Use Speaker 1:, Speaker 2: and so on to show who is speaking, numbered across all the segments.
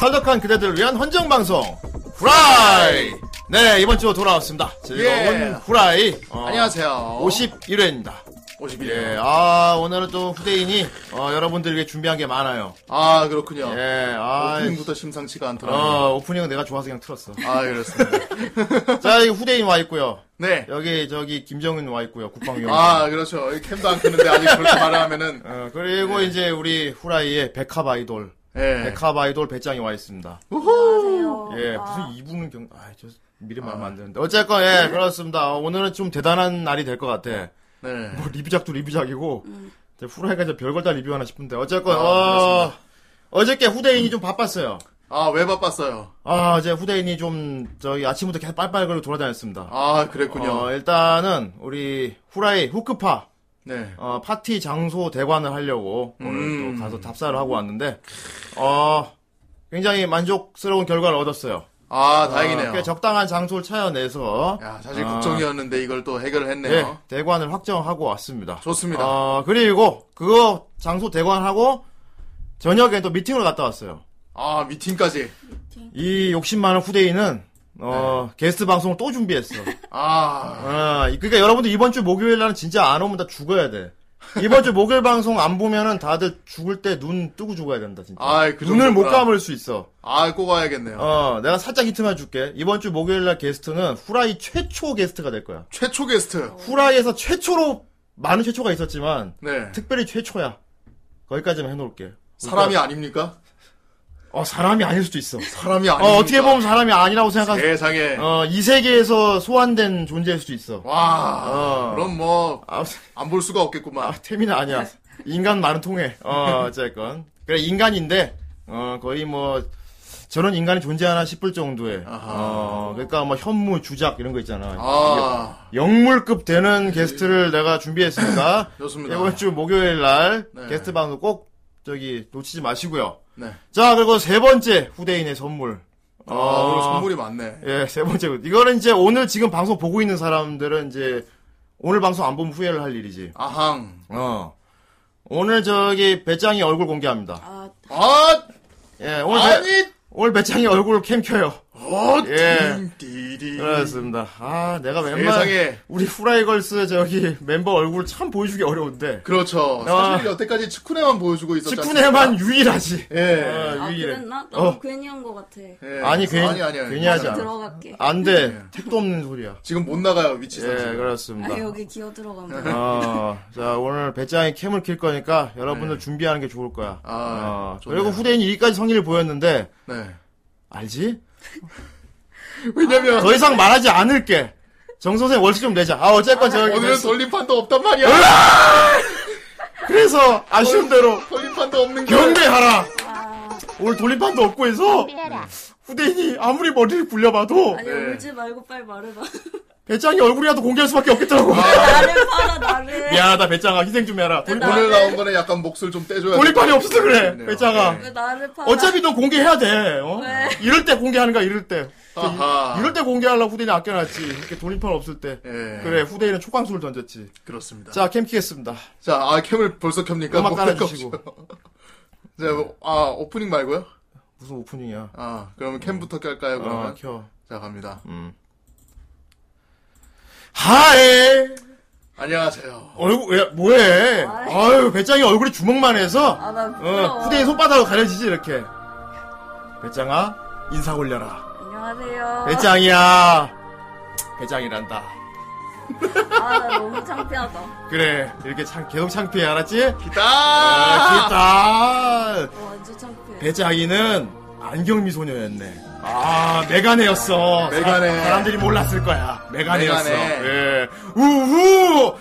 Speaker 1: 탈덕한 그대들을 위한 헌정 방송 후라이. 네 이번 주 돌아왔습니다. 즐거운
Speaker 2: 예.
Speaker 1: 후라이. 어,
Speaker 2: 안녕하세요.
Speaker 1: 51회입니다.
Speaker 2: 51.
Speaker 1: 예, 아 오늘은 또 후대인이 어, 여러분들에게 준비한 게 많아요.
Speaker 2: 아, 그렇군요.
Speaker 1: 예, 아,
Speaker 2: 오프닝부터 심상치가 않더라고요.
Speaker 1: 어 오프닝은 내가 좋아서 그냥 틀었어.
Speaker 2: 아, 그렇습니다.
Speaker 1: 자 여기 후대인 와 있고요.
Speaker 2: 네.
Speaker 1: 여기 저기 김정은 와 있고요. 국방위원.
Speaker 2: 아, 그렇죠. 이 캠도 안 끄는데 아직 그렇게 말을 하면은,
Speaker 1: 어, 그리고
Speaker 2: 네.
Speaker 1: 이제 우리 후라이의 백합 아이돌,
Speaker 2: 예.
Speaker 1: 백합 아이돌 배짱이 와 있습니다.
Speaker 3: 안녕하세요.
Speaker 1: 예,
Speaker 3: 아,
Speaker 1: 무슨 이분은 경, 아, 저 미리 말하면 안 되는데 어쨌건 예, 그렇습니다. 오늘은 좀 대단한 날이 될 것 같아.
Speaker 2: 네.
Speaker 1: 뭐 리뷰작도 리뷰작이고 이제 후라이가 이제 별걸 다 리뷰하나 싶은데 어쨌건
Speaker 2: 아,
Speaker 1: 어, 어저께 후대인이 좀 바빴어요.
Speaker 2: 아, 왜 바빴어요?
Speaker 1: 아, 이제 후대인이 좀 저희 아침부터 계속 빨빨거리고 돌아다녔습니다.
Speaker 2: 아, 그랬군요.
Speaker 1: 어, 일단은 우리 후라이 후크파
Speaker 2: 네.
Speaker 1: 어, 파티 장소 대관을 하려고 오늘
Speaker 2: 음.
Speaker 1: 또 가서 답사를 하고 왔는데 어, 굉장히 만족스러운 결과를 얻었어요.
Speaker 2: 아,
Speaker 1: 어,
Speaker 2: 다행이네요.
Speaker 1: 꽤 적당한 장소를 찾아내서
Speaker 2: 야, 사실
Speaker 1: 아.
Speaker 2: 걱정이었는데 이걸 또 해결을 했네요.
Speaker 1: 예, 대관을 확정하고 왔습니다.
Speaker 2: 좋습니다.
Speaker 1: 어, 그리고 그거 장소 대관하고 저녁에 또 미팅을 갔다 왔어요.
Speaker 2: 아, 미팅까지.
Speaker 1: 이 욕심 많은 후대인은
Speaker 2: 네.
Speaker 1: 어, 게스트 방송을 또 준비했어.
Speaker 2: 아,
Speaker 1: 아, 그러니까 여러분들 이번 주 목요일 날은 진짜 안 오면 다 죽어야 돼. 이번 주 목요일 방송 안 보면은 다들 죽을 때 눈 뜨고 죽어야 된다 진짜.
Speaker 2: 아이, 그
Speaker 1: 눈을 못
Speaker 2: 정도구나.
Speaker 1: 감을 수 있어.
Speaker 2: 아, 꼭 와야겠네요.
Speaker 1: 어, 내가 살짝 힌트만 줄게. 이번 주 목요일 날 게스트는 후라이 최초 게스트가 될 거야.
Speaker 2: 최초 게스트.
Speaker 1: 후라이에서 최초로 많은 최초가 있었지만
Speaker 2: 네.
Speaker 1: 특별히 최초야. 거기까지만 해놓을게. 그러니까,
Speaker 2: 사람이 아닙니까?
Speaker 1: 어 사람이 아닐 수도 있어.
Speaker 2: 사람이 아닙니까? 그러니까
Speaker 1: 어 어떻게 보면 사람이 아니라고 생각한.
Speaker 2: 세상에.
Speaker 1: 어이 세계에서 소환된 존재일 수도 있어.
Speaker 2: 와,
Speaker 1: 어.
Speaker 2: 그럼 뭐,
Speaker 1: 아무튼
Speaker 2: 안 볼 수가 없겠구만.
Speaker 1: 아, 태민은 아니야. 인간 말은 통해. 어 어쨌건 그래 인간인데 어 거의 뭐 저런 인간이 존재하나 싶을 정도의. 어 그러니까 뭐 현무 주작 이런 거 있잖아.
Speaker 2: 아,
Speaker 1: 영물급 되는 게스트를 내가 준비했으니까
Speaker 2: 좋습니다.
Speaker 1: 이번 주 목요일 날
Speaker 2: 네.
Speaker 1: 게스트 방송 꼭 저기 놓치지 마시고요.
Speaker 2: 네.
Speaker 1: 자 그리고 세 번째 후대인의 선물.
Speaker 2: 아,
Speaker 1: 어,
Speaker 2: 오늘 선물이 많네.
Speaker 1: 예, 세 번째. 이거는 이제 오늘 지금 방송 보고 있는 사람들은 이제 오늘 방송 안 보면 후회를 할 일이지.
Speaker 2: 아항.
Speaker 1: 어. 오늘 저기 배짱이 얼굴 공개합니다.
Speaker 3: 아,
Speaker 2: 아,
Speaker 1: 예, 오늘 배,
Speaker 2: 아니!
Speaker 1: 오늘 배짱이 얼굴 캠 켜요.
Speaker 2: 어,
Speaker 1: 예.
Speaker 2: 띠디.
Speaker 1: 그렇습니다. 아, 내가 웬만
Speaker 2: 세상에.
Speaker 1: 우리 후라이걸스 저기 멤버 얼굴 참 보여주기 어려운데.
Speaker 2: 그렇죠. 사실 여태까지 측훈에만 보여주고 있었잖아요.
Speaker 1: 직분에만 유일하지.
Speaker 2: 예.
Speaker 1: 어,
Speaker 3: 아
Speaker 1: 유일해.
Speaker 3: 그랬나? 너무
Speaker 1: 어.
Speaker 3: 괜히 한 것 같아.
Speaker 2: 예.
Speaker 1: 아니, 괜히-
Speaker 2: 아니, 아니, 아니.
Speaker 1: 괜히 하지 않아.
Speaker 3: 들어갈게.
Speaker 1: 안
Speaker 2: 예.
Speaker 1: 돼. 택도 없는 소리야.
Speaker 2: 지금 못 나가요, 위치
Speaker 1: 예,
Speaker 2: 상태.
Speaker 1: 그렇습니다.
Speaker 3: 아, 여기 기어 들어가면. 돼.
Speaker 1: 어, 자, 오늘 배짱이 캠을 킬 거니까 여러분들 준비하는 게 좋을 거야.
Speaker 2: 네. 아,
Speaker 1: 어,
Speaker 2: 좋네요.
Speaker 1: 그리고 후대인이 이까지 성의를 보였는데,
Speaker 2: 네.
Speaker 1: 알지?
Speaker 2: 왜냐면,
Speaker 1: 더 이상 말하지 않을게. 정선생 월세 좀 내자. 아, 어쨌건 저기.
Speaker 2: 오늘은
Speaker 1: 그래서-
Speaker 2: 돌림판도 없단 말이야.
Speaker 1: 그래서
Speaker 2: 어.
Speaker 1: 아쉬운 대로
Speaker 2: 돌림판도 없는 게.
Speaker 1: 경배하라!
Speaker 3: 아,
Speaker 1: 오늘 돌림판도 없고 해서 후대인이 아무리 머리를 굴려봐도
Speaker 3: 아니
Speaker 2: 네.
Speaker 3: 울지 말고 빨리 말해봐.
Speaker 1: 배짱이 얼굴이라도 공개할 수밖에 없겠더라고.
Speaker 3: 나를 팔아 나를.
Speaker 1: 미안하다, 배짱아. 희생 좀 해라. 돌,
Speaker 3: 나-
Speaker 2: 오늘 나온 거는 약간 몫을 좀 떼줘야
Speaker 1: 돌림판이
Speaker 2: 될 것
Speaker 1: 없어서
Speaker 2: 같네요.
Speaker 1: 그래, 배짱아.
Speaker 3: 왜 나를 팔아?
Speaker 1: 어차피 너 공개해야 돼. 어?
Speaker 3: 네.
Speaker 1: 이럴 때 공개하는 거야, 이럴 때.
Speaker 2: 아하.
Speaker 1: 이럴 때 공개하려고 후대인 아껴놨지. 이렇게 돌림판 없을 때.
Speaker 2: 예.
Speaker 1: 그래, 후대인은 초광수를 던졌지.
Speaker 2: 그렇습니다. 자,
Speaker 1: 자, 캠 키겠습니다.
Speaker 2: 아, 캠을 벌써 켭니까?
Speaker 1: 음악
Speaker 2: 뭐 할거
Speaker 1: 깔아주시고.
Speaker 2: 없죠. 자, 뭐, 아, 오프닝 말고요?
Speaker 1: 무슨 오프닝이야.
Speaker 2: 아, 그러면 캠부터 깰까요, 아, 그러면?
Speaker 1: 어, 켜.
Speaker 2: 자, 갑니다.
Speaker 1: 음. 하에
Speaker 2: 안녕하세요.
Speaker 1: 얼굴 야, 뭐해?
Speaker 3: 아이.
Speaker 1: 아유 배짱이 얼굴이 주먹만 해서
Speaker 3: 아나 부끄러워.
Speaker 1: 어, 후대인 손바닥으로 가려지지 이렇게. 배짱아 인사 올려라.
Speaker 3: 안녕하세요.
Speaker 1: 배짱이야. 배짱이란다.
Speaker 3: 아나 너무 창피하다. 어,
Speaker 1: 그래 이렇게 창, 계속 창피해 알았지?
Speaker 3: 아.
Speaker 1: 네,
Speaker 2: 기타!
Speaker 1: 아, 기다.
Speaker 3: 어, 완전 창피해.
Speaker 1: 배짱이는 안경 미소녀였네. 아, 메가네였어.
Speaker 2: 메가네.
Speaker 1: 사- 사람들이 몰랐을 거야. 메가네였어.
Speaker 2: 메가네.
Speaker 1: 예. 우후!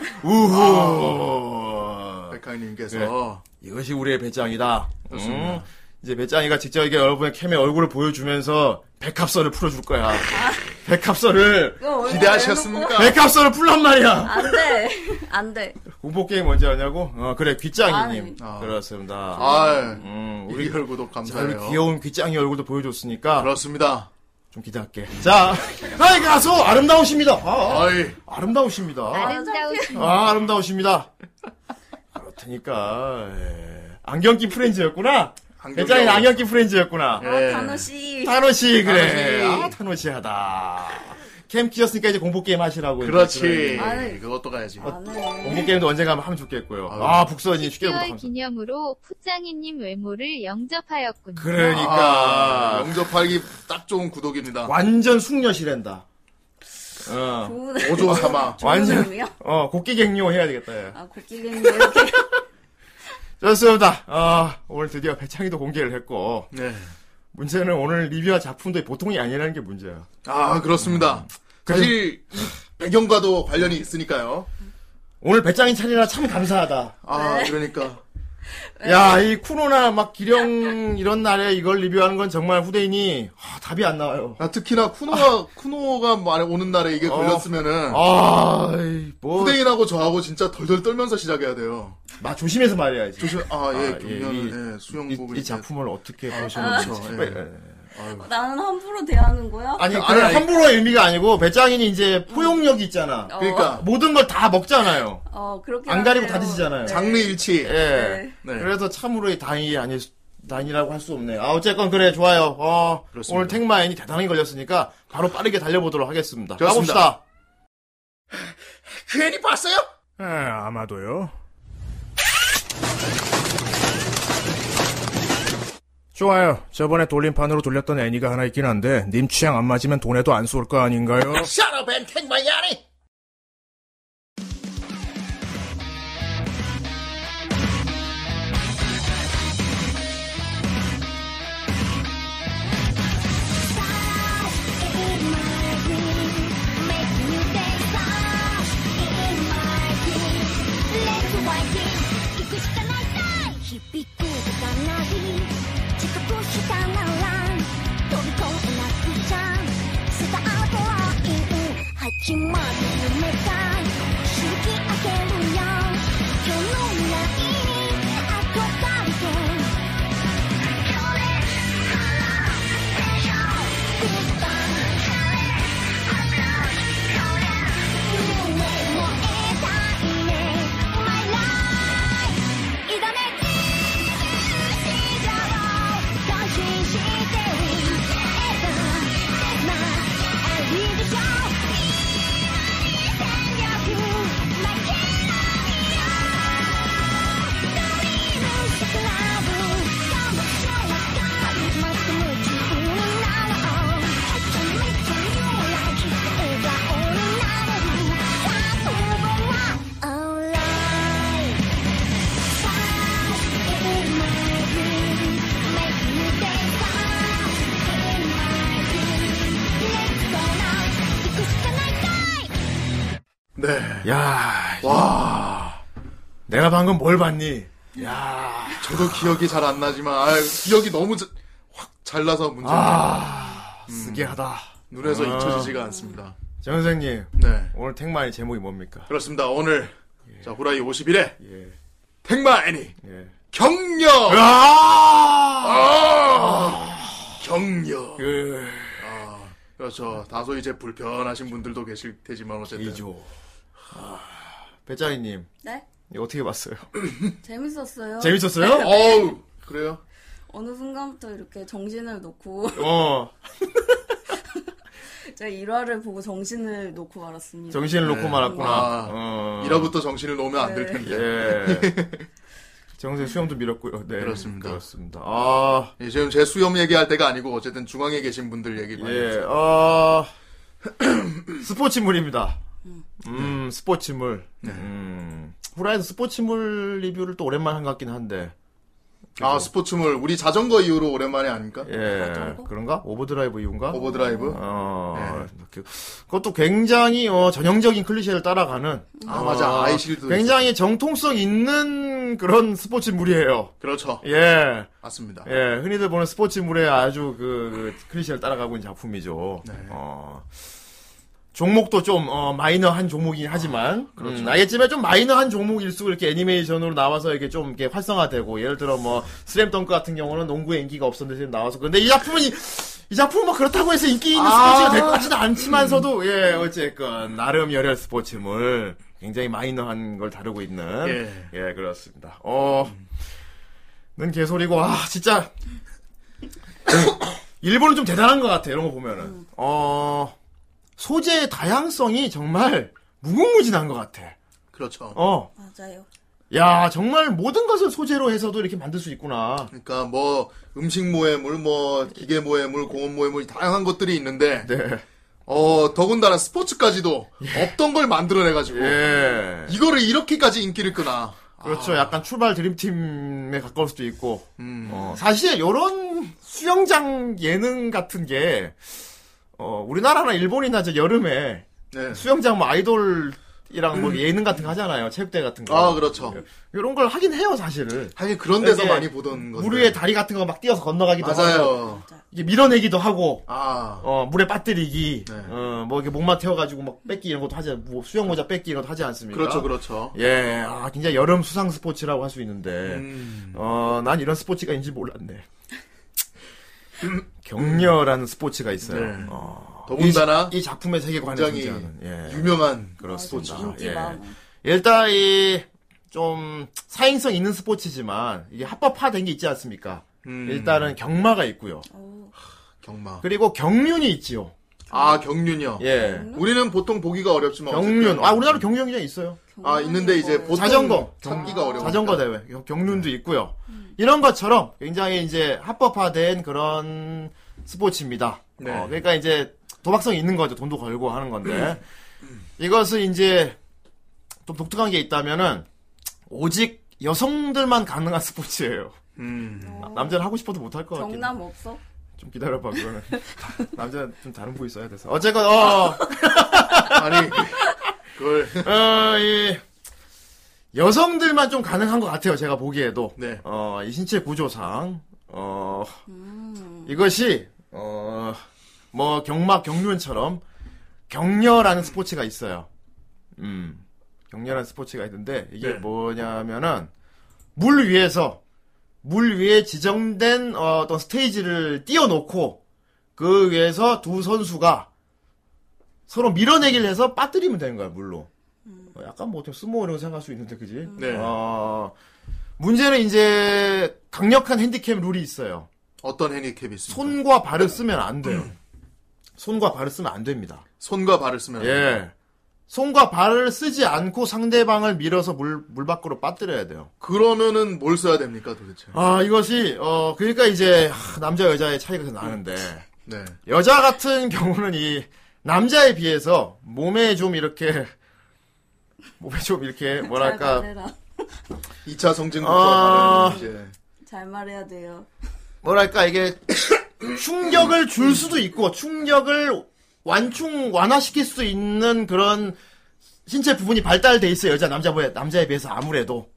Speaker 1: 우후!
Speaker 2: 백항님께서.
Speaker 1: 이것이 우리의 배짱이다. 음. 이제 배짱이가 직접 이게 여러분의 캠의 얼굴을 보여주면서 백합설을 풀어줄 거야. 백합설을,
Speaker 3: 그거 원래
Speaker 2: 기대하셨습니까?
Speaker 1: 네. 백합설을 풀란 말이야!
Speaker 3: 안 돼. 안 돼.
Speaker 1: 어. 공포게임 언제 하냐고? 어, 그래, 귀짱이님.
Speaker 2: 아니. 네.
Speaker 1: 그렇습니다.
Speaker 2: 아유,
Speaker 1: 음, 우리
Speaker 2: 우리 혈 구독
Speaker 1: 자유
Speaker 2: 감사해요. 그렇죠.
Speaker 1: 귀여운 귀짱이 얼굴도 보여줬으니까.
Speaker 2: 그렇습니다.
Speaker 1: 좀 기대할게. 자, 나의 가수 아름다우십니다. 아,
Speaker 2: 아이,
Speaker 1: 름다우십니다
Speaker 4: 아름다우신
Speaker 1: 아, 아름다우십니다. 그렇다니까. 예. 안경 낀 프렌즈였구나. 굉장히 악연기 프렌즈였구나.
Speaker 3: 아,
Speaker 2: 예.
Speaker 3: 단호 씨.
Speaker 1: 타노시 그래.
Speaker 2: 타노시.
Speaker 1: 아 타노시하다. 캠 끼었으니까 이제 공포 게임 하시라고. 이제
Speaker 2: 그렇지.
Speaker 1: 그런
Speaker 3: 아니.
Speaker 2: 그것도 가야지.
Speaker 1: 어.
Speaker 3: 안 해.
Speaker 1: 공포 게임도 언젠가 하면 좋겠고요.
Speaker 2: 아유.
Speaker 1: 아 북선이
Speaker 4: 10개월
Speaker 1: 축제부터.
Speaker 4: 기념으로 푸짱이님 외모를 영접하였군요.
Speaker 1: 그러니까
Speaker 2: 아, 영접하기 딱 좋은 구독입니다.
Speaker 1: 완전 숙녀시랜다. 어,
Speaker 3: 좋은
Speaker 2: 오조 삼아.
Speaker 1: 완전-
Speaker 3: 이야
Speaker 1: 어 곡기 갱료 해야 되겠다. 예.
Speaker 3: 아, 곡기는 이렇게.
Speaker 1: 좋습니다. 아 오늘 드디어 배창이도 공개를 했고
Speaker 2: 네.
Speaker 1: 문제는 오늘 리뷰와 작품도 보통이 아니라는 게 문제야.
Speaker 2: 아
Speaker 1: 음.
Speaker 2: 그렇습니다. 사실 이 배경과도 관련이 있으니까요.
Speaker 1: 오늘 배짱이 차리라 참 감사하다.
Speaker 2: 아 그러니까
Speaker 1: 야, 이 쿠노나 막 기령 이런 날에 이걸 리뷰하는 건 정말 후대인이 아, 답이 안 나와요.
Speaker 2: 아, 특히나 쿠노가 쿠노가 말에 오는 날에 이게
Speaker 1: 어.
Speaker 2: 걸렸으면은
Speaker 1: 아, 이, 뭐,
Speaker 2: 후대인하고 저하고 진짜 덜덜 떨면서 시작해야 돼요.
Speaker 1: 마 조심해서 말해야지.
Speaker 2: 조심. 아예
Speaker 1: 아,
Speaker 2: 경련 예,
Speaker 1: 이,
Speaker 2: 수영복을
Speaker 1: 이
Speaker 2: 이제-
Speaker 1: 작품을 어떻게 보시는지.
Speaker 2: 그렇죠.
Speaker 1: 예,
Speaker 2: 예.
Speaker 1: 예.
Speaker 2: 아유.
Speaker 3: 나는 함부로 대하는 거야?
Speaker 1: 아니,
Speaker 2: 아니,
Speaker 1: 그런
Speaker 2: 아니.
Speaker 1: 함부로의 의미가 아니고 배짱이는 이제 포용력이 있잖아.
Speaker 3: 어,
Speaker 2: 그러니까
Speaker 1: 모든 걸 다 먹잖아요.
Speaker 3: 어, 그렇게.
Speaker 1: 안 가리고 다 드시잖아요.
Speaker 2: 장르 일치.
Speaker 1: 예.
Speaker 2: 네.
Speaker 1: 그래서 참으로 다행이 아니 다행이라고 할 수 없네요. 아 어쨌건 그래 좋아요. 어,
Speaker 2: 그렇습니다.
Speaker 1: 오늘 택마인이 대단히 걸렸으니까 바로 빠르게 달려보도록 하겠습니다.
Speaker 2: 좋습니다.
Speaker 1: 가봅시다.
Speaker 2: 그 애니 봤어요?
Speaker 5: 에,
Speaker 1: 예,
Speaker 5: 아마도요. 좋아요. 저번에 돌림판으로 돌렸던 애니가 하나 있긴 한데 님 취향 안 맞으면 돈에도 안 쏠 거 아닌가요?
Speaker 2: 샤라 벤 탱마야니.
Speaker 6: 始まる夢が引き上げるよ今日の未来憧れて
Speaker 2: 네
Speaker 1: 야,
Speaker 2: 와.
Speaker 1: 내가 방금 뭘 봤니?
Speaker 2: 저도 기억이 잘 안 나지만 아, 기억이 너무 자- 확 잘나서 문제. 음.
Speaker 1: 아, 쓰기하다.
Speaker 2: 눈에서
Speaker 1: 아.
Speaker 2: 잊혀지지가 않습니다.
Speaker 1: 정 선생님,
Speaker 2: 네.
Speaker 1: 오늘 택마인 제목이 뭡니까?
Speaker 2: 그렇습니다. 오늘 자 호라이 51회
Speaker 1: 예,
Speaker 2: 택마 애니
Speaker 1: 예.
Speaker 2: 경력.
Speaker 1: 아,
Speaker 2: 경력.
Speaker 1: 그
Speaker 2: 그렇죠. 다소 이제 불편하신 분들도 계실 테지만 어쨌든
Speaker 1: 이조. 배짱이님,
Speaker 3: 네?
Speaker 1: 이거 어떻게 봤어요?
Speaker 3: 재밌었어요.
Speaker 1: 재밌었어요?
Speaker 2: 어우 그래요?
Speaker 3: 어느 순간부터 이렇게 정신을 놓고,
Speaker 1: 어,
Speaker 3: 제가 1화를 보고 정신을 놓고 말았습니다.
Speaker 1: 정신을 놓고
Speaker 2: 네.
Speaker 1: 말았구나.
Speaker 2: 아,
Speaker 1: 어.
Speaker 2: 이화부터 정신을 놓으면 안 될 텐데.
Speaker 1: 예. 정세 수염도 밀었고요. 네.
Speaker 2: 그렇습니다.
Speaker 1: 그렇습니다. 아,
Speaker 2: 예, 지금 제 수염 얘기할 때가 아니고 어쨌든 중앙에 계신 분들 얘기 많이
Speaker 1: 예,
Speaker 2: 했어요.
Speaker 1: 어, 스포츠물입니다. 음, 스포츠물.
Speaker 2: 네.
Speaker 1: 음, 후라이드 스포츠물 리뷰를 또 오랜만에 한 것 같긴 한데.
Speaker 2: 아 스포츠물 우리 자전거 이후로 오랜만에 아닙니까?
Speaker 1: 예, 그런가? 오버드라이브 이후인가?
Speaker 2: 오버드라이브. 네.
Speaker 1: 어, 그- 그것도 굉장히 어, 전형적인 클리셰를 따라가는.
Speaker 2: 아
Speaker 1: 어,
Speaker 2: 맞아 아이실드.
Speaker 1: 굉장히 정통성 있는 그런 스포츠물이에요.
Speaker 2: 그렇죠.
Speaker 1: 예.
Speaker 2: 맞습니다.
Speaker 1: 예, 흔히들 보는 스포츠물의 아주 그, 그 클리셰를 따라가고 있는 작품이죠.
Speaker 2: 네.
Speaker 1: 어, 종목도 좀 어, 마이너한 종목이긴
Speaker 2: 아,
Speaker 1: 하지만
Speaker 2: 그렇죠.
Speaker 1: 음, 알겠지만 좀 마이너한 종목일수록 이렇게 애니메이션으로 나와서 이렇게 좀 이렇게 활성화되고 예를 들어 뭐 슬램덩크 같은 경우는 농구에 인기가 없었는데 지금 나와서 근데 이 작품은 이, 이 작품은 뭐 그렇다고 해서 인기 있는 스포츠가 될 것 같지는 않지만서도 예 어쨌건 나름 열혈 스포츠물 굉장히 마이너한 걸 다루고 있는 예,
Speaker 2: 예.
Speaker 1: 그렇습니다. 어 넌 개소리고 아 진짜 일본은 좀 대단한 것 같아 이런 거 보면은 어 소재의 다양성이 정말 무궁무진한 것 같아.
Speaker 2: 그렇죠.
Speaker 1: 어.
Speaker 3: 맞아요.
Speaker 1: 야, 정말 모든 것을 소재로 해서도 이렇게 만들 수 있구나.
Speaker 2: 그러니까 뭐 음식 모해물, 뭐 기계 모해물, 공업 모해물 다양한 것들이 있는데
Speaker 1: 네.
Speaker 2: 어 더군다나 스포츠까지도 없던 걸 만들어내가지고
Speaker 1: 예.
Speaker 2: 이거를 이렇게까지 인기를 끄나.
Speaker 1: 그렇죠. 약간 출발 드림팀에 가까울 수도 있고.
Speaker 2: 아. 음.
Speaker 1: 어, 사실 요런 수영장 예능 같은 게 어, 우리나라나 일본이나 저 여름에
Speaker 2: 네.
Speaker 1: 수영장 뭐 아이돌이랑 뭐 예능 같은 거 하잖아요. 체육대회 같은 거.
Speaker 2: 음. 아 그렇죠.
Speaker 1: 요런 걸 하긴 해요, 사실은.
Speaker 2: 하긴 그런 데서
Speaker 1: 이게
Speaker 2: 많이 보던 건데.
Speaker 1: 물 위에 다리 같은 거 막 뛰어서 건너가기도 하고.
Speaker 2: 맞아요.
Speaker 1: 이게 밀어내기도 하고.
Speaker 2: 아
Speaker 1: 어, 물에 빠뜨리기,
Speaker 2: 네.
Speaker 1: 어, 뭐, 이렇게 목만 태워가지고 막 뺏기 이런 것도 하지, 않- 뭐 수영 모자 뺏기 이런 것도 하지 않습니까?
Speaker 2: 그렇죠 그렇죠.
Speaker 1: 예, 아, 굉장히 여름 수상 스포츠라고 할 수 있는데,
Speaker 2: 음.
Speaker 1: 어, 난 이런 스포츠가인지 몰랐네. 격렬한 스포츠가 있어요.
Speaker 2: 네.
Speaker 1: 어,
Speaker 2: 더군다나
Speaker 1: 이, 이 작품의 세계관에
Speaker 2: 굉장히
Speaker 1: 존재하는, 예.
Speaker 2: 유명한
Speaker 1: 그렇습니다.
Speaker 3: 맞아, 인기
Speaker 1: 예.
Speaker 3: 많아.
Speaker 1: 일단, 이, 좀, 사행성 있는 스포츠지만, 이게 합법화된 게 있지 않습니까?
Speaker 2: 음,
Speaker 1: 일단은 경마가 있고요.
Speaker 3: 오,
Speaker 2: 경마.
Speaker 1: 그리고 경륜이 있지요.
Speaker 2: 아 경륜이요.
Speaker 1: 예.
Speaker 2: 우리는 보통 보기가 어렵지만
Speaker 1: 경륜.
Speaker 2: 어쨌든-
Speaker 1: 아, 우리나라 경륜 굉장히 있어요.
Speaker 2: 아 있는데 이제
Speaker 3: 경험하는
Speaker 2: 보통
Speaker 1: 자전거.
Speaker 2: 찾기가 네. 어려워.
Speaker 1: 자전거 대회, 경- 경륜도 있고요. 이런 것처럼 굉장히 이제 합법화된 그런 스포츠입니다.
Speaker 2: 네.
Speaker 1: 어, 그러니까 이제 도박성이 있는 거죠. 돈도 걸고 하는 건데. 이것을 이제 좀 독특한 게 있다면은 오직 여성들만 가능한 스포츠예요.
Speaker 2: 음.
Speaker 3: 거.
Speaker 1: 아, 남자는 하고 싶어도 못 할 것 같긴. 해.
Speaker 3: 경남 없어?
Speaker 1: 좀 기다려봐 그거는. 남자는 좀 다른 부위 써야 돼서. 어쨌건 어,
Speaker 2: 아니 그걸
Speaker 1: 어, 이 여성들만 좀 가능한 것 같아요. 제가 보기에도.
Speaker 2: 네.
Speaker 1: 어, 이 신체 구조상, 어,
Speaker 3: 음.
Speaker 1: 이것이, 어, 뭐, 경막 경륜처럼 격렬한 스포츠가 있어요. 음, 격렬한 스포츠가 있는데, 이게
Speaker 2: 네.
Speaker 1: 뭐냐면은, 물 위에서, 물 위에 지정된 어, 어떤 스테이지를 띄워놓고, 그 위에서 두 선수가 서로 밀어내기를 해서 빠뜨리면 되는 거야, 물로. 어, 약간 뭐, 어떻게 스모 이라고 생각할 수 있는데, 그지?
Speaker 2: 네.
Speaker 1: 어, 문제는 이제 강력한 핸디캡 룰이 있어요.
Speaker 2: 어떤 핸디캡이 있습니까? 손
Speaker 1: 손과 발을 쓰면 안 돼요. 손과 발을 쓰면 안 됩니다.
Speaker 2: 손과 발을 쓰면
Speaker 1: 예. 손과 발을 쓰지 않고 상대방을 밀어서 물, 물 밖으로 빠뜨려야 돼요.
Speaker 2: 그러면은 뭘 써야 됩니까 도대체?
Speaker 1: 아, 이것이, 어, 그러니까 이제, 하, 남자, 여자의 차이가 나는데,
Speaker 2: 네.
Speaker 1: 여자 같은 경우는 이, 남자에 비해서 몸에 좀 이렇게, 몸에 좀 이렇게,
Speaker 3: 잘
Speaker 1: 뭐랄까,
Speaker 3: 말해라.
Speaker 2: 2차 성징부터
Speaker 1: 아.
Speaker 2: 말하는 이제
Speaker 3: 잘 말해야 돼요.
Speaker 1: 뭐랄까 이게 충격을 줄 수도 있고 충격을 완충 완화시킬 수 있는 그런 신체 부분이 발달돼 있어 요 여자 남자보다 남자에 비해서 아무래도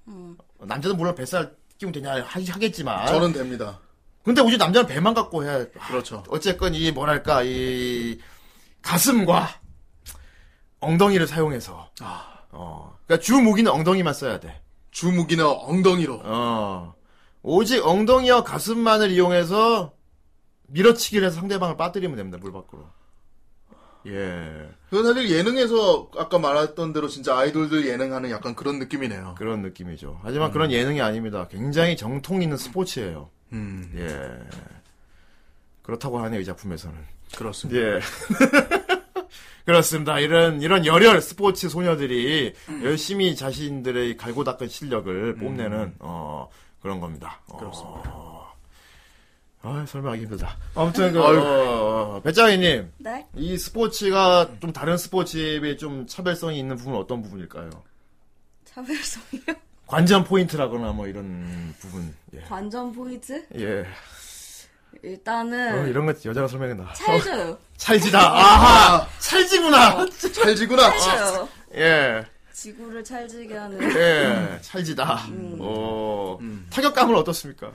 Speaker 1: 남자는 물론 뱃살 끼면 되냐 하- 하겠지만
Speaker 2: 저는 됩니다.
Speaker 1: 근데 우리 남자는 배만 갖고 해야
Speaker 2: 그렇죠.
Speaker 1: 어쨌건 이 뭐랄까 이 가슴과 엉덩이를 사용해서
Speaker 2: 아.
Speaker 1: 어 그러니까 주 무기는 엉덩이만 써야 돼.
Speaker 2: 주무기나 엉덩이로
Speaker 1: 어. 오직 엉덩이와 가슴만을 이용해서 밀어치기를 해서 상대방을 빠뜨리면 됩니다. 물 밖으로. 예.
Speaker 2: 그건 사실 예능에서 아까 말했던 대로 진짜 아이돌들 예능하는 약간 그런 느낌이네요.
Speaker 1: 그런 느낌이죠. 하지만 그런 예능이 아닙니다. 굉장히 정통 있는 스포츠예요.
Speaker 2: 음,
Speaker 1: 예. 그렇다고 하네요, 이 작품에서는.
Speaker 2: 그렇습니다.
Speaker 1: 예. 그렇습니다. 이런, 이런 열혈 스포츠 소녀들이 열심히 자신들의 갈고 닦은 실력을 뽐내는, 어, 그런 겁니다. 음. 그렇습니다. 아, 설명하기 힘들다. 아무튼, 그,
Speaker 2: 아유.
Speaker 1: 어, 배짱이님,
Speaker 3: 네?
Speaker 1: 이 스포츠가 좀 다른 스포츠에 비해 좀 차별성이 있는 부분은 어떤 부분일까요?
Speaker 3: 차별성이요?
Speaker 1: 관전 포인트라거나 뭐 이런 부분, 예.
Speaker 3: 관전 포인트?
Speaker 1: 예.
Speaker 3: 일단은
Speaker 1: 어, 이런 것 여자가 설명해 나.
Speaker 3: 찰져요.
Speaker 1: 찰지다. 아하! 찰지구나!
Speaker 2: 찰지구나.
Speaker 1: 아.
Speaker 3: 찰져요.
Speaker 1: 예.
Speaker 3: 지구를 찰지게 하는.
Speaker 1: 예, 찰지다.
Speaker 3: 음.
Speaker 1: 어,
Speaker 2: 음.
Speaker 1: 타격감은 어떻습니까?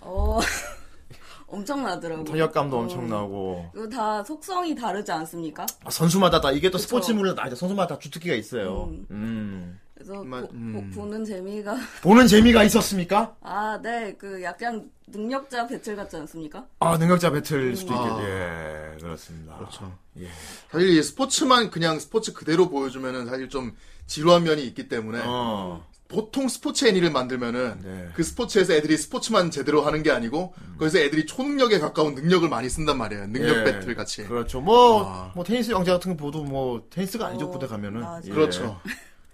Speaker 3: 어 엄청나더라고. 어.
Speaker 1: 타격감도 엄청나고.
Speaker 3: 이거 다 속성이 다르지 않습니까?
Speaker 1: 아, 선수마다 다, 이게 또
Speaker 3: 그쵸.
Speaker 1: 스포츠물은 다, 선수마다 다 주특기가 있어요.
Speaker 3: 음.
Speaker 1: 음.
Speaker 3: 그래서
Speaker 2: 맞-
Speaker 3: 보,
Speaker 2: 음.
Speaker 3: 는 재미가
Speaker 1: 보는 재미가 있었습니까?
Speaker 3: 아, 네. 그 약간 능력자 배틀 같지 않습니까?
Speaker 1: 아, 능력자 배틀일 수도
Speaker 2: 음.
Speaker 1: 있겠, 예, 그렇습니다.
Speaker 2: 그렇죠.
Speaker 1: 예.
Speaker 2: 사실 이 스포츠만 그냥 스포츠 그대로 보여주면은 사실 좀 지루한 면이 있기 때문에
Speaker 1: 어,
Speaker 2: 보통 스포츠 애니를 만들면은
Speaker 1: 네. 음.
Speaker 2: 그 스포츠에서 애들이 스포츠만 제대로 하는 게 아니고 거기서 애들이 초능력에 가까운 능력을 많이 쓴단 말이에요. 능력
Speaker 1: 예.
Speaker 2: 배틀 같이.
Speaker 1: 그렇죠. 뭐,
Speaker 2: 아.
Speaker 1: 뭐 테니스 왕자 같은 거 보도 뭐 테니스가 아니죠
Speaker 3: 어,
Speaker 1: 군대 가면은.
Speaker 3: 맞아.
Speaker 1: 예.
Speaker 2: 그렇죠.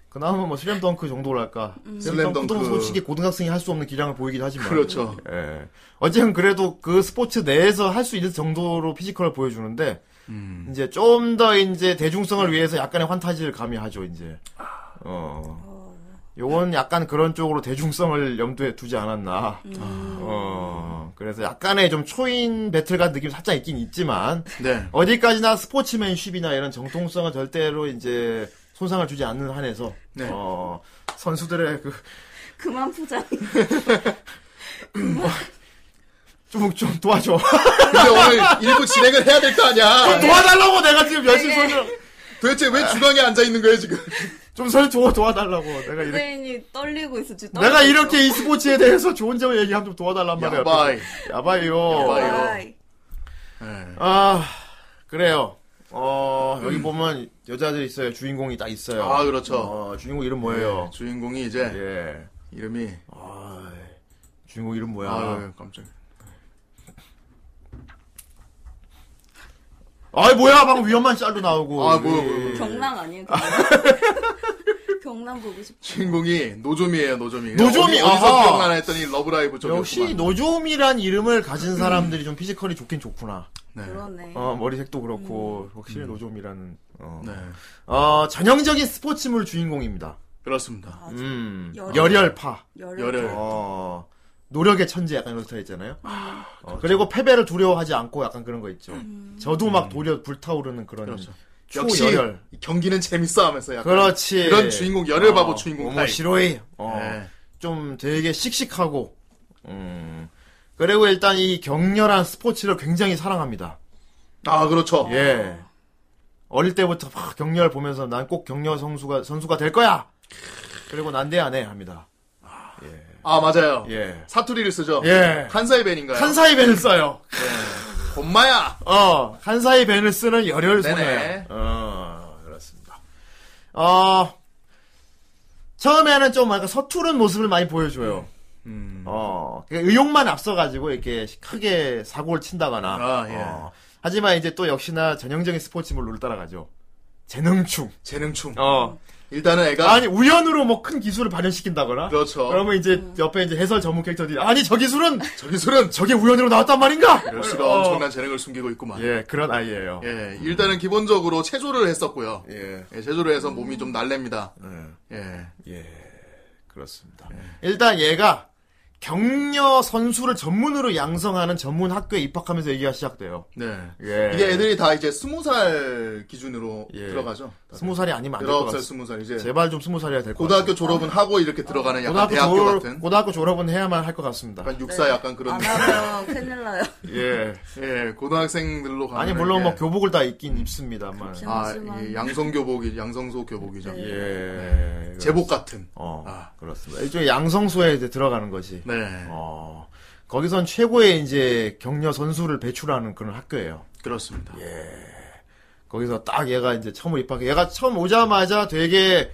Speaker 1: 그나마 뭐 슬램덩크 정도랄까.
Speaker 3: 음.
Speaker 2: 슬램덩크.
Speaker 1: 슬램덩크도 솔직히 고등학생이 할 수 없는 기량을 보이기도 하지만.
Speaker 2: 그렇죠.
Speaker 1: 예. 어쨌든 그래도 그 스포츠 내에서 할 수 있는 정도로 피지컬을 보여주는데 이제 좀 더 이제 대중성을 위해서 약간의 환타지를 가미하죠 이제. 어. 요건 약간 그런 쪽으로 대중성을 염두에 두지 않았나. 음. 어. 그래서 약간의 좀 초인 배틀 같은 느낌이 살짝 있긴 있지만
Speaker 2: 네.
Speaker 1: 어디까지나 스포츠맨십이나 이런 정통성을 절대로 이제 손상을 주지 않는 한에서
Speaker 2: 네.
Speaker 1: 어, 선수들의 그
Speaker 3: 그만 포장.
Speaker 1: 좀, 좀 도와줘.
Speaker 2: 근데 오늘 일부 진행을 해야 될 거 아니야.
Speaker 1: 도와달라고 내가 지금 열심히 설명.
Speaker 2: 도대체 왜 주방에 앉아 있는 거예요 지금?
Speaker 1: 좀 설명 도와, 도와달라고. 내가 이렇게.
Speaker 3: 후대인이 떨리고 있어 지금.
Speaker 1: 내가
Speaker 3: 떨리고
Speaker 1: 이렇게 이 스포츠에 대해서 좋은 점을 얘기하면 좀 도와달란 말이야.
Speaker 2: 야바이. 네.
Speaker 3: 있어.
Speaker 1: 야바이요.
Speaker 2: 야바이요.
Speaker 3: 아이,
Speaker 2: 예.
Speaker 1: 아, 그래요. 어, 여기 보면 여자들 있어요. 주인공이 딱 있어요.
Speaker 2: 아, 그렇죠. 네.
Speaker 1: 어, 주인공 이름 뭐예요?
Speaker 2: 주인공이 이제
Speaker 1: 예.
Speaker 2: 이름이
Speaker 1: 아, 주인공 이름 뭐야?
Speaker 2: 아유 깜짝.
Speaker 1: 아이 뭐야 방금 위험한 짤도 나오고 예.
Speaker 2: 아, 뭐야, 뭐야, 뭐야.
Speaker 3: 경남 아니에요? 경남? 경남 보고 싶어.
Speaker 2: 주인공이 노조미예요 노조미.
Speaker 1: 노조미,
Speaker 2: 어디, 어디서
Speaker 1: 아하.
Speaker 2: 기억나나 했더니 러브라이브 쪽이었구만.
Speaker 1: 역시 노조미란 이름을
Speaker 2: 음.
Speaker 1: 가진 사람들이 좀 피지컬이 좋긴 좋구나
Speaker 2: 네.
Speaker 3: 그러네.
Speaker 1: 어 머리색도 그렇고 확실히 노조미라는 어.
Speaker 2: 음. 네.
Speaker 1: 어, 전형적인 스포츠물 주인공입니다
Speaker 2: 그렇습니다.
Speaker 3: 아주
Speaker 1: 음
Speaker 3: 열혈.
Speaker 1: 열혈파
Speaker 3: 열혈.
Speaker 2: 열혈.
Speaker 1: 어 노력의 천재 약간 이런 스타일 있잖아요 어, 그리고 패배를 두려워하지 않고 약간 그런 거 있죠 저도 막 도려 불타오르는 그런
Speaker 2: 음. 그렇죠. 역시
Speaker 1: 초열혈 그렇죠.
Speaker 2: 경기는 재밌어 하면서 약간
Speaker 1: 그렇지
Speaker 2: 이런 주인공 열혈바보
Speaker 1: 어,
Speaker 2: 주인공
Speaker 1: 어머
Speaker 2: 타입.
Speaker 1: 싫어해 어.
Speaker 2: 네.
Speaker 1: 좀 되게 씩씩하고, 음. 그리고 일단 이 격렬한 스포츠를 굉장히 사랑합니다.
Speaker 2: 아 그렇죠.
Speaker 1: 예. 어릴 때부터 막 격렬 보면서 난 꼭 격렬 선수가, 선수가 될 거야! 그리고 난데 안 해, 합니다.
Speaker 2: 아 맞아요.
Speaker 1: 예.
Speaker 2: 사투리를 쓰죠.
Speaker 1: 예.
Speaker 2: 칸사이 벤인가요?
Speaker 1: 칸사이 벤을 써요.
Speaker 2: 엄마야.
Speaker 1: 어, 칸사이 벤을 쓰는 열혈
Speaker 2: 네네.
Speaker 1: 소녀야. 어, 그렇습니다. 어, 처음에는 좀 약간 서투른 모습을 많이 보여줘요.
Speaker 2: 음.
Speaker 1: 어, 그 의욕만 앞서가지고 이렇게 크게 사고를 친다거나.
Speaker 2: 아, 예.
Speaker 1: 어, 하지만 이제 또 역시나 전형적인 스포츠물 룰 따라가죠. 재능충.
Speaker 2: 재능충.
Speaker 1: 어.
Speaker 2: 일단은 애가
Speaker 1: 아니, 우연으로 뭐 큰 기술을 발현시킨다거나.
Speaker 2: 그렇죠.
Speaker 1: 그러면 이제 옆에 이제 해설 전문 캐릭터들이, 아니, 저 기술은!
Speaker 2: 저 기술은
Speaker 1: 저게 우연으로 나왔단 말인가?
Speaker 2: 이럴 수가
Speaker 1: 어.
Speaker 2: 엄청난 재능을 숨기고 있구만. 예.
Speaker 1: 예, 그런 아이예요.
Speaker 2: 일단은 기본적으로 체조를 했었고요. 예.
Speaker 1: 예.
Speaker 2: 체조를 해서 몸이 좀 날렵니다. 예.
Speaker 1: 예, 그렇습니다. 네. 일단 얘가 격려 선수를 전문으로 양성하는 전문 학교에 입학하면서 얘기가 시작돼요.
Speaker 2: 네.
Speaker 1: 예.
Speaker 2: 이게 애들이 다 이제 스무 살 기준으로
Speaker 1: 예.
Speaker 2: 들어가죠.
Speaker 1: 스무 살이 아니면 안 될 것
Speaker 2: 열아홉 살,
Speaker 1: 같아요.
Speaker 2: 스무 살 이제
Speaker 1: 제발 좀 스무 살이야 될 것 같아요.
Speaker 2: 예. 고등학교 졸업은 하고 이렇게 들어가는 약간
Speaker 1: 고등학교
Speaker 2: 대학교
Speaker 1: 졸업,
Speaker 2: 같은 아,
Speaker 1: 고등학교 졸업은 해야만 할 것 같습니다.
Speaker 2: 약간 육사 약간 그런
Speaker 3: 안 하면 큰일 나요.
Speaker 1: 예.
Speaker 2: 예 고등학생들로 가는
Speaker 1: 아니 물론
Speaker 2: 게-
Speaker 1: 뭐 교복을 다 입긴 입습니다만.
Speaker 2: 아,
Speaker 3: 잠시만.
Speaker 2: 예, 양성교복이 양성소 교복이죠.
Speaker 1: 예.
Speaker 2: 네. 제복 같은.
Speaker 1: 어,
Speaker 2: 아.
Speaker 1: 그렇습니다. 일종의 양성소에 이제 들어가는 거지.
Speaker 2: 네,
Speaker 1: 어. 거기선 최고의 이제 격려 선수를 배출하는 그런 학교예요.
Speaker 2: 그렇습니다. 예.
Speaker 1: 거기서 딱 얘가 이제 처음 입학, 얘가 처음 오자마자 되게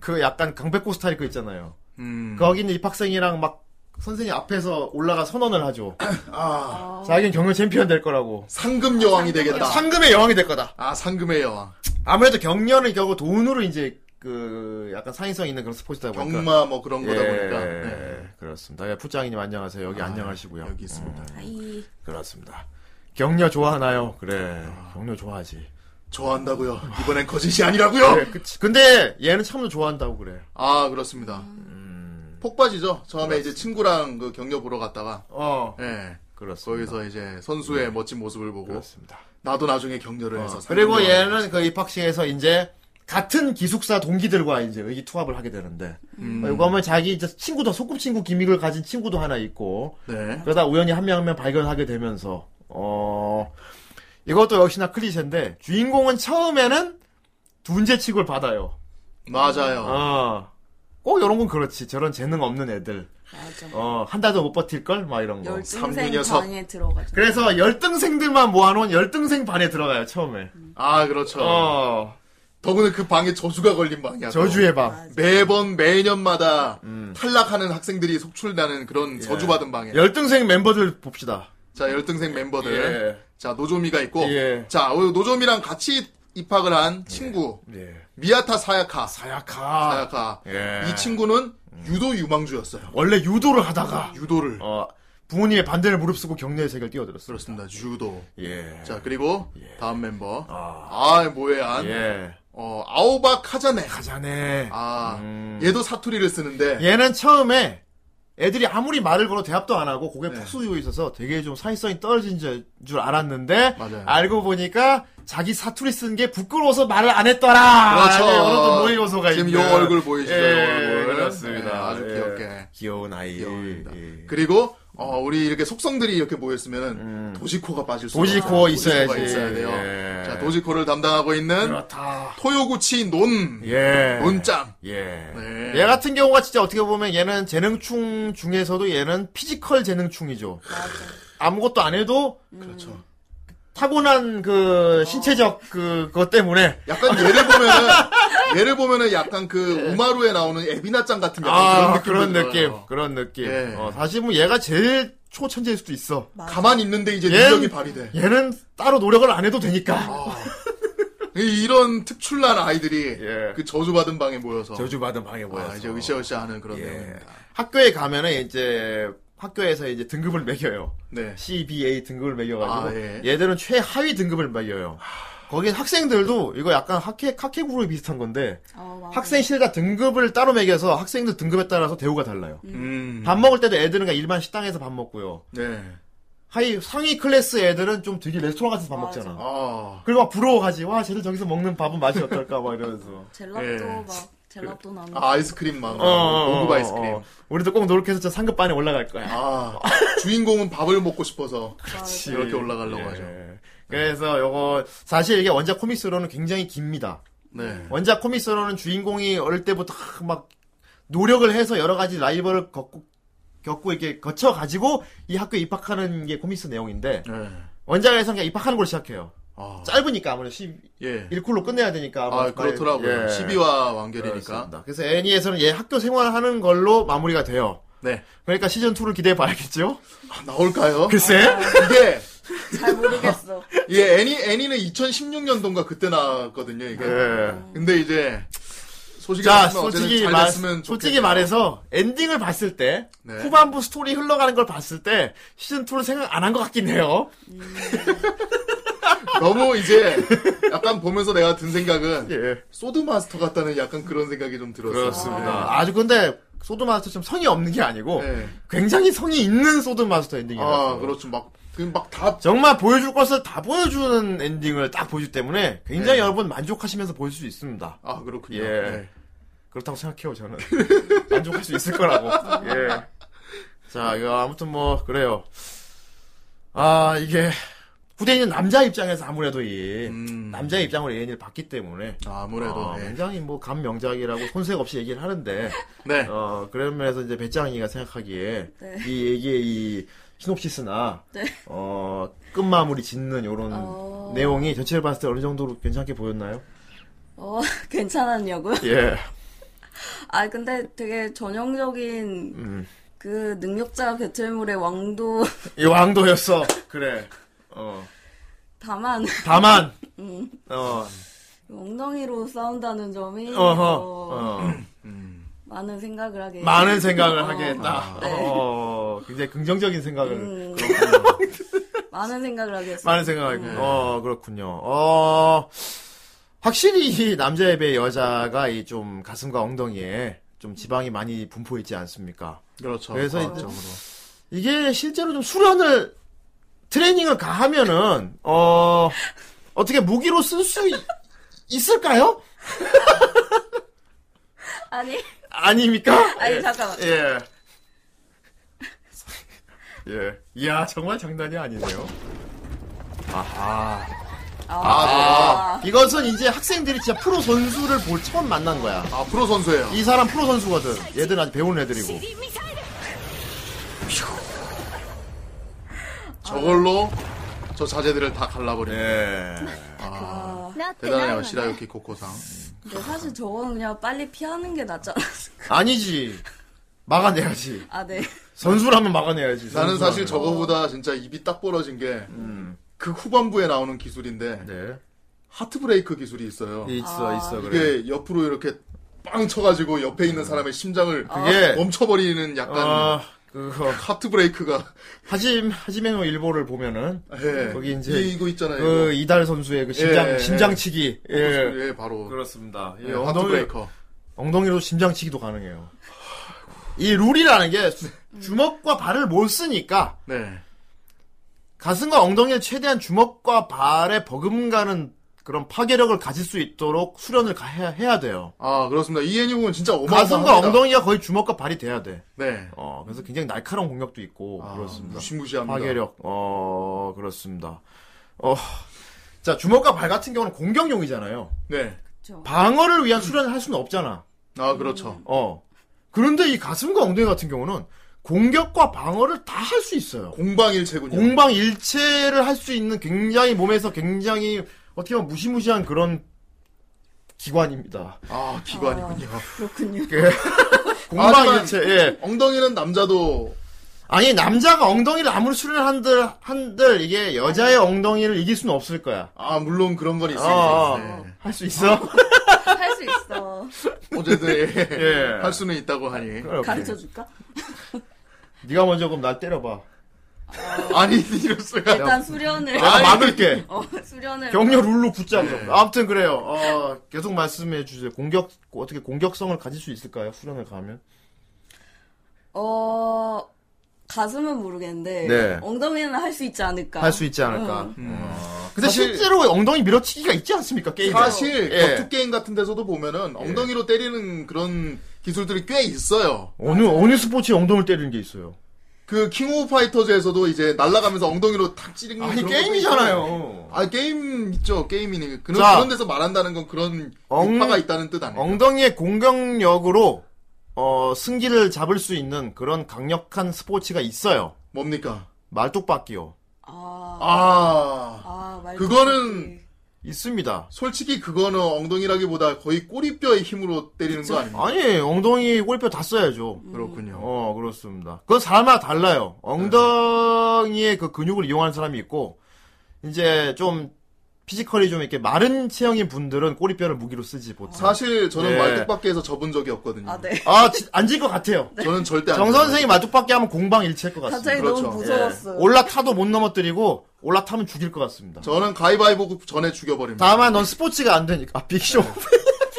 Speaker 1: 그 약간 강백호 스타일 거 있잖아요.
Speaker 2: 음,
Speaker 1: 거기 있는 입학생이랑 막 선생님 앞에서 올라가 선언을 하죠.
Speaker 2: 아,
Speaker 1: 자기는 경연 챔피언 될 거라고.
Speaker 2: 상금 여왕이 되겠다.
Speaker 1: 상금의 여왕이 될 거다.
Speaker 2: 아, 상금의 여왕.
Speaker 1: 아무래도 경연은 결국 돈으로 이제 그 약간 사행성 있는 그런 스포츠다 보니까.
Speaker 2: 경마 뭐 그런 거다
Speaker 1: 그러니까. 예,
Speaker 2: 보니까. 네. 아,
Speaker 1: 그렇습니다. 예, 푸짱이님 안녕하세요. 여기 안녕하시고요. 예,
Speaker 2: 여기 있습니다.
Speaker 1: 음.
Speaker 3: 아이,
Speaker 1: 그렇습니다. 격려 좋아하나요? 그래. 격려 좋아하지.
Speaker 2: 좋아한다고요. 이번엔 거짓이 아니라고요.
Speaker 1: 그래, 그치. 근데 얘는 참으로 좋아한다고 그래.
Speaker 2: 아, 그렇습니다.
Speaker 1: 음.
Speaker 2: 폭바지죠. 처음에 이제 친구랑 그 경력 보러 갔다가
Speaker 1: 어. 예.
Speaker 2: 예.
Speaker 1: 그렇습니다.
Speaker 2: 거기서 이제 선수의 멋진 모습을 보고
Speaker 1: 그렇습니다.
Speaker 2: 나도 나중에 경려를 해서 상금
Speaker 1: 어, 아, 그리고
Speaker 2: 여왕이
Speaker 1: 얘는 그 입학식에서 이제 같은 기숙사 동기들과 이제 의기투합을 하게 되는데
Speaker 2: 음.
Speaker 1: 어, 이거 하면 자기 이제 친구도 소꿉친구 기믹을 가진 친구도 하나 있고
Speaker 2: 네.
Speaker 1: 그러다 우연히 한 명 한 명 발견하게 되면서 어 이것도 역시나 클리셰인데 주인공은 처음에는 둔재 취급을 받아요.
Speaker 2: 맞아요.
Speaker 1: 어. 꼭 이런 건 그렇지. 저런 재능 없는 애들.
Speaker 3: 맞아.
Speaker 1: 어, 한 달 더 못 버틸 걸? 막 이런 거.
Speaker 3: 열등생
Speaker 2: 녀석.
Speaker 3: 방에 들어가죠.
Speaker 1: 그래서 열등생들만 모아놓은 열등생 반에 들어가요, 처음에.
Speaker 2: 아, 그렇죠.
Speaker 1: 어.
Speaker 2: 더군다나 그 방에 저주가 걸린 방이야. 또.
Speaker 1: 저주의 음. 밤.
Speaker 2: 매번 매년마다 탈락하는 학생들이 속출나는
Speaker 1: 예.
Speaker 2: 그런 저주받은 방에.
Speaker 1: 열등생 멤버들 봅시다.
Speaker 2: 자 열등생 멤버들.
Speaker 1: 예.
Speaker 2: 자 노조미가 있고.
Speaker 1: 예.
Speaker 2: 자 어, 노조미랑 같이 입학을 한 친구
Speaker 1: 예.
Speaker 2: 미야타 사야카.
Speaker 1: 사야카.
Speaker 2: 사야카.
Speaker 1: 예.
Speaker 2: 이 친구는 유도 유망주였어요.
Speaker 1: 원래 유도를 하다가
Speaker 2: 유도를.
Speaker 1: 어, 부모님의 반대를 무릅쓰고 경례의 세계를 뛰어들었어.
Speaker 2: 그렇습니다. 유도.
Speaker 1: 예.
Speaker 2: 자 그리고 다음 멤버.
Speaker 1: 아.
Speaker 2: 아, 모에안.
Speaker 1: 예.
Speaker 2: 어 아오바 카자네.
Speaker 1: 가자네.
Speaker 2: 아
Speaker 1: 음. 예,
Speaker 2: 얘도 사투리를 쓰는데.
Speaker 1: 얘는 처음에 애들이 아무리 말을 걸어 대답도 안 하고
Speaker 2: 네.
Speaker 1: 고개 푹 숙이고 있어서 되게 좀 사회성이 떨어진 줄, 줄 알았는데
Speaker 2: 맞아요.
Speaker 1: 알고 보니까 자기 사투리 쓴 게 부끄러워서 말을 안 했더라.
Speaker 2: 그렇죠.
Speaker 1: 네, 이런 또 모의 요소가
Speaker 2: 지금
Speaker 1: 있는.
Speaker 2: 요 얼굴 보이시죠?
Speaker 1: 예,
Speaker 2: 요 얼굴.
Speaker 1: 그렇습니다.
Speaker 2: 예, 아주
Speaker 1: 예.
Speaker 2: 귀엽게.
Speaker 1: 귀여운 아이.
Speaker 2: 귀여웁니다.
Speaker 1: 예.
Speaker 2: 그리고 어, 우리 이렇게 속성들이 이렇게 모였으면 도지코가 빠질 수
Speaker 1: 음. 도지코
Speaker 2: 음. 도지코가
Speaker 1: 있어야지.
Speaker 2: 있어야 돼요.
Speaker 1: 예.
Speaker 2: 자 도지코를 담당하고 있는
Speaker 1: 그렇다.
Speaker 2: 토요구치 논
Speaker 1: 예.
Speaker 2: 논짱.
Speaker 1: 예.
Speaker 2: 네.
Speaker 1: 얘 같은 경우가 진짜 어떻게 보면 얘는 재능충 중에서도 얘는 피지컬 재능충이죠. 아무것도 안 해도
Speaker 2: 그렇죠.
Speaker 1: 타고난 그 신체적 그 그것 때문에
Speaker 2: 약간 얘를 보면은 얘를 보면은 약간 그 우마루에 나오는 에비나짱 같은 약간
Speaker 1: 예. 아
Speaker 2: 그러니까
Speaker 1: 그런
Speaker 2: 그런 느낌.
Speaker 1: 느낌 그런 느낌
Speaker 2: 예.
Speaker 1: 어, 사실 뭐 얘가 제일 초천재일 수도 있어
Speaker 2: 가만 히 있는데 이제
Speaker 1: 얘는-
Speaker 2: 능력이 발휘돼.
Speaker 1: 얘는 따로 노력을 안 해도 되니까
Speaker 2: 아. 이- 이런 특출난 아이들이
Speaker 1: 예.
Speaker 2: 그 저주받은 방에 모여서
Speaker 1: 저주받은 방에 모여서
Speaker 2: 아, 이제 으쌰으쌰하는 그런
Speaker 1: 예.
Speaker 2: 내용입니다.
Speaker 1: 학교에 가면은 이제 학교에서 이제 등급을 매겨요
Speaker 2: 네.
Speaker 1: CBA 등급을 매겨가지고
Speaker 2: 아, 예.
Speaker 1: 얘들은 최하위 등급을 매겨요 거기 학생들도 이거 약간 학회 카케 그룹이 비슷한 건데
Speaker 3: 어, 맞아.
Speaker 1: 학생실과 등급을 따로 매겨서 학생들 등급에 따라서 대우가 달라요.
Speaker 2: 음.
Speaker 1: 밥 먹을 때도 애들은 그냥 일반 식당에서 밥 먹고요.
Speaker 2: 네.
Speaker 1: 하이 상위 클래스 애들은 좀 되게 레스토랑 같은 데밥
Speaker 3: 맞아.
Speaker 1: 먹잖아.
Speaker 2: 아.
Speaker 1: 그리고 막 부러워하지. 와, 쟤들 저기서 먹는 밥은 맛이 어떨까 막 이러면서.
Speaker 3: 젤라또
Speaker 2: 예.
Speaker 3: 막 젤라또 나는
Speaker 2: 아, 아이스크림 막.
Speaker 1: 어, 어,
Speaker 2: 고급
Speaker 1: 어,
Speaker 2: 아이스크림.
Speaker 1: 어. 우리도 꼭 노력해서 저 상급 반에 올라갈 거야.
Speaker 2: 아. 주인공은 밥을 먹고 싶어서
Speaker 3: 그렇지.
Speaker 2: 이렇게 올라가려고
Speaker 1: 예.
Speaker 2: 하죠.
Speaker 1: 그래서 요거 사실 이게 원작 코믹스로는 굉장히 깁니다.
Speaker 2: 네.
Speaker 1: 원작 코믹스로는 주인공이 어릴 때부터 하- 막 노력을 해서 여러 가지 라이벌을 겪고 겪고 이렇게 거쳐 가지고 이 학교에 입학하는 게 코믹스 내용인데
Speaker 2: 네.
Speaker 1: 원작에서는 그냥 입학하는 걸로 시작해요.
Speaker 2: 아.
Speaker 1: 짧으니까 아무래도 11쿨로
Speaker 2: 예.
Speaker 1: 끝내야 되니까
Speaker 2: 아,
Speaker 1: 아무래도
Speaker 2: 그렇더라고요.
Speaker 1: 예.
Speaker 2: 12와 완결이니까.
Speaker 1: 그렇습니다. 그래서 애니에서는 얘 학교 생활하는 걸로 마무리가 돼요.
Speaker 2: 네.
Speaker 1: 그러니까 시즌 2를 기대해 봐야겠죠?
Speaker 2: 아, 나올까요?
Speaker 1: 글쎄.
Speaker 2: 이게,
Speaker 3: 잘 모르겠어.
Speaker 2: 이 애니, 애니는 2016년도인가 그때 나왔거든요, 이게.
Speaker 1: 예.
Speaker 2: 근데 이제, 소식이
Speaker 1: 자,
Speaker 2: 났으면 어쨌든
Speaker 1: 솔직히
Speaker 2: 잘
Speaker 1: 말,
Speaker 2: 됐으면
Speaker 1: 솔직히
Speaker 2: 좋겠네요.
Speaker 1: 말해서 엔딩을 봤을 때
Speaker 2: 네.
Speaker 1: 후반부 스토리 흘러가는 걸 봤을 때 시즌 2를 생각 안 한 것 같긴 해요.
Speaker 2: 너무 이제, 약간 보면서 내가 든 생각은,
Speaker 1: 예.
Speaker 2: 소드마스터 같다는 약간 그런 생각이 좀 들었어요.
Speaker 1: 그렇습니다. 아주 근데 소드 마스터처럼 성이 없는 게 아니고
Speaker 2: 네.
Speaker 1: 굉장히 성이 있는 소드 마스터 엔딩이라서
Speaker 2: 아, 그렇죠. 막, 그막다
Speaker 1: 정말 보여줄 것을 다 보여주는 엔딩을 딱 보여주기 때문에
Speaker 2: 네.
Speaker 1: 굉장히 여러분 만족하시면서 볼 수 있습니다.
Speaker 2: 아, 그렇군요.
Speaker 1: 예.
Speaker 2: 네.
Speaker 1: 그렇다고 생각해요 저는 만족할 수 있을 거라고. 예. 자, 이거 아무튼 뭐 그래요. 아 이게 후대인은 남자 입장에서 아무래도 이
Speaker 2: 음.
Speaker 1: 남자 입장으로 예인을 봤기 때문에
Speaker 2: 아무래도.
Speaker 1: 어,
Speaker 2: 네.
Speaker 1: 굉장히 뭐 감명작이라고 손색 없이 얘기를 하는데
Speaker 2: 네.
Speaker 1: 어, 그런 면에서 이제 배짱이가 생각하기에
Speaker 3: 네.
Speaker 1: 이 얘기의 이 시놉시스나
Speaker 3: 네.
Speaker 1: 어, 끝마무리 짓는 요런
Speaker 3: 어.
Speaker 1: 내용이 전체를 봤을 때 어느 정도로 괜찮게 보였나요?
Speaker 3: 어 괜찮았냐고요?
Speaker 1: 예.
Speaker 3: 아 근데 되게 전형적인
Speaker 1: 음.
Speaker 3: 그 능력자 배틀물의 왕도
Speaker 1: 이 왕도였어. 그래. 어.
Speaker 3: 다만 음,
Speaker 1: 다만 어.
Speaker 3: 엉덩이로 싸운다는 점이
Speaker 1: 어허.
Speaker 3: 어,
Speaker 1: 어.
Speaker 3: 많은 생각을 하게
Speaker 1: 많은 생각을
Speaker 3: 어,
Speaker 1: 하게 했다.
Speaker 3: 네.
Speaker 1: 어. 굉장히 긍정적인 생각을
Speaker 3: 음, 많은 생각을 하게 했어요.
Speaker 1: 많은 생각을
Speaker 3: 네.
Speaker 1: 하고. 어, 그렇군요. 어, 확실히 이 남자에 비해 여자가 이 좀 가슴과 엉덩이에 좀 지방이 많이 분포 있지 않습니까?
Speaker 2: 그렇죠.
Speaker 1: 그래서 이제-
Speaker 2: 과학적으로.
Speaker 1: 이게 실제로 좀 수련을 트레이닝을 가하면은 어 어떻게 무기로 쓸 수 있을까요?
Speaker 3: 아니
Speaker 1: 아닙니까?
Speaker 3: 아니 잠깐만
Speaker 1: 예. 예. 이야 정말 장난이 아니네요. 아하. 네.
Speaker 3: 아,
Speaker 1: 이것은 이제 학생들이 진짜 프로 선수를 볼 처음 만난 거야.
Speaker 2: 아, 프로 선수예요.
Speaker 1: 이 사람 프로 선수거든. 얘들은 아직 배우는 애들이고.
Speaker 2: 저걸로 저 자재들을 다 갈라버리네.
Speaker 1: 예.
Speaker 3: 아,
Speaker 2: 대단해요 시라유키 코코상.
Speaker 1: 네.
Speaker 3: 근데 사실 저거는 그냥 빨리 피하는 게 낫지 않았을까.
Speaker 1: 아니지. 막아내야지.
Speaker 3: 아, 네.
Speaker 1: 선수라면 막아내야지.
Speaker 2: 나는
Speaker 1: 선수라면.
Speaker 2: 사실 저거보다 진짜 입이 딱 벌어진 게 그
Speaker 1: 음.
Speaker 2: 후반부에 나오는 기술인데
Speaker 1: 네.
Speaker 2: 하트 브레이크 기술이 네, 있어요.
Speaker 1: 있어,
Speaker 3: 아.
Speaker 1: 있어, 그래.
Speaker 2: 이게 옆으로 이렇게 빵 쳐가지고 옆에 있는 사람의 심장을
Speaker 1: 음.
Speaker 2: 아,
Speaker 1: 그게-
Speaker 2: 멈춰버리는 약간
Speaker 1: 아, 그거.
Speaker 2: 하트 브레이크가
Speaker 1: 하짐, 하지메노 일보를 보면은,
Speaker 2: 예.
Speaker 1: 음, 거기 이제
Speaker 2: 이- 이거 있잖아요.
Speaker 1: 그 이달 선수의 그 심장,
Speaker 2: 예, 예.
Speaker 1: 심장치기.
Speaker 2: 이거.
Speaker 1: 예.
Speaker 2: 예, 바로
Speaker 1: 그렇습니다.
Speaker 2: 예, 하트 브레이커.
Speaker 1: 엉덩이로 심장치기도 가능해요. 이 룰이라는 게 수- 주먹과 발을 못 쓰니까
Speaker 2: 네.
Speaker 1: 가슴과 엉덩이에 최대한 주먹과 발에 버금가는 그런 파괴력을 가질 수 있도록 수련을 가- 해야, 해야 돼요.
Speaker 2: 아 그렇습니다. 이 애니공은 진짜 어마어마합니다.
Speaker 1: 가슴과 엉덩이가 거의 주먹과 발이 돼야 돼.
Speaker 2: 네.
Speaker 1: 어, 그래서 굉장히 날카로운 공격도 있고
Speaker 2: 아,
Speaker 1: 어, 그렇습니다.
Speaker 2: 무시무시합니다.
Speaker 1: 파괴력. 어, 그렇습니다. 어. 자, 주먹과 발 같은 경우는 공격용이잖아요.
Speaker 2: 네.
Speaker 3: 그쵸.
Speaker 1: 방어를 위한 수련을 할 수는 없잖아.
Speaker 2: 아 그렇죠.
Speaker 1: 어. 그런데 이 가슴과 엉덩이 같은 경우는 공격과 방어를 다 할 수 있어요.
Speaker 2: 공방일체군요.
Speaker 1: 공방 일체를 할 수 있는 굉장히 몸에서 굉장히 어떻게 보면 무시무시한 그런 기관입니다.
Speaker 2: 아 기관이군요.
Speaker 3: 그렇군요.
Speaker 1: 공방
Speaker 2: 하지만-
Speaker 1: 일체. 예.
Speaker 2: 엉덩이는 남자도
Speaker 1: 아니 남자가 엉덩이를 아무리 수련을 한들 한들 이게 여자의 엉덩이를 이길 수는 없을 거야.
Speaker 2: 아 물론 그런 건 있습니다.
Speaker 1: 아, 아.
Speaker 2: 네.
Speaker 1: 할 수 있어?
Speaker 3: 할 수 있어.
Speaker 2: 어쨌든 예.
Speaker 1: 예.
Speaker 2: 할 수는 있다고 하니
Speaker 3: 가르쳐 줄까?
Speaker 1: 네가 먼저 그럼 날 때려봐.
Speaker 2: 아니 이럴 수가.
Speaker 3: 일단 수련을.
Speaker 1: 내가 막을게.
Speaker 3: 어, 수련을.
Speaker 1: 격려 룰로 붙잡자.
Speaker 2: 네.
Speaker 1: 아무튼 그래요. 어, 계속 말씀해 주세요. 공격 어떻게 공격성을 가질 수 있을까요? 수련을 가면?
Speaker 3: 어, 가슴은 모르겠는데.
Speaker 1: 네.
Speaker 3: 엉덩이는 할 수 있지 않을까.
Speaker 1: 할 수 있지 않을까. 어. 근데
Speaker 2: 음. 사실-
Speaker 1: 실제로 엉덩이 밀어치기가 있지 않습니까 게임?
Speaker 2: 사실
Speaker 1: 예.
Speaker 2: 격투 게임 같은 데서도 보면은 엉덩이로 때리는 그런 기술들이 꽤 있어요.
Speaker 1: 어느 어느 스포츠 에 엉덩이를 때리는 게 있어요.
Speaker 2: 그 킹 오브 파이터즈에서도 이제 날아가면서 엉덩이로 탁 찌르는
Speaker 1: 아니
Speaker 2: 음, 그런 것도 있고.
Speaker 1: 게임이잖아요.
Speaker 2: 아 게임 있죠 게임이니 그런
Speaker 1: 자.
Speaker 2: 그런 데서 말한다는 건 그런
Speaker 1: 엉-
Speaker 2: 육파가 있다는 뜻 아니에요?
Speaker 1: 엉덩이의 공격력으로 어, 승기를 잡을 수 있는 그런 강력한 스포츠가 있어요.
Speaker 2: 뭡니까?
Speaker 1: 말뚝박기요.
Speaker 3: 아,
Speaker 2: 아
Speaker 3: 아, 말
Speaker 2: 그거는
Speaker 1: 있습니다.
Speaker 2: 솔직히 그거는 엉덩이라기보다 거의 꼬리뼈의 힘으로 때리는 거 아닙니까?
Speaker 1: 아니 엉덩이 골뼈 다 써야죠.
Speaker 3: 음.
Speaker 2: 그렇군요.
Speaker 1: 어 그렇습니다. 그건 사람마다 달라요. 엉덩이의 그 근육을 이용하는 사람이 있고 이제 좀 피지컬이 좀 이렇게 마른 체형인 분들은 꼬리뼈를 무기로 쓰지 보통.
Speaker 2: 사실 저는
Speaker 1: 예.
Speaker 2: 말뚝밖에에서 접은 적이 없거든요.
Speaker 3: 아, 네.
Speaker 1: 아 지- 앉을 것 같아요.
Speaker 2: 저는 절대 안
Speaker 1: 정
Speaker 2: 접어요.
Speaker 1: 선생이 말뚝박기 하면 공방일체일 것 같습니다. 예.
Speaker 3: 갑자기
Speaker 2: 그렇죠.
Speaker 3: 너무 무서웠어요.
Speaker 1: 올라타도 못 넘어뜨리고 올라타면 죽일 것 같습니다.
Speaker 2: 저는 가위바위보 전에 죽여버립니다.
Speaker 1: 다만 넌 스포츠가 안 되니까 아, 빅쇼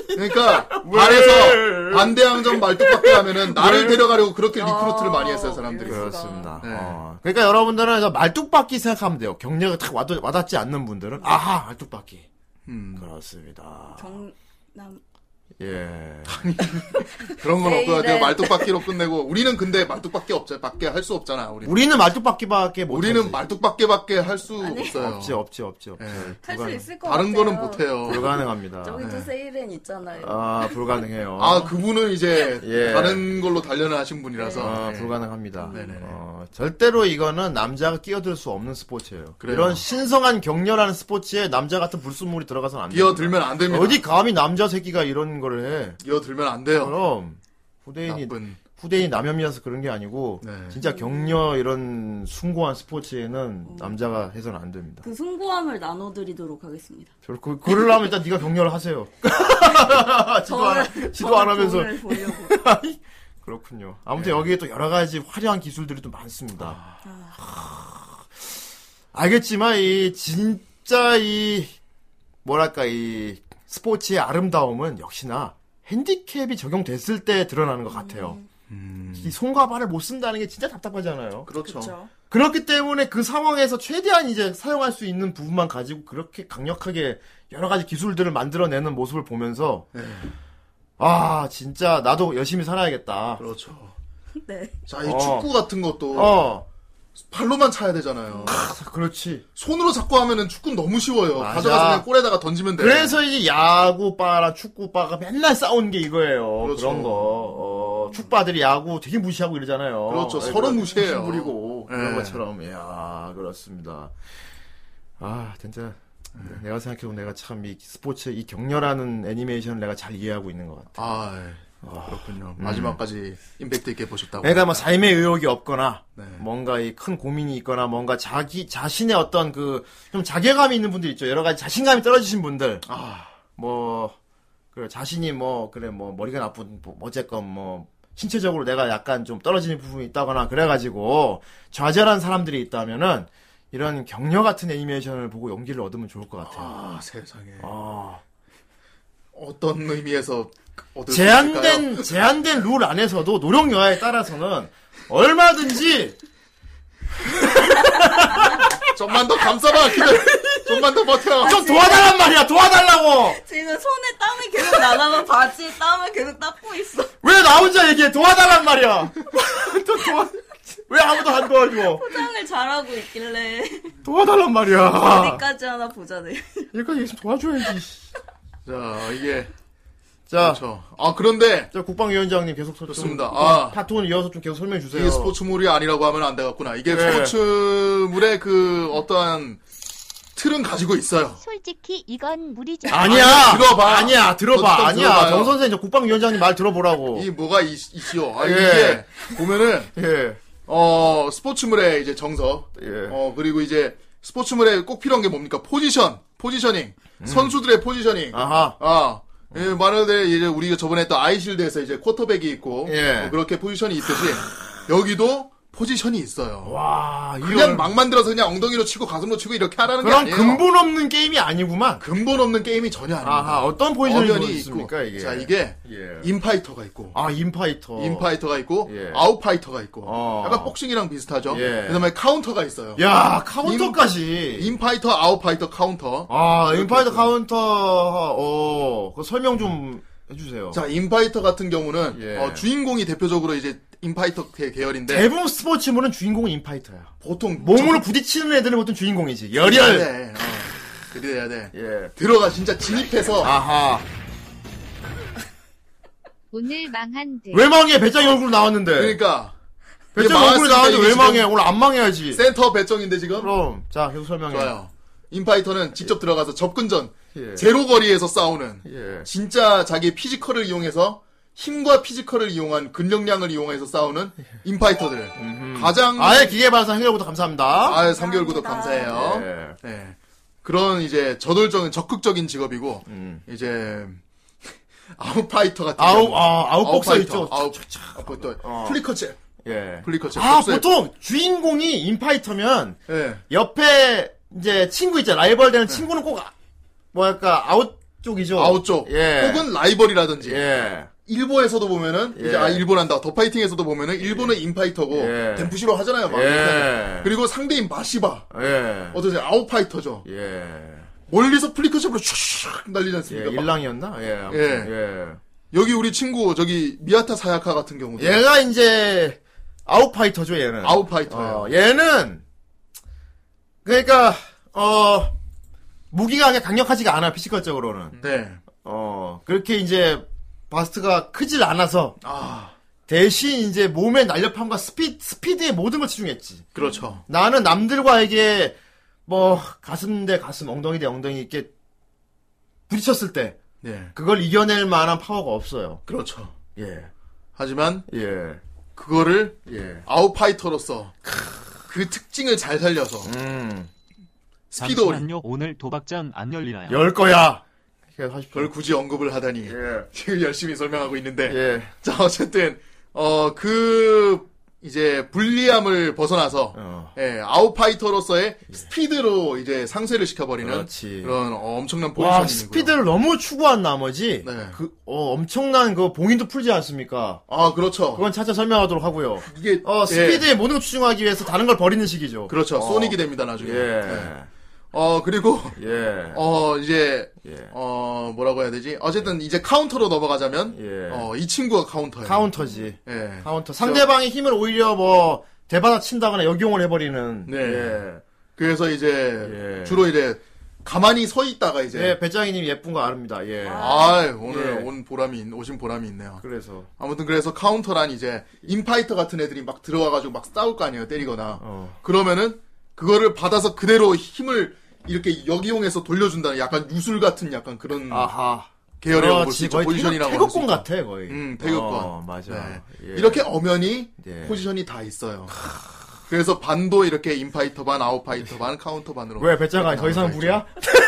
Speaker 2: 그러니까 반에서 반대항전 말뚝밖에 하면은 나를 데려가려고 그렇게 리크루트를 많이 했어요 사람들이.
Speaker 3: 그래요.
Speaker 2: 네.
Speaker 1: 어, 그러니까 여러분들은 저 말뚝박기 생각하면 돼요. 경력이 탁 와도, 와닿지 않는 분들은 아하 말뚝박기
Speaker 2: 음,
Speaker 1: 그렇습니다.
Speaker 3: 경남.
Speaker 1: 예.
Speaker 2: 그런 건 없고요.
Speaker 3: 네, 네.
Speaker 2: 그냥 말뚝밖기로 끝내고 우리는 근데 말뚝밖에 없잖아. 밖에 할 수 없잖아. 우리
Speaker 1: 우리는 말뚝박기밖에 못.
Speaker 2: 네. 우리는
Speaker 1: 하지.
Speaker 2: 말뚝밖에밖에 할 수 없어요.
Speaker 1: 없지 없지 없지 없지.
Speaker 2: 예.
Speaker 3: 할 수
Speaker 1: 불가능.
Speaker 3: 있을 것
Speaker 2: 다른
Speaker 3: 같아요.
Speaker 2: 거는 못해요.
Speaker 1: 불가능합니다.
Speaker 3: 저기 또 세일엔 있잖아요.
Speaker 1: 아 불가능해요.
Speaker 2: 아 그분은 이제
Speaker 1: 예.
Speaker 2: 다른 걸로 단련을 하신 분이라서
Speaker 1: 아,
Speaker 2: 예.
Speaker 1: 불가능합니다.
Speaker 2: 네네네.
Speaker 1: 어, 절대로 이거는 남자가 끼어들 수 없는 스포츠예요.
Speaker 2: 그래요.
Speaker 1: 이런 신성한 격렬한 스포츠에 남자 같은 불순물이 들어가선 안 돼요.
Speaker 2: 끼어들면 안 됩니다.
Speaker 1: 어디 감히 남자 새끼가 이런 거를 해?
Speaker 2: 끼어들면 안 돼요.
Speaker 1: 그럼 후대인이
Speaker 2: 나쁜.
Speaker 1: 후대인 남혐이라서 그런 게 아니고
Speaker 2: 아, 뭐, 네.
Speaker 1: 진짜 격려 이런 숭고한 스포츠에는 남자가 해서는 안 됩니다.
Speaker 3: 그 숭고함을 나눠드리도록 하겠습니다.
Speaker 1: 그, 그, 그러려면 일단 네가 격려를 하세요. 지도 안, 지도 안 하면서
Speaker 3: 돈을 보려고.
Speaker 1: 그렇군요. 아무튼 여기에 또 여러 가지 화려한 기술들이 또 많습니다. 하, 알겠지만 이 진짜 이 뭐랄까 이 스포츠의 아름다움은 역시나 핸디캡이 적용됐을 때 드러나는 것 같아요.
Speaker 2: 음.
Speaker 1: 이 손과 발을 못 쓴다는 게 진짜 답답하잖아요.
Speaker 2: 그렇죠.
Speaker 3: 그렇죠.
Speaker 1: 그렇기 때문에 그 상황에서 최대한 이제 사용할 수 있는 부분만 가지고 그렇게 강력하게 여러 가지 기술들을 만들어내는 모습을 보면서
Speaker 2: 네.
Speaker 1: 아 진짜 나도 열심히 살아야겠다.
Speaker 2: 그렇죠.
Speaker 3: 네.
Speaker 2: 자, 이
Speaker 1: 어.
Speaker 2: 축구 같은 것도
Speaker 1: 어
Speaker 2: 발로만 차야 되잖아요.
Speaker 1: 그렇지.
Speaker 2: 손으로 잡고 하면은 축구는 너무 쉬워요.
Speaker 1: 맞아.
Speaker 2: 가져가서 그냥 골에다가 던지면 돼.
Speaker 1: 네. 그래서 이 야구바랑 축구바가 맨날 싸운 게 이거예요. 그
Speaker 2: 그렇죠.
Speaker 1: 런거 어, 축바들이 야구 되게 무시하고 이러잖아요.
Speaker 2: 그렇죠.
Speaker 1: 네,
Speaker 2: 서로 무시해요. 네.
Speaker 1: 무심 부리고 그런
Speaker 2: 예.
Speaker 1: 것처럼. 이야 그렇습니다. 아 진짜 내가 생각해도 내가 참 이 스포츠 이 격렬하는 애니메이션을 내가 잘 이해하고 있는 것 같아.
Speaker 2: 아, 예. 그렇군요.
Speaker 1: 음.
Speaker 2: 마지막까지 임팩트 있게 보셨다고.
Speaker 1: 애가 뭐 삶의 의욕이 없거나
Speaker 2: 네.
Speaker 1: 뭔가 이 큰 고민이 있거나 뭔가 자기 자신의 어떤 그 좀 자괴감이 있는 분들 있죠. 여러 가지 자신감이 떨어지신 분들.
Speaker 2: 아,
Speaker 1: 뭐, 그 자신이 뭐, 그래, 뭐, 머리가 나쁜, 뭐, 어쨌건 뭐, 신체적으로 내가 약간 좀 떨어지는 부분이 있다거나, 그래가지고, 좌절한 사람들이 있다면은, 이런 격려 같은 애니메이션을 보고 용기를 얻으면 좋을 것 같아요.
Speaker 2: 아, 세상에.
Speaker 1: 아,
Speaker 2: 어떤 의미에서 얻을 수 있을까요?
Speaker 1: 제한된, 제한된 룰 안에서도 노력 여하에 따라서는, 얼마든지,
Speaker 2: 좀만 더 감싸봐, 기다려. 좀만 더 버텨.
Speaker 1: 아, 좀 도와달란 말이야! 도와달라고!
Speaker 3: 지금 손에 땀이 계속 나가면 바지에 땀을 계속 닦고 있어.
Speaker 1: 왜 나 혼자 얘기해! 도와달란 말이야! 또 도와, 왜 아무도 안 도와줘!
Speaker 3: 포장을 잘하고 있길래
Speaker 1: 도와달란 말이야!
Speaker 3: 어디까지 하나 보자네.
Speaker 1: 여기까지 얘기 좀 도와줘야지.
Speaker 2: 자, 이게.
Speaker 1: 자,
Speaker 2: 그렇죠. 아, 그런데.
Speaker 1: 자 국방위원장님 계속 설명.
Speaker 2: 좋습니다. 아.
Speaker 1: 파톤 이어서 좀 계속 설명해 주세요.
Speaker 2: 이게 스포츠물이 아니라고 하면 안 되겠구나. 이게
Speaker 1: 네.
Speaker 2: 스포츠물의 그 어떠한 틀은 가지고 있어요.
Speaker 6: 솔직히 이건 무리죠.
Speaker 1: 아니야.
Speaker 2: 아니야, 들어봐.
Speaker 1: 아니야.
Speaker 2: 어쨌든
Speaker 1: 들어봐. 아니야.
Speaker 2: 들어봐요.
Speaker 1: 정 선생 저 국방위원장님 말 들어보라고.
Speaker 2: 이 뭐가 이, 이시오. 아,
Speaker 1: 예.
Speaker 2: 이게 보면은
Speaker 1: 예.
Speaker 2: 어 스포츠물의 이제 정서.
Speaker 1: 예.
Speaker 2: 어 그리고 이제 스포츠물에 꼭 필요한 게 뭡니까? 포지션, 포지셔닝, 선수들의 포지셔닝.
Speaker 1: 음. 아하.
Speaker 2: 아. 예, 만약에 이제 우리가 저번에 했던 아이실드에서 이제 쿼터백이 있고
Speaker 1: 예.
Speaker 2: 어, 그렇게 포지션이 있듯이 여기도 포지션이 있어요.
Speaker 1: 와.
Speaker 2: 그냥 막 만들어서 그냥 엉덩이로 치고 가슴으로 치고 이렇게 하라는 게
Speaker 1: 그런
Speaker 2: 아니에요.
Speaker 1: 근본 없는 게임이 아니구만.
Speaker 2: 근본 없는 게임이 전혀 아닙니다.
Speaker 1: 아하. 어떤 포지션이 뭐
Speaker 2: 엄연히
Speaker 1: 있습니까 이게?
Speaker 2: 자, 이게
Speaker 1: 예.
Speaker 2: 인파이터가 있고
Speaker 1: 아 인파이터.
Speaker 2: 인파이터가 있고
Speaker 1: 예.
Speaker 2: 아웃파이터가 있고
Speaker 1: 어.
Speaker 2: 약간 복싱이랑 비슷하죠.
Speaker 1: 예.
Speaker 2: 그다음에 카운터가 있어요.
Speaker 1: 야 카운터까지.
Speaker 2: 인파이터, 아웃파이터, 카운터.
Speaker 1: 아 인파이터 카운터. 어. 그 설명 좀 해주세요.
Speaker 2: 자, 인파이터 같은 경우는
Speaker 1: 어. 예.
Speaker 2: 어, 주인공이 대표적으로 이제 인파이터 계- 계열인데
Speaker 1: 대부분 스포츠물은 주인공은 인파이터야.
Speaker 2: 보통
Speaker 1: 몸으로 부딪히는 애들은 보통 주인공이지. 열혈.
Speaker 2: 네, 어. 그래야 돼.
Speaker 1: 예.
Speaker 2: 들어가 진짜 진입해서
Speaker 1: 아하.
Speaker 4: 오늘 망한 듯.
Speaker 1: 왜 망해? 배짱이 얼굴 나왔는데.
Speaker 2: 그러니까 이게
Speaker 1: 배짱이 얼굴
Speaker 2: 망했으니까
Speaker 1: 나왔는데
Speaker 2: 이게
Speaker 1: 왜
Speaker 2: 지금
Speaker 1: 망해? 오늘 안 망해야지.
Speaker 2: 센터 배정인데 지금
Speaker 1: 그럼. 자, 계속 설명해.
Speaker 2: 좋아요. 인파이터는 직접 들어가서 접근전
Speaker 1: 예.
Speaker 2: 제로 거리에서 싸우는
Speaker 1: 예.
Speaker 2: 진짜 자기 피지컬을 이용해서 힘과 피지컬을 이용한 근력량을 이용해서 싸우는 인파이터들 가장
Speaker 1: 아예 기계 발사 해결부터 감사합니다.
Speaker 2: 아예 3개월 구독 감사해요.
Speaker 1: 예.
Speaker 2: 예. 그런 이제 저돌적인 적극적인 직업이고
Speaker 1: 음.
Speaker 2: 이제 아웃파이터 같은
Speaker 1: 아우,
Speaker 2: 경우.
Speaker 1: 아, 아웃복서
Speaker 2: 아웃파이터, 그렇죠.
Speaker 1: 있죠.
Speaker 2: 아웃 아웃파이터 플리커체
Speaker 1: 예.
Speaker 2: 플리커체
Speaker 1: 아, 보통 주인공이 인파이터면
Speaker 2: 예.
Speaker 1: 옆에 이제 친구 있잖아. 라이벌 되는 친구는 꼭 아- 뭐랄까 아웃 쪽이죠.
Speaker 2: 네. 아웃 쪽
Speaker 1: 예.
Speaker 2: 혹은 라이벌이라든지
Speaker 1: 예.
Speaker 2: 일본에서도 보면은
Speaker 1: 예.
Speaker 2: 이제 아 일본 한다 더 파이팅에서도 보면은 일본은 인파이터고
Speaker 1: 예.
Speaker 2: 덴푸시로 하잖아요 막
Speaker 1: 예.
Speaker 2: 그리고 상대인 마시바
Speaker 1: 예.
Speaker 2: 어떠세요 아웃파이터죠
Speaker 1: 예.
Speaker 2: 멀리서 플리커첩으로 슉슉 날리지
Speaker 1: 예,
Speaker 2: 않습니까 막
Speaker 1: 일랑이었나? 예. 아무튼, 예.
Speaker 2: 여기 우리 친구 저기 미야타 사야카 같은 경우도
Speaker 1: 얘가 이제 예. 아웃파이터죠 얘는.
Speaker 2: 아웃파이터예요
Speaker 1: 어, 얘는 그러니까 어 무기가 그냥 강력하지가 않아 피지컬적으로는.
Speaker 2: 네.
Speaker 1: 어 그렇게 이제 바스트가 크질 않아서
Speaker 2: 네아
Speaker 1: 대신 이제 몸의 날렵함과 스피 스피드의 모든 걸 치중했지.
Speaker 2: 그렇죠
Speaker 1: 나는 남들과 이게 뭐 가슴 대 가슴, 엉덩이 대 엉덩이 이렇게 부딪혔을 때
Speaker 2: 네
Speaker 1: 그걸 이겨낼 만한 파워가 없어요.
Speaker 2: 그렇죠
Speaker 1: 예.
Speaker 2: 하지만
Speaker 1: 예.
Speaker 2: 그거를
Speaker 1: 예.
Speaker 2: 아웃파이터로서 그 특징을 잘 살려서
Speaker 1: 음.
Speaker 2: 스피드 올인
Speaker 7: 잠시만요. 오늘 도박장 안 열리나요?
Speaker 1: 열 거야. 이렇게 하십시오.
Speaker 2: 그걸 굳이 언급을 하다니
Speaker 1: 예.
Speaker 2: 지금 열심히 설명하고 있는데
Speaker 1: 예.
Speaker 2: 자, 어쨌든, 어, 그, 이제, 불리함을 벗어나서,
Speaker 1: 어.
Speaker 2: 예, 아웃파이터로서의 스피드로 이제 상쇄를 시켜버리는
Speaker 1: 예. 그렇지.
Speaker 2: 런 엄청난 포지션이고요.
Speaker 1: 와, 스피드를 너무 추구한 나머지,
Speaker 2: 네.
Speaker 1: 그, 어, 엄청난 그 봉인도 풀지 않습니까?
Speaker 2: 아, 그렇죠.
Speaker 1: 그건 차차 설명하도록 하고요.
Speaker 2: 이게,
Speaker 1: 어,
Speaker 2: 예,
Speaker 1: 스피드의 모든 걸 추종하기 위해서 다른 걸 버리는 식이죠.
Speaker 2: 그렇죠.
Speaker 1: 어.
Speaker 2: 소닉이 됩니다, 나중에.
Speaker 1: 예.
Speaker 2: 예. 어, 그리고,
Speaker 1: 예.
Speaker 2: 어, 이제,
Speaker 1: 예.
Speaker 2: 어, 뭐라고 해야 되지? 어쨌든, 이제 카운터로 넘어가자면,
Speaker 1: 예.
Speaker 2: 어, 이 친구가 카운터예요.
Speaker 1: 카운터지.
Speaker 2: 예.
Speaker 1: 카운터. 상대방의 힘을 오히려 뭐, 대바닥 친다거나 역용을 해버리는.
Speaker 2: 네.
Speaker 1: 예.
Speaker 2: 그래서 이제,
Speaker 1: 예.
Speaker 2: 주로 이제, 가만히 서 있다가 이제,
Speaker 1: 예, 배짱이님 예쁜 거 아릅니다. 예.
Speaker 2: 아 오늘
Speaker 1: 예.
Speaker 2: 온 보람이, 있- 오신 보람이 있네요.
Speaker 1: 그래서.
Speaker 2: 아무튼 그래서 카운터란 이제 인파이터 같은 애들이 막 들어와가지고 막 싸울 거 아니에요 때리거나
Speaker 1: 어.
Speaker 2: 그러면은 그거를 받아서 그대로 힘을 이렇게 역이용해서 돌려준다는 약간 유술 같은 약간 그런
Speaker 1: 아하.
Speaker 2: 계열이라고 볼 수
Speaker 1: 그렇지.
Speaker 2: 있죠.
Speaker 1: 거의
Speaker 2: 포지션이라고
Speaker 1: 태극,
Speaker 2: 볼수
Speaker 1: 태극권
Speaker 2: 있죠.
Speaker 1: 같아, 거의.
Speaker 2: 음, 태극권.
Speaker 1: 어, 맞아.
Speaker 2: 네.
Speaker 1: 예.
Speaker 2: 이렇게 엄연히
Speaker 1: 예.
Speaker 2: 포지션이 다 있어요. 그래서 반도 이렇게 인파이터 반, 아웃파이터 반, 카운터 반으로.
Speaker 1: 왜, 배짱아, 더 이상
Speaker 2: 나눠져 있죠.
Speaker 1: 무리야?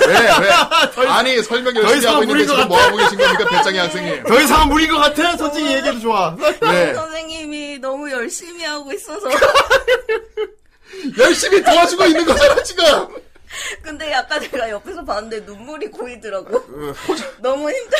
Speaker 2: 왜, 왜? 아니, 설명
Speaker 1: 더
Speaker 2: 열심히
Speaker 1: 이상
Speaker 2: 하고 있는데
Speaker 1: 무리인 것
Speaker 2: 지금 뭐하고 계신 겁니까, 배짱이 학생님?
Speaker 1: 더 이상 무리인 것 같아? 솔직히 얘기해도 좋아.
Speaker 2: 네.
Speaker 3: 선생님이 너무 열심히 하고 있어서
Speaker 2: 열심히 도와주고 있는 거잖아, 지금!
Speaker 3: 근데 약간 제가 옆에서 봤는데 눈물이 고이더라고. 너무 힘들.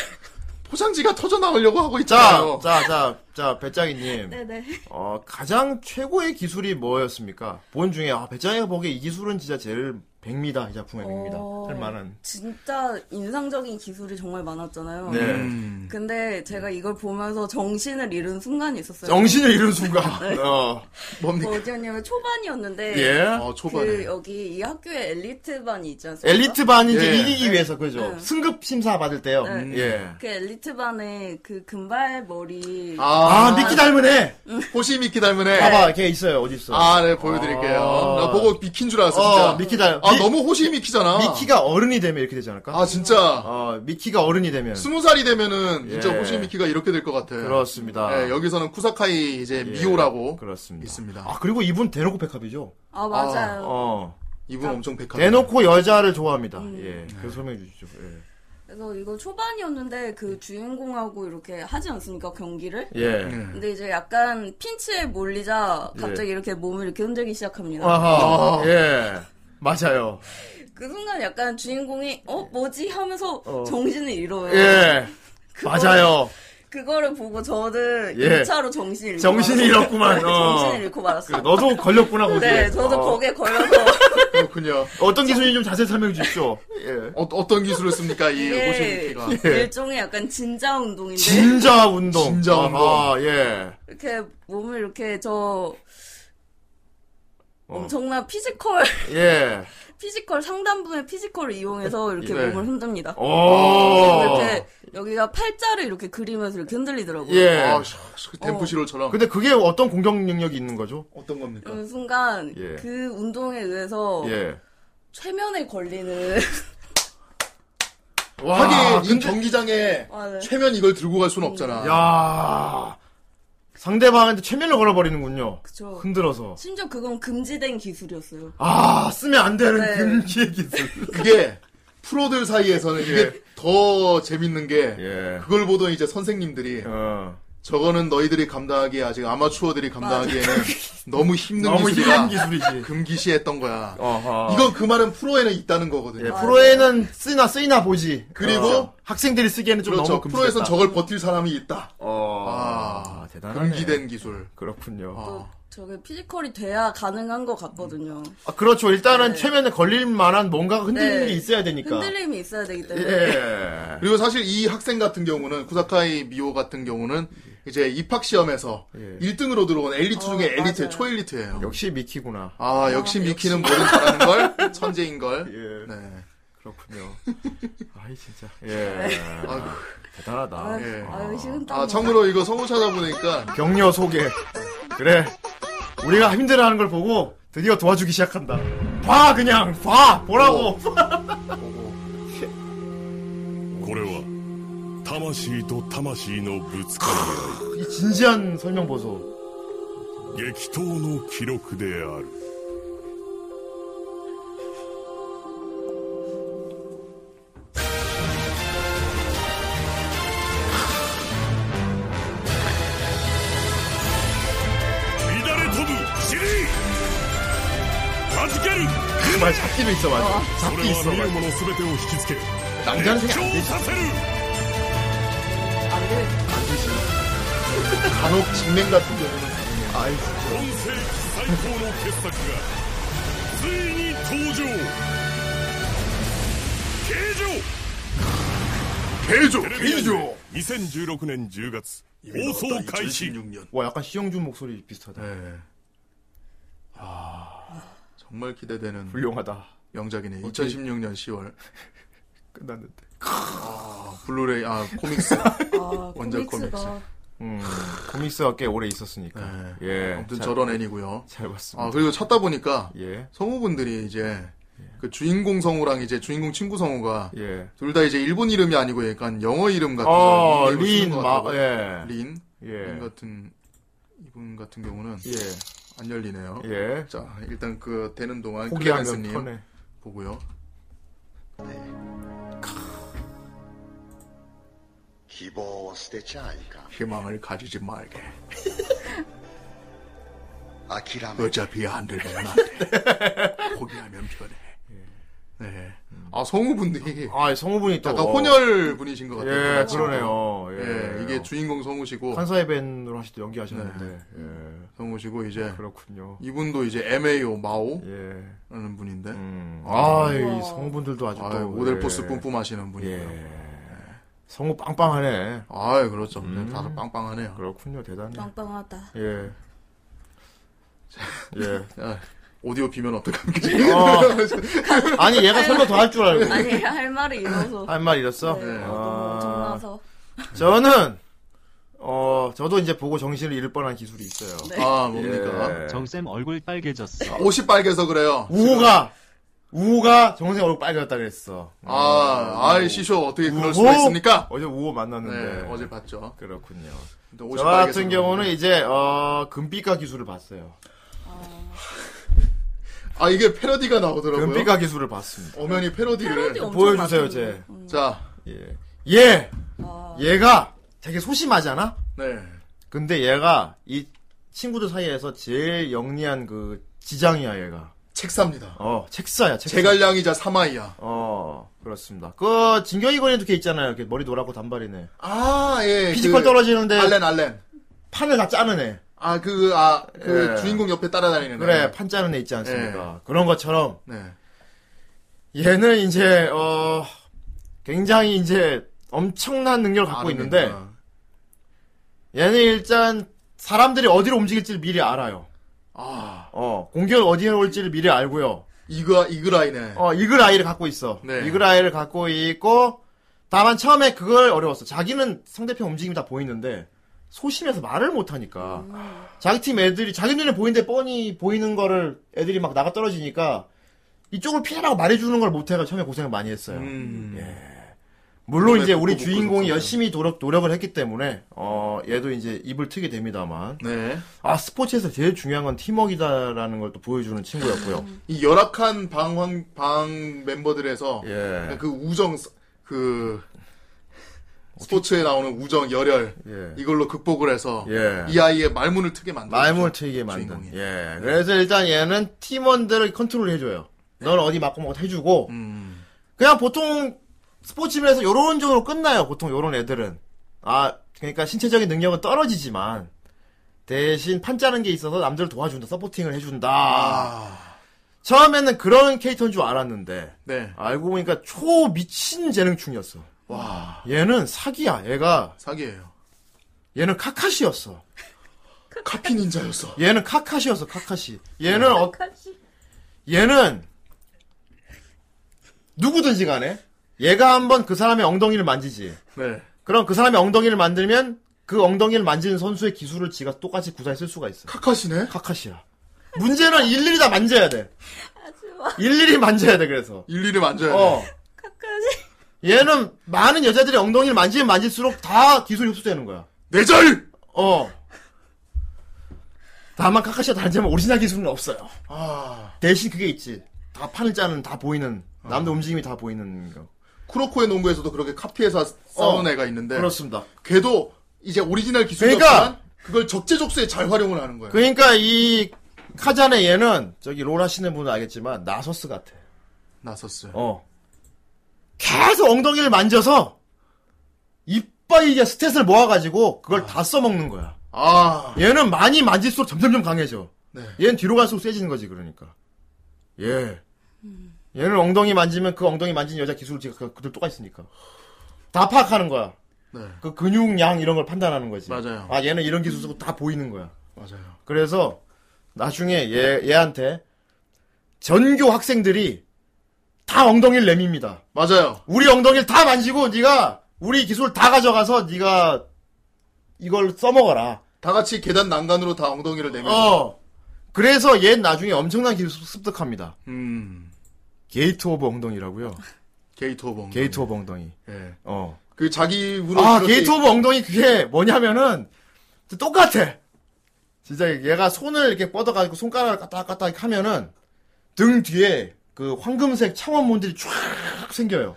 Speaker 2: 포장지가 터져 나오려고 하고
Speaker 1: 자,
Speaker 2: 있잖아요.
Speaker 1: 자, 자, 자, 배짱이님.
Speaker 3: 네네.
Speaker 1: 어, 가장 최고의 기술이 뭐였습니까? 본 중에, 아, 배짱이가 보기에 이 기술은 진짜 제일 백미다, 이 작품의 백미다.
Speaker 3: 어.
Speaker 1: 할 만한.
Speaker 3: 진짜 인상적인 기술이 정말 많았잖아요.
Speaker 1: 네.
Speaker 2: 음.
Speaker 3: 근데 제가 이걸 보면서 정신을 잃은 순간이 있었어요. 그
Speaker 1: 정신을 잃은 순간.
Speaker 3: 네.
Speaker 1: 어.
Speaker 2: 뭡니까?
Speaker 3: 어디였냐면 초반이었는데
Speaker 1: 예.
Speaker 2: 어,
Speaker 3: 그
Speaker 2: 초반에.
Speaker 3: 여기 이 학교에 엘리트 반이 있지 않습니까?
Speaker 1: 엘리트 반이 이제
Speaker 2: 예.
Speaker 1: 이기기 위해서, 그죠?
Speaker 3: 네.
Speaker 1: 승급 심사 받을 때요.
Speaker 3: 네.
Speaker 1: 음. 예.
Speaker 3: 그 엘리트 반에 그 금발 머리
Speaker 1: 아,
Speaker 2: 아,
Speaker 1: 미끼 닮은 애!
Speaker 2: 호시 미키 닮은 애.
Speaker 1: 봐봐, 걔 있어요, 어디 있어.
Speaker 2: 아, 네, 보여드릴게요.
Speaker 1: 아.
Speaker 2: 나 보고 미키인 줄 알았어, 진짜.
Speaker 1: 어, 미키 닮
Speaker 2: 아,
Speaker 1: 미-
Speaker 2: 너무 호시 미키잖아.
Speaker 1: 미키가 어른이 되면 이렇게 되지 않을까?
Speaker 2: 아, 네. 진짜.
Speaker 1: 어, 미키가 어른이 되면.
Speaker 2: 스무 살이 되면은 진짜
Speaker 1: 예.
Speaker 2: 호시 미키가 이렇게 될 것 같아.
Speaker 1: 그렇습니다.
Speaker 2: 예, 여기서는 쿠사카이 이제
Speaker 1: 예,
Speaker 2: 미호라고
Speaker 1: 그렇습니다.
Speaker 2: 있습니다.
Speaker 1: 아, 그리고 이분 대놓고 백합이죠?
Speaker 3: 아 맞아요
Speaker 1: 어.
Speaker 2: 이분 엄청 백합.
Speaker 1: 대놓고 여자를 좋아합니다.
Speaker 3: 음.
Speaker 2: 네.
Speaker 1: 예. 그래서 설명해 주시죠.
Speaker 3: 그래서 이거 초반이었는데
Speaker 1: 음.
Speaker 3: 그 주인공하고 이렇게 하지 않습니까 경기를
Speaker 1: 예. 예.
Speaker 2: 네.
Speaker 3: 근데 이제 약간 핀치에 몰리자 갑자기 이렇게 몸을 이렇게 흔들기 시작합니다
Speaker 1: 네. 아하. 예. 맞아요.
Speaker 3: 그 순간 약간 주인공이 어 뭐지 하면서 정신을 잃어요
Speaker 1: 어. 예. 맞아요.
Speaker 3: 그거를 보고 저는
Speaker 1: 예.
Speaker 3: 1차로 정신을 잃고
Speaker 1: 정신이
Speaker 3: 말았어요. 네,
Speaker 1: 잃었구만. 어.
Speaker 3: 정신을 잃고
Speaker 1: 그,
Speaker 3: 말았어요
Speaker 1: 너도 걸렸구나, 거기.
Speaker 3: 네 저도
Speaker 1: 어.
Speaker 3: 거기에 걸려서
Speaker 2: 그렇군요.
Speaker 1: 어떤 기술인지 좀 자세히 설명해 주십시오. 예.
Speaker 2: 어, 어떤 기술을 씁니까 이 호시
Speaker 3: 이게
Speaker 2: 미키가?
Speaker 3: 일종의 약간 진자 운동인데
Speaker 1: 진자 운동.
Speaker 2: 진자 운동.
Speaker 1: 아하, 예.
Speaker 3: 이렇게 몸을 이렇게 저
Speaker 1: 어.
Speaker 3: 엄청난 피지컬
Speaker 1: 예.
Speaker 3: 피지컬 상단부의 피지컬을 이용해서 이렇게
Speaker 1: 네.
Speaker 3: 몸을 흔듭니다.
Speaker 1: 오.
Speaker 3: 이렇게 여기가 팔자를 이렇게 그리면서 이렇게 흔들리더라고요.
Speaker 1: 예.
Speaker 2: 아, 샤, 샤, 그 덴프시로처럼
Speaker 1: 근데 그게 어떤 공격 능력이 있는 거죠?
Speaker 2: 어떤 겁니까?
Speaker 3: 그런 순간
Speaker 1: 예.
Speaker 3: 그 운동에 의해서
Speaker 1: 예.
Speaker 3: 최면에 걸리는
Speaker 2: 아,
Speaker 1: 와,
Speaker 2: 하긴 이
Speaker 1: 근데-
Speaker 2: 경기장에
Speaker 3: 아, 네.
Speaker 2: 최면 이걸 들고 갈 수는 없잖아.
Speaker 1: 야 상대방한테 최면을 걸어버리는군요.
Speaker 3: 그쵸.
Speaker 1: 흔들어서.
Speaker 3: 심지어 그건 금지된 기술이었어요.
Speaker 1: 아, 쓰면 안 되는
Speaker 3: 네.
Speaker 1: 금기의 기술.
Speaker 2: 그게 프로들 사이에서는 이게 더 재밌는 게
Speaker 1: 예.
Speaker 2: 그걸 보던 이제 선생님들이
Speaker 1: 어.
Speaker 2: 저거는 너희들이 감당하기에 아직 아마추어들이 감당하기에는 너무 힘든
Speaker 1: 너무
Speaker 2: 기술이라
Speaker 1: 힘든 기술이지.
Speaker 2: 금기시했던 거야.
Speaker 1: 어허.
Speaker 2: 이건 그 말은 프로에는 있다는
Speaker 1: 예,
Speaker 2: 거거든요.
Speaker 3: 아,
Speaker 1: 프로에는 쓰나 쓰이나 보지.
Speaker 2: 그리고
Speaker 1: 어. 학생들이 쓰기에는 좀
Speaker 2: 그렇죠.
Speaker 1: 너무 금지됐다.
Speaker 2: 프로에선 저걸 버틸 사람이 있다.
Speaker 1: 어.
Speaker 2: 아,
Speaker 1: 대단하네.
Speaker 2: 금기된 기술. 아.
Speaker 1: 그렇군요.
Speaker 3: 또 저게 피지컬이 돼야 가능한 것 같거든요.
Speaker 1: 아, 그렇죠. 일단은
Speaker 3: 네.
Speaker 1: 최면에 걸릴 만한 뭔가가 흔들리는
Speaker 3: 네.
Speaker 1: 게 있어야 되니까.
Speaker 3: 흔들림이 있어야 되기 때문에
Speaker 1: 그러니까. 예.
Speaker 2: 그리고 사실 이 학생 같은 경우는 쿠사카이 미호 같은 경우는 이제 입학 시험에서
Speaker 1: 예.
Speaker 2: 1등으로 들어온 엘리트
Speaker 3: 어,
Speaker 2: 중에 엘리트
Speaker 3: 맞아요.
Speaker 2: 초엘리트예요.
Speaker 1: 역시 미키구나.
Speaker 2: 아, 역시 미키는 뭐든 잘하는 걸 천재인 걸.
Speaker 1: 예.
Speaker 2: 네.
Speaker 1: 그렇군요. 아이, 진짜. 예.
Speaker 2: 아이고.
Speaker 1: 대단하다.
Speaker 2: 예.
Speaker 3: 아유 식은땀
Speaker 2: 아, 참고로 이거 성우 찾아보니까
Speaker 1: 격려 소개. 그래. 우리가 힘들어하는 걸 보고 드디어 도와주기 시작한다. 봐 그냥 봐 보라고.
Speaker 2: 어.
Speaker 8: これは魂と魂のぶつか
Speaker 1: 이 진지한 설명 보소.
Speaker 8: り合い激闘の記録である乱れ飛ぶ尻預ける
Speaker 1: 말 잡기도 있어 맞아.
Speaker 8: そ
Speaker 1: 잡기
Speaker 8: れは
Speaker 1: 있어
Speaker 8: 見る
Speaker 1: 맞아.
Speaker 8: 者全てを引きつけ熱
Speaker 1: 남자는 그냥 안
Speaker 8: 狂
Speaker 1: 되지.
Speaker 8: させる
Speaker 2: 간혹 직맹 같은 경우는
Speaker 8: 本世紀最高の傑作がついに登場
Speaker 2: 개조
Speaker 8: 形状2016年10月放送開始
Speaker 2: 2016년.
Speaker 1: 와 약간 시영준 목소리 비슷하다.
Speaker 2: 네. 아, 정말 기대되는
Speaker 1: 훌륭하다.
Speaker 2: 명작이네. 2016년 10월
Speaker 1: 끝났는데.
Speaker 2: 블루레이 아 코믹스.
Speaker 3: 아,
Speaker 2: 원작
Speaker 3: 코믹스가
Speaker 2: 코믹스.
Speaker 1: 음 코믹스가 꽤 오래 있었으니까. 예.
Speaker 2: 아무튼
Speaker 1: 잘,
Speaker 2: 저런 애니고요.
Speaker 1: 잘 봤습니다.
Speaker 2: 아 그리고 찾다 보니까
Speaker 1: 예.
Speaker 2: 성우분들이 이제 그 주인공 성우랑 이제 주인공 친구 성우가
Speaker 1: 예.
Speaker 2: 둘 다 이제 일본 이름이 아니고 약간 영어 이름 같은
Speaker 1: 어,
Speaker 2: 이름을 쓰는
Speaker 1: 린,
Speaker 2: 것
Speaker 1: 마,
Speaker 2: 같더라고요.
Speaker 1: 예.
Speaker 2: 린, 린
Speaker 1: 예.
Speaker 2: 같은 이분 같은 경우는
Speaker 1: 예.
Speaker 2: 안 열리네요.
Speaker 1: 예.
Speaker 2: 자 일단 그 되는 동안
Speaker 1: 포기하면
Speaker 2: 클레멘스님
Speaker 1: 터네.
Speaker 2: 보고요.
Speaker 9: 希望を捨てちゃいかん
Speaker 2: 희망을 가지지 말게.
Speaker 9: 諦め
Speaker 2: 어차피 안 되면 안 돼. 포기하면 편해.
Speaker 1: 예.
Speaker 2: 네. 아 성우분들이
Speaker 1: 아, 성우분이 또.
Speaker 2: 약간 혼혈 분이신 것 같아요.
Speaker 1: 예,
Speaker 2: 그렇죠?
Speaker 1: 그러네요. 예.
Speaker 2: 예, 이게 네, 주인공 성우시고
Speaker 1: 칸사이 밴으로 하시도 연기하셨는데. 예.
Speaker 2: 성우시고 이제
Speaker 1: 그렇군요.
Speaker 2: 이분도 이제 MAO 마오라는
Speaker 1: 예.
Speaker 2: 분인데
Speaker 1: 음. 아, 이 성우분들도 아주
Speaker 2: 아,
Speaker 1: 또.
Speaker 2: 모델
Speaker 1: 예.
Speaker 2: 포스 뿜뿜하시는
Speaker 1: 예.
Speaker 2: 분이고요.
Speaker 1: 성우 빵빵하네.
Speaker 2: 아, 그렇죠.
Speaker 1: 음.
Speaker 2: 네, 다들 빵빵하네요.
Speaker 1: 그렇군요. 대단해.
Speaker 3: 빵빵하다.
Speaker 1: 예. 예.
Speaker 2: 아, 오디오 비면 어떡합니까? 아,
Speaker 1: 어. 아니, 얘가 설명 더 할 줄 알고.
Speaker 3: 아니 할 말을 잃어서
Speaker 1: 할 말 잃었어?
Speaker 3: 네,
Speaker 2: 네.
Speaker 1: 아.
Speaker 3: 너무 정나서
Speaker 1: 저는 어 저도 이제 보고 정신을 잃을 뻔한 기술이 있어요.
Speaker 3: 네.
Speaker 2: 아, 뭡니까?
Speaker 1: 예. 아.
Speaker 7: 정쌤 얼굴 빨개졌어.
Speaker 2: 옷이 빨개서 그래요.
Speaker 1: 우호가 우호가 정생 얼굴 빨개졌다 그랬어. 음.
Speaker 2: 아, 아이 시쇼 어떻게 그럴 수가
Speaker 1: 우호?
Speaker 2: 있습니까?
Speaker 1: 어제 우호 만났는데 아,
Speaker 2: 네, 어제 봤죠.
Speaker 1: 그렇군요.
Speaker 2: 근데 옷이
Speaker 1: 저
Speaker 2: 빨개서
Speaker 1: 같은 경우는 이제 어 금빛가 기술을 봤어요.
Speaker 2: 그런가? 아 이게 패러디가 나오더라고요.
Speaker 1: 금빛가 기술을 봤습니다.
Speaker 2: 엄연히 패러디를
Speaker 3: 패러디 엄청
Speaker 1: 예. 보여주세요,
Speaker 3: 많던데.
Speaker 1: 제.
Speaker 3: 음.
Speaker 2: 자,
Speaker 1: 예. 얘
Speaker 3: 아,
Speaker 1: 얘가 되게 소심하잖아.
Speaker 2: 네,
Speaker 1: 근데 얘가 이 친구들 사이에서 제일 영리한 그 지장이야 얘가.
Speaker 2: 책사입니다.
Speaker 1: 어 책사야 책사.
Speaker 2: 제갈량이자 사마이야.
Speaker 1: 어, 그렇습니다. 그, 진격이 거리는 게 있잖아요. 이렇게 머리 노랗고 단발이네.
Speaker 2: 아, 예.
Speaker 1: 피지컬
Speaker 2: 그
Speaker 1: 떨어지는데,
Speaker 2: 알렌 알렌.
Speaker 1: 판을 다 짜는 애.
Speaker 2: 아, 그, 아, 그
Speaker 1: 예.
Speaker 2: 주인공 옆에 따라다니는.
Speaker 1: 그래,
Speaker 2: 애.
Speaker 1: 판 짜는 애 있지 않습니까? 그런 것처럼,
Speaker 2: 네.
Speaker 1: 얘는 이제, 어, 굉장히 이제 엄청난 능력을 갖고 있는데,
Speaker 2: 아르헨티나.
Speaker 1: 얘는 일단 사람들이 어디로 움직일지를 미리 알아요.
Speaker 2: 아,
Speaker 1: 어, 공격을 어디에 올지를 미리 알고요.
Speaker 2: 이거 이그라이네.
Speaker 1: 어, 이글 아이를 갖고 있어.
Speaker 2: 네.
Speaker 1: 이글 아이를 갖고 있고, 다만 처음에 그걸 어려웠어. 자기는 상대편 움직임이 다 보이는데, 소심해서 말을 못하니까. 자기 팀 애들이, 자기 눈에 보이는데 뻔히 보이는 거를 애들이 막 나가 떨어지니까, 이쪽을 피해라고 말해주는 걸 못해가 처음에 고생을 많이 했어요.
Speaker 2: 음.
Speaker 1: 예. 물론
Speaker 2: 네,
Speaker 1: 이제 우리
Speaker 2: 그거 못
Speaker 1: 주인공이
Speaker 2: 그랬어요.
Speaker 1: 열심히 노력, 노력을 했기 때문에, 어, 얘도 이제 입을 트게 됩니다만.
Speaker 2: 네.
Speaker 1: 아, 스포츠에서 제일 중요한 건 팀워크이다라는 걸 또 보여주는 친구였고요.
Speaker 2: 이 열악한 방황 방 멤버들에서
Speaker 1: 예.
Speaker 2: 그 우정 그 스포츠에 나오는 우정 열혈
Speaker 1: 예.
Speaker 2: 이걸로 극복을 해서
Speaker 1: 예.
Speaker 2: 이 네. 아이의 말문을 트게 만들어.
Speaker 1: 말문을 트이게 만든.
Speaker 2: 주인공이.
Speaker 1: 예. 그래서 일단 얘는 팀원들을 컨트롤 해줘요. 넌 어디 맞고 먹고 해주고.
Speaker 2: 음.
Speaker 1: 그냥 보통 스포츠면에서 요런 쪽으로 끝나요. 보통 요런 애들은. 아, 그러니까 신체적인 능력은 떨어지지만 대신 판 짜는 게 있어서 남들을 도와준다. 서포팅을 해준다.
Speaker 2: 아.
Speaker 1: 처음에는 그런 캐릭터인 줄 알았는데
Speaker 2: 네.
Speaker 1: 알고 보니까 초 미친 재능충이었어.
Speaker 2: 와.
Speaker 1: 얘는 사기야. 얘가
Speaker 2: 사기예요.
Speaker 1: 얘는 카카시였어.
Speaker 2: 그 카피 닌자였어.
Speaker 1: 얘는 카카시였어. 카카시. 얘는 어,
Speaker 3: 착하지.
Speaker 1: 얘는 누구든지 간에 얘가 한번 그 사람의 엉덩이를 만지지.
Speaker 2: 네.
Speaker 1: 그럼 그 사람의 엉덩이를 만들면 그 엉덩이를 만지는 선수의 기술을 지가 똑같이 구사해 쓸 수가 있어.
Speaker 2: 카카시네.
Speaker 1: 카카시야. 문제는 일일이 다 만져야 돼.
Speaker 3: 하지마
Speaker 1: 일일이 만져야 돼. 그래서.
Speaker 2: 일일이 만져야 돼.
Speaker 1: 어.
Speaker 3: 착하지.
Speaker 1: 얘는 많은 여자들이 엉덩이를 만지면 만질수록 다 기술이 흡수되는 거야.
Speaker 2: 내절.
Speaker 1: 어. 다만 카카시와 다른 점은 오리지널 기술은 없어요.
Speaker 2: 아.
Speaker 1: 대신 그게 있지. 다 판을 짜는 다 보이는 남들 움직임이 다 보이는 거.
Speaker 2: 쿠로코의 농구에서도 그렇게 카피해서 싸우는 애가 있는데
Speaker 1: 어. 그렇습니다.
Speaker 2: 걔도 이제 오리지널 기술이지만
Speaker 1: 그러니까!
Speaker 2: 그걸 적재적소에 잘 활용을 하는 거예요.
Speaker 1: 그러니까 이 카잔의 얘는 저기 롤 하시는 분은 알겠지만 나서스 같아.
Speaker 2: 나섰어요.
Speaker 1: 어. 계속 엉덩이를 만져서 이빨 이제 스탯을 모아가지고 그걸 다 써먹는 거야.
Speaker 2: 아,
Speaker 1: 얘는 많이 만질수록 점점점 강해져.
Speaker 2: 네.
Speaker 1: 얘는 뒤로 갈수록 세지는 거지 그러니까. 예. 얘는 엉덩이 만지면 그 엉덩이 만진 여자 기술지가 그- 그들 똑같이 있으니까. 다 파악하는 거야.
Speaker 2: 네,
Speaker 1: 그 근육량 이런 걸 판단하는 거지.
Speaker 2: 맞아요.
Speaker 1: 아 얘는 이런 기술 쓰고 다 보이는 거야.
Speaker 2: 맞아요.
Speaker 1: 그래서 나중에 얘 얘한테 전교 학생들이 다 엉덩이를 내밉니다.
Speaker 2: 맞아요.
Speaker 1: 우리 엉덩이를 다 만지고 네가 우리 기술 다 가져가서 네가 이걸 써먹어라.
Speaker 2: 다 같이 계단 난간으로 다 엉덩이를 내밀고.
Speaker 1: 어. 그래서 얘 나중에 엄청난 기술 습득합니다.
Speaker 2: 음.
Speaker 1: 게이트 오브
Speaker 2: 아,
Speaker 1: 엉덩이라고요.
Speaker 2: 게이트 오브 엉덩이.
Speaker 1: 게이트 오브 엉덩이.
Speaker 2: 예.
Speaker 1: 어.
Speaker 2: 그 자기 으로
Speaker 1: 아,
Speaker 2: 그렇게
Speaker 1: 게이트 오브 엉덩이 그게 뭐냐면은 똑같아. 진짜 얘가 손을 이렇게 뻗어가지고 손가락을 까딱까딱 하면은 등 뒤에 그 황금색 창원문들이 쫙 생겨요.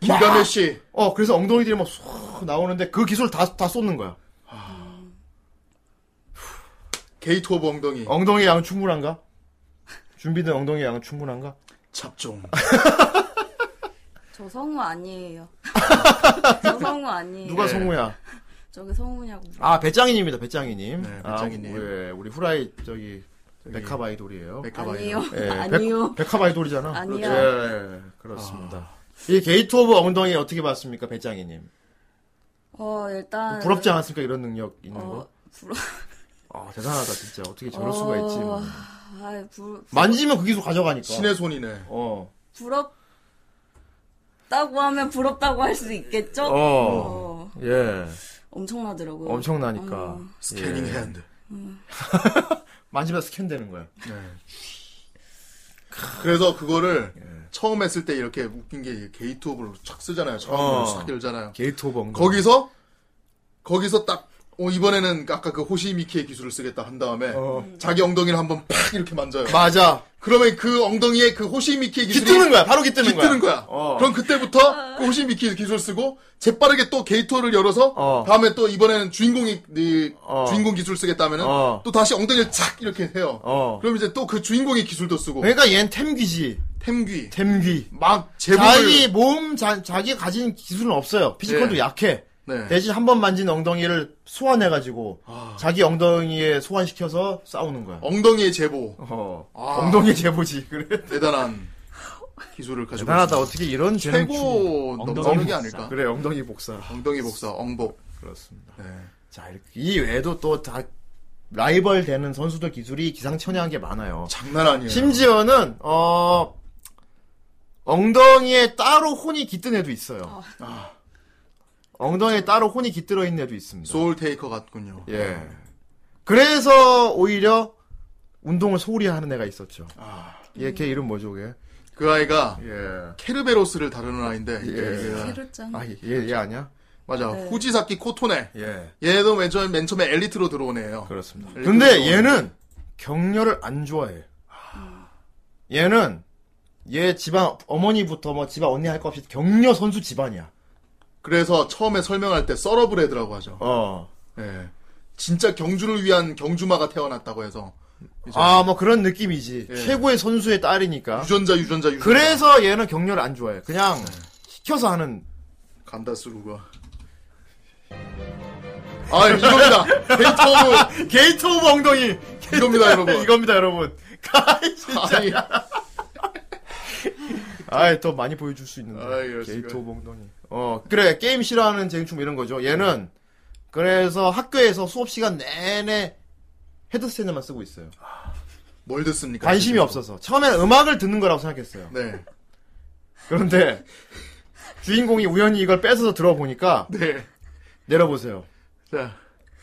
Speaker 2: 길가메시
Speaker 1: 어, 그래서 엉덩이들이 막 쏙 나오는데 그 기술 다, 다 쏟는 거야.
Speaker 2: 게이트 오브 엉덩이
Speaker 1: 엉덩이 양은 충분한가? 준비된 엉덩이 양은 충분한가?
Speaker 2: 잡종.
Speaker 1: 아,
Speaker 3: 저 성우 아니에요. 저 성우 아니에요.
Speaker 2: 예.
Speaker 1: 누가 성우야?
Speaker 3: 저게 성우냐고.
Speaker 1: 아, 배짱이님입니다, 배짱이님.
Speaker 2: 네, 배짱이님.
Speaker 1: 아, 우리, 우리 후라이, 저기, 백합아이돌이에요.
Speaker 2: 메카바이.
Speaker 3: 아니요. 아니요.
Speaker 1: 백, 합아이돌이잖아
Speaker 3: 아니요.
Speaker 1: 예, 그렇습니다. 이 게이트 오브 엉덩이 어떻게 봤습니까, 배짱이님? 뭐
Speaker 3: 어, 일단.
Speaker 1: 부럽지 않았습니까, 이런 능력 있는
Speaker 3: 어,
Speaker 1: 거?
Speaker 3: 부러...
Speaker 1: 아, 대단하다, 진짜. 어떻게 저럴
Speaker 3: 어,
Speaker 1: 수가 있지. 뭐.
Speaker 3: 아, 부,
Speaker 1: 만지면 그 기술 가져가니까.
Speaker 2: 신의 손이네.
Speaker 1: 어.
Speaker 3: 부럽다고 하면 부럽다고 할 수 있겠죠?
Speaker 1: 어.
Speaker 3: 어,
Speaker 1: 예.
Speaker 3: 엄청나더라고요.
Speaker 1: 엄청나니까.
Speaker 3: 음.
Speaker 2: 스캐닝
Speaker 1: 예.
Speaker 2: 핸드.
Speaker 1: 만지면 스캔되는 거야.
Speaker 2: 그래서 그거를
Speaker 1: 예.
Speaker 2: 처음 했을 때 이렇게 웃긴 게 게이트 오브를 착 쓰잖아요. 처음으로
Speaker 1: 어.
Speaker 2: 싹 열잖아요.
Speaker 1: 게이트 오브 엉덩이.
Speaker 2: 거기서 거기서 딱 어, 이번에는 아까 그 호시미키의 기술을 쓰겠다 한 다음에
Speaker 1: 어.
Speaker 2: 자기 엉덩이를 한번 팍 이렇게 만져요.
Speaker 1: 맞아.
Speaker 2: 그러면 그 엉덩이에 그 호시미키의 기술이
Speaker 1: 깃드는 거야. 바로 깃드는 거야.
Speaker 2: 깃드는 거야.
Speaker 1: 어.
Speaker 2: 그럼 그때부터 그 호시미키 기술 쓰고 재빠르게 또 게이트를 열어서
Speaker 1: 어.
Speaker 2: 다음에 또 이번에는 주인공이 이
Speaker 1: 어.
Speaker 2: 주인공 기술 쓰겠다면은
Speaker 1: 어.
Speaker 2: 또 다시 엉덩이를 착 이렇게 해요.
Speaker 1: 어.
Speaker 2: 그럼 이제 또 그 주인공의 기술도 쓰고
Speaker 1: 그러니까 얜 템귀지.
Speaker 2: 템귀
Speaker 1: 템귀.
Speaker 2: 막
Speaker 1: 자기
Speaker 2: 제복을
Speaker 1: 몸, 자, 자기 가진 기술은 없어요. 피지컬도
Speaker 2: 예.
Speaker 1: 약해.
Speaker 2: 네.
Speaker 1: 대신 한 번 만진 엉덩이를 소환해가지고
Speaker 2: 아.
Speaker 1: 자기 엉덩이에 소환시켜서 싸우는 거야.
Speaker 2: 엉덩이의 제보
Speaker 1: 어.
Speaker 2: 아.
Speaker 1: 엉덩이 제보지. 그래.
Speaker 2: 대단한 기술을 가지고
Speaker 1: 대단하다.
Speaker 2: 있습니다.
Speaker 1: 어떻게 이런 재능 충
Speaker 2: 최고
Speaker 7: 엉덩이
Speaker 2: 넘사벽이
Speaker 7: 복사.
Speaker 2: 아닐까?
Speaker 1: 그래 엉덩이 복사.
Speaker 2: 엉덩이 복사, 엉복.
Speaker 1: 그렇습니다.
Speaker 2: 네.
Speaker 1: 자 이렇게 이 외에도 또 다 라이벌 되는 선수들 기술이 기상천외한 게 많아요.
Speaker 2: 장난 아니에요.
Speaker 1: 심지어는 어 엉덩이에 따로 혼이 깃든 애도 있어요. 아. 엉덩이에 따로 혼이 깃들어 있는 애도 있습니다.
Speaker 2: 소울 테이커 같군요.
Speaker 1: 예. 그래서 오히려 운동을 소홀히 하는 애가 있었죠.
Speaker 2: 아.
Speaker 1: 얘 걔 이름 뭐죠, 걔?
Speaker 2: 그 아이가
Speaker 1: 예.
Speaker 2: 케르베로스를 다루는 아이인데 이게
Speaker 1: 예.
Speaker 2: 얘가-
Speaker 3: 캐럿장.
Speaker 1: 아, 얘, 얘 아니야?
Speaker 2: 맞아 후지사키 코토네
Speaker 1: 예.
Speaker 2: 얘도 맨 처음에, 맨 처음에 엘리트로 들어온 애예요.
Speaker 1: 그렇습니다.
Speaker 2: 엘리트
Speaker 1: 음. 근데
Speaker 2: 들어온
Speaker 1: 얘는 격려를 안 좋아해. 얘는 얘 집안 어머니부터 뭐 집안 언니 할 거 없이 격려 선수 집안이야.
Speaker 2: 그래서 처음에 설명할 때 서러브레드라고 하죠.
Speaker 1: 어.
Speaker 2: 예. 진짜 경주를 위한 경주마가 태어났다고 해서 이제
Speaker 1: 아, 뭐 그런 느낌이지.
Speaker 2: 예.
Speaker 1: 최고의 선수의 딸이니까.
Speaker 2: 유전자 유전자 유전자
Speaker 1: 그래서 얘는 격려를 안 좋아해. 그냥 시켜서 하는.
Speaker 2: 간다 쓰루가 아 이겁니다 데이터 오브
Speaker 1: 게이트 오브 엉덩이!
Speaker 2: 이겁니다 여러분
Speaker 1: 네, 이겁니다, 여러분. 아이, 진짜.
Speaker 2: 아니,
Speaker 1: 아이, 더 많이 보여줄 수 있는데.
Speaker 2: 아이, 이럴 수가.
Speaker 1: 게이트 오브 엉덩이. 어, 그래. 게임 싫어하는 쟁충 이런 거죠. 얘는, 그래서 학교에서 수업시간 내내 헤드셋만 쓰고 있어요.
Speaker 2: 뭘 듣습니까
Speaker 1: 관심이
Speaker 2: 지금?
Speaker 1: 없어서. 처음엔 음악을 듣는 거라고 생각했어요.
Speaker 2: 네
Speaker 1: 그런데, 주인공이 우연히 이걸 뺏어서 들어보니까,
Speaker 2: 네.
Speaker 1: 내려보세요.
Speaker 2: 자,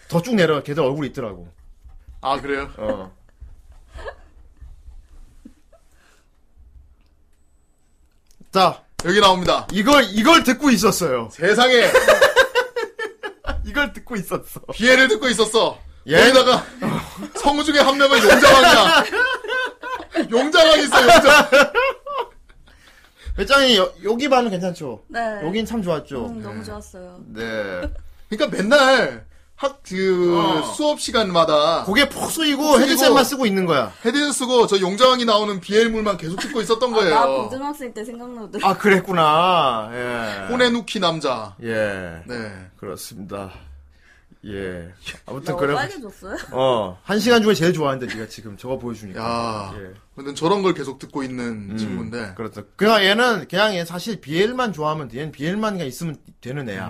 Speaker 1: 더 쭉 내려 걔들 얼굴이 있더라고.
Speaker 2: 아 그래요?
Speaker 1: 어. 자
Speaker 2: 여기 나옵니다.
Speaker 1: 이걸 이걸 듣고 있었어요.
Speaker 2: 세상에
Speaker 1: 이걸 듣고 있었어.
Speaker 2: 비애를 듣고 있었어.
Speaker 1: 예?
Speaker 2: 거기다가 성우 중에 한 명은 용자왕이야. 용자왕 있어 용자.
Speaker 1: 배짱이 여- 여기 반은 괜찮죠.
Speaker 3: 네.
Speaker 1: 여긴 참 좋았죠.
Speaker 3: 음, 너무 좋았어요.
Speaker 1: 네.
Speaker 2: 그러니까 맨날 학 그
Speaker 1: 어.
Speaker 2: 수업 시간마다
Speaker 1: 고개 푹 쏘이고 헤드셋만 쓰고 있는 거야.
Speaker 2: 헤드셋 쓰고 저 용자왕이 나오는 비엘물만 계속 듣고 있었던 거예요.
Speaker 3: 아, 나 고등학생 때 생각나더라고요.
Speaker 1: 아 그랬구나. 예.
Speaker 2: 호네누키 남자.
Speaker 1: 예.
Speaker 2: 네.
Speaker 1: 그렇습니다. 예. 아무튼
Speaker 3: 나
Speaker 1: 그래.
Speaker 3: 빨개졌어요?
Speaker 1: 어. 한 시간 중에 제일 좋아하는데 네가 지금 저거 보여주니까.
Speaker 2: 야.
Speaker 1: 예.
Speaker 2: 근데 저런 걸 계속 듣고 있는 친구인데.
Speaker 1: 그렇죠. 그냥 얘는 그냥 얘 사실 비엘만 좋아하면 돼. 얘는 비엘만 그냥 있으면 되는 애야.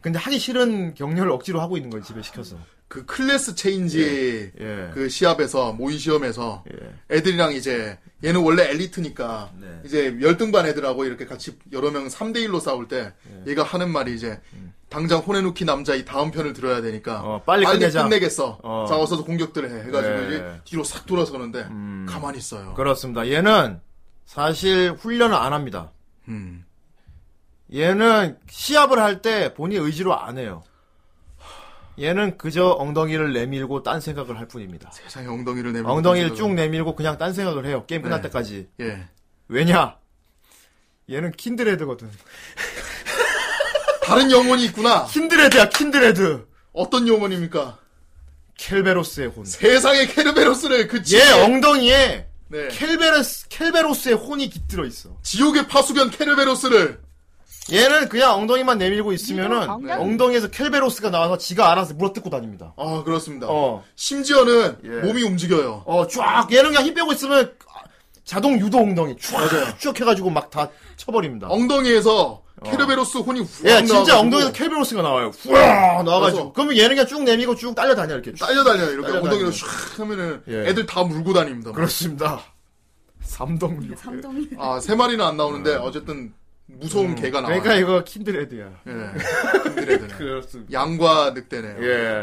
Speaker 1: 근데 하기 싫은 격려를 억지로 하고 있는 거야 집에 시켜서.
Speaker 2: 그 클래스 체인지
Speaker 1: 예.
Speaker 2: 그 시합에서 모의 시험에서
Speaker 1: 예.
Speaker 2: 애들이랑 이제 얘는 원래 엘리트니까
Speaker 1: 네.
Speaker 2: 이제 열등반 애들하고 이렇게 같이 여러 명 3대 1로 싸울 때
Speaker 1: 예.
Speaker 2: 얘가 하는 말이 이제 당장 혼내놓기 남자 이 다음 편을 들어야 되니까
Speaker 1: 음. 어, 빨리 끝내자.
Speaker 2: 끝내겠어.
Speaker 1: 어.
Speaker 2: 자 어서 공격들을 해 해가지고
Speaker 1: 네. 음. 그
Speaker 2: 이제 뒤로 싹 돌아서는데 가만히 있어요.
Speaker 1: 그렇습니다. 얘는 사실 훈련을 안 합니다.
Speaker 2: 음.
Speaker 1: 얘는 시합을 할 때 본인 의지로 안 해요. 얘는 그저 엉덩이를 내밀고 딴 생각을 할 뿐입니다.
Speaker 2: 세상에 엉덩이를 내밀고
Speaker 1: 엉덩이를
Speaker 2: 던지다가.
Speaker 1: 쭉 내밀고 그냥 딴 생각을 해요. 게임 끝날
Speaker 2: 네.
Speaker 1: 때까지.
Speaker 2: 예.
Speaker 1: 왜냐? 얘는 킨드레드거든.
Speaker 2: 아. 다른 영혼이 있구나.
Speaker 1: 킨드레드야, 킨드레드.
Speaker 2: 어떤 영혼입니까?
Speaker 1: 켈베로스의 혼.
Speaker 2: 세상의 케르베로스를 그
Speaker 1: 얘
Speaker 2: 지옥의-
Speaker 1: 예, 엉덩이에
Speaker 2: 네.
Speaker 1: 켈베로스, 켈베로스의 혼이 깃들어 있어.
Speaker 2: 지옥의 파수견 케르베로스를
Speaker 1: 얘는 그냥 엉덩이만 내밀고 있으면은
Speaker 6: 엉덩이.
Speaker 1: 엉덩이에서 켈베로스가 나와서 지가 알아서 물어뜯고 다닙니다.
Speaker 2: 아 그렇습니다.
Speaker 1: 어.
Speaker 2: 심지어는
Speaker 1: 예.
Speaker 2: 몸이 움직여요.
Speaker 1: 어, 쫙, 얘는 그냥 힘 빼고 있으면 자동 유도 엉덩이 쫙, 쭉 해가지고 막 다 쳐버립니다.
Speaker 2: 엉덩이에서 케르베로스 혼이 후악
Speaker 1: 예, 어. 진짜
Speaker 2: 나와가지고
Speaker 1: 엉덩이에서 켈베로스가 나와요. 후아 나와가지고.
Speaker 2: 그래서-
Speaker 1: 그러면 얘는 그냥 쭉 내밀고 쭉 딸려다녀, 이렇게. 쭉.
Speaker 2: 딸려다녀요. 이렇게
Speaker 1: 딸려다녀요.
Speaker 2: 엉덩이로 샥 하면은
Speaker 1: 예.
Speaker 2: 애들 다 물고 다닙니다.
Speaker 1: 그렇습니다. 삼동류.
Speaker 3: 삼동
Speaker 1: 네.
Speaker 2: 아, 세 마리는 안 나오는데 어쨌든 무서운 개가 나와요.
Speaker 1: 음. 그러니까 이거 킨드레드야.
Speaker 2: 예. 힘들애들.
Speaker 1: 그렇습니다.
Speaker 2: 양과 늑대네요.
Speaker 1: 예,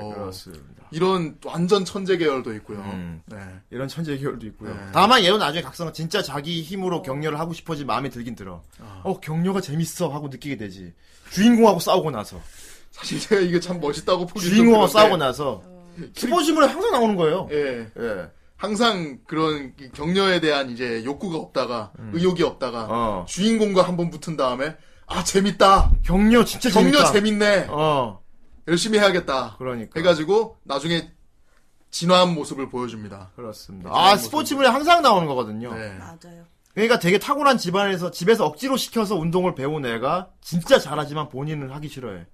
Speaker 2: 어.
Speaker 1: 그렇습니다.
Speaker 2: 이런 완전 천재 계열도 있고요.
Speaker 1: 음.
Speaker 2: 네.
Speaker 1: 이런 천재 계열도 있고요.
Speaker 2: 네.
Speaker 1: 다만 얘는 나중에 각성은 진짜 자기 힘으로 격려를 하고 싶어지 마음에 들긴 들어. 어, 격려가 재밌어 하고 느끼게 되지. 주인공하고 싸우고 나서.
Speaker 2: 사실 제가 이게 참 멋있다고 보기
Speaker 1: 주인공하고 싸우고 나서. 키보심으로 항상 나오는 거예요.
Speaker 2: 예.
Speaker 1: 어. 예.
Speaker 2: 항상 그런 격려에 대한 이제 욕구가 없다가 의욕이 없다가
Speaker 1: 음. 어.
Speaker 2: 주인공과 한번 붙은 다음에 아 재밌다.
Speaker 1: 격려 진짜
Speaker 2: 격려
Speaker 1: 재밌다.
Speaker 2: 재밌네.
Speaker 1: 어,
Speaker 2: 열심히 해야겠다.
Speaker 1: 그러니까.
Speaker 2: 해가지고 나중에 진화한 모습을 보여줍니다.
Speaker 1: 그렇습니다. 아, 스포츠물에 항상 나오는 거거든요.
Speaker 2: 네.
Speaker 3: 맞아요.
Speaker 1: 그러니까 되게 탁월한 집안에서 집에서 억지로 시켜서 운동을 배운 애가 진짜 잘하지만 본인은 하기 싫어해.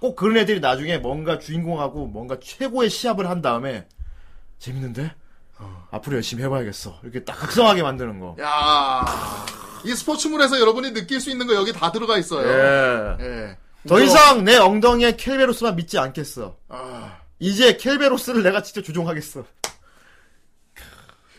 Speaker 1: 꼭 그런 애들이 나중에 뭔가 주인공하고 뭔가 최고의 시합을 한 다음에 재밌는데 어, 앞으로 열심히 해봐야겠어 이렇게 딱 각성하게 만드는 거.
Speaker 2: 야, 이 스포츠물에서 여러분이 느낄 수 있는 거 여기 다 들어가 있어요.
Speaker 1: 예.
Speaker 2: 예.
Speaker 1: 더 이상 내 엉덩이에 켈베로스만 믿지 않겠어.
Speaker 2: 아,
Speaker 1: 이제 켈베로스를 내가 직접 조종하겠어.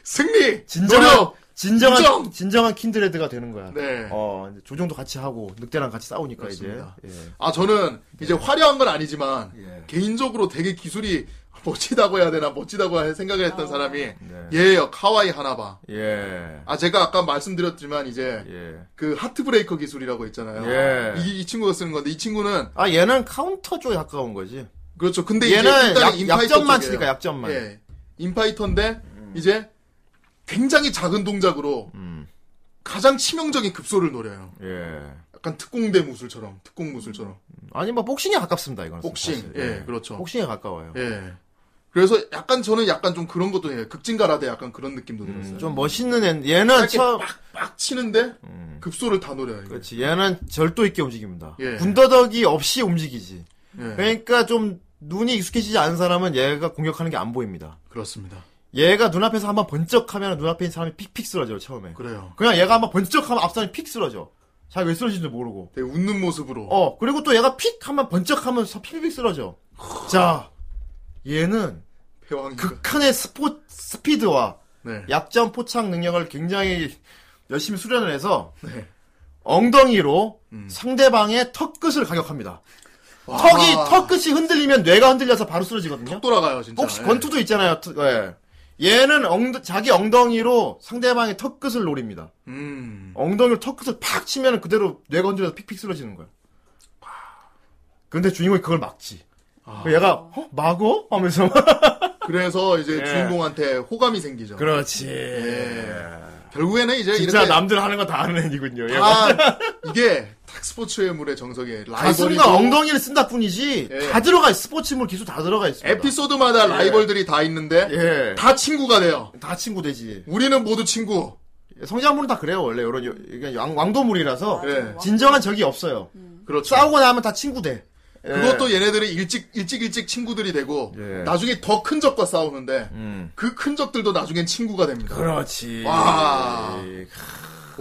Speaker 2: 승리,
Speaker 1: 진정한
Speaker 2: 노력.
Speaker 1: 진정한
Speaker 2: 인정!
Speaker 1: 진정한 킨드레드가 되는 거야.
Speaker 2: 네.
Speaker 1: 어 이제 조종도 같이 하고 늑대랑 같이 싸우니까
Speaker 2: 그렇습니다.
Speaker 1: 이제. 예.
Speaker 2: 아 저는 이제 화려한 건 아니지만
Speaker 1: 예.
Speaker 2: 개인적으로 되게 기술이 멋지다고 해야 되나 멋지다고 해- 생각을 했던 사람이
Speaker 1: 네.
Speaker 2: 예요 카와이 하나바.
Speaker 1: 예.
Speaker 2: 아 제가 아까 말씀드렸지만 이제
Speaker 1: 예.
Speaker 2: 그 하트브레이커 기술이라고 있잖아요.
Speaker 1: 예.
Speaker 2: 이, 이 친구가 쓰는 건데 이 친구는
Speaker 1: 아 얘는 카운터 쪽에 가까운 거지.
Speaker 2: 그렇죠. 근데 이제
Speaker 1: 얘는
Speaker 2: 일단은
Speaker 1: 약,
Speaker 2: 인파이터
Speaker 1: 약점만
Speaker 2: 쪽이에요.
Speaker 1: 치니까 약점만.
Speaker 2: 예. 인파이터인데 이제 굉장히 작은 동작으로
Speaker 1: 음.
Speaker 2: 가장 치명적인 급소를 노려요.
Speaker 1: 예.
Speaker 2: 약간 특공대 무술처럼, 특공 무술처럼.
Speaker 1: 아니 뭐 복싱에 가깝습니다 이거는.
Speaker 2: 복싱.
Speaker 1: 사실.
Speaker 2: 예, 그렇죠.
Speaker 1: 복싱에 가까워요.
Speaker 2: 예. 그래서 약간 저는 약간 좀 그런 것도 해요. 극진가라데 약간 그런 느낌도 들었어요.
Speaker 1: 음, 좀 멋있는 애. 얘는
Speaker 2: 짧게
Speaker 1: 처음.
Speaker 2: 빡 치는데
Speaker 1: 음.
Speaker 2: 급소를 다 노려요. 이게.
Speaker 1: 그렇지. 얘는 절도 있게 움직입니다.
Speaker 2: 예.
Speaker 1: 군더더기 없이 움직이지.
Speaker 2: 예.
Speaker 1: 그러니까 좀 눈이 익숙해지지 않은 사람은 얘가 공격하는 게 안 보입니다.
Speaker 2: 그렇습니다.
Speaker 1: 얘가 눈앞에서 한번 번쩍하면 눈앞에 있는 사람이 픽픽 쓰러져요 처음에.
Speaker 2: 그래요.
Speaker 1: 그냥 얘가 한번 번쩍하면 앞 사람이 픽 쓰러져. 자기가 왜 쓰러진지도 모르고.
Speaker 2: 되게 웃는 모습으로.
Speaker 1: 어, 그리고 또 얘가 픽 하면 번쩍하면서 필빅 쓰러져. 자, 얘는
Speaker 2: 패왕이.
Speaker 1: 극한의 스포, 스피드와
Speaker 2: 네.
Speaker 1: 약점 포착 능력을 굉장히 열심히 수련을 해서
Speaker 2: 네.
Speaker 1: 엉덩이로
Speaker 2: 음.
Speaker 1: 상대방의 턱 끝을 가격합니다.
Speaker 2: 와.
Speaker 1: 턱이, 턱 끝이 흔들리면 뇌가 흔들려서 바로 쓰러지거든요.
Speaker 2: 돌아가요, 진짜.
Speaker 1: 혹시
Speaker 2: 예.
Speaker 1: 권투도 있잖아요. 턱- 예. 얘는 엉, 자기 엉덩이로 상대방의 턱 끝을 노립니다.
Speaker 2: 음.
Speaker 1: 엉덩이로 턱 끝을 팍 치면 그대로 뇌가 흔들려서 픽픽 쓰러지는 거야. 근데 주인공이 그걸 막지.
Speaker 2: 아.
Speaker 1: 그 얘가 어? 막어? 하면서 막.
Speaker 2: 그래서 이제
Speaker 1: 예.
Speaker 2: 주인공한테 호감이 생기죠.
Speaker 1: 그렇지.
Speaker 2: 결국에는 이제
Speaker 1: 예. 진짜
Speaker 2: 이렇게
Speaker 1: 남들 하는 거 다 하는 애니군요. 얘가.
Speaker 2: 다 이게 탁 스포츠의 물의 정석에 라이벌이
Speaker 1: 가슴과 엉덩이를 쓴다 뿐이지
Speaker 2: 예.
Speaker 1: 다 들어가 있 스포츠물 기술 다 들어가 있습니다.
Speaker 2: 에피소드마다 라이벌들이 다 있는데
Speaker 1: 예. 다,
Speaker 2: 다 친구가 돼요.
Speaker 1: 다 친구 되지.
Speaker 2: 우리는 모두 친구.
Speaker 1: 예, 성장물은 다 그래요 원래 이런 요- 이게 왕, 왕도물이라서 음.
Speaker 2: 예.
Speaker 1: 진정한 적이 없어요.
Speaker 2: 그렇죠.
Speaker 1: 싸우고 나면 다 친구 돼. 예.
Speaker 2: 그것도 얘네들이 일찍 일찍 일찍 친구들이 되고
Speaker 1: 예.
Speaker 2: 나중에 더 큰 적과 싸우는데
Speaker 1: 음.
Speaker 2: 그 큰 적들도 나중엔 친구가 됩니다.
Speaker 1: 그렇지.
Speaker 2: 와.
Speaker 1: 예.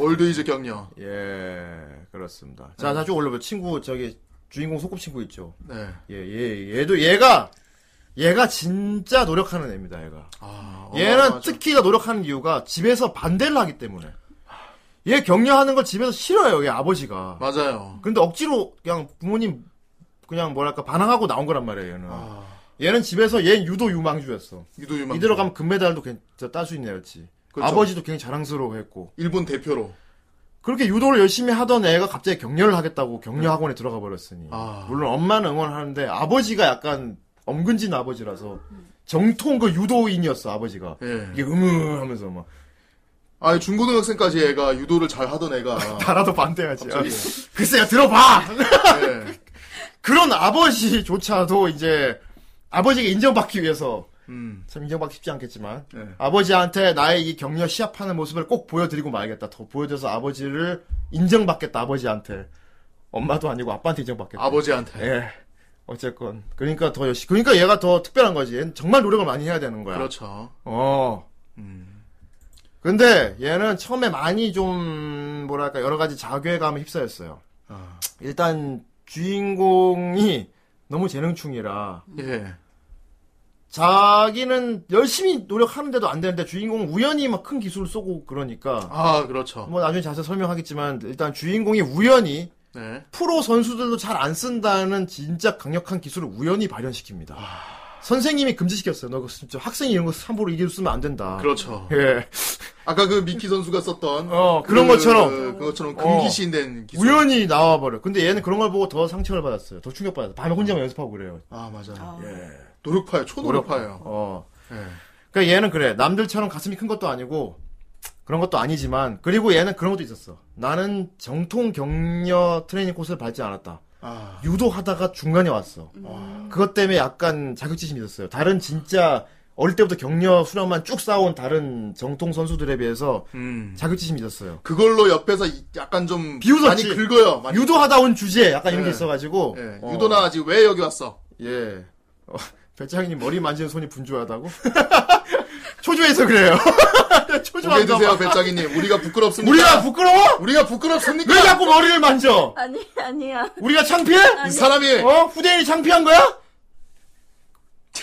Speaker 2: 월드이즈 격려.
Speaker 1: 예, 그렇습니다. 자, 자주 올려봐요. 친구, 저기, 주인공 소꿉친구 있죠.
Speaker 2: 네.
Speaker 1: 예, 얘, 얘도, 얘가, 얘가 진짜 노력하는 애입니다, 얘가.
Speaker 2: 아, 어,
Speaker 1: 얘는
Speaker 2: 맞아.
Speaker 1: 특히가 노력하는 이유가 집에서 반대를 하기 때문에. 얘 격려하는 걸 집에서 싫어요, 얘 아버지가.
Speaker 2: 맞아요.
Speaker 1: 근데 억지로 그냥 부모님, 그냥 뭐랄까, 반항하고 나온 거란 말이에요, 얘는.
Speaker 2: 아,
Speaker 1: 얘는 집에서 얘 유도 유망주였어.
Speaker 2: 유도유망.
Speaker 1: 이대로 가면 금메달도 딸 수 있는 애였지.
Speaker 2: 그렇죠.
Speaker 1: 아버지도 굉장히 자랑스러워했고
Speaker 2: 일본 대표로.
Speaker 1: 그렇게 유도를 열심히 하던 애가 갑자기 격려를 하겠다고 격려 학원에 들어가 버렸으니
Speaker 2: 네. 아.
Speaker 1: 물론 엄마는 응원하는데 아버지가 약간 엄근진 아버지라서 정통 그 유도인이었어 아버지가
Speaker 2: 예.
Speaker 1: 이게 음음하면서 막
Speaker 2: 아 중고등학생까지 애가 유도를 잘 하던 애가.
Speaker 1: 달아도 반대하지
Speaker 2: 갑자기.
Speaker 1: 글쎄요 들어봐
Speaker 2: 예.
Speaker 1: 그런 아버지조차도 이제 아버지가 인정받기 위해서
Speaker 2: 음.
Speaker 1: 참 인정받기 쉽지 않겠지만
Speaker 2: 예.
Speaker 1: 아버지한테 나의 이 격려 시합하는 모습을 꼭 보여드리고 말겠다. 더 보여줘서 아버지를 인정받겠다. 아버지한테 엄마도 아니고 아빠한테 인정받겠다.
Speaker 2: 아버지한테.
Speaker 1: 예. 어쨌건 그러니까 더 열심. 그러니까 얘가 더 특별한 거지. 얘는 정말 노력을 많이 해야 되는 거야.
Speaker 2: 그렇죠. 음.
Speaker 1: 어. 근데 얘는 처음에 많이 좀 뭐랄까 여러 가지 자괴감에 휩싸였어요.
Speaker 2: 아.
Speaker 1: 일단 주인공이 너무 재능충이라
Speaker 2: 예.
Speaker 1: 자기는 열심히 노력하는데도 안 되는데 주인공은 우연히 막 큰 기술을 쏘고 그러니까
Speaker 2: 아 그렇죠.
Speaker 1: 뭐 나중에 자세히 설명하겠지만 일단 주인공이 우연히
Speaker 2: 네.
Speaker 1: 프로 선수들도 잘 안 쓴다는 진짜 강력한 기술을 우연히 발현시킵니다. 선생님이 금지시켰어요. 너 그거 진짜 학생이 이런 거 함부로 이길 쓰면 안 된다.
Speaker 2: 그렇죠.
Speaker 1: 예.
Speaker 2: 아까 그 미키 선수가 썼던
Speaker 1: 어, 그런 것처럼.
Speaker 2: 그것처럼
Speaker 1: 어.
Speaker 2: 금기시인 된 기술.
Speaker 1: 우연히 나와버려. 근데 얘는 그런 걸 보고 더 상처를 받았어요. 더 충격받았어요. 밤에 혼자만 연습하고 그래요.
Speaker 2: 아 맞아.
Speaker 3: 아,
Speaker 1: 예.
Speaker 2: 노력파예요. 초노력파예요.
Speaker 1: 어.
Speaker 2: 예.
Speaker 1: 그러니까 얘는 그래. 남들처럼 가슴이 큰 것도 아니고 그런 것도 아니지만 그리고 얘는 그런 것도 있었어. 나는 정통 격려 트레이닝 코스를 밟지 않았다.
Speaker 2: 아.
Speaker 1: 유도하다가 중간에 왔어. 그것 때문에 약간 자격지심이 있었어요. 다른 진짜 어릴 때부터 격려 수련만 쭉 쌓아온 다른 정통 선수들에 비해서
Speaker 2: 음.
Speaker 1: 자격지심이 있었어요.
Speaker 2: 그걸로 옆에서 이- 약간 좀
Speaker 1: 비웃었지.
Speaker 2: 많이 긁어요. 많이.
Speaker 1: 유도하다 온 주제 약간 이런 게
Speaker 2: 예.
Speaker 1: 있어가지고
Speaker 2: 예.
Speaker 1: 어,
Speaker 2: 유도나 아직 왜 여기 왔어?
Speaker 1: 예 어, 배짱이님 머리 만지는 손이 분주하다고 초조해서 그래요.
Speaker 2: 고개
Speaker 1: 초조한가 봐.
Speaker 2: 드세요, 배짱이님. 우리가 부끄럽습니다.
Speaker 1: 우리가 부끄러워?
Speaker 2: 우리가 부끄럽습니까?
Speaker 1: 왜 자꾸 머리를 만져?
Speaker 3: 아니 아니야.
Speaker 1: 우리가 창피해?
Speaker 2: 이 사람이
Speaker 1: 어? 후대인이 창피한 거야?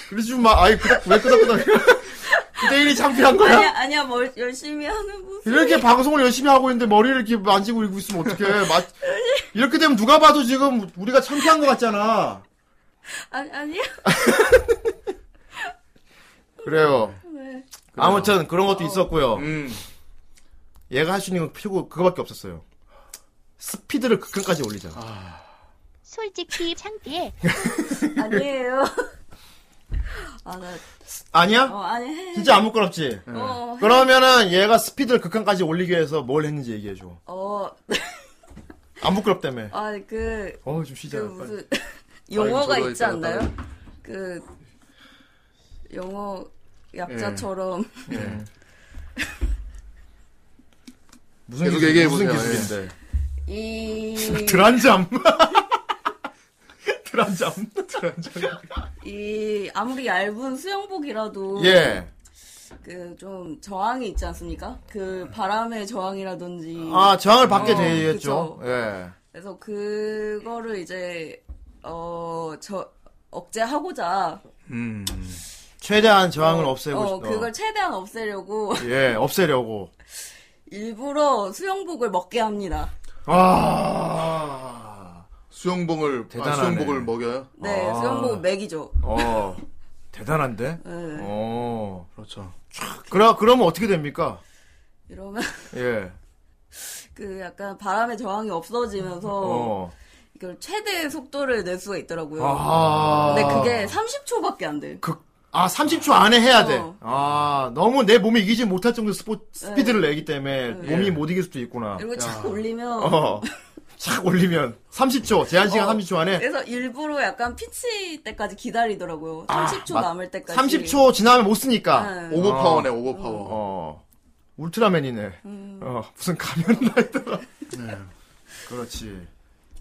Speaker 1: 그러지 좀 마. 아이, 끄덕, 왜 끄덕끄덕. 후대인이 창피한 거야?
Speaker 3: 아니야 아니야 뭘 열심히 하는 모습.
Speaker 1: 이렇게 방송을 열심히 하고 있는데 머리를 이렇게 만지고 이러고 있으면 어떡해. 마, 이렇게 되면 누가 봐도 지금 우리가 창피한 것 같잖아.
Speaker 3: 아니 아니야.
Speaker 1: 그래요.
Speaker 3: 네. 어.
Speaker 1: 아무튼 그런 것도 있었고요.
Speaker 2: 음.
Speaker 1: 얘가 할 수 있는 건 피고 그거밖에 없었어요. 스피드를 극한까지 올리자.
Speaker 6: 솔직히 창피해.
Speaker 3: 아니에요. 아나
Speaker 1: 아니야?
Speaker 3: 어, 아니 해.
Speaker 1: 진짜 안 부끄럽지?
Speaker 3: 어,
Speaker 1: 그러면은 얘가 스피드를 극한까지 올리기 위해서 뭘 했는지 얘기해줘.
Speaker 3: 어,
Speaker 1: 안 부끄럽다며.
Speaker 3: 아, 그,
Speaker 1: 어, 좀
Speaker 3: 그
Speaker 1: 쉬자. 빨리.
Speaker 3: 무슨, 용어가
Speaker 2: 저거
Speaker 3: 있지
Speaker 2: 있잖아,
Speaker 3: 않나요? 그, 영어 약자처럼.
Speaker 1: 무슨
Speaker 2: 계속
Speaker 1: 기술,
Speaker 2: 얘기해보세요.
Speaker 1: 무슨 기술인데?
Speaker 3: 이,
Speaker 1: 예. 드란잠. 드란잠.
Speaker 3: 이, 아무리 얇은 수영복이라도.
Speaker 1: 예.
Speaker 3: 그, 좀, 저항이 있지 않습니까? 그, 바람의 저항이라든지.
Speaker 1: 아, 저항을 받게
Speaker 3: 어,
Speaker 1: 되겠죠.
Speaker 3: 그쵸.
Speaker 1: 예.
Speaker 3: 그래서 그거를 이제, 어, 저, 억제하고자.
Speaker 2: 음.
Speaker 1: 최대한 저항을 없애고
Speaker 3: 어,
Speaker 1: 싶다.
Speaker 3: 그걸 최대한 없애려고.
Speaker 1: 예, 없애려고.
Speaker 3: 일부러 수영복을 먹게 합니다.
Speaker 1: 아.
Speaker 2: 수영복을 아,
Speaker 1: 대단하네.
Speaker 2: 수영복을 먹여요.
Speaker 3: 네,
Speaker 1: 아.
Speaker 3: 수영복은 맥이죠.
Speaker 1: 어. 대단한데?
Speaker 3: 네.
Speaker 1: 어.
Speaker 2: 그렇죠.
Speaker 1: 그러 그러면 어떻게 됩니까?
Speaker 3: 이러면
Speaker 1: 예.
Speaker 3: 그 약간 바람의 저항이 없어지면서
Speaker 1: 어.
Speaker 3: 이걸 최대 속도를 낼 수가 있더라고요.
Speaker 1: 아.
Speaker 3: 근데 네, 그게 30초밖에 안 돼.
Speaker 1: 극- 아, 30초 안에 해야 돼.
Speaker 3: 어.
Speaker 1: 아, 너무 내 몸이 이기지 못할 정도 스포, 스피드를 내기 때문에
Speaker 3: 네.
Speaker 1: 몸이 못 이길 수도 있구나.
Speaker 3: 이러고 착 올리면
Speaker 1: 어. 착 올리면 30초 제한 시간
Speaker 3: 어.
Speaker 1: 30초 안에
Speaker 3: 그래서 일부러 약간 피치 때까지 기다리더라고요. 30초
Speaker 1: 맞-
Speaker 3: 남을 때까지.
Speaker 1: 아, 30초 지나면 못 쓰니까.
Speaker 3: 네.
Speaker 2: 오버파워네, 오버파워.
Speaker 1: 어. 울트라맨이네. 어, 무슨 가면 라이더라. 그렇지.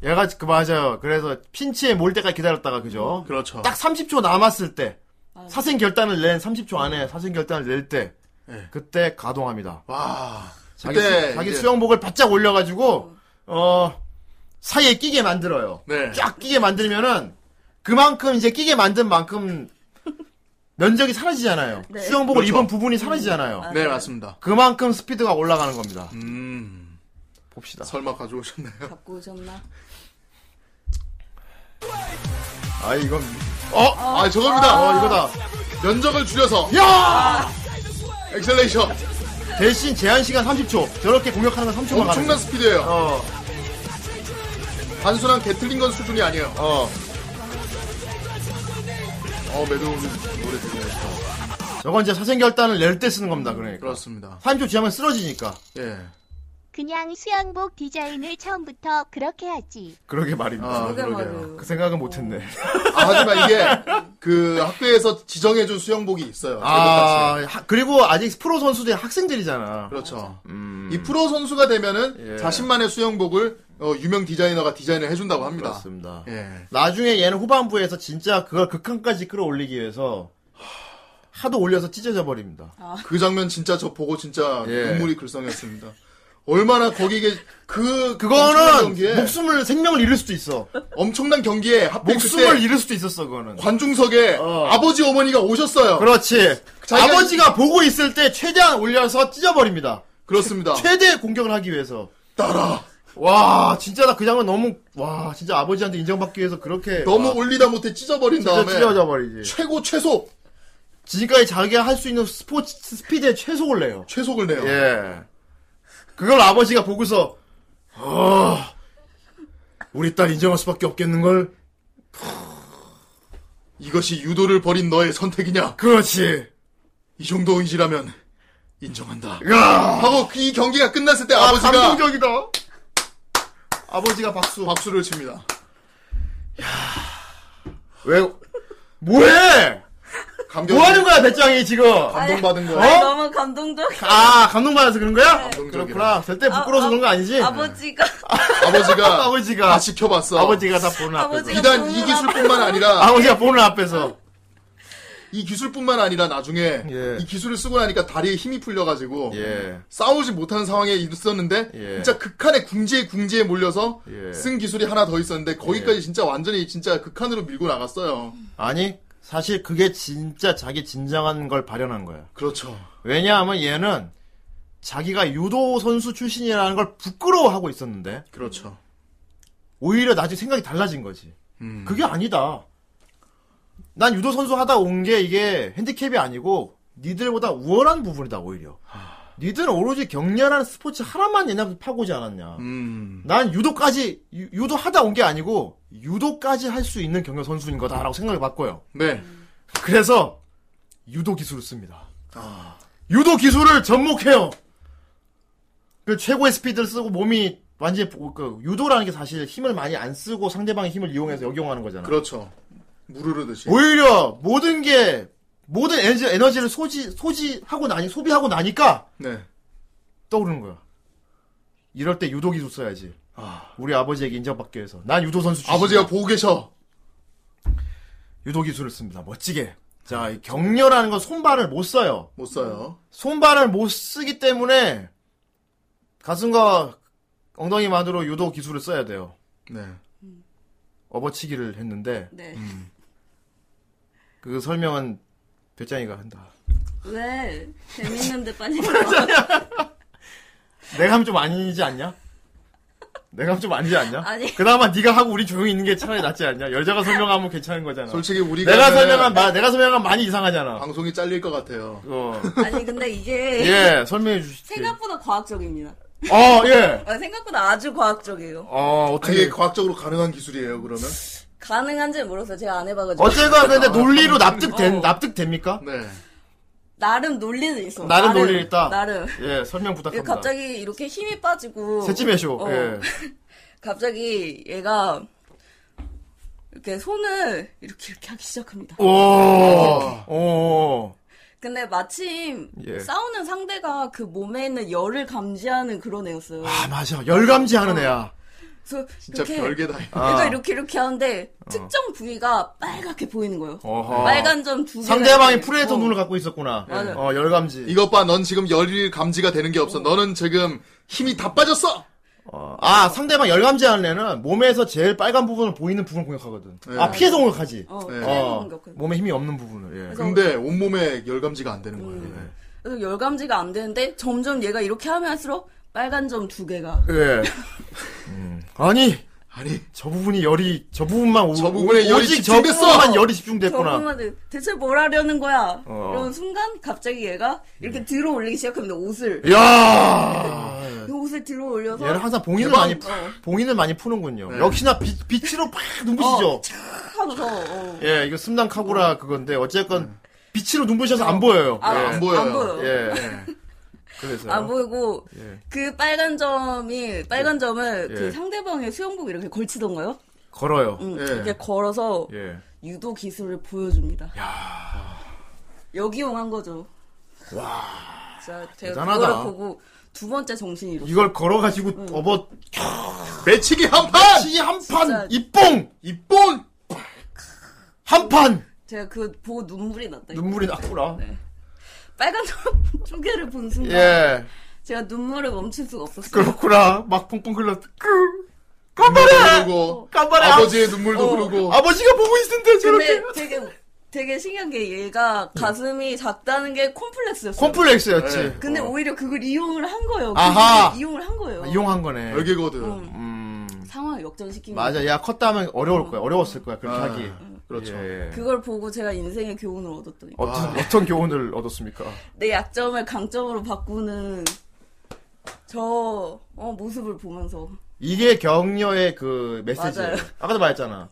Speaker 1: 얘가 그 맞아요. 그래서 핀치에 몰 때까지 기다렸다가 그죠?
Speaker 2: 그렇죠.
Speaker 1: 딱 30초 남았을 때
Speaker 2: 아,
Speaker 1: 사생 결단을 낸 30초 안에 사생 결단을 낼 때
Speaker 2: 네.
Speaker 1: 그때 가동합니다.
Speaker 2: 와.
Speaker 1: 자기,
Speaker 2: 그때
Speaker 1: 수, 자기
Speaker 2: 이제- 음.
Speaker 1: 수영복을 바짝 올려가지고 어 사이에 끼게 만들어요.
Speaker 2: 네.
Speaker 1: 쫙 끼게 만들면은 그만큼 이제 끼게 만든 만큼 면적이 사라지잖아요.
Speaker 3: 네.
Speaker 1: 수영복을
Speaker 2: 그렇죠.
Speaker 1: 입은 부분이 사라지잖아요.
Speaker 2: 네, 맞습니다.
Speaker 1: 그만큼 스피드가 올라가는 겁니다.
Speaker 2: 음.
Speaker 1: 봅시다.
Speaker 2: 설마 가져오셨나요?
Speaker 3: 갖고 오셨나?
Speaker 1: 어? 아 이건
Speaker 2: 어, 아, 저겁니다.
Speaker 1: 아 이거다.
Speaker 2: 면적을 줄여서
Speaker 1: 야!
Speaker 2: 엑셀레이션.
Speaker 1: 대신 제한 시간 30초. 저렇게 공격하는 건 3초만 가는 거.
Speaker 2: 엄청난 스피드예요.
Speaker 1: 어,
Speaker 2: 단순한 게틀링건 수준이 아니에요.
Speaker 1: 어.
Speaker 2: 어, 매드홈 노래 들으면 좋다.
Speaker 1: 저건 이제 사생결단을 낼 때 쓰는 겁니다. 그러니까.
Speaker 2: 그렇습니다.
Speaker 1: 3초 지나면 쓰러지니까.
Speaker 2: 예.
Speaker 6: 그냥 수영복 디자인을 처음부터 그렇게 하지.
Speaker 1: 그러게 말입니다.
Speaker 2: 아,
Speaker 3: 그게
Speaker 2: 그러게요.
Speaker 3: 말이에요.
Speaker 1: 그 생각은 못했네.
Speaker 2: 아, 하지만 이게 그 학교에서 지정해준 수영복이 있어요.
Speaker 1: 아, 하- 그리고 아직 프로 선수들이 학생들이잖아.
Speaker 2: 그렇죠.
Speaker 1: 음,
Speaker 2: 이 프로 선수가 되면은
Speaker 1: 예.
Speaker 2: 자신만의 수영복을 어, 유명 디자이너가 디자인을 해준다고 합니다.
Speaker 1: 그렇습니다.
Speaker 2: 예.
Speaker 1: 나중에 얘는 후반부에서 진짜 그걸 극한까지 끌어올리기 위해서 하도 올려서 찢어져 버립니다.
Speaker 3: 아,
Speaker 2: 그 장면 진짜 저 보고 진짜
Speaker 1: 예.
Speaker 2: 눈물이 글썽였습니다. 얼마나 거기에 그 엄청난 경기에
Speaker 1: 그거는 목숨을 생명을 잃을 수도 있어.
Speaker 2: 엄청난 경기에
Speaker 1: 아,
Speaker 2: 하필
Speaker 1: 목숨을
Speaker 2: 그때
Speaker 1: 잃을 수도 있었어 그거는.
Speaker 2: 관중석에
Speaker 1: 어.
Speaker 2: 아버지 어머니가 오셨어요.
Speaker 1: 그렇지.
Speaker 2: 자기가-
Speaker 1: 아버지가 보고 있을 때 최대한 올려서 찢어버립니다.
Speaker 2: 그렇습니다.
Speaker 1: 최대 공격을 하기 위해서.
Speaker 2: 따라
Speaker 1: 와, 진짜 나 그 장면 너무 와, 진짜 아버지한테 인정받기 위해서 그렇게
Speaker 2: 너무
Speaker 1: 와,
Speaker 2: 올리다 못해 찢어버린
Speaker 1: 아. 진짜
Speaker 2: 다음에
Speaker 1: 찢어져 버리지.
Speaker 2: 최고 최소
Speaker 1: 지금까지 자기가 할 수 있는 스포츠 스피드의 최소를 내요.
Speaker 2: 최소를 내요.
Speaker 1: 예. 그걸 아버지가 보고서, 어, 우리 딸 인정할 수밖에 없겠는걸?
Speaker 2: 이것이 유도를 버린 너의 선택이냐?
Speaker 1: 그렇지.
Speaker 2: 이 정도 의지라면 인정한다.
Speaker 1: 야
Speaker 2: 하고 그이 경기가 끝났을 때
Speaker 1: 아,
Speaker 2: 아, 버지가
Speaker 1: 감동적이다. 아버지가 박수.
Speaker 2: 박수를 칩니다.
Speaker 1: 왜, 뭐해!
Speaker 2: 감격.
Speaker 1: 뭐 하는 거야, 배짱이 지금?
Speaker 2: 감동받은 거야.
Speaker 3: 아니,
Speaker 1: 어?
Speaker 3: 너무 감동적이야.
Speaker 1: 아, 감동받아서 그런 거야?
Speaker 2: 감동적이야.
Speaker 1: 그렇구나. 절대 부끄러워서
Speaker 3: 아,
Speaker 1: 그런 거 아니지?
Speaker 3: 아버지가
Speaker 2: 아버지가
Speaker 1: 아버지가,
Speaker 2: 다 지켜봤어.
Speaker 1: 아버지가 다 보는 앞에서.
Speaker 3: 아버지가
Speaker 2: 비단 이 기술뿐만 아니라
Speaker 1: 아버지가 보는 앞에서.
Speaker 2: 이 기술뿐만 아니라 나중에
Speaker 1: 예.
Speaker 2: 이 기술을 쓰고 나니까 다리에 힘이 풀려가지고
Speaker 1: 예.
Speaker 2: 싸우지 못하는 상황에 있었는데
Speaker 1: 예.
Speaker 2: 진짜 극한의 궁지에 궁지에 몰려서
Speaker 1: 예.
Speaker 2: 쓴 기술이 하나 더 있었는데 거기까지 진짜 완전히 진짜 극한으로 밀고 나갔어요.
Speaker 1: 아니, 사실 그게 진짜 자기 진정한 걸 발현한 거야.
Speaker 2: 그렇죠.
Speaker 1: 왜냐하면 얘는 자기가 유도 선수 출신이라는 걸 부끄러워하고 있었는데
Speaker 2: 그렇죠.
Speaker 1: 오히려 나중에 생각이 달라진 거지.
Speaker 2: 음.
Speaker 1: 그게 아니다. 난 유도 선수 하다 온 게 이게 핸디캡이 아니고 니들보다 우월한 부분이다 오히려. 니들은 오로지 격렬한 스포츠 하나만 옛날부터 파고지 않았냐.
Speaker 2: 음.
Speaker 1: 난 유도까지 유, 도 하다 온 게 아니고 유도까지 할 수 있는 경렬 선수인 거다라고 생각을 바꿔요.
Speaker 2: 네.
Speaker 1: 그래서 유도 기술을 씁니다.
Speaker 2: 아.
Speaker 1: 유도 기술을 접목해요. 그 최고의 스피드를 쓰고 몸이 완전히 보- 그 유도라는 게 사실 힘을 많이 안 쓰고 상대방의 힘을 이용해서 역용하는 거잖아.
Speaker 2: 그렇죠. 무르르듯이.
Speaker 1: 오히려 모든 게 모든 에너지, 에너지를 소지 소지하고 나니 소비하고 나니까
Speaker 2: 네.
Speaker 1: 떠오르는 거야. 이럴 때 유도 기술 써야지. 우리 아버지에게 인정받기 위해서 난 유도 선수 출신.
Speaker 2: 아버지가 보고 계셔.
Speaker 1: 유도 기술을 씁니다. 멋지게. 자, 이 격려라는 건 손발을 못 써요.
Speaker 2: 못 써요.
Speaker 1: 손발을 못 쓰기 때문에 가슴과 엉덩이만으로 유도 기술을 써야 돼요.
Speaker 2: 네.
Speaker 1: 업어치기를 했는데
Speaker 3: 네.
Speaker 1: 그 설명은 별장이가 한다.
Speaker 3: 왜 재밌는데 빠진 거
Speaker 1: 내가 하면 좀 아니지 않냐? 내가 하면 좀 아니지 않냐?
Speaker 3: 아니.
Speaker 1: 그나마 네가 하고 우리 조용히 있는 게 차라리 낫지 않냐? 여자가 설명하면 괜찮은 거잖아.
Speaker 2: 솔직히 우리가
Speaker 1: 내가
Speaker 2: 하면은
Speaker 1: 설명한 마, 내가 설명한 많이 이상하잖아.
Speaker 2: 방송이 잘릴 것 같아요.
Speaker 1: 어.
Speaker 3: 아니 근데 이게
Speaker 1: 예, 설명해 주시지.
Speaker 3: 네. 생각보다 과학적입니다.
Speaker 1: 어, 예.
Speaker 3: 아, 생각보다 아주 과학적이에요.
Speaker 1: 어,
Speaker 2: 되게
Speaker 1: 어떻게
Speaker 2: 가학적으로 가능한 기술이에요. 그러면.
Speaker 3: 가능한지 모르겠어요. 제가 안 해봐가지고.
Speaker 1: 어쨌건 근데 논리로 납득된
Speaker 3: 어.
Speaker 1: 납득됩니까?
Speaker 2: 네.
Speaker 3: 나름 논리는 있어.
Speaker 1: 나름 논리는 있다.
Speaker 3: 나름.
Speaker 1: 예, 설명 부탁합니다.
Speaker 3: 갑자기 이렇게 힘이 빠지고.
Speaker 1: 새침해쇼.
Speaker 3: 어,
Speaker 1: 예.
Speaker 3: 갑자기 얘가 이렇게 손을 이렇게 이렇게 하기 시작합니다.
Speaker 1: 오, 오,
Speaker 3: 근데 마침
Speaker 1: 예.
Speaker 3: 싸우는 상대가 그 몸에 있는 열을 감지하는 그런 애였어요.
Speaker 1: 아 맞아, 열감지하는 애야.
Speaker 3: 어. 그래서
Speaker 2: 진짜
Speaker 3: 이렇게
Speaker 2: 별개다.
Speaker 3: 얘가
Speaker 1: 아. 어.
Speaker 3: 이렇게 이렇게 하는데 특정 부위가 빨갛게 보이는 거예요.
Speaker 1: 어허.
Speaker 3: 빨간 점 두 개.
Speaker 1: 상대방이 프레이터 눈을 갖고 있었구나.
Speaker 3: 어. 맞아요.
Speaker 1: 어, 열감지.
Speaker 2: 이것 봐, 넌 지금 열일 감지가 되는 게 없어. 너는 지금 힘이 다 빠졌어.
Speaker 1: 어, 아, 상대방 열감지하는 애는 몸에서 제일 빨간 부분을 보이는 부분을 공격하거든. 아, 피해서 공격하지.
Speaker 3: 예. 어,
Speaker 2: 네.
Speaker 3: 피해서 공격해요.
Speaker 1: 몸에 힘이 없는 부분을. 예.
Speaker 3: 그래서-
Speaker 2: 근데 온몸에 열 감지가 안 되는 거예요. 네.
Speaker 3: 그래서 열감지가 안 되는데 점점 얘가 이렇게 하면 할수록 빨간 점 두 개가
Speaker 1: 예. 음. 그, 아니,
Speaker 2: 아니
Speaker 1: 저 부분이 열이 저 부분만 오,
Speaker 2: 저 부분에 열이
Speaker 1: 오직 저
Speaker 2: 집중됐어!
Speaker 1: 부분만 열이
Speaker 3: 저
Speaker 1: 집중됐구나.
Speaker 3: 보면 대체 뭘 하려는 거야?
Speaker 1: 어. 예.
Speaker 3: 이런 순간 갑자기 얘가 이렇게 들어 올리기 시작합니다. 옷을
Speaker 1: 이야.
Speaker 3: 이 옷을 들어 올려서
Speaker 1: 예. 얘는 항상 봉인을
Speaker 2: 대박. 어. 네.
Speaker 1: 많이 푸- 봉인을 많이 푸는군요. 역시나 빛, 빛으로 팍 눈부시죠.
Speaker 3: 하면서 어.
Speaker 1: 예, 이거 스남
Speaker 2: 어.
Speaker 1: 카구라 그건데 어쨌건
Speaker 2: 네.
Speaker 1: 빛으로 눈부셔서 안 보여요.
Speaker 3: 아,
Speaker 1: 예.
Speaker 2: 안 보여요.
Speaker 3: 안 보여.
Speaker 1: 예.
Speaker 2: 네.
Speaker 1: 그래서
Speaker 2: 아,
Speaker 3: 안
Speaker 2: 뭐-
Speaker 3: 보이고
Speaker 1: 예.
Speaker 3: 그 빨간 점이 빨간 점을
Speaker 1: 예.
Speaker 3: 그 상대방의 수영복 이렇게 걸치던가요?
Speaker 1: 걸어요.
Speaker 3: 응,
Speaker 2: 예.
Speaker 3: 이렇게 걸어서
Speaker 1: 예.
Speaker 3: 유도 기술을 보여줍니다. 여기용한 거죠. 와. 진짜 제가
Speaker 1: 대단하다.
Speaker 3: 그거를 보고 두 번째 정신이 이렇게.
Speaker 1: 이걸 걸어가지고 업어
Speaker 2: 음. 매치기 한판
Speaker 1: 치
Speaker 3: 진짜.
Speaker 1: 한판 입봉
Speaker 2: 이뽕
Speaker 1: 한판
Speaker 3: 제가 그거 보고 눈물이 났다.
Speaker 1: 눈물이 나구나.
Speaker 3: 네. 빨간 점 쪼개를 본 순간
Speaker 1: 예.
Speaker 3: 제가 눈물을 멈출 수가 없었어요.
Speaker 1: 그렇구나. 막 펑펑 흘렀.
Speaker 2: 눈물도
Speaker 1: 깜발해.
Speaker 2: 흐르고
Speaker 1: 깜발해.
Speaker 2: 아버지의 눈물도 흐르고
Speaker 1: 어. 아버지가 보고 있는데 저렇게.
Speaker 3: 근데 되게 되게 신기한 게 얘가 가슴이 작다는 게 콤플렉스였어요.
Speaker 1: 콤플렉스였지.
Speaker 2: 네.
Speaker 1: 어.
Speaker 3: 근데
Speaker 2: 어.
Speaker 3: 오히려 그걸 이용을 한 거예요.
Speaker 1: 아하.
Speaker 3: 그걸 이용을 한 거예요.
Speaker 1: 어. 이용한 거네.
Speaker 2: 여기거든.
Speaker 3: 음.
Speaker 1: 음.
Speaker 3: 상황을 역전시키는 거예요.
Speaker 1: 맞아. 야, 컸다면 어려울 거야. 어려웠을 거야. 그렇게
Speaker 2: 아,
Speaker 1: 하기.
Speaker 2: 그렇죠. 아.
Speaker 1: 예.
Speaker 3: 그걸 보고 제가 인생의 교훈을 얻었더니
Speaker 1: 어떤, 어떤 교훈을 얻었습니까?
Speaker 3: 내 약점을 강점으로 바꾸는 저 어, 모습을 보면서
Speaker 1: 이게 격려의 그 메시지예요.
Speaker 3: 맞아요.
Speaker 1: 아까도 말했잖아.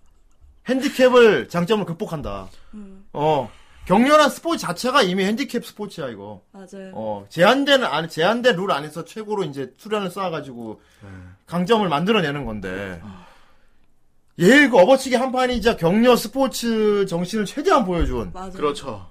Speaker 1: 핸디캡을 장점을 극복한다.
Speaker 3: 음.
Speaker 1: 어. 격렬한 스포츠 자체가 이미 핸디캡 스포츠야 이거.
Speaker 3: 맞아요.
Speaker 1: 어 제한된 안 제한된 룰 안에서 최고로 이제 수련을 쌓아가지고
Speaker 2: 네.
Speaker 1: 강점을 만들어내는 건데 얘 그 업어치기 한 판이 진짜 격려 스포츠 정신을 최대한 보여준
Speaker 3: 맞아요.
Speaker 2: 그렇죠.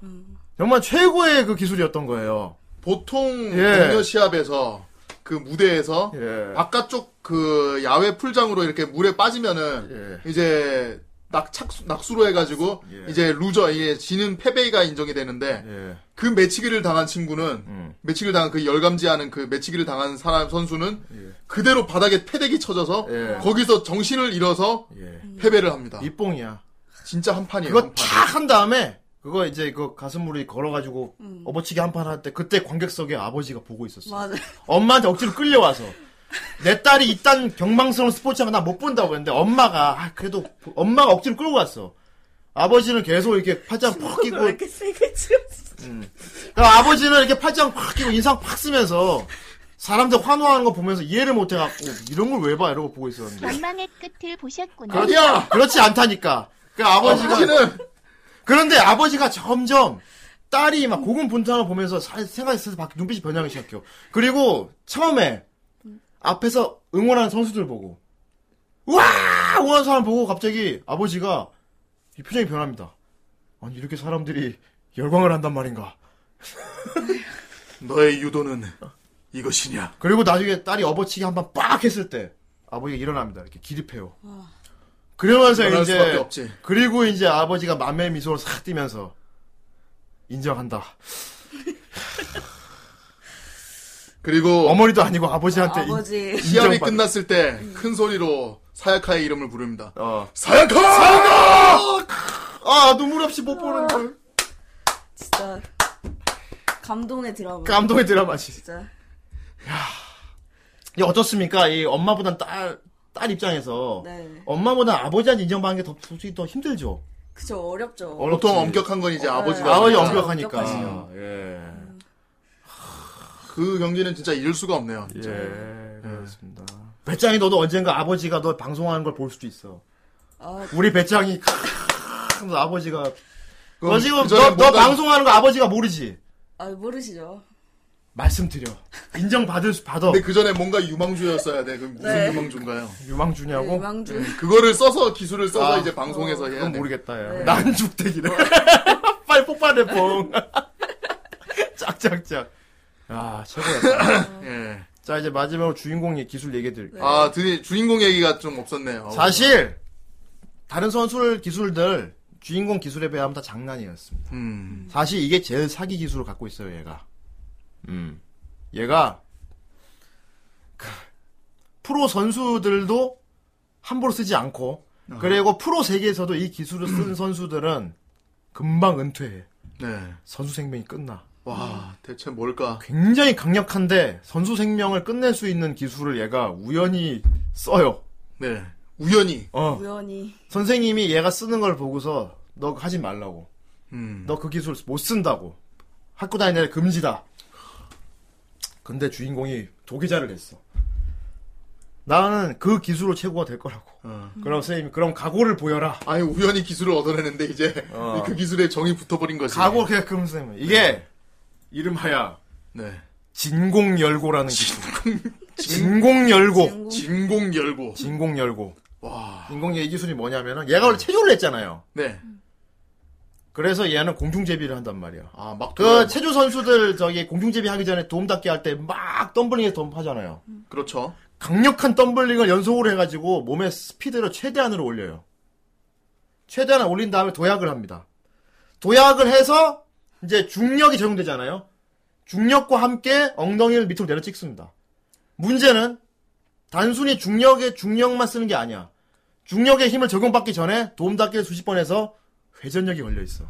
Speaker 1: 정말 최고의 그 기술이었던 거예요.
Speaker 2: 보통
Speaker 1: 예.
Speaker 2: 동료 시합에서 그 무대에서
Speaker 1: 예.
Speaker 2: 바깥쪽 그 야외 풀장으로 이렇게 물에
Speaker 1: 예.
Speaker 2: 빠지면은 이제 낙착수, 낙수로 해가지고
Speaker 1: 예.
Speaker 2: 이제 루저 이게 지는 패배가 인정이 되는데
Speaker 1: 예.
Speaker 2: 그 매치기를 당한 친구는
Speaker 1: 음.
Speaker 2: 매치기를 당한 그 열감지하는 그 매치기를 당한 사람 선수는 그대로 바닥에 패대기 쳐져서
Speaker 1: 예.
Speaker 2: 거기서 정신을 잃어서
Speaker 1: 예.
Speaker 2: 패배를 합니다.
Speaker 1: 입봉이야.
Speaker 2: 진짜 한 판이에요.
Speaker 1: 그거
Speaker 2: 한
Speaker 1: 탁
Speaker 2: 판.
Speaker 1: 한 다음에 그거 이제 그 가슴물이 걸어가지고 업어치기 한 판 할 때 그때 관객석에 아버지가 보고 있었어.
Speaker 3: 맞아요.
Speaker 1: 엄마한테 억지로 끌려와서 내 딸이 이딴 경망스러운 스포츠 하면 나못 본다고 했는데 엄마가 아, 그래도 엄마가 억지로 끌고 갔어. 아버지는 계속 이렇게 팔짱 팍 끼고
Speaker 3: 왜 이렇게 세게 치어
Speaker 1: 그러니까 아버지는 이렇게 팔짱 팍 끼고 인상 팍 쓰면서 사람들 환호하는 거 보면서 이해를 못 해갖고 이런 걸 왜 봐? 이러고 보고 있었는데
Speaker 6: 전망의 끝을
Speaker 1: 그렇죠.
Speaker 6: 보셨구나.
Speaker 2: 아니야.
Speaker 1: 그렇지 않다니까. 그 아버지가
Speaker 2: 아버지는
Speaker 1: 그런데 아버지가 점점 딸이 막 고군분투하는 걸 보면서 사- 생각이 있어서 밖에 눈빛이 변하기 시작해요. 그리고 처음에 앞에서 응원하는 선수들 보고 우와 응원하는 사람 보고 갑자기 아버지가 이 표정이 변합니다. 아니 이렇게 사람들이 열광을 한단 말인가.
Speaker 2: 너의 유도는 이것이냐?
Speaker 1: 그리고 나중에 딸이 업어치기 한 번 빡 했을 때 아버지가 일어납니다. 이렇게 기립해요. 그러면서
Speaker 2: 변할 수밖에
Speaker 1: 이제
Speaker 2: 없지.
Speaker 1: 그리고 이제 아버지가 만매 미소를 싹 띄면서 인정한다.
Speaker 2: 그리고
Speaker 1: 어머니도 아니고 아버지한테 인-
Speaker 3: 아버지
Speaker 2: 시합이
Speaker 1: 인정받-
Speaker 2: 끝났을 때 큰 소리로 사야카의 이름을 부릅니다.
Speaker 1: 어.
Speaker 2: 사야카!
Speaker 1: 아 눈물 없이 못 보는 걸
Speaker 3: 진짜 감동의 드라마.
Speaker 1: 감동의 드라마지.
Speaker 3: 진짜
Speaker 1: 이게 어떻습니까? 이 엄마보단 딸, 딸 입장에서
Speaker 3: 네.
Speaker 1: 엄마보다 아버지한테 인정받는 게 더 솔직히 더 힘들죠.
Speaker 3: 그죠 어렵죠.
Speaker 1: 어렵지.
Speaker 2: 보통 엄격한 건 이제 아버지가
Speaker 1: 아버지
Speaker 3: 엄격하죠.
Speaker 1: 엄격하니까.
Speaker 3: 엄격하시죠.
Speaker 1: 예.
Speaker 2: 그 경기는 진짜 잃을 수가 없네요.
Speaker 1: 예. 그렇습니다. 배짱이 너도 언젠가 아버지가 너 방송하는 걸 볼 수도 있어.
Speaker 3: 아.
Speaker 1: 우리 배짱이 하면서 아버지가 너 지금 뭐,
Speaker 2: 그전에
Speaker 1: 너, 너
Speaker 2: 뭔가-
Speaker 1: 방송하는 거 아버지가 모르지?
Speaker 3: 아 모르시죠.
Speaker 1: 말씀드려. 인정받을 수 받아.
Speaker 2: 근데 그 전에 뭔가 유망주였어야 돼. 그럼 무슨
Speaker 3: 네.
Speaker 2: 유망주인가요?
Speaker 3: 그
Speaker 2: 음,
Speaker 1: 유망주냐고? 네.
Speaker 3: 유망주
Speaker 2: 그거를 써서 기술을 써서
Speaker 1: 아,
Speaker 2: 이제 방송에서 해야
Speaker 1: 그건
Speaker 2: 돼.
Speaker 1: 모르겠다, 야.
Speaker 3: 네.
Speaker 1: 난죽대기래. 빨리 폭발해, 뽕. 짝짝짝. 아, 최고였다.
Speaker 2: 예.
Speaker 1: 자, 이제 마지막으로 주인공 얘 기술 얘기해 드릴게요.
Speaker 2: 아, 드디 주인공 얘기가 좀 없었네요.
Speaker 1: 사실, 다른 선수 기술들, 주인공 기술에 비하면 다 장난이었습니다.
Speaker 2: 음.
Speaker 1: 사실 이게 제일 사기 기술을 갖고 있어요, 얘가. 음. 얘가, 그, 프로 선수들도 함부로 쓰지 않고,
Speaker 2: 어.
Speaker 1: 그리고 프로 세계에서도 이 기술을 쓴 선수들은 금방 은퇴해.
Speaker 2: 네.
Speaker 1: 선수 생명이 끝나.
Speaker 2: 와, 대체 뭘까?
Speaker 1: 굉장히 강력한데, 선수 생명을 끝낼 수 있는 기술을 얘가 우연히 써요.
Speaker 2: 네. 우연히.
Speaker 1: 어.
Speaker 3: 우연히.
Speaker 1: 선생님이 얘가 쓰는 걸 보고서 너 그거 하지 말라고.
Speaker 2: 음.
Speaker 1: 너 그 기술 못 쓴다고. 학교 다니는 애 금지다. 근데 주인공이 도기자를 했어. 나는 그 기술로 최고가 될 거라고.
Speaker 2: 어.
Speaker 1: 그럼 선생님, 그럼 각오를 보여라.
Speaker 2: 아니 우연히 기술을 얻어내는데 이제
Speaker 1: 어.
Speaker 2: 그 기술에 정이 붙어버린 거지.
Speaker 1: 각오 계획금 선생님. 이게 이름하야
Speaker 2: 네.
Speaker 1: 진공열고라는 기술. 진공열고.
Speaker 2: 진공 열고.
Speaker 1: 진공열고.
Speaker 2: 와.
Speaker 1: 인공열 이 기술이 뭐냐면은 얘가 원래 체조를 했잖아요.
Speaker 2: 네.
Speaker 1: 그래서 얘는 공중제비를 한단 말이야.
Speaker 2: 아 막.
Speaker 1: 그
Speaker 2: 그
Speaker 1: 체조 선수들 저기 공중제비 하기 전에 도움 닫기 할 때 막 덤블링에서 덤 하잖아요.
Speaker 2: 그렇죠.
Speaker 1: 강력한 덤블링을 연속으로 해가지고 몸의 스피드를 최대한으로 올려요. 최대한 올린 다음에 도약을 합니다. 도약을 해서 이제 중력이 적용되잖아요. 중력과 함께 엉덩이를 밑으로 내려 찍습니다. 문제는 단순히 중력의 중력만 쓰는 게 아니야. 중력의 힘을 적용받기 전에 도움 닫기를 수십 번 해서 회전력이 걸려 있어.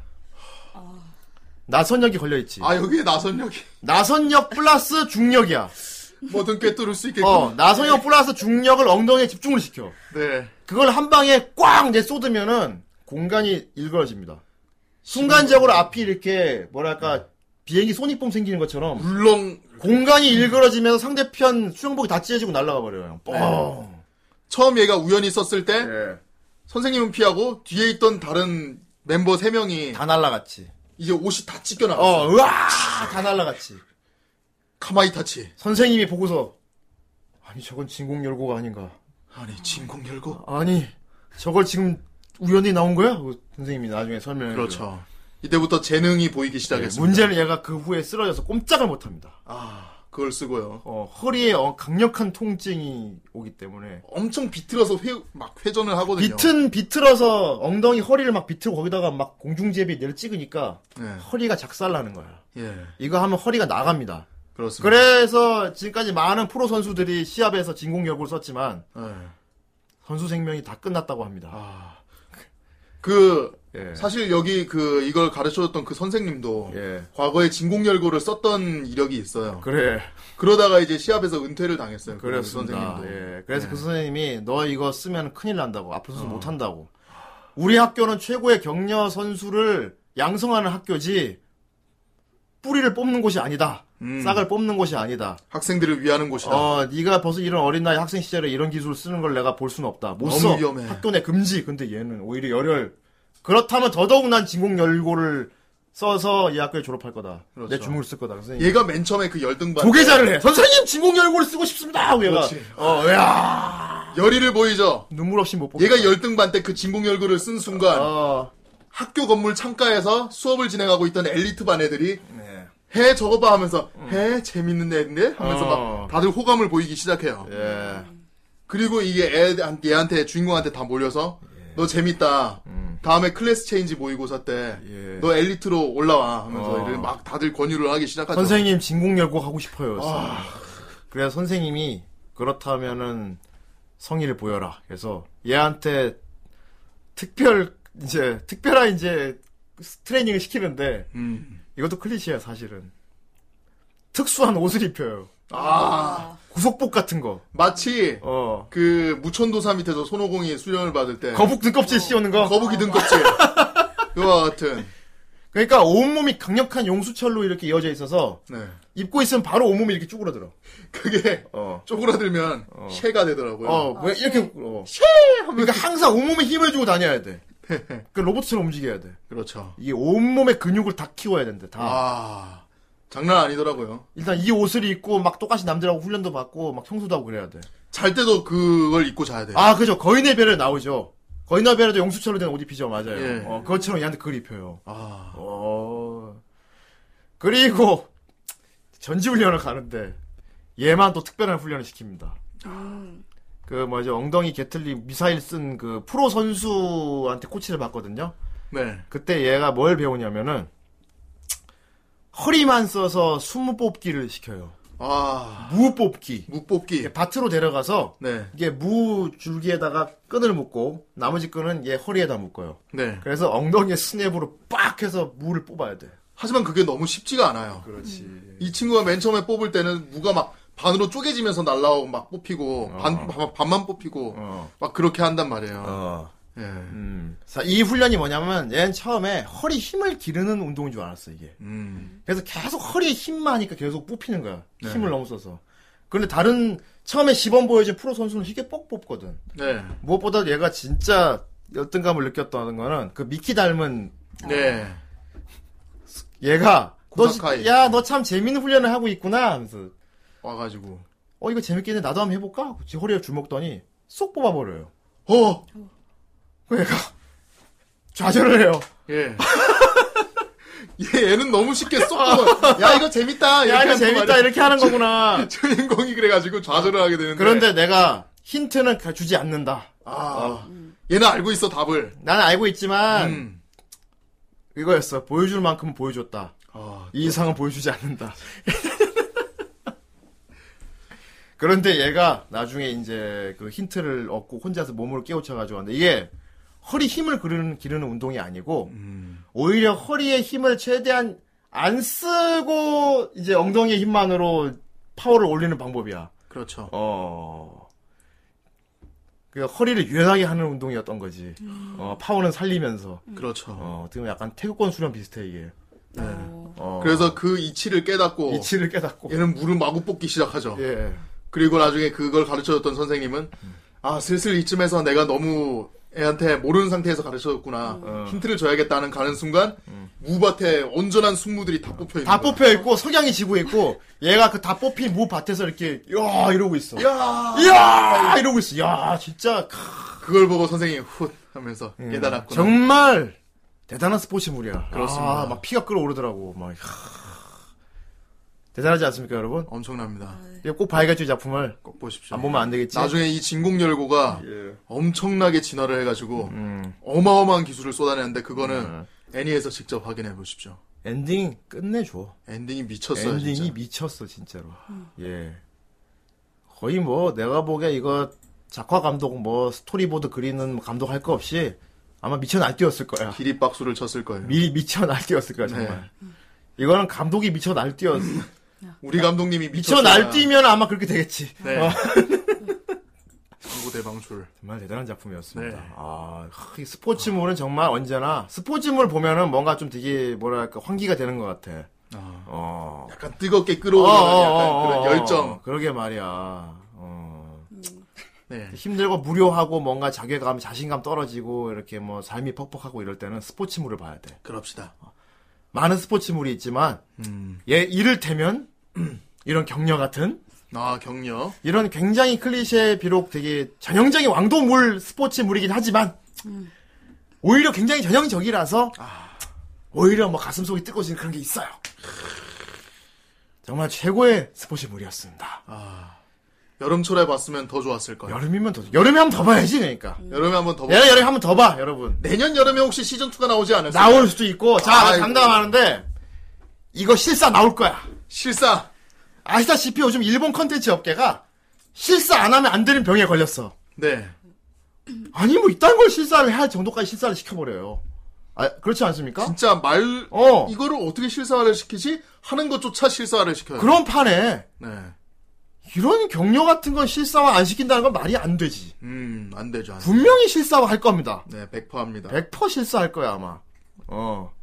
Speaker 1: 나선력이 걸려 있지.
Speaker 2: 아 여기에 나선력이
Speaker 1: 나선력 플러스 중력이야.
Speaker 2: 뭐든 꿰뚫을 수 있겠군.
Speaker 1: 어, 나선력 플러스 중력을 엉덩이에 집중을 시켜.
Speaker 2: 네.
Speaker 1: 그걸 한 방에 꽝 이제 쏟으면은 공간이 일그러집니다. 순간적으로 앞이 이렇게 뭐랄까 비행기 손익범 생기는 것처럼
Speaker 2: 물렁
Speaker 1: 공간이 일그러지면서 상대편 수영복이 다 찢어지고 날아가 버려요. 뻥.
Speaker 2: 처음 얘가 우연히 썼을 때
Speaker 1: 예.
Speaker 2: 선생님은 피하고 뒤에 있던 다른 멤버 세 명이
Speaker 1: 다 날라갔지.
Speaker 2: 이제 옷이 다 찢겨 네. 나갔어.
Speaker 1: 어, 으아! 다 날라갔지.
Speaker 2: 카마이타치.
Speaker 1: 선생님이 보고서 아니 저건 진공 열고가 아닌가.
Speaker 2: 아니 진공 열고.
Speaker 1: 아니 저걸 지금 우연히 나온 거야? 그 선생님이 나중에 설명해.
Speaker 2: 그렇죠.
Speaker 1: 예.
Speaker 2: 이때부터 재능이 보이기 시작했습니다.
Speaker 1: 문제는 얘가 그 후에 쓰러져서 꼼짝을 못합니다.
Speaker 2: 아 그걸 쓰고요.
Speaker 1: 어, 허리에 어, 강력한 통증이 오기 때문에
Speaker 2: 엄청 비틀어서 회, 막 회전을 하거든요.
Speaker 1: 비튼 비틀어서 엉덩이 허리를 막 비틀고 거기다가 막 공중제비 내려 찍으니까
Speaker 2: 예.
Speaker 1: 허리가 작살나는 거야.
Speaker 2: 예.
Speaker 1: 이거 하면 허리가 나갑니다.
Speaker 2: 그렇습니다.
Speaker 1: 그래서 지금까지 많은 프로 선수들이 시합에서 진공격을 썼지만
Speaker 2: 예.
Speaker 1: 선수 생명이 다 끝났다고 합니다.
Speaker 2: 아. 그
Speaker 1: 예.
Speaker 2: 사실 여기 그 이걸 가르쳐줬던 그 선생님도
Speaker 1: 예.
Speaker 2: 과거에 진공열고를 썼던 이력이 있어요.
Speaker 1: 그래.
Speaker 2: 그러다가 이제 시합에서 은퇴를 당했어요. 그
Speaker 1: 그렇습니다.
Speaker 2: 선생님도.
Speaker 1: 예. 그래서 그 선생님이 너 이거 쓰면 큰일 난다고. 앞으로
Speaker 2: 어.
Speaker 1: 선수 못 한다고. 우리 학교는 최고의 격려 선수를 양성하는 학교지 뿌리를 뽑는 곳이 아니다.
Speaker 2: 음.
Speaker 1: 싹을 뽑는 곳이 아니다.
Speaker 2: 학생들을 위하는 곳이다.
Speaker 1: 어, 네가 벌써 이런 어린 나이 학생 시절에 이런 기술을 쓰는 걸 내가 볼 수는 없다. 못
Speaker 2: 너무
Speaker 1: 써.
Speaker 2: 위험해.
Speaker 1: 학교 내 금지. 근데 얘는 오히려 열혈. 그렇다면 더더욱 난 진공 열고를 써서 이 학교에 졸업할 거다. 내
Speaker 2: 그렇죠.
Speaker 1: 주문을 쓸 거다. 선생님.
Speaker 2: 얘가 맨 처음에 그 열등반
Speaker 1: 고개자를 해. 선생님 진공 열고를 쓰고 싶습니다. 하고 얘가
Speaker 2: 그렇지.
Speaker 1: 어, 야.
Speaker 2: 열의를 보이죠.
Speaker 1: 눈물 없이 못 보겠다.
Speaker 2: 얘가 열등반 때 그 진공열고를 쓴 순간
Speaker 1: 어,
Speaker 2: 학교 건물 창가에서 수업을 진행하고 있던 엘리트 반 애들이
Speaker 1: 네.
Speaker 2: 해 저거 봐 하면서 해 재밌는 애인데 하면서
Speaker 1: 음. 어.
Speaker 2: 막 다들 호감을 보이기 시작해요. 네.
Speaker 1: 예.
Speaker 2: 그리고 이게 애한테 얘한테 주인공한테 다 몰려서
Speaker 1: 예.
Speaker 2: 너 재밌다. 다음에 클래스 체인지 모의고사 때 너
Speaker 1: 예.
Speaker 2: 엘리트로 올라와 하면서
Speaker 1: 어.
Speaker 2: 이를 막 다들 권유를 하기 시작하죠.
Speaker 1: 선생님 진공 열고 하고 싶어요.
Speaker 2: 아.
Speaker 1: 그래서 선생님이 그렇다면은 성의를 보여라. 그래서 얘한테 특별 이제 특별한 이제 트레이닝을 시키는데
Speaker 2: 음.
Speaker 1: 이것도 클리셰야 사실은. 특수한 옷을 입혀요.
Speaker 2: 아
Speaker 1: 구속복 같은 거.
Speaker 2: 마치
Speaker 1: 어.
Speaker 2: 그 무천도사 밑에서 손오공이 수련을 받을 때
Speaker 1: 거북 등껍질 씌우는 거.
Speaker 2: 네. 어. 거북이 등껍질 그와 같은
Speaker 1: 그러니까 온몸이 강력한 용수철로 이렇게 이어져 있어서
Speaker 2: 네
Speaker 1: 입고 있으면 바로 온몸이 이렇게 쭈그러들어.
Speaker 2: 그게
Speaker 1: 어.
Speaker 2: 쪼그라들면 쉐가 되더라고요.
Speaker 1: 어, 왜 이렇게 어. 그러니까 항상 온몸에 힘을 주고 다녀야 돼. 그러니까 로봇처럼 움직여야 돼.
Speaker 2: 그렇죠.
Speaker 1: 이게 온몸의 근육을 다 키워야 된대. 다.
Speaker 2: 아 장난 아니더라고요.
Speaker 1: 일단 이 옷을 입고 막 똑같이 남들하고 훈련도 받고 막 청소도 하고 그래야 돼.
Speaker 2: 잘 때도 그걸 입고 자야 돼요.
Speaker 1: 아, 그죠. 거인의 배를 나오죠. 거인의 배에도 용수처럼 된 옷 입히죠. 맞아요.
Speaker 2: 예.
Speaker 1: 어, 그것처럼 얘한테 그걸 입혀요.
Speaker 2: 아,
Speaker 1: 어. 그리고 전지훈련을 가는데 얘만 또 특별한 훈련을 시킵니다.
Speaker 3: 음.
Speaker 1: 그 뭐죠 엉덩이 개틀리 미사일 쓴 그 프로 선수한테 코치를 받거든요.
Speaker 2: 네.
Speaker 1: 그때 얘가 뭘 배우냐면은 허리만 써서 숨 뽑기를 시켜요.
Speaker 2: 아
Speaker 1: 무 뽑기.
Speaker 2: 무뽑기.
Speaker 1: 이게 밭으로 데려가서
Speaker 2: 네,
Speaker 1: 이게 무 줄기에다가 끈을 묶고 나머지 끈은 얘 허리에다 묶어요.
Speaker 2: 네.
Speaker 1: 그래서 엉덩이에 스냅으로 빡 해서 무를 뽑아야 돼.
Speaker 2: 하지만 그게 너무 쉽지가 않아요.
Speaker 1: 그렇지.
Speaker 2: 이 친구가 맨 처음에 뽑을 때는 무가 막 반으로 쪼개지면서 날라오고 막 뽑히고 반, 반- 반만 뽑히고
Speaker 1: 어.
Speaker 2: 막 그렇게 한단 말이에요.
Speaker 1: 어.
Speaker 2: 예.
Speaker 1: 음. 자, 이 훈련이 뭐냐면 얘는 처음에 허리 힘을 기르는 운동인 줄 알았어 이게.
Speaker 2: 음.
Speaker 1: 그래서 계속 허리에 힘만 하니까 계속 뽑히는 거야.
Speaker 2: 네.
Speaker 1: 힘을 너무 써서. 그런데 다른 처음에 시범 보여준 프로 선수는 이게 뻑 뽑거든.
Speaker 2: 네.
Speaker 1: 무엇보다 얘가 진짜 열등감을 느꼈다는 거는 그 미키 닮은
Speaker 2: 네.
Speaker 1: 얘가
Speaker 2: 고사카이.
Speaker 1: 너야 너 참 재밌는 훈련을 하고 있구나 하면서
Speaker 2: 와가지고.
Speaker 1: 어 이거 재밌겠네 나도 한번 해볼까? 하고 지 허리에 주먹더니 쏙 뽑아버려요.
Speaker 2: 어!
Speaker 1: 그 얘가 좌절을 해요.
Speaker 2: 예. 얘, 얘는 너무 쉽게 쏙 뽑아. 야, 이거 재밌다.
Speaker 1: 야 이거
Speaker 2: 한단
Speaker 1: 재밌다
Speaker 2: 말이야.
Speaker 1: 이렇게 하는 거구나.
Speaker 2: 주인공이 그래가지고 좌절을 하게 되는데.
Speaker 1: 그런데 내가 힌트는 가- 주지 않는다.
Speaker 2: 아, 얘는 알고 있어, 답을.
Speaker 1: 나는 알고 있지만
Speaker 2: 음.
Speaker 1: 이거였어. 보여줄 만큼 보여줬다.
Speaker 2: 아,
Speaker 1: 이 이상은 보여주지 않는다. 그런데 얘가 나중에 이제 그 힌트를 얻고 혼자서 몸으로 깨우쳐가지고 하는데 이게 허리 힘을 기르는, 기르는 운동이 아니고 오히려 허리에 힘을 최대한 안 쓰고 이제 엉덩이의 힘만으로 파워를 올리는 방법이야.
Speaker 2: 그렇죠.
Speaker 1: 어. 그 허리를 유연하게 하는 운동이었던 거지. 어, 파워는 살리면서.
Speaker 2: 그렇죠.
Speaker 1: 어, 어떻게 보면 약간 태극권 수련 비슷해, 이게. 어.
Speaker 2: 그래서 그 이치를 깨닫고
Speaker 1: 이치를 깨닫고.
Speaker 2: 얘는 물을 마구 뽑기 시작하죠.
Speaker 1: 예. 음.
Speaker 2: 그리고 나중에 그걸 가르쳐줬던 선생님은 아 슬슬 이쯤에서 내가 너무 애한테 모르는 상태에서 가르쳐줬구나
Speaker 1: 음.
Speaker 2: 힌트를 줘야겠다는 가는 순간 무밭에 온전한 숙무들이 다 뽑혀 있는
Speaker 1: 다 뽑혀 있고, 석양이 지고 있고, 얘가 그 다 뽑힌 무 밭에서 이렇게, 야 이러고 있어.
Speaker 2: 야
Speaker 1: 이야! 이러고 있어. 야 진짜, 크,
Speaker 2: 그걸 보고 선생님이 훗 하면서 깨달았구나.
Speaker 1: 예. 정말, 대단한 스포츠물이야.
Speaker 2: 그렇습니다.
Speaker 1: 아, 막 피가 끓어오르더라고. 막, 하. 대단하지 않습니까, 여러분?
Speaker 2: 엄청납니다.
Speaker 1: 이거 꼭 봐야겠죠, 이 작품을.
Speaker 2: 꼭 보십시오.
Speaker 1: 안 보면 안 되겠지.
Speaker 2: 나중에 이 진공
Speaker 1: 예.
Speaker 2: 열고가 엄청나게 진화를 해가지고
Speaker 1: 음.
Speaker 2: 어마어마한 기술을 쏟아내는데 그거는 애니에서 직접 확인해 보십시오.
Speaker 1: 엔딩 끝내줘.
Speaker 2: 엔딩이 미쳤어요.
Speaker 1: 엔딩이
Speaker 2: 진짜.
Speaker 1: 미쳤어 진짜로. 예. 거의 뭐 내가 보기에 이거 작화 감독 뭐 스토리보드 그리는 감독 할 거 없이 아마 미쳐 날뛰었을 거야.
Speaker 2: 길이 박수를 쳤을 거예요.
Speaker 1: 미 미쳐 날뛰었을
Speaker 2: 네.
Speaker 1: 거야 정말. 이거는 감독이 미쳐 날뛰었.
Speaker 2: 음. 우리 감독님이
Speaker 1: 미쳐 날뛰면 아마 그렇게 되겠지.
Speaker 2: 네.
Speaker 1: 어.
Speaker 2: 광고 대방출.
Speaker 1: 정말 대단한 작품이었습니다.
Speaker 2: 네.
Speaker 1: 아, 하, 이 스포츠물은 정말 언제나 스포츠물 보면은 뭔가 좀 되게 뭐랄까 환기가 되는 것 같아. 어.
Speaker 2: 약간 뜨겁게 끌어오는 약간 그런 열정.
Speaker 1: 그러게 말이야. 어.
Speaker 2: 네.
Speaker 1: 힘들고 무료하고 뭔가 자괴감, 자신감 떨어지고 이렇게 뭐 삶이 퍽퍽하고 이럴 때는 스포츠물을 봐야 돼.
Speaker 2: 그럽시다. 음.
Speaker 1: 많은 스포츠물이 있지만 얘 이를테면 이런 격려 같은
Speaker 2: 아 격려.
Speaker 1: 이런 굉장히 클리셰 비록 되게 전형적인 왕도물 스포츠물이긴 하지만 오히려 굉장히 전형적이라서
Speaker 2: 아.
Speaker 1: 오히려 뭐 가슴속이 뜨거워지는 그런 게 있어요. 정말 최고의 스포츠물이었습니다.
Speaker 2: 여름철에 봤으면 더 좋았을 거예요.
Speaker 1: 여름이면 더 여름에 한번 더 봐야지 그러니까.
Speaker 2: 여름에 한번 더.
Speaker 1: 얘네
Speaker 2: 보-
Speaker 1: 여름에 한번 더 봐, 여러분.
Speaker 2: 내년 여름에 혹시 시즌 2가 나오지 않을까?
Speaker 1: 나올 수도 있고 자
Speaker 2: 아이고.
Speaker 1: 장담하는데 이거 실사 나올 거야.
Speaker 2: 실사.
Speaker 1: 아시다시피 요즘 일본 컨텐츠 업계가 실사 안 하면 안 되는 병에 걸렸어.
Speaker 2: 네.
Speaker 1: 아니 뭐 이딴 걸 실사를 할 정도까지 실사를 시켜버려요. 아 그렇지 않습니까?
Speaker 2: 진짜 말
Speaker 1: 어
Speaker 2: 이거를 어떻게 실사화를 시키지? 하는 것조차 실사화를 시켜요.
Speaker 1: 그런 판에
Speaker 2: 네.
Speaker 1: 이런 격려 같은 건 실사화 안 시킨다는 건 말이 안 되지.
Speaker 2: 음, 안 되죠. 안 되죠.
Speaker 1: 분명히 실사화 할 겁니다.
Speaker 2: 네, 백퍼합니다.
Speaker 1: 100% 실수할 거야 아마. 어.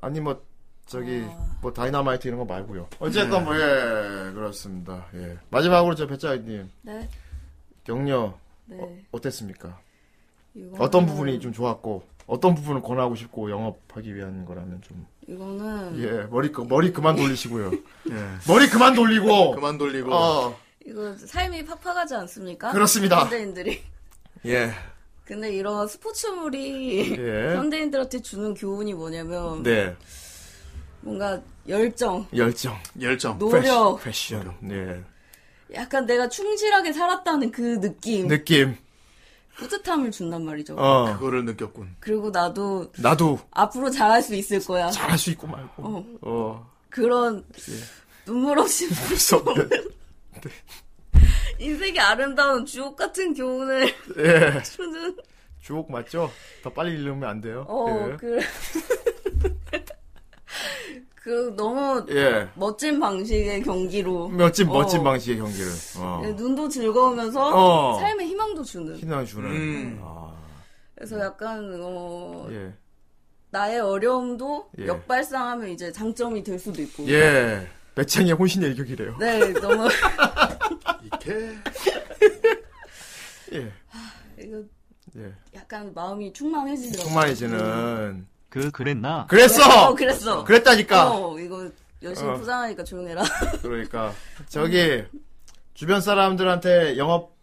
Speaker 1: 아니 뭐 저기 뭐 다이너마이트 이런 거 말고요. 어쨌건 뭐 예, 그렇습니다. 예. 마지막으로 저 배짜이님
Speaker 3: 네.
Speaker 1: 격려
Speaker 3: 네.
Speaker 1: 어땠습니까?
Speaker 3: 이거는-
Speaker 1: 어떤 부분이 좀 좋았고 어떤 부분을 권하고 싶고 영업하기 위한 거라면 좀
Speaker 3: 이거는
Speaker 1: 예, 머리 그- 머리 그만 돌리시고요.
Speaker 2: 예.
Speaker 1: 머리 그만 돌리고
Speaker 2: 그만 돌리고.
Speaker 1: 어.
Speaker 3: 이거 삶이 팍팍하지 않습니까?
Speaker 1: 그렇습니다.
Speaker 3: 현대인들이.
Speaker 1: 예.
Speaker 3: 근데 이런 스포츠물이
Speaker 1: 예.
Speaker 3: 현대인들한테 주는 교훈이 뭐냐면
Speaker 1: 네.
Speaker 3: 뭔가 열정,
Speaker 1: 열정.
Speaker 2: 열정.
Speaker 3: 노력,
Speaker 1: 패션. 네.
Speaker 3: 약간 내가 충실하게 살았다는 그 느낌,
Speaker 1: 느낌.
Speaker 3: 뿌듯함을 준단 말이죠.
Speaker 1: 네. 어.
Speaker 2: 그거를 느꼈군.
Speaker 3: 그리고 나도
Speaker 1: 나도
Speaker 3: 앞으로 잘할 수 있을 거야.
Speaker 1: 잘할 수 있고 말고.
Speaker 3: 어.
Speaker 1: 어.
Speaker 3: 그런
Speaker 1: 예.
Speaker 3: 눈물 없이
Speaker 1: 어.
Speaker 3: 인생의 아름다운 주옥 같은 교훈을
Speaker 1: 예.
Speaker 3: 주는
Speaker 1: 주옥 예.
Speaker 3: 그
Speaker 1: 맞죠? 더 빨리 읽으면 안 돼요.
Speaker 3: 어
Speaker 1: 예.
Speaker 3: 그. 그 너무
Speaker 1: 예.
Speaker 3: 멋진 방식의 경기로
Speaker 1: 멋진
Speaker 3: 어.
Speaker 1: 멋진 방식의 경기를. 음, 어.
Speaker 3: 예, 눈도 즐거우면서
Speaker 1: 어.
Speaker 3: 삶의 희망도 주는
Speaker 1: 희망 주는.
Speaker 2: 음.
Speaker 1: 아,
Speaker 3: 그래서 약간 어,
Speaker 1: 예.
Speaker 3: 나의 어려움도
Speaker 1: 예.
Speaker 3: 역발상하면 이제 장점이 될 수도 있고
Speaker 1: 예. 배창의 혼신의 일격이래요.
Speaker 3: 네 너무
Speaker 2: 이렇게
Speaker 1: 예.
Speaker 3: 이거 네.
Speaker 1: 예.
Speaker 3: 약간 마음이 충만해지더라고요 음.
Speaker 1: 정말이지는
Speaker 7: 그 그랬나?
Speaker 1: 그랬어.
Speaker 3: 어, 그랬어
Speaker 1: 그랬다니까.
Speaker 3: 어, 이거 열심히
Speaker 1: 어.
Speaker 3: 포장하니까 조용해라
Speaker 1: 그러니까 저기 주변 사람들한테 영업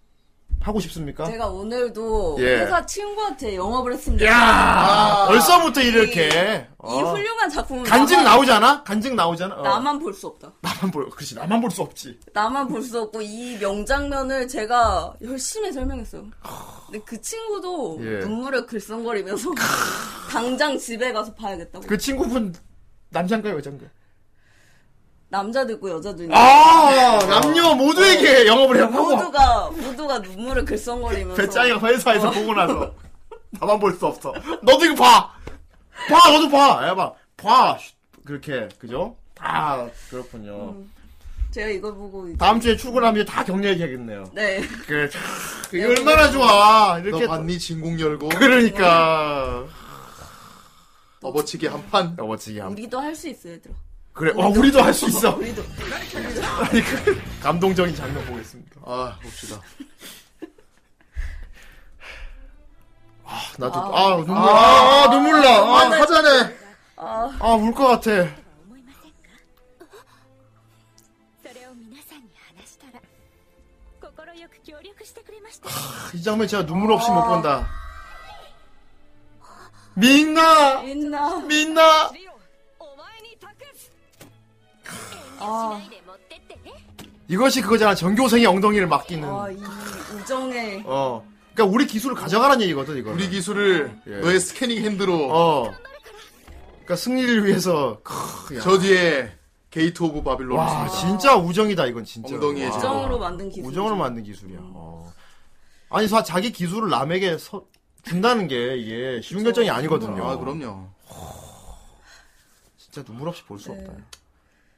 Speaker 1: 하고 싶습니까?
Speaker 3: 제가 오늘도
Speaker 1: 어. 예.
Speaker 3: 회사 친구한테 영업을 했습니다
Speaker 1: 야 벌써부터 이렇게
Speaker 3: 이
Speaker 1: 어.
Speaker 3: 훌륭한 작품은
Speaker 1: 간증
Speaker 3: 나만,
Speaker 1: 나오잖아. 간증 나오잖아. 어.
Speaker 3: 나만 볼 수 없다
Speaker 1: 나만 볼 그렇지 나만 볼 수 없지.
Speaker 3: 나만 볼 수 없고 이 명장면을 제가 열심히 설명했어요. 근데 그 친구도
Speaker 1: 예.
Speaker 3: 눈물을 글썽거리면서 당장 집에 가서 봐야겠다고.
Speaker 1: 그 친구분 남잔가 여잔가?
Speaker 3: 남자도 있고 여자도 있는.
Speaker 1: 아 남녀 모두에게 영업을 해보고
Speaker 3: 모두가 모두가 눈물을 글썽거리면서.
Speaker 1: 배짱이가 회사에서 보고 나서 나만 볼 수 없어. 너도 이거 봐. 봐 너도 봐. 해봐. 봐 그렇게 그죠? 다 그렇군요.
Speaker 3: 제가 이걸 보고 이제-
Speaker 1: 다음 주에 출근하면 다 격려 얘기하겠네요.
Speaker 3: 네
Speaker 1: 그, 그게 얼마나 좋아.
Speaker 2: 너
Speaker 1: 이렇게.
Speaker 2: 봤니 진공 열고
Speaker 1: 그러니까.
Speaker 2: 업어치기 한판
Speaker 1: 넘어치기 함.
Speaker 3: 우리도 할 수 있어 얘들아.
Speaker 1: 그래, 어, 우리도 할 수 있어.
Speaker 3: 우리도
Speaker 1: 아니, 그, 감동적인 장면 보겠습니다.
Speaker 2: 아 봅시다
Speaker 1: 아, 나도, 아, 눈물, 아, 아, 눈물 나. 아, 화자네.
Speaker 3: 아
Speaker 1: 아, 울 것 같아.
Speaker 10: 思いませんかそれを皆さんに話したら快く協力してくれま した
Speaker 1: 이그 장면 진짜 눈물 없이 못 본다. 민나!
Speaker 3: 민나
Speaker 1: 민나!
Speaker 10: リオお前に託す
Speaker 3: 아
Speaker 10: で持ってってね
Speaker 1: 이것이 그거잖아. 전교생의 엉덩이를 맡기는.
Speaker 3: 아, 이 우정의
Speaker 1: 어. 그니까 우리 기술을 가져가라는 얘기거든, 이거.
Speaker 2: 우리 기술을
Speaker 1: 예.
Speaker 2: 너의 스캐닝 핸드로
Speaker 1: 어. 그니까 승리를 위해서, 크, 야.
Speaker 2: 저 뒤에 게이트 오브 바빌론
Speaker 1: 와, 진짜 우정이다, 이건 진짜.
Speaker 2: 아. 엉덩이에
Speaker 1: 와.
Speaker 3: 우정으로 만든 기술.
Speaker 1: 우정으로 만든 기술이야. 어. 아니, 사, 자기 기술을 남에게 서- 준다는 게 이게 쉬운 결정이 아니거든요.
Speaker 2: 아 그럼요
Speaker 1: 진짜 눈물 없이 볼 수
Speaker 3: 네.
Speaker 1: 없다.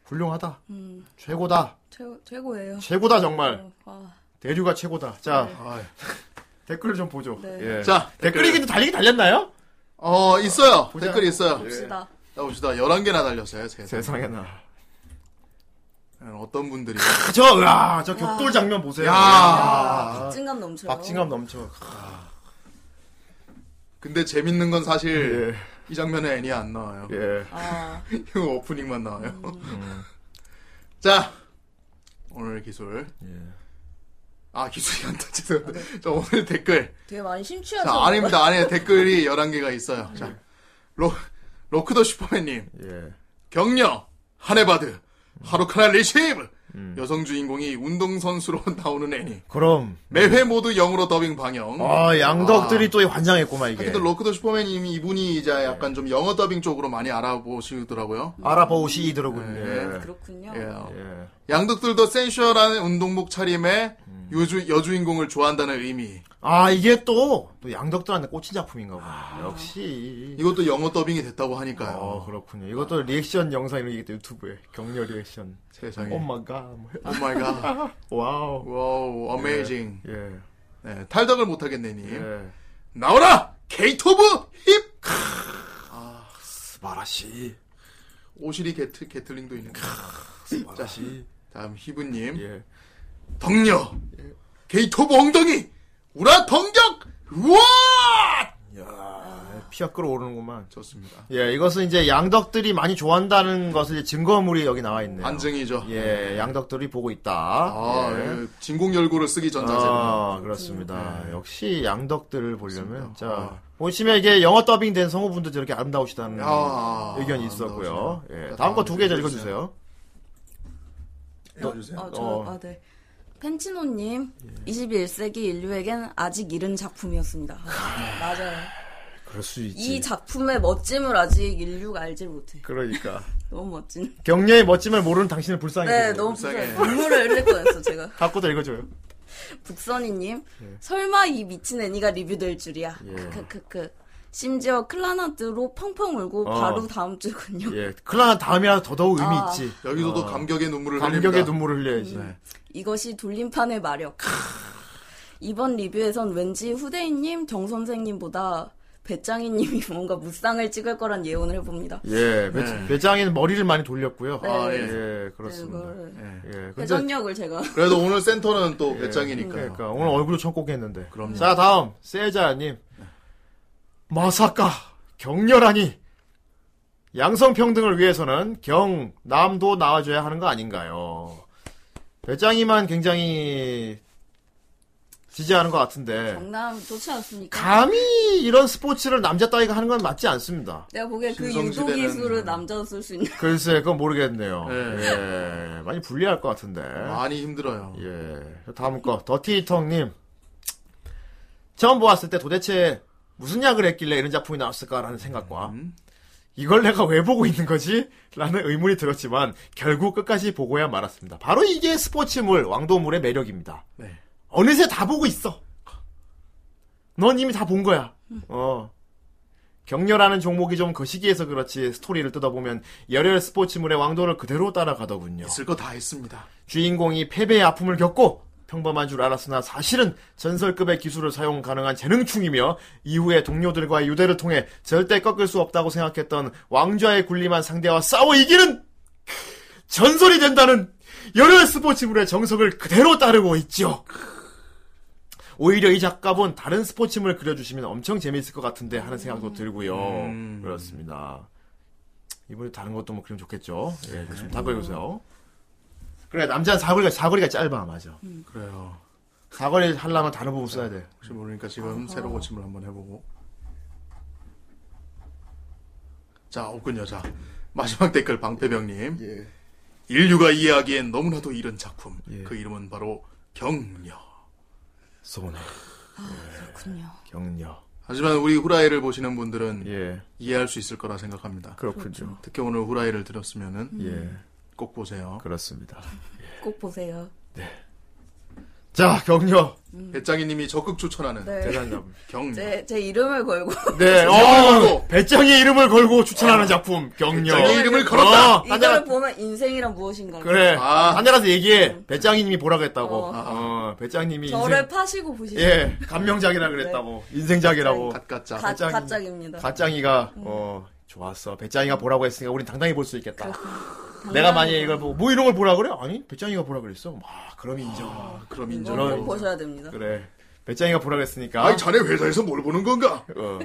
Speaker 1: 훌륭하다.
Speaker 3: 음,
Speaker 1: 최고다.
Speaker 3: 최고 최고예요.
Speaker 1: 최고다, 정말.
Speaker 3: 어, 아,
Speaker 1: 대류가 최고다. 자,
Speaker 2: 아이. 예.
Speaker 1: 댓글을 좀 보죠.
Speaker 3: 네.
Speaker 1: 예. 자,
Speaker 2: 자
Speaker 1: 댓글이 근데 달리긴 달렸나요?
Speaker 2: 어 있어요 댓글이
Speaker 1: 예.
Speaker 2: 있어요
Speaker 3: 봅시다.
Speaker 2: 나 봅시다 11개나 달렸어요 세상
Speaker 1: 아, 세상에나.
Speaker 2: 어떤 분들이
Speaker 1: 아, 저, 으아, 저 격돌 장면 보세요.
Speaker 2: 야.
Speaker 1: 야.
Speaker 3: 아, 박진감 넘쳐요.
Speaker 1: 아. 박진감 넘쳐.
Speaker 2: 근데 재밌는 건 사실
Speaker 1: 예,
Speaker 2: 이 장면에 애니 안 나와요
Speaker 1: 예. 음.
Speaker 3: 아,
Speaker 2: 이거 오프닝만 나와요 자 오늘 기술
Speaker 1: 예.
Speaker 2: 아 기술이 안
Speaker 1: 네.
Speaker 2: 터지던데 자 오늘 댓글
Speaker 3: 되게 많이 심취해서.
Speaker 2: 자 아닙니다 아니 댓글이 11개가 있어요 자 로, 로크더 슈퍼맨님
Speaker 1: 예.
Speaker 2: 격려, 하네바드,
Speaker 1: 음.
Speaker 2: 하루카나 리시브. 여성 주인공이 운동선수로 나오는 애니.
Speaker 1: 그럼.
Speaker 2: 매회 모두 영어로 더빙 방영.
Speaker 1: 아, 양덕들이 또 환장했구만, 이게.
Speaker 2: 하긴 또 로크더 슈퍼맨님이 이분이 이제 약간 좀 영어 더빙 쪽으로 많이 알아보시더라고요.
Speaker 1: 알아보시더라고요. 예.
Speaker 3: 그렇군요. 어,
Speaker 2: 예.
Speaker 1: 예.
Speaker 2: 양덕들도 센슈얼한 운동복 차림에
Speaker 1: 음.
Speaker 2: 요주, 여주인공을 좋아한다는 의미.
Speaker 1: 아 이게 또, 또 양덕들한테 꽂힌 작품인가 보다. 역시.
Speaker 2: 이것도 영어 더빙이 됐다고 하니까요.
Speaker 1: 어 그렇군요. 이것도 리액션 영상 이런 게 있다 유튜브에 격려 리액션.
Speaker 2: 세상에. Oh
Speaker 1: 오마가 뭐
Speaker 2: 오 마이 갓.
Speaker 1: 와우.
Speaker 2: 와우, 어메이징.
Speaker 1: 예.
Speaker 2: 네, 탈덕을 못하겠네, 님.
Speaker 1: 예.
Speaker 2: 나오라! 게이트 오브 힙!
Speaker 1: 스바라시.
Speaker 2: 오시리 게트, 게틀링도 있는 거.
Speaker 1: 스바라시.
Speaker 2: 다음 히브님
Speaker 1: 예.
Speaker 2: 덕녀 게이트 오브 엉덩이 우라 덩격 우와
Speaker 1: 야 피가 끓어오르는구만.
Speaker 2: 좋습니다
Speaker 1: 예, 이것은 이제 양덕들이 많이 좋아한다는 것을 이제 증거물이 여기 나와 있네요.
Speaker 2: 반증이죠
Speaker 1: 예, 양덕들이 보고 있다.
Speaker 2: 아
Speaker 1: 예.
Speaker 2: 예, 진공 열고를 쓰기 전 자세
Speaker 1: 아, 그렇습니다. 역시 양덕들을 보려면
Speaker 2: 그렇습니다.
Speaker 1: 자
Speaker 2: 아.
Speaker 1: 보시면 이게 영어 더빙된 성우분들 저렇게 아름다우시다는
Speaker 2: 아,
Speaker 1: 의견이
Speaker 2: 아름다우시네요.
Speaker 1: 있었고요. 예,
Speaker 2: 자,
Speaker 1: 다음 거두
Speaker 2: 다음
Speaker 1: 개
Speaker 2: 읽어주세요.
Speaker 1: 읽어주세요.
Speaker 2: 읽어주세요
Speaker 3: 아, 저,
Speaker 1: 어.
Speaker 3: 아, 네. 펜치노님, 21세기 인류에겐 아직 이른 작품이었습니다. 아, 맞아요.
Speaker 1: 그럴 수
Speaker 3: 이 작품의 멋짐을 아직 인류가 알지 못해.
Speaker 1: 그러니까
Speaker 3: 너무 멋진.
Speaker 1: 격려의 멋짐을 모르는 당신을 불쌍히
Speaker 3: 네,
Speaker 1: 여기고.
Speaker 3: 너무
Speaker 2: 불쌍해.
Speaker 3: 부끄러워요. 눈물을 흘릴 뻔했어, 제가.
Speaker 1: 갖고 다 읽어줘요.
Speaker 3: 북선이님, 설마 이 미친 애니가 리뷰될 줄이야.
Speaker 1: 예.
Speaker 3: 크크크크. 심지어 클라나드로 펑펑 울고
Speaker 1: 어.
Speaker 3: 바로 다음 주군요.
Speaker 1: 예, 클라나 다음이라 더더욱 의미
Speaker 3: 아.
Speaker 1: 있지.
Speaker 2: 여기서도
Speaker 1: 어,
Speaker 2: 감격의 눈물을
Speaker 1: 감격의
Speaker 2: 흘립니다.
Speaker 1: 눈물을 흘려야지.
Speaker 2: 네.
Speaker 3: 이것이 돌림판의 마력. 이번 리뷰에선 왠지 후대인님, 정 선생님보다 배짱이님이 뭔가 무쌍을 찍을 거란 예언을 해봅니다.
Speaker 1: 예, 배,
Speaker 2: 네.
Speaker 1: 배짱이는 머리를 많이 돌렸고요.
Speaker 3: 네. 아, 예.
Speaker 1: 예, 그렇습니다.
Speaker 3: 이거를
Speaker 1: 예, 근데
Speaker 3: 회전력을 제가
Speaker 2: 그래도 오늘 센터는 또
Speaker 1: 예,
Speaker 2: 배짱이니까요.
Speaker 1: 그러니까 오늘 얼굴도 천곡했는데.
Speaker 2: 그럼요.
Speaker 1: 자, 다음 세자님. 마사카 격렬하니 양성 평등을 위해서는 경남도 나와줘야 하는 거 아닌가요? 배짱이만 굉장히 지지하는 것 같은데
Speaker 3: 장남 좋지 않습니까?
Speaker 1: 감히 이런 스포츠를 남자 따위가 하는 건 맞지 않습니다.
Speaker 3: 내가 보기엔 그 유도
Speaker 2: 신성시대는-
Speaker 3: 기술을 남자도 쓸 수 있는
Speaker 1: 글쎄, 그건 모르겠네요.
Speaker 2: 예.
Speaker 1: 예, 많이 불리할 것 같은데.
Speaker 2: 많이 힘들어요.
Speaker 1: 예. 다음 거, 더티텅님. 처음 보았을 때 도대체 무슨 약을 했길래 이런 작품이 나왔을까라는 생각과,
Speaker 2: 음.
Speaker 1: 이걸 내가 왜 보고 있는 거지? 라는 의문이 들었지만, 결국 끝까지 보고야 말았습니다. 바로 이게 스포츠물, 왕도물의 매력입니다.
Speaker 2: 네.
Speaker 1: 어느새 다 보고 있어. 넌 이미 다 본 거야. 어. 격렬하는 종목이 좀 거시기해서 그렇지 스토리를 뜯어보면 열혈 스포츠물의 왕도를 그대로 따라가더군요.
Speaker 2: 있을 거 다 했습니다.
Speaker 1: 주인공이 패배의 아픔을 겪고 평범한 줄 알았으나 사실은 전설급의 기술을 사용 가능한 재능충이며 이후에 동료들과의 유대를 통해 절대 꺾을 수 없다고 생각했던 왕좌의 군림한 상대와 싸워 이기는 전설이 된다는 열혈 스포츠물의 정석을 그대로 따르고 있죠. 오히려 이 작가분 다른 스포츠물 그려주시면 엄청 재미있을 것 같은데 하는 생각도 들고요.
Speaker 2: 음.
Speaker 1: 그렇습니다. 이번에 다른 것도 뭐 그리면 좋겠죠. 예, 그럼 다 그려보세요. 그래, 남자는 사거리가, 사거리가 짧아, 맞아.
Speaker 2: 그래요.
Speaker 1: 사거리 하려면 다른 부분 써야 돼.
Speaker 2: 혹시 모르니까 지금 새로 고침을 한번 해보고. 자, 옥군 여자. 마지막 댓글 방패병님.
Speaker 9: 예.
Speaker 2: 인류가 이해하기엔 너무나도 이른 작품.
Speaker 1: 예.
Speaker 2: 그 이름은 바로 경려.
Speaker 1: 소나.
Speaker 3: 그렇군요.
Speaker 1: 격려.
Speaker 2: 하지만 우리 후라이를 보시는 분들은
Speaker 1: 예,
Speaker 2: 이해할 수 있을 거라 생각합니다.
Speaker 1: 그렇군요.
Speaker 2: 특히 오늘 후라이를 들었으면은
Speaker 1: 예,
Speaker 2: 꼭 보세요.
Speaker 1: 그렇습니다.
Speaker 3: 꼭 보세요.
Speaker 1: 자, 격려.
Speaker 2: 배짱이님이 적극 추천하는
Speaker 3: 네.
Speaker 1: 대단합니다.
Speaker 2: 경려.
Speaker 3: 제, 제 이름을 걸고
Speaker 1: 네, 아, 어,
Speaker 2: 걸고.
Speaker 1: 배짱의 이름을 걸고 추천하는 작품, 격려.
Speaker 2: 배짱의 이름을 걸었다.
Speaker 1: 어,
Speaker 3: 이걸
Speaker 1: 한자,
Speaker 3: 보면 인생이란 무엇인가.
Speaker 1: 그래.
Speaker 2: 아.
Speaker 1: 한자라서 얘기해. 배짱이님이 보라고 했다고.
Speaker 3: 어.
Speaker 1: 어, 배짱님이
Speaker 3: 저를
Speaker 1: 인생,
Speaker 3: 파시고 보시죠.
Speaker 1: 예, 감명작이라 그랬다고. 인생작이라고.
Speaker 2: 갓가짜.
Speaker 1: 네.
Speaker 3: 가,
Speaker 1: 배짱이-
Speaker 3: 가짝입니다.
Speaker 1: 가짱이가, 어, 좋았어. 배짱이가 보라고 했으니까 우린 당당히 볼 수 있겠다. 내가 만약에 이걸 보고, 뭐 이런 걸 보라 그래? 아니, 배짱이가 보라 그랬어. 아, 그럼 인정.
Speaker 2: 아, 그럼
Speaker 3: 이거
Speaker 2: 인정.
Speaker 1: 저런-
Speaker 3: 꼭 어. 뭐, 보셔야 됩니다.
Speaker 1: 그래. 배짱이가 보라 그랬으니까.
Speaker 2: 아니, 자네 회사에서 뭘 보는 건가?
Speaker 1: 어.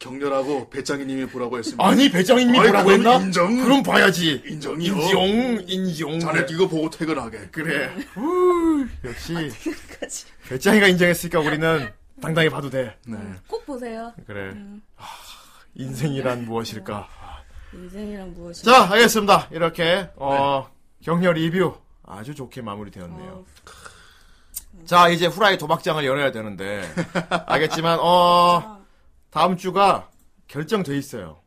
Speaker 2: 격렬하고 배짱이님이 보라고 했습니다.
Speaker 1: 아니, 배짱이님이
Speaker 2: 아이,
Speaker 1: 보라고
Speaker 2: 그럼
Speaker 1: 했나?
Speaker 2: 인정.
Speaker 1: 그럼 봐야지.
Speaker 2: 인정이요.
Speaker 1: 인정, 인정.
Speaker 2: 자네 이거 보고 퇴근하게.
Speaker 1: 그래. 후, 역시 배짱이가 인정했으니까 우리는 당당히 봐도 돼.
Speaker 2: 네.
Speaker 3: 꼭 보세요.
Speaker 1: 그래. 하, 인생이란 무엇일까?
Speaker 3: 인생이란 무엇인가.
Speaker 1: 자, 알겠습니다. 이렇게 어,
Speaker 2: 네.
Speaker 1: 격려 리뷰 아주 좋게 마무리되었네요.
Speaker 3: 뭐,
Speaker 1: 자, 이제 후라이 도박장을 열어야 되는데 알겠지만 어 다음 주가 결정돼 있어요.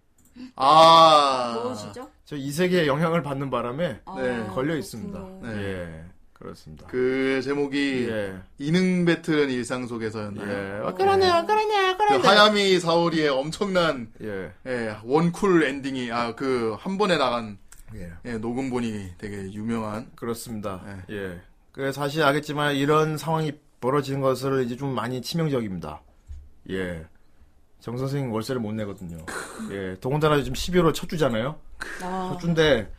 Speaker 2: 아.
Speaker 3: 무엇이죠?
Speaker 1: 저 이 세계에 영향을 받는 바람에
Speaker 3: 아,
Speaker 2: 네,
Speaker 1: 걸려 있습니다.
Speaker 3: 그렇군요.
Speaker 2: 네.
Speaker 1: 예, 그렇습니다.
Speaker 2: 그 제목이
Speaker 1: 예,
Speaker 2: 이능 배틀은 일상
Speaker 1: 예,
Speaker 2: 속에서였나요?
Speaker 1: 아, 그러네, 아, 그러네,
Speaker 2: 그
Speaker 1: 그러네.
Speaker 2: 하야미 사오리의 엄청난
Speaker 1: 예,
Speaker 2: 예, 원쿨 엔딩이 아 그 한 번에 나간
Speaker 1: 예.
Speaker 2: 예, 녹음본이 되게 유명한
Speaker 1: 그렇습니다. 예. 그 사실 알겠지만 이런 상황이 벌어지는 것을 이제 좀 많이 치명적입니다. 예. 정 선생님 월세를 못 내거든요. 예. 더군다나 지금 12월 첫 주잖아요. 첫
Speaker 3: 아,
Speaker 1: 주인데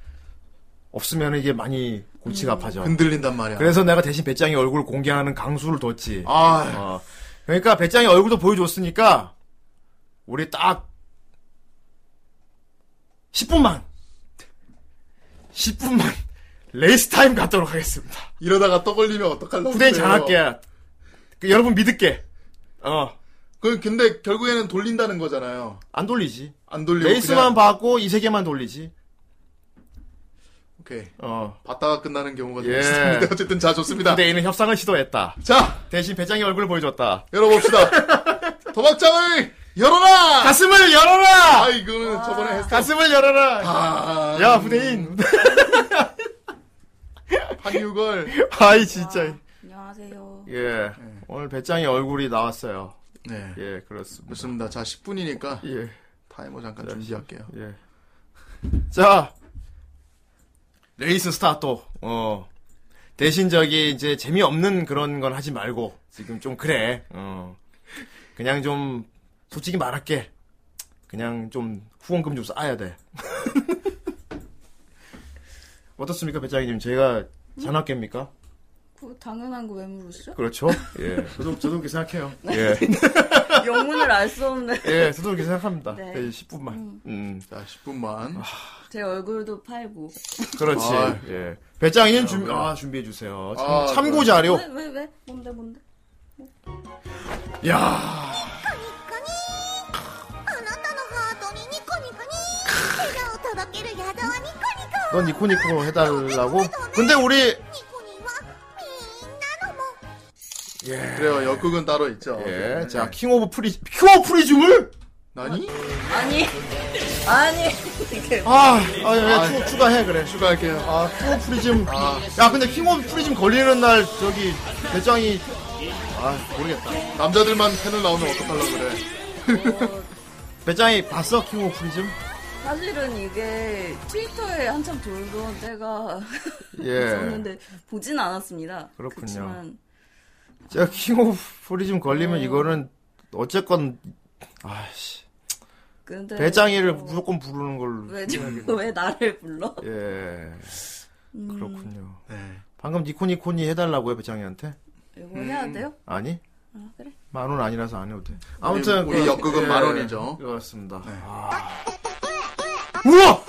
Speaker 1: 없으면 이게 많이 골치가 아파져.
Speaker 2: 흔들린단 말이야.
Speaker 1: 그래서 내가 대신 배짱이 얼굴 공개하는 강수를 뒀지.
Speaker 2: 아,
Speaker 1: 어. 그러니까 배짱이 얼굴도 보여줬으니까 우리 딱 10분만 10분만 레이스 타임 갖도록 하겠습니다.
Speaker 2: 이러다가 떠걸리면 어떡할라.
Speaker 1: 후대인 잘할게. 그, 여러분 믿을게. 어.
Speaker 2: 그 근데 결국에는 돌린다는 거잖아요.
Speaker 1: 안 돌리지.
Speaker 2: 안 돌리고
Speaker 1: 레이스만
Speaker 2: 그냥-
Speaker 1: 받고 이 세계만 돌리지.
Speaker 2: 오케이.
Speaker 1: 어.
Speaker 2: 봤다가 끝나는 경우가
Speaker 1: 예.
Speaker 2: 되겠습니다. 어쨌든 자 좋습니다.
Speaker 1: 후대인은 협상을 시도했다.
Speaker 2: 자
Speaker 1: 대신 배짱이 얼굴을 보여줬다.
Speaker 2: 열어봅시다. 도박장을 열어라.
Speaker 1: 가슴을 열어라!
Speaker 2: 아 이거는 저번에 했어.
Speaker 1: 가슴을 열어라!
Speaker 2: 아,
Speaker 1: 야, 후대인.
Speaker 2: 한유걸.
Speaker 1: 아이, 진짜.
Speaker 3: 안녕하세요.
Speaker 1: 예. 오늘 배짱이 얼굴이 나왔어요.
Speaker 2: 네.
Speaker 1: 예, 그렇습니다.
Speaker 2: 좋습니다. 자, 10분이니까
Speaker 1: 예,
Speaker 2: 타이머 잠깐
Speaker 1: 자,
Speaker 2: 준비할게요.
Speaker 1: 예. 자, 레이스 스타트. 어. 대신 저기 이제 재미없는 그런 건 하지 말고 지금 좀 그래. 어. 그냥 좀 솔직히 말할게. 그냥 좀 후원금 좀 쌓아야 돼. 어떻습니까, 배짱이님? 제가 잔악계입니까?
Speaker 3: 그 당연한 거 왜 물으시죠?
Speaker 1: 그렇죠. 예. 저도 저도 그렇게 생각해요. 예.
Speaker 3: 영문을 알 수 없는
Speaker 1: 예, 저도 그렇게 생각합니다.
Speaker 3: 네.
Speaker 1: 네. 10분만. 음.
Speaker 2: 자, 10분만.
Speaker 1: 아,
Speaker 3: 제 얼굴도 팔고
Speaker 1: 그렇지.
Speaker 2: 아.
Speaker 1: 예. 배짱이님 준비, 아, 준비해주세요. 참,
Speaker 2: 아,
Speaker 1: 참고 자료.
Speaker 3: 왜 왜 왜 뭔데 뭔데
Speaker 1: 야
Speaker 6: あなたのハートにニコニコに笑顔とろける矢沢ニコ
Speaker 1: 넌
Speaker 6: ニコ
Speaker 1: 니코니코 해달라고? 근데 우리,
Speaker 6: ニコニはみんなのも
Speaker 2: 그래요. 역극은 따로 있죠.
Speaker 1: 예,
Speaker 2: 네.
Speaker 1: 자, 킹 오브 프리, 킹 오브 프리즘을?
Speaker 2: 나니?
Speaker 3: 아니 아니 이게
Speaker 1: 아, 아, 예,
Speaker 2: 아,
Speaker 1: 추, 추가해, 그래.
Speaker 2: 추가할게요.
Speaker 1: 아, 킹 오브 프리즘. 야, 근데 킹 오브 프리즘 걸리는 날, 저기, 배짱이,
Speaker 2: 아, 모르겠다. 남자들만 팬을 나오면 어떡하려고 그래.
Speaker 1: 배짱이 봤어? 킹 오브 프리즘?
Speaker 3: 사실은 이게 트위터에 한참 돌던 때가
Speaker 1: 예.
Speaker 3: 있었는데 보진 않았습니다.
Speaker 1: 그렇군요.
Speaker 3: 그렇지만
Speaker 1: 제가 킹 오브 프리즘
Speaker 3: 네.
Speaker 1: 걸리면 이거는, 어쨌건, 아씨.
Speaker 3: 근데
Speaker 1: 배짱이를
Speaker 3: 어,
Speaker 1: 무조건 부르는 걸로.
Speaker 3: 왜, 저- 왜 나를 불러?
Speaker 1: 예.
Speaker 3: 음.
Speaker 1: 그렇군요.
Speaker 2: 네.
Speaker 1: 방금 니코니코니 해달라고요, 배짱이한테?
Speaker 3: 이거
Speaker 1: 음.
Speaker 3: 해야 돼요?
Speaker 1: 아니?
Speaker 3: 아 그래?
Speaker 1: 만 원 아니라서 안 해도 돼. 아무튼.
Speaker 2: 네, 우리
Speaker 1: 그-
Speaker 2: 역극은
Speaker 1: 예,
Speaker 2: 만 원이죠. 네.
Speaker 1: 그렇습니다. 아. 우와!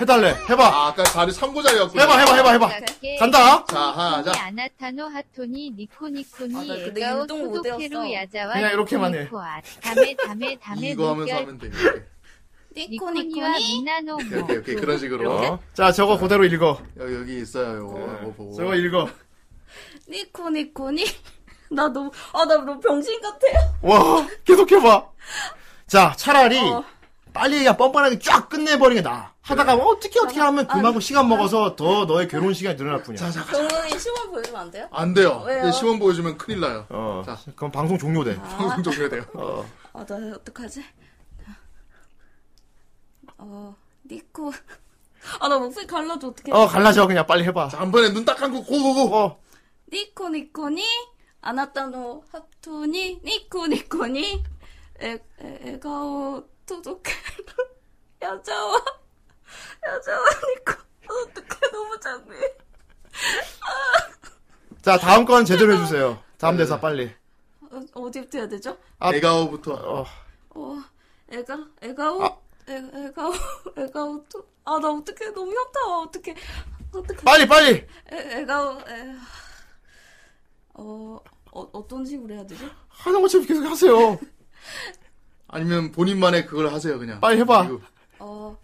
Speaker 1: 해달래. 해봐.
Speaker 2: 아, 아까 다리 참고자였구나.
Speaker 1: 해봐, 어, 해봐, 해봐, 해봐. 간다. 아,
Speaker 2: 자, 하나, 자.
Speaker 4: 아나타노 하토니
Speaker 3: 아,
Speaker 4: 니코니코니
Speaker 3: 나 근데
Speaker 4: 에가오
Speaker 3: 운동 못
Speaker 4: 소도케로
Speaker 3: 배웠어.
Speaker 4: 야자와
Speaker 1: 그냥 이렇게만 해.
Speaker 4: 니코니코아. 다메 다메 다메
Speaker 2: 이거 하면서
Speaker 4: 물결.
Speaker 2: 하면 돼. 이렇게.
Speaker 4: 니코니와 미나노
Speaker 2: 오케이, 오케이, 오케이. 그런 식으로.
Speaker 1: 어. 자, 저거 그대로 읽어.
Speaker 2: 여기, 여기 있어요. 뭐, 요거, 요거 보고.
Speaker 1: 네. 저거 읽어.
Speaker 3: 니코니코니 나 너무 아 나 너무 병신 같아요.
Speaker 1: 와, 계속해봐. 자, 차라리.
Speaker 3: 어.
Speaker 1: 빨리 그냥 뻔뻔하게 쫙 끝내버리는 게 나아. 하다가 어떻게 어떻게 하면 그만큼 시간 먹어서 더 너의 괴로운 시간이 늘어날 뿐이야.
Speaker 2: 자, 자.
Speaker 3: 병원이 시험 보여주면 안 돼요?
Speaker 2: 안 돼요.
Speaker 3: 왜요?
Speaker 2: 근데 시험 보여주면 큰일 나요.
Speaker 1: 어.
Speaker 2: 자.
Speaker 1: 그럼 방송 종료돼. 어,
Speaker 2: 방송 종료돼요.
Speaker 3: 아 나 어떡하지? 어 니코 아 나 목소리 갈라져 어떡해?
Speaker 1: 어, 갈라져. 그냥 빨리 해봐.
Speaker 2: 자, 한 번에 눈 딱 감고 고고고.
Speaker 1: 어.
Speaker 3: 니코니코니 아나타노 하토니 니코니코니 에, 에, 에가오 토도케로 야자와 야자와 니코 어떡해 너무 장미
Speaker 1: 자, 다음 건 제대로 해주세요. 다음
Speaker 2: 네.
Speaker 1: 대사 빨리.
Speaker 3: 어, 어디부터 해야 되죠?
Speaker 1: 아.
Speaker 2: 에가오부터.
Speaker 1: 어.
Speaker 3: 어 에가 에가오 에, 에가오 에가오 토아나 어떡해 너무 현타 어떡해 어떡해
Speaker 1: 빨리, 빨리!
Speaker 3: 에, 에가오 에, 어, 어 어떤 식으로 해야 되지?
Speaker 1: 하는 것처럼 계속 하세요.
Speaker 2: 아니면 본인만의 그걸 하세요, 그냥.
Speaker 1: 빨리 해봐.
Speaker 2: 그리고
Speaker 3: 어,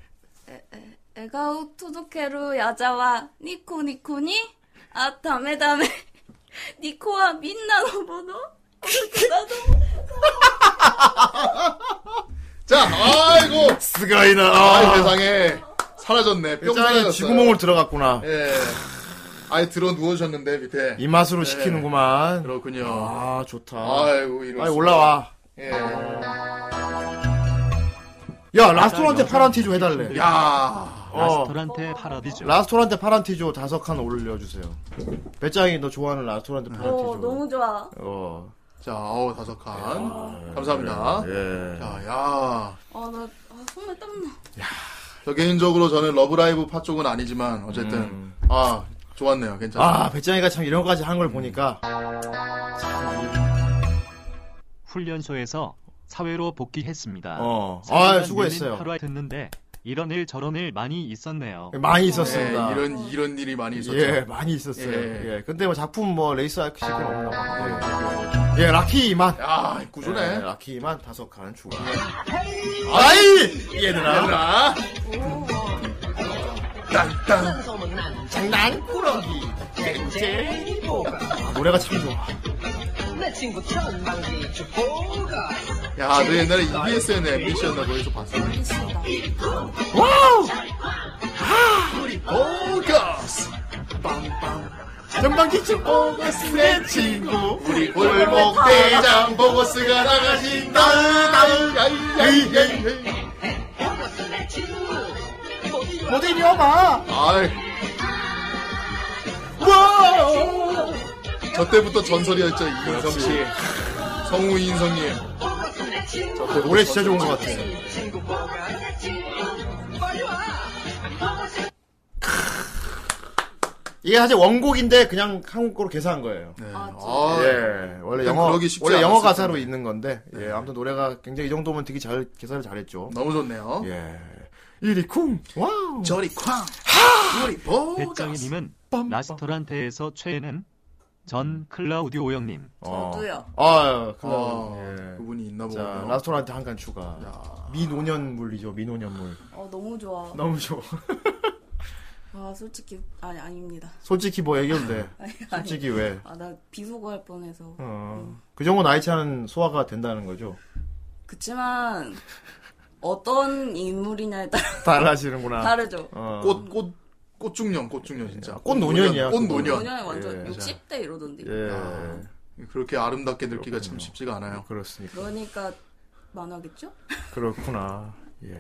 Speaker 3: 에, 에, 에가우 토도케루 야자와 니코니코니 아 다메다메 니코와 민나노보노 나도
Speaker 2: 자, 아이고.
Speaker 1: 스가이나,
Speaker 2: 아, 세상에. 사라졌네. 뿅
Speaker 1: 배짱이
Speaker 2: 사라졌어요.
Speaker 1: 쥐구멍으로 들어갔구나.
Speaker 2: 예. 아예 들어 누워주셨는데, 밑에.
Speaker 1: 이 맛으로 시키는구만.
Speaker 2: 네. 그렇군요.
Speaker 1: 예. 아, 좋다.
Speaker 2: 아이고, 예, 이런.
Speaker 1: 빨리 올라와. 아.
Speaker 2: 예. 아,
Speaker 1: 야, 라스토란테 파란티조 해달래.
Speaker 2: 야.
Speaker 7: 라스토란테 파라디죠.
Speaker 1: 어. 라스토란테 파란티조 다섯 칸 올려주세요. 배짱이 너 좋아하는 라스토란테 파란티조.
Speaker 3: 어, 너무 좋아
Speaker 1: 어.
Speaker 2: 자, 아우, 다섯 칸.
Speaker 1: 네. 아,
Speaker 2: 감사합니다.
Speaker 1: 예.
Speaker 2: 자, 야.
Speaker 3: 어나 아, 손에 땀나
Speaker 2: 저 개인적으로 저는 러브라이브 파 쪽은 아니지만, 어쨌든. 아, 좋았네요. 괜찮아요.
Speaker 1: 음. 아, 배짱이가 참 이런 거까지 한 걸 보니까.
Speaker 7: 훈련소에서 사회로 복귀했습니다.
Speaker 1: 어.
Speaker 7: 사회가
Speaker 1: 아, 수고했어요.
Speaker 7: 열린 하루 듣는데 이런 일 저런 일 많이 있었네요.
Speaker 1: 많이
Speaker 2: 예,
Speaker 1: 있었습니다.
Speaker 2: 이런, 이런 일이 많이 있었죠.
Speaker 1: 예, 많이 있었어요.
Speaker 2: 예.
Speaker 1: 예. 근데 뭐 작품 뭐 레이스 아크식은 없나 봐. 예. 예, 라키만.
Speaker 2: 야, 꾸준해.
Speaker 1: 예, 라키만 다섯 칸 추가. 아이! 얘들아.
Speaker 2: 얘들아. 땅땅.
Speaker 1: 장난꾸러기. 아, 노래가 참 좋아.
Speaker 2: 야, 너 옛날에 E EBSN MBC였나 거기서 봤어.
Speaker 1: 와우! 아!
Speaker 2: 보가스. 빵빵.
Speaker 1: 전방기 친구가 내 친구 우리
Speaker 2: 골목 대장 보고스가 나가신다. 나은, 아이, 아이, 아이, 아이.
Speaker 1: 모두 이리 와봐
Speaker 2: 아이,
Speaker 1: 와
Speaker 2: 저 때부터 전설이었죠, 이인성 씨. 성우 이인성님. 저 때부터
Speaker 1: 노래 진짜 좋은 것 같아
Speaker 2: 전설이었어요.
Speaker 1: 이게 사실 원곡인데 그냥 한국 거로 개사한 거예요
Speaker 2: 아,
Speaker 1: 예, 원래
Speaker 2: 그냥
Speaker 1: 영어
Speaker 2: 그러기 쉽지
Speaker 1: 원래 영어
Speaker 2: 않았을
Speaker 1: 가사로
Speaker 2: 텐데. 네.
Speaker 1: 있는 건데 예, 아무튼 노래가 굉장히 이 정도면 되게 잘 개사를 잘했죠.
Speaker 2: 너무 좋네요.
Speaker 1: 예, 이리 쿵 와우.
Speaker 2: 저리 쾅! 우리 보가스!
Speaker 7: 배짱이님은 라스토란테에서 최애는 전 클라우디오 형님.
Speaker 3: 저도요.
Speaker 1: 어. 아, 그
Speaker 2: 아,
Speaker 1: 예.
Speaker 2: 그분이 있나
Speaker 1: 자
Speaker 2: 보네요.
Speaker 1: 라스토란트 한 칸 추가. 미노년물이죠 미노년물.
Speaker 3: 어, 너무 좋아.
Speaker 1: 너무 좋아.
Speaker 3: 아, 솔직히, 아니, 아닙니다.
Speaker 1: 솔직히 뭐 얘기해도 돼.
Speaker 3: 아니, 아니.
Speaker 1: 솔직히 왜?
Speaker 3: 아, 나 비속어할 뻔해서.
Speaker 1: 어. 그 정도 나이 차는 소화가 된다는 거죠.
Speaker 3: 그치만, 어떤 인물이냐에 따라
Speaker 1: 달라지는구나.
Speaker 3: 다르죠.
Speaker 1: 어.
Speaker 2: 꽃, 꽃, 꽃중년, 꽃중년, 진짜.
Speaker 1: 예. 꽃노년이야,
Speaker 2: 꽃노년.
Speaker 1: 그건.
Speaker 3: 노년에 완전
Speaker 1: 예.
Speaker 3: 60대 이러던데.
Speaker 1: 예.
Speaker 2: 아, 그렇게 아름답게 늙기가 참 쉽지가 않아요.
Speaker 1: 그렇습니까?
Speaker 3: 그러니까, 만화겠죠?
Speaker 1: 그렇구나. 예.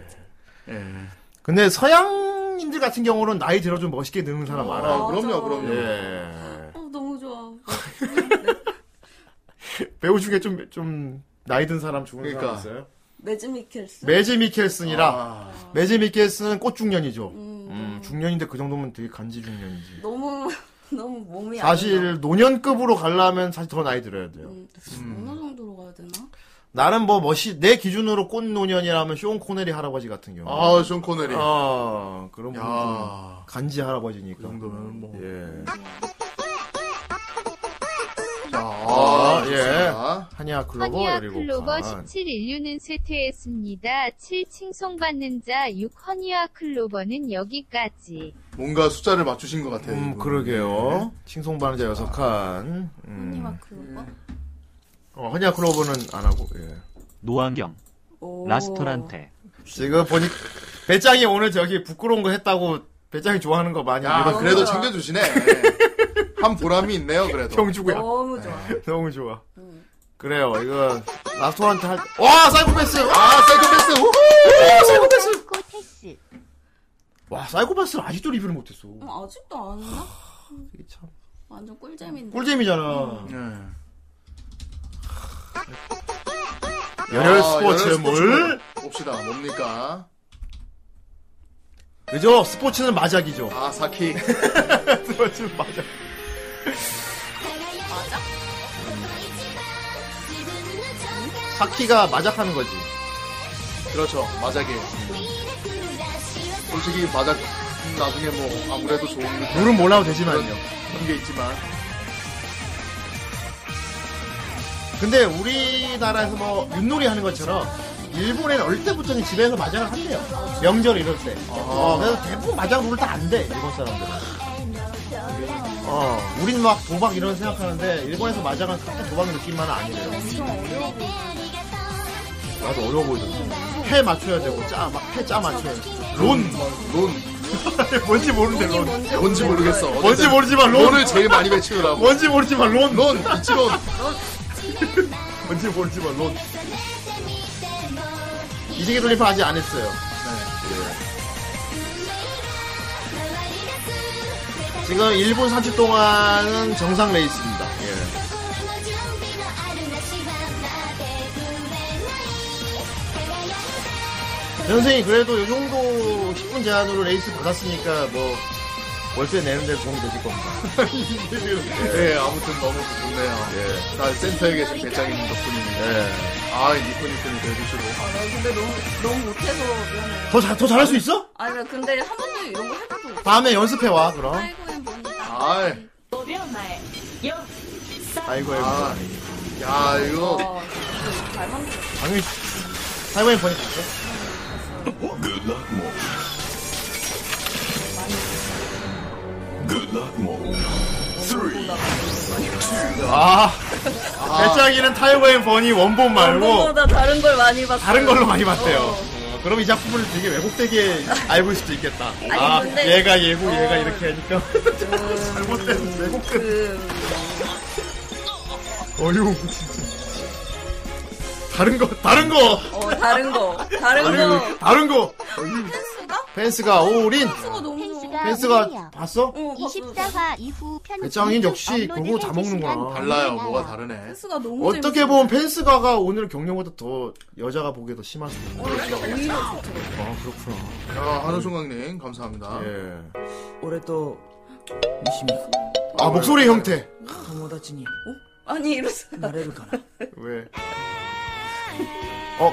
Speaker 2: 예.
Speaker 1: 근데 서양인들 같은 경우는 나이 들어 좀 멋있게 늙는 사람 많아.
Speaker 2: 아, 그럼요, 그럼요.
Speaker 1: 예.
Speaker 3: 어, 너무 좋아.
Speaker 1: 배우 중에 좀, 좀, 나이 든 사람 죽은
Speaker 2: 그러니까.
Speaker 1: 사람 있어요?
Speaker 3: 매즈 미켈스.
Speaker 1: 매지 미켈슨이라.
Speaker 2: 아,
Speaker 1: 매지 미켈슨은 꽃중년이죠.
Speaker 3: 음,
Speaker 1: 음, 중년인데 그 정도면 되게 간지 중년이지.
Speaker 3: 너무, 너무 몸이 안 예, 좋아.
Speaker 1: 사실 노년급으로 가려면 사실 더 나이 들어야 돼요.
Speaker 3: 음, 어느 정도로 가야 되나?
Speaker 1: 나는 뭐 멋이 내 기준으로 꽃노년이라면 쇼온 코네리 할아버지 같은 경우.
Speaker 2: 아, 존 코네리.
Speaker 1: 아, 그럼 야.
Speaker 2: 예. 야,
Speaker 1: 간지 할아버지니까.
Speaker 2: 그 정도면 뭐.
Speaker 1: 예.
Speaker 2: 자,
Speaker 1: 아, 예.
Speaker 2: 좋습니다.
Speaker 1: 한야 글로버
Speaker 4: 허니와
Speaker 1: 17칸.
Speaker 4: 클로버 17인류는 쇠퇴했습니다. 7 칭송받는 자 6 허니와 클로버는 여기까지.
Speaker 2: 뭔가 숫자를 맞추신 것 같아요.
Speaker 1: 음,
Speaker 2: 이분. 네.
Speaker 1: 그러게요. 칭송반자 여섯 칸. 음.
Speaker 3: 허니마크 오빠?
Speaker 1: 어, 허니아 클로버는 안 하고, 예.
Speaker 7: 노안경,
Speaker 3: 오. 어,
Speaker 7: 라스토란테.
Speaker 1: 지금 보니, 배짱이 오늘 저기 부끄러운 거 했다고, 배짱이 좋아하는 거 많이
Speaker 2: 아,
Speaker 1: 안
Speaker 2: 그래도 챙겨주시네. 예. 한 보람이 있네요, 그래도.
Speaker 1: 평주구야.
Speaker 3: 너무 좋아. 음,
Speaker 1: 너무 좋아. 그래요, 이거, 라스토한테 할, 와, 사이코패스! 와, 사이코패스! 우 사이코패스!
Speaker 4: 코테스.
Speaker 1: 와, 사이코패스를 아직도 리뷰를 못했어.
Speaker 3: 음, 아직도 안 했나?
Speaker 1: 이게 참.
Speaker 3: 완전 꿀잼인데.
Speaker 1: 꿀잼이잖아.
Speaker 2: 예.
Speaker 1: 열혈
Speaker 2: 아,
Speaker 1: 스포츠물.
Speaker 2: 봅시다. 뭡니까?
Speaker 1: 그죠? 스포츠는 마작이죠.
Speaker 2: 아, 사키.
Speaker 1: 스포츠는 마작. 사키가 마작하는 거지.
Speaker 2: 그렇죠. 마작이에요. 솔직히 마작, 나중에 뭐, 아무래도 좋은
Speaker 1: 물은 몰라도 되지만요.
Speaker 2: 그런 게 있지만.
Speaker 1: 근데 우리나라에서 뭐 윷놀이 하는 것처럼 일본에는 어릴 때부터는 집에서 마장을 한대요. 명절 이럴 때. 어, 그래서 대부분 마장 룰을 다안 돼, 일본 사람들은. 어, 우린 막 도박 이런 생각하는데 일본에서 마장은 살짝 도박 느낌만은 아니래요. 나도 어려워 보이던데. 패 맞춰야 되고, 짜, 막, 패 짜 맞춰야 돼. 론!
Speaker 2: 론.
Speaker 1: 뭔지
Speaker 3: 어,
Speaker 1: 모르는데, 론.
Speaker 2: 뭔지 모르겠어.
Speaker 1: 뭔지
Speaker 2: 어쨌든
Speaker 1: 모르지만
Speaker 2: 론을
Speaker 1: 론!
Speaker 2: 제일 많이 외치더라고.
Speaker 1: 뭔지 모르지만 론!
Speaker 2: 론! 이치론!
Speaker 1: 뭔지 모르지만 론. 이세계 돌림판 아직 안 했어요. 네. 예. 지금 1분 30 동안은 정상 레이스입니다. 예. 선생님 그래도 이 정도 10분 제한으로 레이스 받았으니까 뭐 월세 내는 데 도움이 되실 겁니다.
Speaker 2: 예, 아무튼 너무 좋네요.
Speaker 1: 예.
Speaker 2: 다 센터에 계신 배짱이님 덕분입니다.
Speaker 1: 예.
Speaker 2: 아, 니코니코니 대주시고.
Speaker 3: 아, 나 근데 너무, 너무 못해서 미안해.
Speaker 1: 더, 잘, 더 잘할 수 있어?
Speaker 3: 아니, 나 근데 한 번도 이런 거 해봐도 없어.
Speaker 1: 다음에 연습해 와
Speaker 7: 어?
Speaker 1: 그럼.
Speaker 3: 아이고, 니다
Speaker 2: 아,
Speaker 1: 아이고 아이고.
Speaker 2: 아, 야, 이거.
Speaker 3: 어, 진짜 잘 만들었어.
Speaker 1: 당연히 사이버에 보냈겠죠? 아, 배짱이는 타이거앤 버니 원본 말고
Speaker 3: 원본보다 다른 걸 많이 봤어.
Speaker 1: 다른 걸로 많이 봤대요. 어, 그럼 이 작품을 되게 왜곡되게 알고 있을 수도 있겠다. 아,
Speaker 3: 근데-
Speaker 1: 얘가 얘고 얘가
Speaker 3: 어.
Speaker 1: 이렇게 하니까 잘못된 왜곡된
Speaker 3: 그
Speaker 1: 어휴 진짜. 다른 거 다른 거
Speaker 3: 어, 다른 거 다른 거
Speaker 1: 다른 거
Speaker 3: 펜스가
Speaker 1: 펜스가 올인
Speaker 3: 펜스가 너무 좋아.
Speaker 1: 펜스가 봤어?
Speaker 3: 어, 봤어.
Speaker 6: 24화 이후 편집
Speaker 1: 배짱인 역시 그거 다 먹는구나.
Speaker 2: 달라요. 뭐가 다르네.
Speaker 3: 펜스가 너무
Speaker 1: 어떻게 보면 펜스가가 오늘 경력보다 더 여자가 보기에 더 심한 수도 있고.
Speaker 3: 재밌어. 오히려 오히려 좋더라고.
Speaker 1: 아 그렇구나.
Speaker 2: 야, 한우총각님 감사합니다. 아,
Speaker 1: 예.
Speaker 11: 俺と西見
Speaker 1: 아 목소리 형태.
Speaker 11: 友達に
Speaker 3: 아니 이럴 수가
Speaker 11: なれるかな
Speaker 1: 왜? 어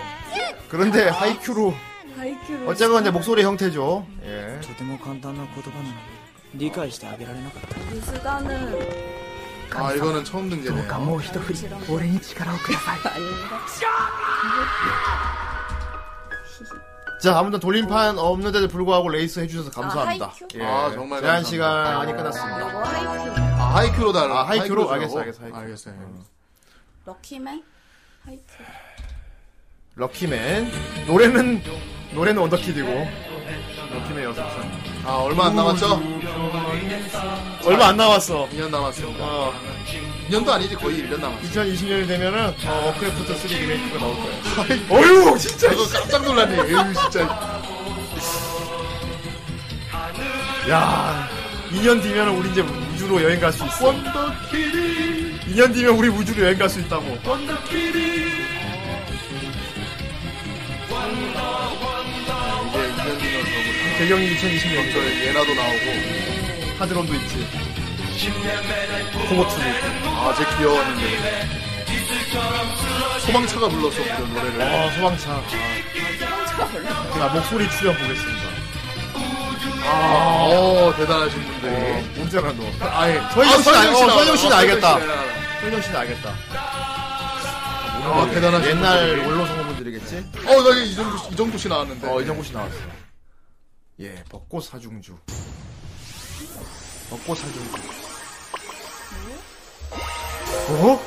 Speaker 1: 그런데 하이큐로
Speaker 3: 하이큐로
Speaker 1: 어쨌건 이제 목소리 형태죠. 예.
Speaker 11: とても簡単な言葉なのに理解してあげられなかった
Speaker 3: 유스가는
Speaker 2: 아 이거는 처음 등재네요.
Speaker 11: う一振り俺に力をください
Speaker 3: 아닌가?
Speaker 1: 자 아무튼 돌림판 없는데도 불구하고 레이스 해주셔서 감사합니다.
Speaker 3: 하이큐?
Speaker 1: 예.
Speaker 2: 아, 정말
Speaker 1: 제한
Speaker 2: 감사합니다.
Speaker 1: 시간이 끝났습니다.
Speaker 3: 이거 하이큐
Speaker 2: 아 하이큐로 달라.
Speaker 1: 아, 하이큐로?
Speaker 2: 하이큐로
Speaker 1: 알겠어,
Speaker 2: 주라고?
Speaker 1: 알겠어, 하이큐.
Speaker 2: 알겠어요.
Speaker 3: 럭키맨 하이큐
Speaker 1: 럭키맨 노래는 노래는 언더키드고 럭키맨 여섯 선
Speaker 2: 아 얼마 안 남았죠?
Speaker 1: 얼마 안 남았어.
Speaker 2: 음, 2년 남았습니다.
Speaker 1: 어,
Speaker 2: 2년도 아니지 거의 1년 남았어요.
Speaker 1: 2020년이 되면은 어, 워크래프트 3 리메이크가 나올 거야. 어휴 진짜.
Speaker 2: 저도 깜짝 놀랐네. 에휴 진짜.
Speaker 1: 야 2년 뒤면은 우리 이제 우주로 여행 갈 수 있어. 원더키드. 2년 뒤면 우리 우주로 여행 갈 수 있다고.
Speaker 2: 이게 2년 뒤면 그러고
Speaker 1: 배경이 2020년
Speaker 2: 저 예나도 나오고
Speaker 1: 하드론도 있지. 코모트도 있고.
Speaker 2: 아제 귀여웠는데 소방차가 불렀어 그 노래를.
Speaker 1: 아 소방차. 아, 자, 목소리 출연 보겠습니다.
Speaker 2: 아, 어, 대단하신 분들.
Speaker 1: 어, 문제가 너.
Speaker 2: 아예.
Speaker 1: 서희정 씨는 알- 어, 서희정 씨는 알겠다.
Speaker 2: 어,
Speaker 1: 설정 씨는 알겠다. 아, 뭐,
Speaker 2: 대단하신
Speaker 1: 옛날 원로 성우분들이겠지?
Speaker 2: 어, 나 이정구, 씨- 이정구 씨 나왔는데.
Speaker 1: 어, 이정구 씨 나왔어. 예, 벚꽃 사중주. 벚꽃 사중주. 어?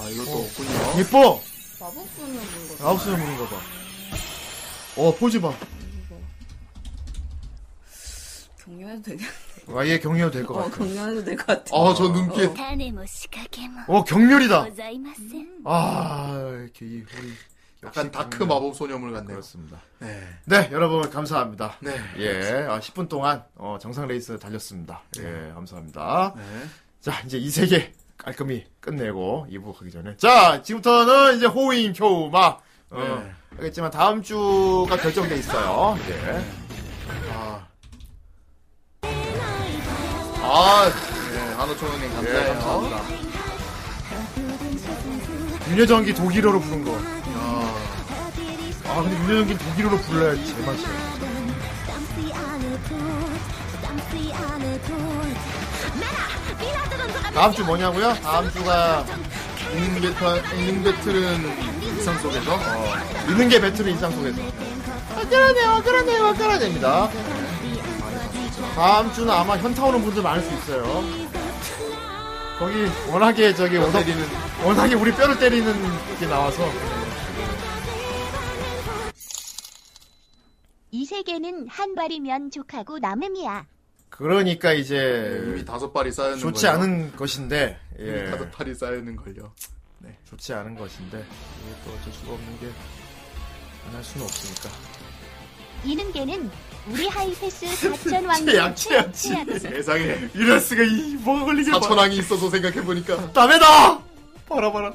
Speaker 2: 아, 이것도 없군요.
Speaker 1: 예뻐!
Speaker 3: 마법소녀 본 거.
Speaker 1: 아홉 수는 부른가 봐. 어, 포즈 봐.
Speaker 3: 경유해도 되냐?
Speaker 1: 아, 얘 경렬 될것
Speaker 3: 어,
Speaker 1: 같아.
Speaker 3: 경유해도 될 것 같아.
Speaker 2: 아, 저 눈빛.
Speaker 6: 種も仕掛けも
Speaker 1: 어, 경렬이다!
Speaker 6: ざいません
Speaker 3: 어.
Speaker 1: 아, 이렇게 이, 우리.
Speaker 2: 약간 다크
Speaker 1: 경렬.
Speaker 2: 마법 소녀물 같네요.
Speaker 1: 그렇습니다.
Speaker 2: 네.
Speaker 1: 네, 여러분, 감사합니다.
Speaker 2: 네.
Speaker 1: 예, 아, 10분 동안, 어, 정상 레이스 달렸습니다. 예, 감사합니다.
Speaker 2: 네.
Speaker 1: 자, 이제 이 세계 깔끔히 끝내고 2부 가기 전에. 자, 지금부터는 이제 호잉, 효마. 어,
Speaker 2: 네.
Speaker 1: 알겠지만 다음 주가 결정돼 있어요. 예.
Speaker 2: 아. 아, 네. 한우총님 감사해요.
Speaker 1: 예, 감사합니다. 윤여정기 독일어로 부른 거.
Speaker 2: 아,
Speaker 1: 아, 근데 윤여정기 독일어로 불러야 제맛이야.
Speaker 6: 아.
Speaker 1: 다음 주 뭐냐고요? 다음 주가
Speaker 2: 잉 배틀, 잉 배틀은 일상 속에서. 어.
Speaker 1: 있는 게 배틀의 인상 속에서. 아, 와그라네요, 와그라네요, 와그라네입니다. 다음 주는 아마 현타 오는 분들 많을 수 있어요. 거기 워낙에 저기 워낙, 워낙에 우리 뼈를 때리는 게 나와서
Speaker 6: 이 세계는 한 발이면 족하고 남음이야
Speaker 1: 그러니까
Speaker 2: 네,
Speaker 1: 이제
Speaker 2: 이미 다섯 발이 쌓여있는
Speaker 1: 좋지
Speaker 2: 걸요.
Speaker 1: 않은 것인데
Speaker 2: 이미
Speaker 1: 예,
Speaker 2: 다섯 발이 쌓여있는 걸요.
Speaker 1: 좋지 않은 것인데 이게 또 어쩔 수가 없는 게 안 할 수는 없으니까.
Speaker 6: 이능계는 우리 하이패스 4천
Speaker 1: 최악,
Speaker 6: 왕국
Speaker 1: 최악,
Speaker 6: 최악의
Speaker 2: 세상에.
Speaker 1: 이럴 수가 이 뭐가 걸리게
Speaker 2: 사천왕이 있어서 생각해보니까.
Speaker 1: 답에다. 봐라 봐라.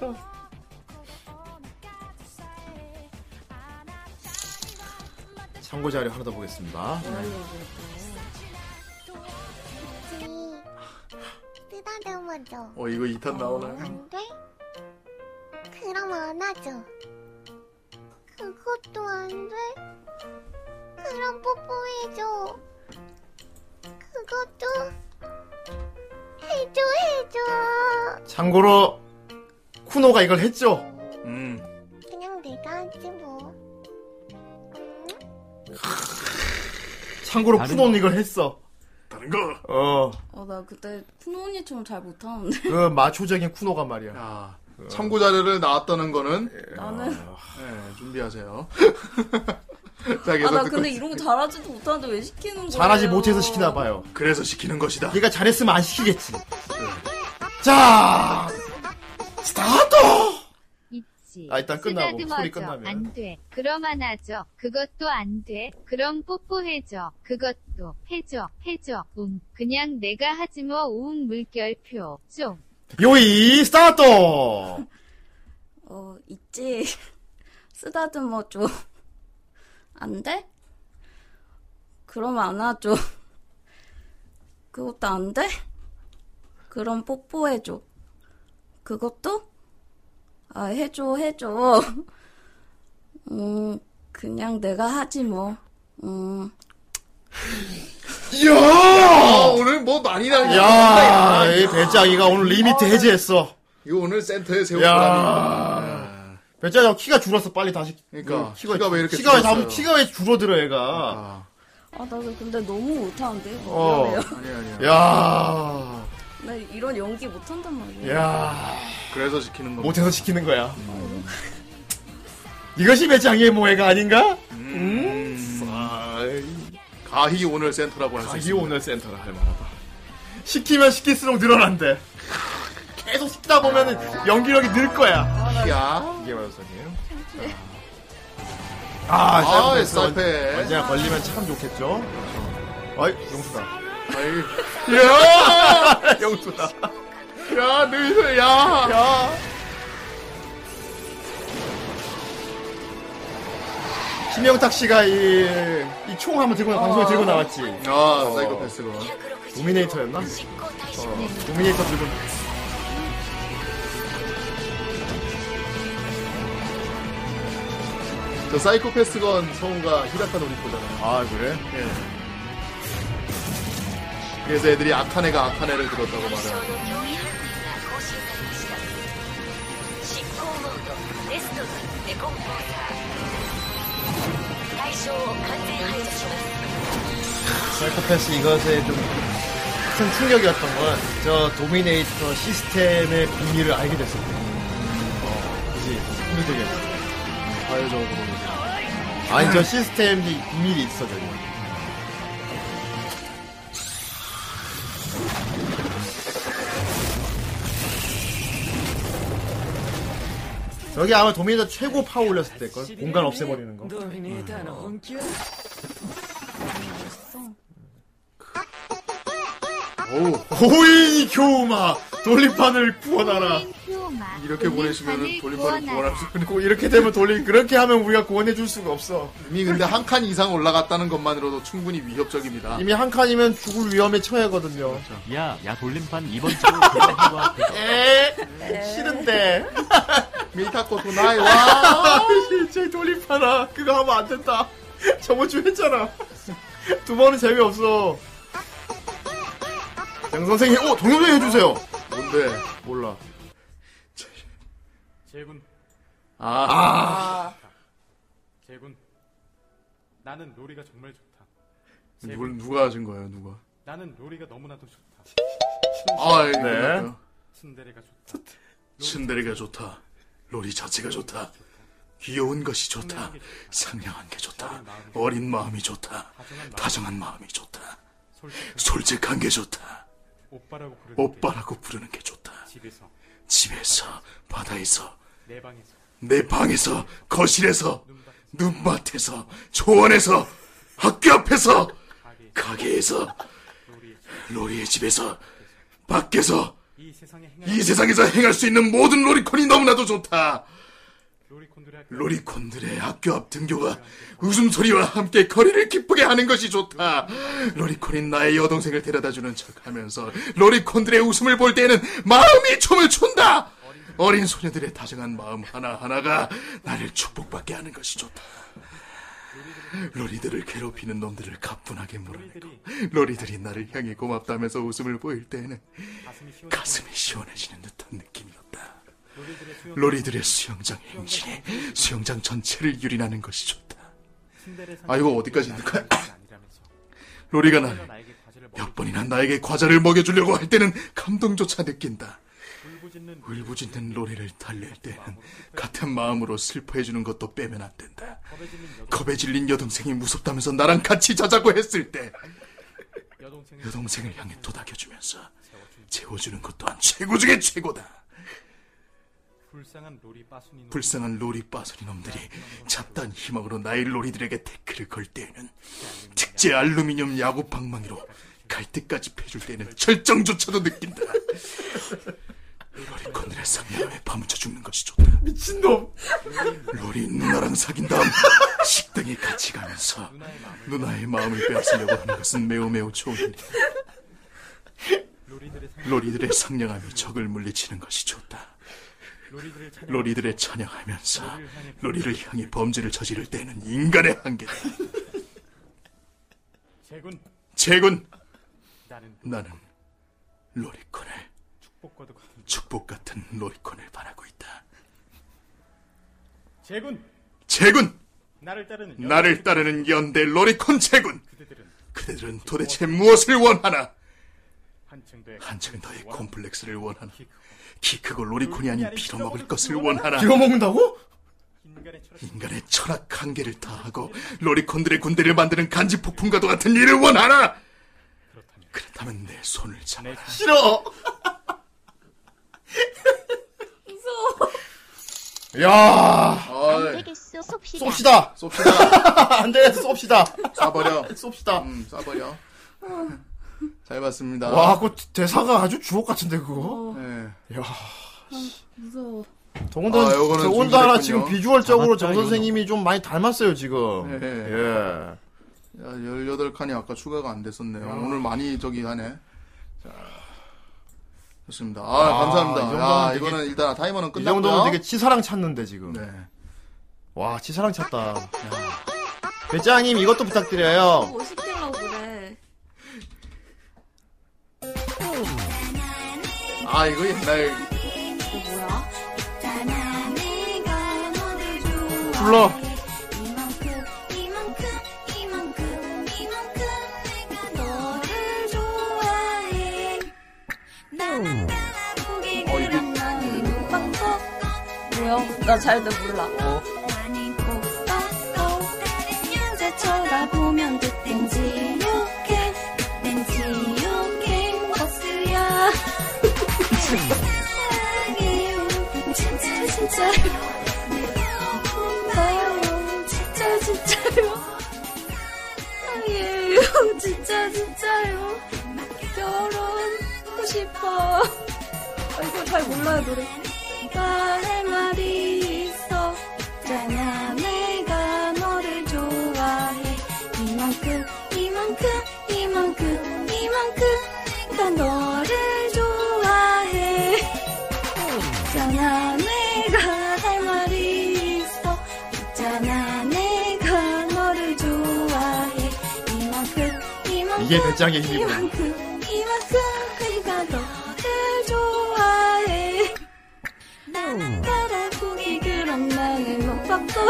Speaker 1: 참고 자료 하나 더 보겠습니다.
Speaker 6: 아, 쓰다듬어줘
Speaker 2: 어, 이거 2탄 나오나요?
Speaker 6: 안 돼? 그럼 안 하죠 그것도 안 돼? 그럼 뽀뽀해줘 그것도 해줘 해줘
Speaker 1: 참고로 쿠노가 이걸 했죠.
Speaker 2: 음.
Speaker 6: 그냥 내가 하지 뭐
Speaker 1: 참고로
Speaker 7: 다른
Speaker 1: 쿠노는 이걸 했어.
Speaker 2: 다른 거.
Speaker 1: 어,
Speaker 3: 어, 나 그때 쿠노 언니처럼 잘 못하는데.
Speaker 1: 그 마초적인 쿠노가 말이야.
Speaker 2: 야, 참고 아, 자료를 나왔다는 거는
Speaker 3: 나는-
Speaker 2: 네, 준비하세요. 자,
Speaker 3: 아,
Speaker 2: 계속
Speaker 3: 나
Speaker 2: 듣고
Speaker 3: 근데
Speaker 2: 있-
Speaker 3: 이런 거 잘하지도 못하는데 왜 시키는 거예요?
Speaker 1: 잘하지 못해서 시키나 봐요.
Speaker 2: 그래서 시키는 것이다.
Speaker 1: 얘가 잘했으면 안 시키겠지. 자, 스타트!
Speaker 4: 있지.
Speaker 1: 아, 일단 끝나고,
Speaker 4: 쓰다듬어져.
Speaker 1: 소리 끝나면.
Speaker 4: 안 돼. 그럼 안 하죠. 그것도 안 돼. 그럼 뽀뽀해줘. 그것도 해줘. 해줘. 음. 그냥 내가 하지 뭐 우웅 물결표. 쫑.
Speaker 1: 요이 스타트!
Speaker 3: 어, 있지. 쓰다듬어 줘. 안 돼? 그럼 안 하죠. 그것도 안 돼? 그럼 뽀뽀해 줘. 그것도? 아, 해줘, 해줘. 음, 그냥 내가 하지 뭐. 음,
Speaker 2: 이야! 오늘 뭐 많이 나는
Speaker 1: 야, 이 배짱이가 오늘 리미트 해제했어.
Speaker 2: 이거 오늘 센터에 세운
Speaker 1: 야.
Speaker 2: 거라니까.
Speaker 1: 배짱이가 키가 줄었어. 빨리 다시.
Speaker 2: 그러니까
Speaker 1: 음,
Speaker 2: 키가 왜 이렇게
Speaker 1: 키가 왜,
Speaker 2: 줄었어요?
Speaker 1: 다- 키가 왜 줄어들어, 얘가.
Speaker 3: 아, 나 근데 너무 못하는데?
Speaker 1: 어.
Speaker 3: 미안해요.
Speaker 2: 아니 아니야.
Speaker 1: 야,
Speaker 3: 나 이런 연기 못한단
Speaker 1: 예?
Speaker 3: 말이야.
Speaker 1: 야,
Speaker 2: 그래서 시키는 거.
Speaker 1: 못해서 시키는 거야. 이것이 배짱이의 모해가 아닌가?
Speaker 2: 음. 가히 오늘 센터라고 할 수
Speaker 1: 자기
Speaker 2: 있어.
Speaker 1: 오늘 센터를 할 만하다. 시키면 시킬수록 늘어난대. 계속 시키다 보면 연기력이 늘
Speaker 2: 아,
Speaker 1: 거야.
Speaker 2: 야.
Speaker 1: 이게 바로 선이에요.
Speaker 2: 아,
Speaker 1: 아,
Speaker 2: 쌀패
Speaker 1: 언제나 걸리면 참 좋겠죠. 그렇죠. 어이, 용수다.
Speaker 2: 야!
Speaker 1: 용수다.
Speaker 2: 야, 아, 늘 야.
Speaker 1: 야. 김영탁 씨가 이, 이 총 한번 들고, 나- 방송에 들고 나왔지.
Speaker 2: 아, 사이코패스가.
Speaker 1: 도미네이터였나? 어, 도미네이터 들고.
Speaker 2: 저 사이코패스건 성우가 히라카 노리코잖아요.
Speaker 1: 아, 그래?
Speaker 2: 예. 그래서 애들이 악한 애가 악한 애를 들었다고 말해요.
Speaker 6: 容易判定が更新されました執行モードレストズデコンポーザー対象を完全排除します
Speaker 1: 사이코패스 이것에 좀 큰 충격이었던 건 저 도미네이터 시스템의 비밀을 알게 됐을 때. 어, 그지. 힘들겠지.
Speaker 2: 사회적으로.
Speaker 1: 아니, 저 시스템 이 비밀이 있어, 저기. 저기 아마 도미네이터 최고 파워 올렸을 때걸 공간 없애버리는 거.
Speaker 3: 음.
Speaker 11: ドミネーターの本気は
Speaker 2: 어우,
Speaker 1: 호인 교우마 돌림판을 구원하라.
Speaker 4: 효마.
Speaker 2: 아, 이렇게 보내시면은 돌림판을 구원할 수 있는
Speaker 1: 고- 이렇게 되면 돌림 그렇게 하면 우리가 구원해 줄 수가 없어.
Speaker 2: 이미 근데 한 칸 이상 올라갔다는 것만으로도 충분히 위협적입니다.
Speaker 1: 이미 한 칸이면 죽을 위험에 처해거든요.
Speaker 7: 야, 야 돌림판 이번 주 돌림판
Speaker 1: 에
Speaker 3: 네.
Speaker 1: 싫은데.
Speaker 2: 밀타코도 나이
Speaker 3: 어?
Speaker 2: 와!
Speaker 1: 제 돌림판아 그거 하면 안 된다. 저번 주 했잖아. 두 번은 재미없어. 양 선생님, 오 동영상 해주세요.
Speaker 2: 뭔데?
Speaker 1: 몰라.
Speaker 12: 제군. 아. 제군. 나는 요리가 정말 좋다.
Speaker 2: 누굴, 누가 하신 거예요, 누가?
Speaker 12: 나는 요리가 너무나도 좋다.
Speaker 2: 아,
Speaker 1: 네.
Speaker 2: 네.
Speaker 12: 순대리가 좋다.
Speaker 2: 신데리가 좋다. 롤이 자체가 좋다. 귀여운 것이 좋다. 상냥한 게 좋다. 어린 마음이 좋다. 다정한 마음이 좋다.
Speaker 12: 솔직히
Speaker 2: 솔직한 게 좋다.
Speaker 12: 오빠라고 부르는
Speaker 2: 오빠라고 부르는 게 좋다.
Speaker 12: 게 집에서
Speaker 2: 집에서, 바다에서,
Speaker 12: 내 방에서
Speaker 2: 내 방에서, 거실에서, 눈밭에서, 초원에서, 학교 앞에서, 가게에서, 로리의 집에서, 밖에서,
Speaker 12: 이 세상에 행하는
Speaker 2: 이 세상에서 행할 수 있는 모든 로리콘이 너무나도 좋다.
Speaker 12: 로리콘들의 학교
Speaker 2: 로리콘들의 학교 앞 등교가 웃음소리와 함께 거리를 기쁘게 하는 것이 좋다. 로리콘인 나의 여동생을 데려다주는 척하면서 로리콘들의 웃음을 볼 때에는 마음이 춤을 춘다. 어린 소녀들의 다정한 마음 하나하나가 나를 축복받게 하는 것이 좋다. 로리들을 괴롭히는 놈들을 가뿐하게 몰아내고 로리들이 나를 향해 고맙다면서 웃음을 보일 때에는 가슴이 시원해지는 듯한 느낌이었다. 로리들의 수영장 행진에 수영장 전체를 유린하는 것이 좋다. 아 이거 어디까지 있는 거야? 로리가 나를 몇 번이나 나에게 과자를 먹여주려고 할 때는 감동조차 느낀다.
Speaker 12: 짓는
Speaker 2: 울부짖는 로리를 달랠 때는 같은 마음으로 슬퍼해주는 것도 빼면 안 된다.
Speaker 12: 겁에 질린 여-
Speaker 2: 겁에 질린 여동생이 무섭다면서 나랑 같이 자자고 했을 때
Speaker 12: 여동생
Speaker 2: 여동생을 향해 도닥여주면서 재워주는 것도 한 최고 중에 최고다.
Speaker 12: 불쌍한 로리 빠순이
Speaker 2: 불쌍한 로리 빠소리 놈들이 잡단 희망으로 나의 로리들에게 태클을 걸 때에는 특제 알루미늄 야구 방망이로 갈 때까지 패줄 때는 절정조차도 느낀다. 로리콘들의 상념에 파묻혀 죽는 것이 좋다.
Speaker 1: 미친놈.
Speaker 2: 로리 누나랑 사귄 다음 식당에 같이 가면서 누나의 마음을 빼앗으려고 하는 것은 매우 매우 좋은 일이다.
Speaker 12: 로리들의 상-
Speaker 2: 로리들의 상냥함이 적을 물리치는 것이 좋다.
Speaker 12: 로리들을 찬양-
Speaker 2: 로리들의 찬양하면서 로리를 향해 범죄를 저지를 때는 인간의 한계다.
Speaker 12: 제군
Speaker 2: 제군,
Speaker 12: 나는
Speaker 2: 나는 로리콘을
Speaker 12: 축복과도 같은
Speaker 2: 축복 같은 로리콘을 바라고 있다.
Speaker 12: 제군
Speaker 2: 제군,
Speaker 12: 나를 따르는 여-
Speaker 2: 나를 따르는 연대 로리콘 제군.
Speaker 12: 그대들은
Speaker 2: 그대들은 도대체 무엇을 원하나?
Speaker 12: 한층 더
Speaker 2: 한층 더의 콤플렉스를 원하나? 키 크고 로리콘이
Speaker 12: 그
Speaker 2: 아닌 빌어먹을 것을 원하나?
Speaker 1: 빌어먹는다고?
Speaker 12: 인간의 철학
Speaker 2: 인간의 철학 한계를 다하고 로리콘들의 군대를 만드는 간지 폭풍과도 같은 일을 원하나? 그렇다면 내 손을
Speaker 1: 네.
Speaker 2: 잡아.
Speaker 1: 싫어.
Speaker 3: 무서워.
Speaker 1: 야.
Speaker 2: 네. 아,
Speaker 6: 되겠어. 쏩시다.
Speaker 1: 쏩시다. 쏩시다. 안 되겠어. 쏩시다.
Speaker 2: 쏴버려.
Speaker 1: 쏩시다.
Speaker 2: 음, 쏴버려. 잘 봤습니다.
Speaker 1: 와, 그 대사가 아주 주옥 같은데 그거.
Speaker 2: 예.
Speaker 1: 야.
Speaker 3: 무서워.
Speaker 1: 더군다나,
Speaker 2: 아, 요거는
Speaker 1: 더군다나
Speaker 2: 준비됐군요.
Speaker 1: 지금 비주얼적으로
Speaker 2: 잡았다,
Speaker 1: 정 선생님이 좀 많이 닮았어요 지금.
Speaker 2: 예, 예.
Speaker 1: 예.
Speaker 2: 야, 18칸이 아까 추가가 안 됐었네요. 오늘 많이 저기 하네. 자. 좋습니다. 아,
Speaker 1: 아, 이
Speaker 2: 감사합니다.
Speaker 1: 정도면
Speaker 2: 야,
Speaker 1: 되게-
Speaker 2: 이거는 일단 타이머는
Speaker 1: 이
Speaker 2: 끝났고요.
Speaker 1: 정도면 되게 치사랑 찼는데 지금.
Speaker 2: 네.
Speaker 1: 와, 치사랑 찼다. 배짱님 이것도 부탁드려요.
Speaker 3: 뭐 시키려고 그래.
Speaker 2: 아, 이거 옛날
Speaker 3: 이거 뭐야?
Speaker 1: 불러.
Speaker 3: 음. 어, 뭐야? 나잘돼 몰라.
Speaker 6: 진짜 진짜요 나요 진짜 진짜요 아니에요 진짜 진짜요 결혼하고 싶어
Speaker 3: 아, 이거 잘 몰라요 노래.
Speaker 6: 말할 말이 있어 있잖아 내가 너를 좋아해 이만큼 이만큼 이만큼 이만큼 내가 너를 좋아해 있잖아 내가 할 말이 있어 있잖아 내가 너를 좋아해 이만큼 이만큼
Speaker 1: 이게 배짱의 힘이구나.
Speaker 6: 이만큼 이만큼 내가 너를 좋아해 따라보기 그런 나는 못 받고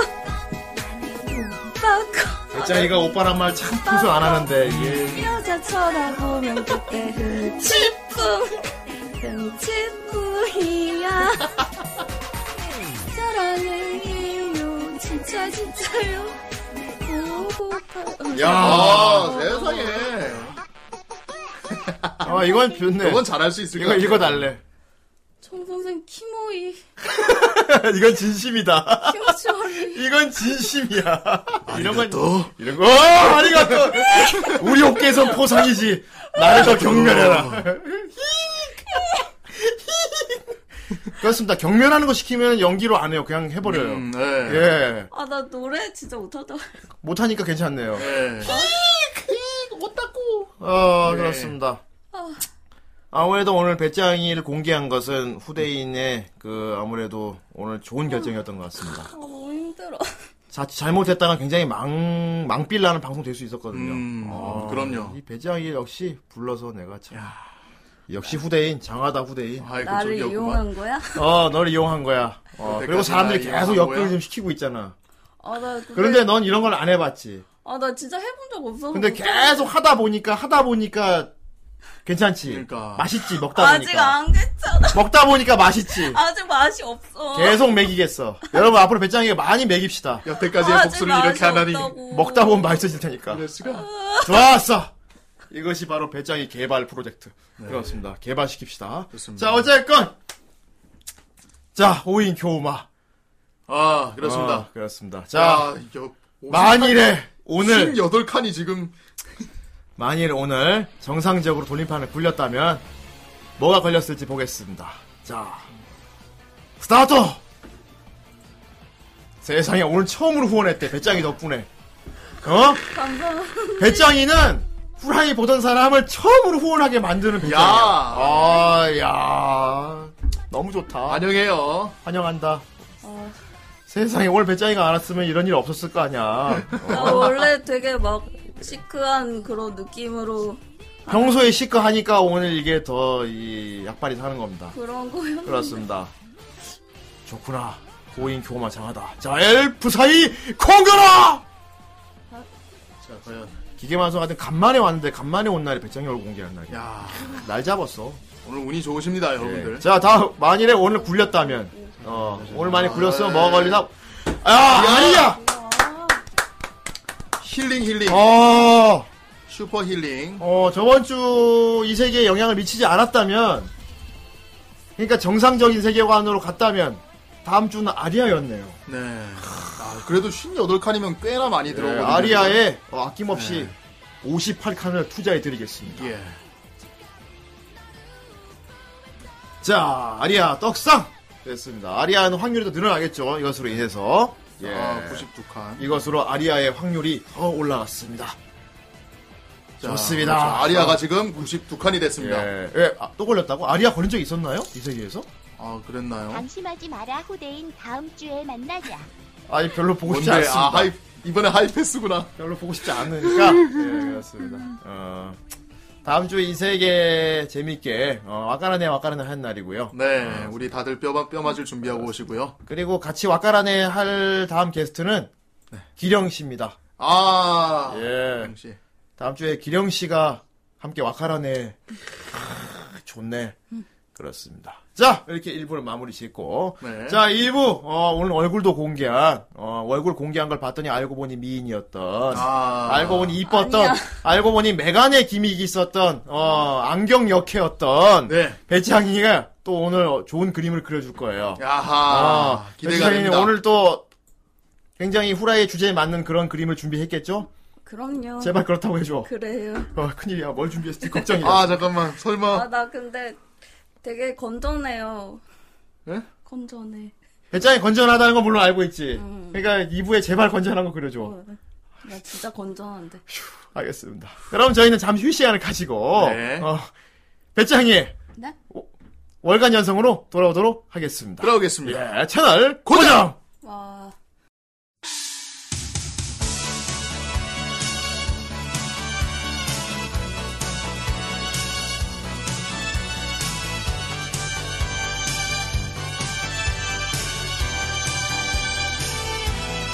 Speaker 6: 못 받고
Speaker 1: 배짱이가 오빠란 말 참 평소 안 하는데 이게.
Speaker 6: 여자 쳐다보면 그때 흥칫뿡 흥칫뿡이야 사랑해요 진짜 진짜요 보고파
Speaker 2: 야,
Speaker 1: 아.
Speaker 2: 세상에.
Speaker 1: 아, 이건 좋네.
Speaker 2: 이건 잘할 수 있을 것
Speaker 1: 이거
Speaker 2: 같아요.
Speaker 1: 이거 달래.
Speaker 3: 정 선생 키모이
Speaker 1: 이건 진심이다.
Speaker 3: 키모치와리
Speaker 1: 이건 진심이야. 이런 건
Speaker 2: 또
Speaker 1: 이런 거. 아, 아리가또. 우리 옥계에선 포상이지. 나를 더
Speaker 2: 어.
Speaker 1: 경멸해라. 그렇습니다. 경멸하는 거 시키면 연기로 안 해요. 그냥 해버려요.
Speaker 2: 음, 네.
Speaker 1: 예.
Speaker 3: 아나 노래 진짜 못하다
Speaker 1: 못하니까 괜찮네요.
Speaker 2: 네.
Speaker 1: 그 어,
Speaker 2: 네.
Speaker 1: 그렇습니다. 아무래도 오늘 배짱이를 공개한 것은 후대인의 그 아무래도 오늘 좋은 결정이었던 것 같습니다.
Speaker 3: 아, 너무 힘들어
Speaker 1: 자, 잘못했다가 굉장히 망 망빌라는 방송 될 수 있었거든요.
Speaker 2: 음, 그럼요.
Speaker 1: 이 배짱이 역시 불러서 내가 참 역시 후대인 장하다 후대인.
Speaker 2: 아이고,
Speaker 3: 나를
Speaker 2: 저기였구만.
Speaker 3: 이용한 거야?
Speaker 1: 어, 널 이용한 거야. 어,
Speaker 2: 그때까지
Speaker 1: 그리고 사람들이
Speaker 2: 나
Speaker 1: 계속
Speaker 2: 이용한
Speaker 1: 역경을
Speaker 2: 거야?
Speaker 1: 좀 시키고 있잖아.
Speaker 3: 아나 근데
Speaker 1: 그런데 넌 이런 걸 안 해봤지.
Speaker 3: 아나 진짜 해본 적 없어서
Speaker 1: 근데
Speaker 3: 못해.
Speaker 1: 계속 하다 보니까 하다 보니까 괜찮지.
Speaker 2: 그러니까.
Speaker 1: 맛있지 먹다 보니까.
Speaker 3: 아직 안 괜찮아
Speaker 1: 먹다 보니까 맛있지.
Speaker 3: 아직 맛이 없어.
Speaker 1: 계속 먹이겠어. 여러분 앞으로 배짱이가 많이 먹입시다.
Speaker 2: 여태까지의
Speaker 3: 아, 목소리를 아직 이렇게 맛이 하나니. 없다고.
Speaker 1: 먹다 보면 맛있어질 테니까. 좋았어. 네. 이것이 바로 배짱이 개발 프로젝트. 그렇습니다. 개발시킵시다. 자 어쨌건 자 5인 교우마.
Speaker 2: 아 그렇습니다.
Speaker 1: 아, 그렇습니다.
Speaker 2: 자,
Speaker 1: 자
Speaker 2: 여,
Speaker 1: 만일에 오늘
Speaker 2: 58칸이 지금
Speaker 1: 만일 오늘 정상적으로 돌림판을 굴렸다면 뭐가 걸렸을지 보겠습니다. 자, 스타트! 세상에 오늘 처음으로 후원했대 배짱이 덕분에. 어?
Speaker 3: 감사합니다.
Speaker 1: 배짱이는 후라이 보던 사람을 처음으로 후원하게 만드는 배짱이야. 아, 야, 너무 좋다.
Speaker 2: 환영해요.
Speaker 1: 환영한다.
Speaker 3: 어.
Speaker 1: 세상에 오늘 배짱이가 알았으면 이런 일 없었을 거 아니야.
Speaker 3: 나 원래 되게 막 시크한 그런 느낌으로
Speaker 1: 평소에 시크하니까 오늘 이게 더 이 약발이 사는 겁니다.
Speaker 3: 그런 거였는데.
Speaker 1: 그렇습니다. 좋구나. 고인 교마 장하다. 자, 엘프 사이 콩겨라!
Speaker 2: 자, 과연.
Speaker 1: 기계만성 하여튼 간만에 왔는데 간만에 온 날이 배짱이 얼굴 공개하는 날이야.
Speaker 2: 야,
Speaker 1: 날 잡았어. 예.
Speaker 2: 오늘 운이 좋으십니다, 여러분들.
Speaker 1: 자, 다음 만일에 오늘 굴렸다면 어, 오늘 많이 굴렸으면 뭐가 걸리나? 아, 아니야.
Speaker 2: 힐링 힐링.
Speaker 1: 어.
Speaker 2: 슈퍼 힐링.
Speaker 1: 어, 저번 주 이 세계에 영향을 미치지 않았다면 그러니까 정상적인 세계관으로 갔다면 다음 주는 아리아였네요.
Speaker 2: 네. 예, 아, 그래도 58칸이면 꽤나 많이
Speaker 1: 네,
Speaker 2: 들어오고.
Speaker 1: 아리아에 어, 아낌없이 58칸을 투자해 드리겠습니다.
Speaker 2: 예.
Speaker 1: 자, 아리아 떡상 됐습니다. 아리아는 확률이 더 늘어나겠죠. 이것으로 인해서 예.
Speaker 2: 아, 92칸.
Speaker 1: 이것으로 아리아의 확률이 더 올라갔습니다.
Speaker 2: 자,
Speaker 1: 좋습니다.
Speaker 2: 그렇죠. 아리아가 지금 92칸이 됐습니다.
Speaker 1: 예, 예, 아, 또 걸렸다고? 아리아 걸린 적 있었나요? 이 세계에서?
Speaker 2: 아, 그랬나요?
Speaker 13: 방심하지 마라 후대인 다음 주에 만나자.
Speaker 1: 아니 별로 보고 싶지
Speaker 2: 뭔데?
Speaker 1: 않습니다.
Speaker 2: 아, 하이, 이번에 하이패스구나.
Speaker 1: 별로 보고 싶지 않으니까 예, 그렇습니다. 어, 다음 주 이 세계 재밌게 어, 와까라네 와까라네 한 날이고요.
Speaker 2: 네, 우리 다들 뼈, 뼈 맞을 준비하고 오시고요.
Speaker 1: 그리고 같이 와까라네 할 다음 게스트는 기령 씨입니다.
Speaker 2: 네. 아,
Speaker 1: 예.
Speaker 2: 역시.
Speaker 1: 다음 주에 기령 씨가 함께 와카라네 아, 좋네. 그렇습니다. 자, 이렇게 1부를 마무리 짓고.
Speaker 2: 네.
Speaker 1: 자, 2부. 어, 오늘 얼굴도 공개한, 어, 얼굴 공개한 걸 봤더니 알고 보니 미인이었던,
Speaker 2: 아.
Speaker 1: 어. 알고 보니 이뻤던,
Speaker 3: 아니야.
Speaker 1: 알고 보니 메간의 기믹이 있었던, 어, 안경 역해였던,
Speaker 2: 네.
Speaker 1: 배짱이가 또 오늘 좋은 그림을 그려줄 거예요.
Speaker 2: 야하.
Speaker 1: 어,
Speaker 2: 기대가
Speaker 1: 배짱이는
Speaker 2: 됩니다.
Speaker 1: 오늘 또 굉장히 후라이의 주제에 맞는 그런 그림을 준비했겠죠?
Speaker 3: 그럼요.
Speaker 1: 제발 그렇다고 해줘.
Speaker 3: 그래요.
Speaker 1: 어, 큰일이야. 뭘 준비했을지 걱정이야.
Speaker 2: 아, 잠깐만. 설마.
Speaker 1: 어.
Speaker 3: 아, 나 근데 되게 건전해요.
Speaker 1: 네?
Speaker 2: 예?
Speaker 3: 건전해.
Speaker 1: 배짱이 건전하다는 건 물론 알고 있지.
Speaker 3: 음.
Speaker 1: 그러니까 2부에 제발 건전한 거 그려줘.
Speaker 3: 어, 나 진짜 건전한데.
Speaker 1: 알겠습니다. 그럼 저희는 잠시 휴 시간을 가지고
Speaker 2: 네.
Speaker 1: 어, 배짱이
Speaker 3: 네?
Speaker 1: 월간 연성으로 돌아오도록 하겠습니다.
Speaker 2: 들어오겠습니다.
Speaker 1: 예, 채널 고정!
Speaker 3: 와.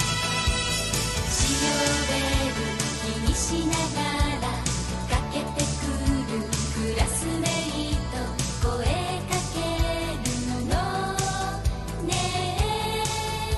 Speaker 6: 「シオベル気にしながら」「かけてくるクラスメイト」「声かけるのねえ」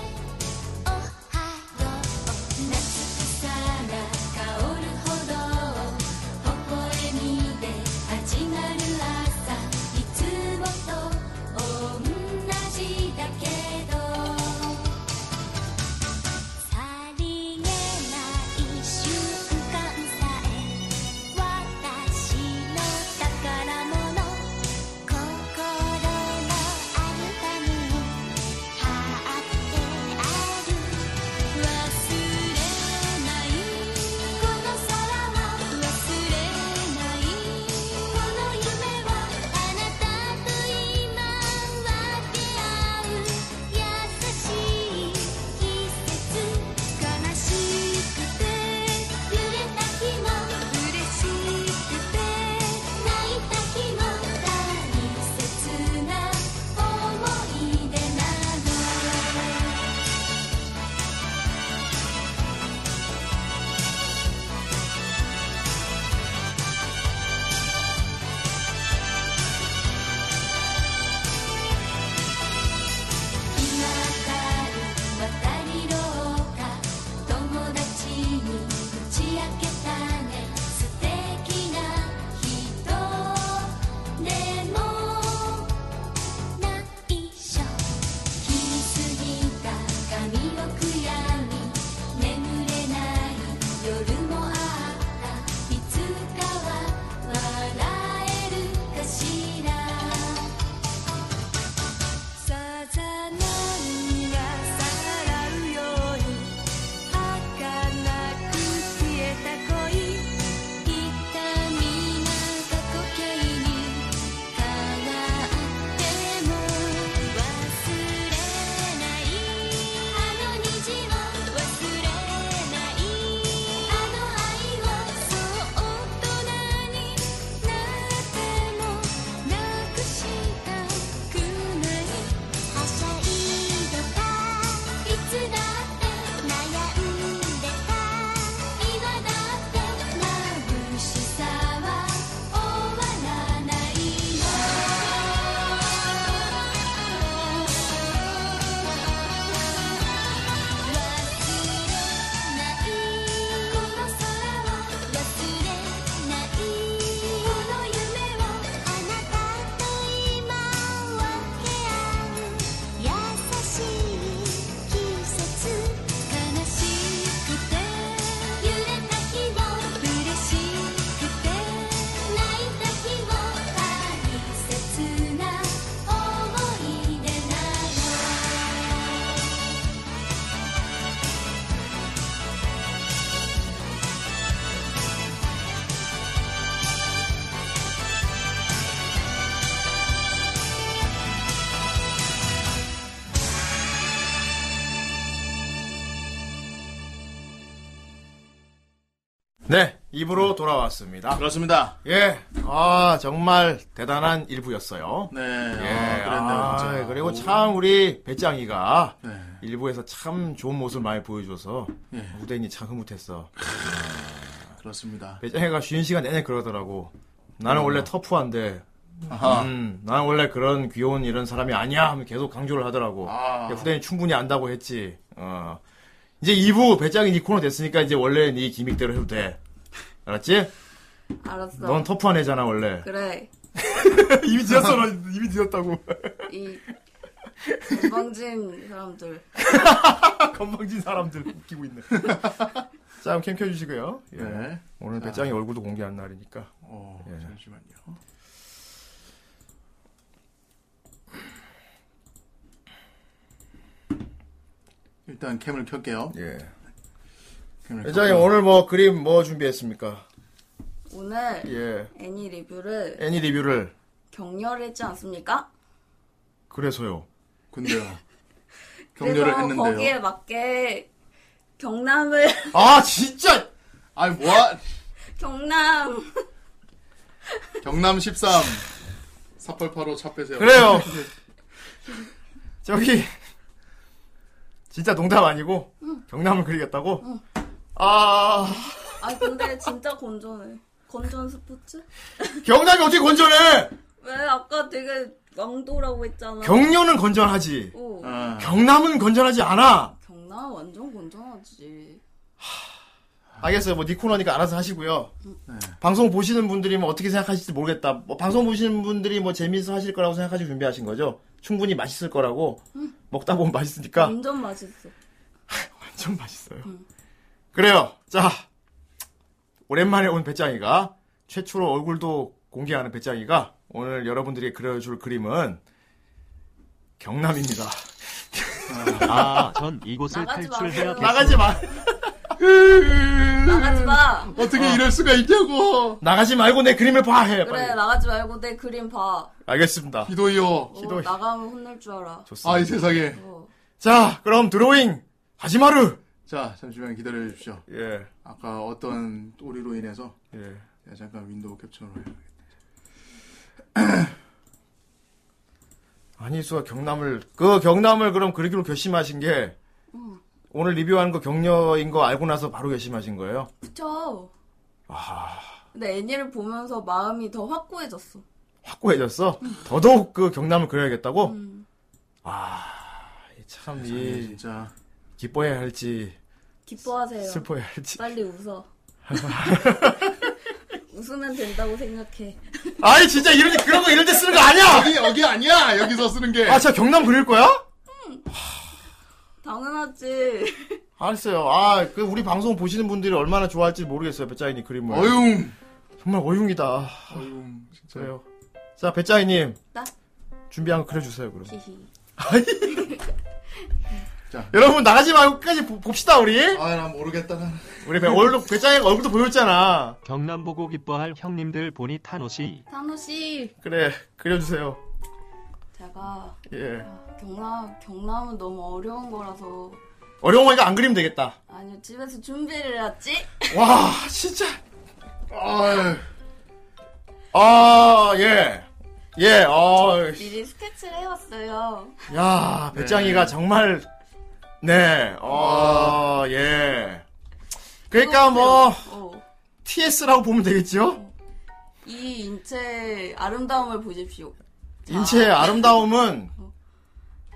Speaker 1: 네, 입으로 돌아왔습니다.
Speaker 2: 그렇습니다.
Speaker 1: 예, 아 정말 대단한 일부였어요.
Speaker 2: 네,
Speaker 1: 예,
Speaker 2: 아, 그랬네요, 진짜.
Speaker 1: 그리고
Speaker 2: 오.
Speaker 1: 참 우리 배짱이가
Speaker 2: 네.
Speaker 1: 일부에서 참 좋은 모습을 많이 보여줘서
Speaker 2: 예.
Speaker 1: 무대인이 참 흐뭇했어.
Speaker 2: 그렇습니다.
Speaker 1: 배짱이가 쉬는 시간 내내 그러더라고. 나는
Speaker 2: 음.
Speaker 1: 원래 터프한데,
Speaker 2: 아하.
Speaker 1: 음, 나는 원래 그런 귀여운 이런 사람이 아니야. 하면 계속 강조를 하더라고.
Speaker 2: 아.
Speaker 1: 근데 후대인이 충분히 안다고 했지. 어. 이제 2부 배짱이 니 코너 됐으니까 이제 원래 네 기믹대로 해도 돼. 알았지?
Speaker 3: 알았어.
Speaker 1: 넌 터프한 애잖아 원래.
Speaker 3: 그래.
Speaker 1: 이미 지었어, 너 이미 지었다고.
Speaker 3: 이 건방진 사람들.
Speaker 1: 건방진 사람들 웃기고 있네. 자, 캠 켜주시고요. 예.
Speaker 2: 네.
Speaker 1: 오늘
Speaker 2: 자.
Speaker 1: 배짱이 얼굴도 공개한 날이니까.
Speaker 2: 어,
Speaker 1: 예.
Speaker 2: 잠시만요. 일단 캠을 켤게요.
Speaker 1: 예.
Speaker 2: 캠을
Speaker 1: 배짱이
Speaker 2: 켰고요.
Speaker 1: 오늘 뭐 그림 뭐 준비했습니까?
Speaker 3: 오늘
Speaker 1: 예.
Speaker 3: 애니 리뷰를
Speaker 1: 애니 리뷰를
Speaker 3: 격렬했지 않습니까?
Speaker 1: 그래서요.
Speaker 2: 근데요.
Speaker 3: 그래서 거기에 맞게 경남을
Speaker 1: 아 진짜.
Speaker 2: 아니 뭐야?
Speaker 3: 경남
Speaker 2: 경남 13 사팔팔로 차 빼세요.
Speaker 1: 그래요. 저기 진짜 농담 아니고
Speaker 3: 응.
Speaker 1: 경남을 그리겠다고. 아
Speaker 3: 아 근데 진짜 건전해. 건전 스포츠?
Speaker 1: 경남이 어떻게 건전해?
Speaker 3: 왜 아까 되게 왕도라고 했잖아.
Speaker 1: 경련은 아. 건전하지.
Speaker 3: 오.
Speaker 1: 경남은 건전하지 않아.
Speaker 3: 경남 완전 건전하지.
Speaker 1: 알겠어요. 뭐 니코너니까 알아서 하시고요. 네. 방송 보시는 분들이 뭐 어떻게 생각하실지 모르겠다. 뭐 방송 보시는 분들이 뭐 재미있어 하실 거라고 생각하시고 준비하신 거죠. 충분히 맛있을 거라고
Speaker 3: 응.
Speaker 1: 먹다 보면 맛있으니까
Speaker 3: 완전 맛있어.
Speaker 1: 완전 맛있어요. 그래요. 자 오랜만에 온 배짱이가 최초로 얼굴도 공개하는 배짱이가 오늘 여러분들이 그려줄 그림은 경남입니다.
Speaker 7: 아, 전 이곳을
Speaker 3: 나가지 마세요.
Speaker 7: 탈출해야
Speaker 1: 나가지 마.
Speaker 3: 나가지 마.
Speaker 2: 어떻게
Speaker 1: 아.
Speaker 2: 이럴 수가 있냐고.
Speaker 1: 나가지 말고 내 그림을 봐 해.
Speaker 3: 그래
Speaker 1: 빨리.
Speaker 3: 나가지 말고 내 그림 봐.
Speaker 1: 알겠습니다.
Speaker 2: 기도요.
Speaker 3: 어, 나가면 혼낼 줄 알아.
Speaker 1: 좋습니다.
Speaker 2: 아이 세상에.
Speaker 3: 어.
Speaker 1: 자, 그럼 드로잉 하지마루.
Speaker 2: 자 잠시만 기다려 주십시오.
Speaker 1: 예,
Speaker 2: 아까 어떤 오류로 인해서
Speaker 1: 예.
Speaker 2: 제가 잠깐 윈도우 캡처를 해야겠다.
Speaker 1: 안희수가 경남을 그 경남을 그럼 그리기로 결심하신 게
Speaker 3: 응.
Speaker 1: 오늘 리뷰하는 거 격려인 거 알고 나서 바로 결심하신 거예요?
Speaker 3: 그쵸. 근데 애니를 보면서 마음이 더 확고해졌어.
Speaker 1: 확고해졌어. 더더욱 그 경남을 그려야겠다고.
Speaker 3: 음.
Speaker 1: 참
Speaker 2: 세상에,
Speaker 1: 이
Speaker 2: 진짜
Speaker 1: 기뻐해야 할지
Speaker 3: 기뻐하세요.
Speaker 1: 슬퍼해야 할지.
Speaker 3: 빨리 웃어. 웃으면 된다고 생각해.
Speaker 1: 아니 진짜 이런 그런 거 이런 데 쓰는 거 아니야.
Speaker 2: 여기 여기 아니야 여기서 쓰는 게.
Speaker 1: 아, 진짜 경남 그릴 거야?
Speaker 3: 당연하지.
Speaker 1: 알았어요. 아, 그 우리 방송 보시는 분들이 얼마나 좋아할지 모르겠어요. 배짱이님 그림을.
Speaker 2: 어융.
Speaker 1: 정말 어용이다.
Speaker 2: 어융 진짜.
Speaker 1: 그래요. 자, 배짱이님.
Speaker 3: 나?
Speaker 1: 준비한 거 그려주세요, 그럼.
Speaker 3: 히히.
Speaker 1: 여러분, 나가지 말고 끝까지 보- 봅시다, 우리.
Speaker 2: 아나 모르겠다. 나.
Speaker 1: 우리 배, 얼굴, 배짱이가 얼굴도 보였잖아.
Speaker 7: 경남 보고 기뻐할 형님들 보니 타노시.
Speaker 3: 타노 씨,
Speaker 1: 그래, 그려주세요.
Speaker 3: 제가
Speaker 1: 예.
Speaker 3: 경남 경남은 너무 어려운 거라서
Speaker 1: 어려운 거니까 안 그리면 되겠다.
Speaker 3: 아니 집에서 준비를 해왔지.
Speaker 1: 와, 진짜.
Speaker 2: 아
Speaker 1: 아, 예. 예, 어,
Speaker 3: 미리 스케치를 해왔어요.
Speaker 1: 야, 배짱이가 정말, 네, 어, 예. 그러니까 뭐,
Speaker 3: 어,
Speaker 1: TS라고 보면 되겠죠?
Speaker 3: 이 인체의 아름다움을 보십시오.
Speaker 1: 인체의 아름다움은,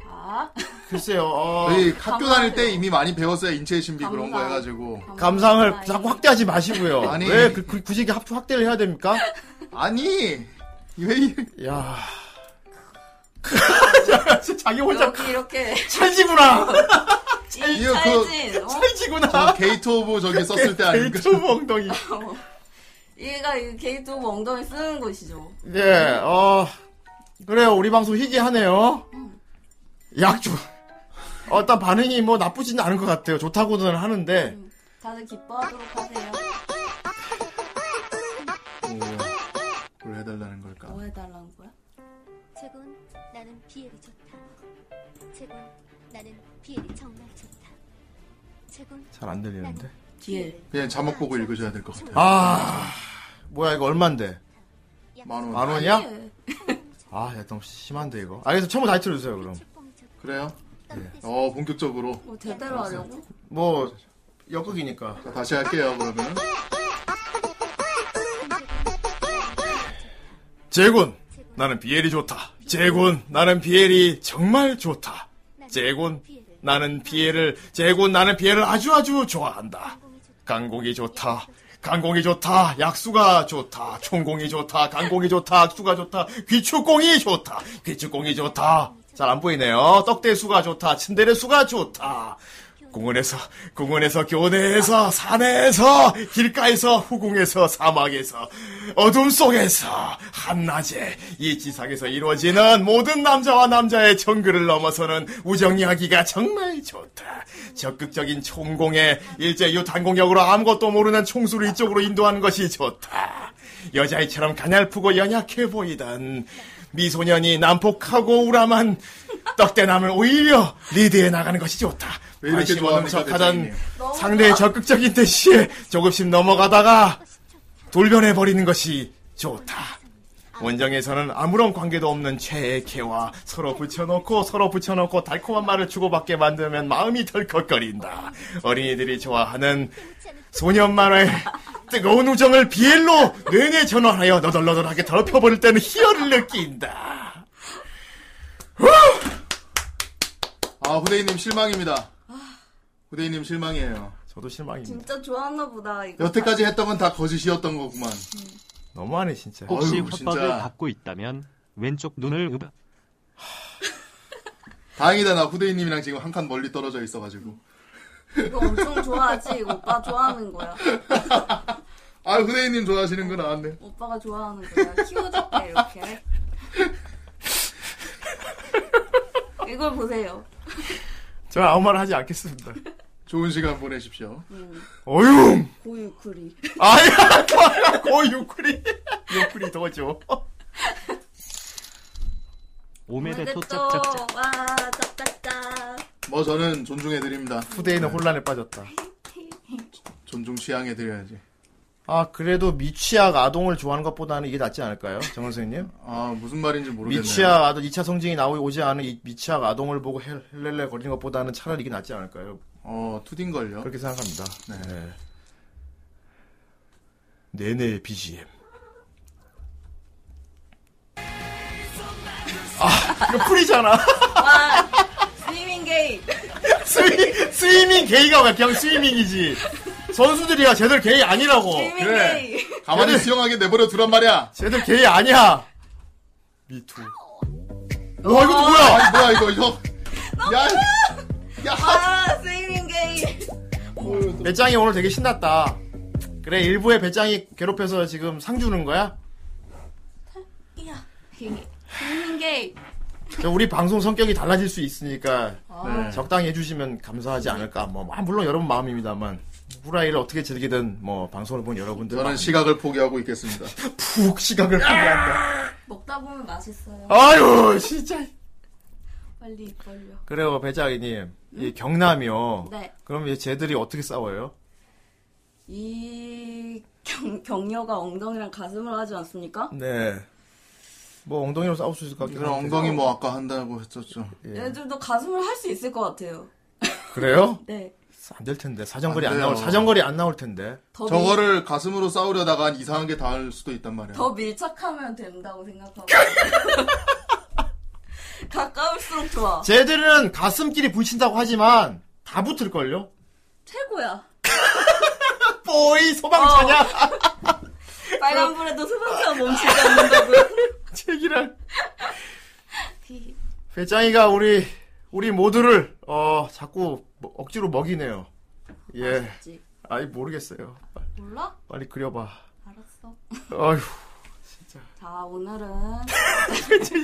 Speaker 3: 아,
Speaker 1: 글쎄요, 어,
Speaker 2: 저희 학교 다닐 때 이미 많이 배웠어요 인체 신비 그런 거
Speaker 3: 감사합니다.
Speaker 2: 해가지고.
Speaker 1: 감상을
Speaker 3: 아,
Speaker 1: 자꾸 확대하지 마시고요.
Speaker 2: 아니.
Speaker 1: 왜 그, 그, 굳이 이게 확- 확대를 해야 됩니까?
Speaker 2: 아니 왜 이-
Speaker 1: 야 자기 혼자
Speaker 3: 여기 이렇게
Speaker 1: 찰지구나.
Speaker 3: 이
Speaker 2: 이거
Speaker 3: 찰진. 어?
Speaker 1: 찰지구나.
Speaker 2: 저 게이트 오브 저기 썼을 때 아닙니까?
Speaker 1: 데이트 엉덩이.
Speaker 3: 어. 얘가 이 게이트 오브 엉덩이 쓰는 곳이죠.
Speaker 1: 예, 어, 그래요. 우리 방송 희귀하네요. 약주. 어, 일단 반응이 뭐 나쁘진 않은 것 같아요. 좋다고는 하는데.
Speaker 3: 다들 기뻐하도록 하세요.
Speaker 2: 음. 뭘 해달라는 걸까?
Speaker 3: 뭐 해달라는 거야?
Speaker 13: 최군 나는 비엘이 좋다. 최군 나는 비엘이 정말 좋다. 최군
Speaker 1: 잘 안 들리는데.
Speaker 3: 뒤에.
Speaker 2: 그냥 자막 보고 읽으셔야 될 것 같아요.
Speaker 1: 아, 뭐야, 이거 얼만데?
Speaker 2: 만 원.
Speaker 1: 만 원이야? 아, 야, 너무 심한데, 이거. 알겠어, 처음부터 다시 틀어주세요, 그럼.
Speaker 2: 그래요?
Speaker 13: 네.
Speaker 2: 어, 본격적으로.
Speaker 3: 뭐 제대로 하려고?
Speaker 1: 뭐, 역극이니까.
Speaker 2: 자, 다시 할게요, 그러면.
Speaker 1: 제군, 나는 비엘이 좋다. 제군, 나는 비엘이 정말 좋다. 제군, 나는 비엘을, 제군, 나는 비엘을 아주 아주 좋아한다. 강공이 좋다. 강공이 좋다. 약수가 좋다. 총공이 좋다. 강공이 좋다. 악수가 좋다. 귀축공이 좋다. 귀축공이 좋다. 잘 안 보이네요. 떡대수가 좋다. 침대레수가 좋다. 공원에서, 공원에서, 교내에서, 산에서, 길가에서, 후궁에서, 사막에서, 어둠 속에서, 한낮에, 이 지상에서 이루어지는 모든 남자와 남자의 정글을 넘어서는 우정 이야기가 정말 좋다. 적극적인 총공에 일제유 단공격으로 아무것도 모르는 총수를 이쪽으로 인도하는 것이 좋다. 여자애처럼 가냘프고 연약해 보이던 미소년이 난폭하고 우람한 떡대남을 오히려 리드해 나가는 것이 좋다.
Speaker 2: 왜 이렇게
Speaker 1: 관심
Speaker 2: 좋아합니까,
Speaker 1: 없는 척하던
Speaker 2: 대장님?
Speaker 1: 상대의 적극적인 대시에 조금씩 넘어가다가 돌변해 버리는 것이 좋다. 원정에서는 아무런 관계도 없는 최애 개와 서로 붙여놓고 서로 붙여놓고 달콤한 말을 주고받게 만들면 마음이 덜컥거린다. 어린이들이 좋아하는 소년 만화의 뜨거운 우정을 비엘로 뇌뇌 전환하여 너덜너덜하게 더럽혀버릴 때는 희열을 느낀다.
Speaker 2: 아, 후대인님 실망입니다. 후대인님 실망이에요.
Speaker 1: 저도 실망입니다.
Speaker 3: 진짜 좋아하나 보다. 이거.
Speaker 2: 여태까지 했던 건 다 거짓이었던 거구만.
Speaker 1: 너무하네 진짜.
Speaker 7: 혹시
Speaker 2: 어휴,
Speaker 7: 협박을
Speaker 2: 진짜.
Speaker 7: 받고 있다면 왼쪽 눈을 읍.
Speaker 2: 다행이다, 나 후대인님이랑 지금 한 칸 멀리 떨어져 있어가지고.
Speaker 3: 이거 엄청 좋아하지? 이거 오빠 좋아하는 거야.
Speaker 2: 아, 후대인님 좋아하시는 거 나왔네.
Speaker 3: 오빠가 좋아하는 거야. 키워줄게, 이렇게. 이걸 보세요.
Speaker 1: 저 아무 말 하지 않겠습니다.
Speaker 2: 좋은 시간 보내십시오.
Speaker 1: 어휴!
Speaker 3: 고유쿠리.
Speaker 1: 아야, 거의 유쿠리. 유쿠리 더죠.
Speaker 7: 오메데토 짝짝짝.
Speaker 3: 또, 와, 짭짭짭.
Speaker 2: 뭐 저는 존중해드립니다.
Speaker 1: 후대인은 혼란에 빠졌다.
Speaker 2: 존중 취향해드려야지.
Speaker 1: 아 그래도 미취학 아동을 좋아하는 것보다는 이게 낫지 않을까요, 정 선생님?
Speaker 2: 아, 무슨 말인지 모르겠네요.
Speaker 1: 미취학 아동 2차 성징이 나오지 않은 이 미취학 아동을 보고 헬- 헬렐레 거리는 것보다는 차라리 이게 낫지 않을까요?
Speaker 2: 어, 투딘걸요.
Speaker 1: 그렇게 생각합니다. 네. 네네 BGM. 아, 이거 풀이잖아.
Speaker 3: 와, 스위밍 게임.
Speaker 2: 어,
Speaker 1: 스위, 스위밍 게이가 왜 그냥 스위밍이지. 선수들이야, 쟤들 게이 아니라고.
Speaker 3: 스위밍 게임.
Speaker 1: 그-
Speaker 2: 가만히 수영하게 내버려 두란 말이야.
Speaker 1: 쟤들 게이 아니야. 미투. 와, 이것도
Speaker 2: 아,
Speaker 1: 뭐야?
Speaker 2: 뭐야 이거 이거. 야,
Speaker 3: 아, 스위밍 게임.
Speaker 1: 배짱이 오늘 되게 신났다. 그래, 일부에 배짱이 괴롭혀서 지금 상 주는 거야?
Speaker 3: 이야. 스위밍 게임.
Speaker 1: 저 우리 방송 성격이 달라질 수 있으니까
Speaker 2: 네.
Speaker 3: 아.
Speaker 1: 적당히 해주시면 감사하지 않을까. 뭐, 아, 물론 여러분 마음입니다만. 후라이를 어떻게 즐기든 뭐 방송을 본 여러분들
Speaker 2: 저는 시각을 포기하고 있겠습니다.
Speaker 1: 푹 시각을 포기한다.
Speaker 3: 먹다 보면 맛있어요.
Speaker 1: 아유 진짜
Speaker 3: 빨리 입벌려.
Speaker 1: 그래요, 배짱이님. 이 경남이요.
Speaker 3: 음? 네.
Speaker 1: 그럼 얘 쟤들이 어떻게 싸워요?
Speaker 3: 이 경, 격려가 엉덩이랑 가슴을 하지 않습니까?
Speaker 1: 네. 뭐 엉덩이로 싸울 수 있을 것 같긴
Speaker 2: 그럼 엉덩이 뭐 아까 한다고 했었죠. 예.
Speaker 3: 얘들도 가슴을 할 수 있을 것 같아요.
Speaker 1: 그래요?
Speaker 3: 네.
Speaker 1: 안 될 텐데 사정거리
Speaker 2: 안
Speaker 1: 안,
Speaker 2: 돼요.
Speaker 1: 나올 사정거리 안 나올 텐데.
Speaker 3: 더,
Speaker 2: 저거를 가슴으로 싸우려다가 이상한 게 닿을 수도 있단 말이야.
Speaker 3: 밀, 더 밀착하면 된다고 생각하고. 가까울수록 좋아.
Speaker 1: 쟤들은 가슴끼리 부딪힌다고 하지만 다 붙을 걸요.
Speaker 3: 최고야.
Speaker 1: 뽀이 소방차냐?
Speaker 3: 빨간불에도 소방차 멈추지 않는다고요?
Speaker 1: 책이랑 배짱이가 우리 우리 모두를 어 자꾸 뭐- 억지로 먹이네요. 예.
Speaker 3: 아쉽지.
Speaker 1: 아이 모르겠어요. 빨리,
Speaker 3: 몰라?
Speaker 1: 빨리 그려봐.
Speaker 3: 알았어.
Speaker 1: 아휴
Speaker 3: 자, 오늘은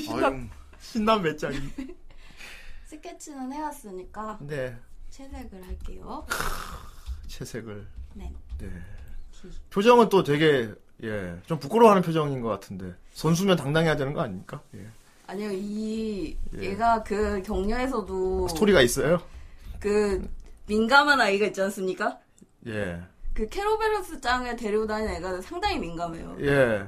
Speaker 1: 신남 신남 배짱이.
Speaker 3: 스케치는 해왔으니까
Speaker 1: 네.
Speaker 3: 채색을 할게요.
Speaker 1: 채색을.
Speaker 3: 네.
Speaker 1: 네. 표정은 또 되게 예, 좀 부끄러워하는 표정인 것 같은데 선수면 당당해야 되는 거 아닙니까? 예.
Speaker 3: 아니요, 이,
Speaker 1: 예.
Speaker 3: 얘가 그 격려에서도.
Speaker 1: 스토리가 있어요?
Speaker 3: 그 민감한 아이가 있지 않습니까?
Speaker 1: 예.
Speaker 3: 그 캐로베로스 짱을 데리고 다니는 애가 상당히 민감해요.
Speaker 1: 예.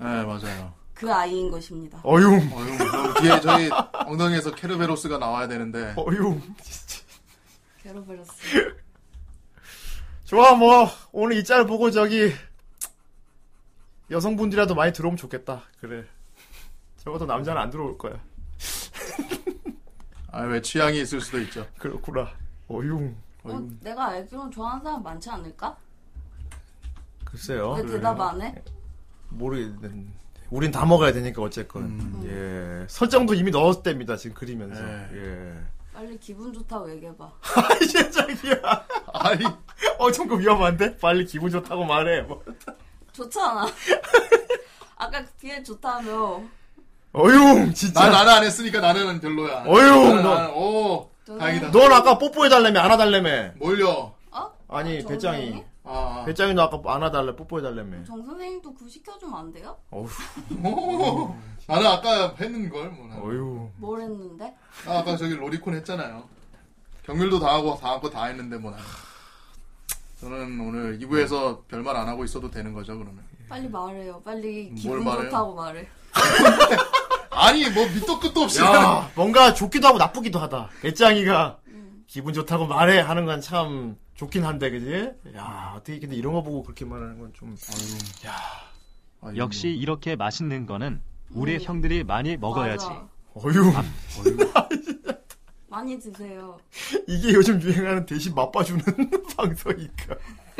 Speaker 2: 네, 맞아요.
Speaker 3: 그 아이인 것입니다.
Speaker 1: 어융.
Speaker 2: 어융. 그럼 뒤에 저희 엉덩이에서 케르베로스가 나와야 되는데.
Speaker 1: 어융.
Speaker 3: 캐로베로스.
Speaker 1: 좋아, 뭐, 오늘 이 짤 보고 저기, 여성분들이라도 많이 들어오면 좋겠다. 그래. 적어도 남자는 안 들어올 거야.
Speaker 2: 아, 왜 취향이 있을 수도 있죠.
Speaker 1: 그렇구나. 어융.
Speaker 3: 어, 내가 알기로는 좋아하는 사람 많지 않을까?
Speaker 2: 아,
Speaker 1: 글쎄요.
Speaker 3: 왜 대답 안
Speaker 2: 네.
Speaker 3: 해?
Speaker 1: 모르겠는. 우린 다 먹어야 되니까, 어쨌건. 예. 설정도 이미 넣었답니다, 지금 그리면서. 예.
Speaker 3: 빨리 기분 좋다고 얘기해봐.
Speaker 1: 아이, 세상이야. 아이, 어, 좀 그 위험한데? 빨리 기분 좋다고 말해. 뭐.
Speaker 3: 좋잖아. 아까 그 뒤에 좋다며.
Speaker 1: 어융, 진짜.
Speaker 2: 난 나는 안 했으니까 나는 별로야.
Speaker 1: 어휴,
Speaker 2: 나는
Speaker 1: 너-
Speaker 2: 안- 오, 다행이다.
Speaker 1: 넌 아까 뽀뽀해달라며, 안아달라며.
Speaker 2: 뭘요?
Speaker 1: 아니,
Speaker 3: 아,
Speaker 1: 배짱이.
Speaker 3: 정선생님?
Speaker 2: 아,
Speaker 1: 배짱이 너 아까 안아달래, 뽀뽀해달라며.
Speaker 3: 정 선생님도 구 시켜주면 안 돼요?
Speaker 1: 어휴.
Speaker 2: 오, 나는 아까 했는 걸 뭐. 나는.
Speaker 1: 어휴.
Speaker 3: 뭘 했는데?
Speaker 2: 아, 아까 저기 로리콘 했잖아요. 경률도 다 하고 다 하고 다 했는데 뭐. 나는. 저는 오늘 2부에서 별말 안 하고 있어도 되는 거죠 그러면.
Speaker 3: 빨리 말해요. 빨리
Speaker 2: 예. 뭘
Speaker 3: 기분
Speaker 2: 말해요?
Speaker 3: 좋다고 말해.
Speaker 2: 아니 뭐 밑도 끝도 없이.
Speaker 1: 야, 뭔가 좋기도 하고 나쁘기도 하다. 배짱이가 기분 좋다고 말해 하는 건 참 좋긴 한데, 그지? 야, 어떻게, 근데 이런 거 보고 그렇게 말하는 건 좀. 야.
Speaker 7: 역시 이렇게 맛있는 거는 우리 형들이 많이 먹어야지.
Speaker 3: 음. 맞아.
Speaker 1: 어휴.
Speaker 3: 많이 드세요.
Speaker 1: 이게 요즘 유행하는 대신 맛봐주는 방송이니까.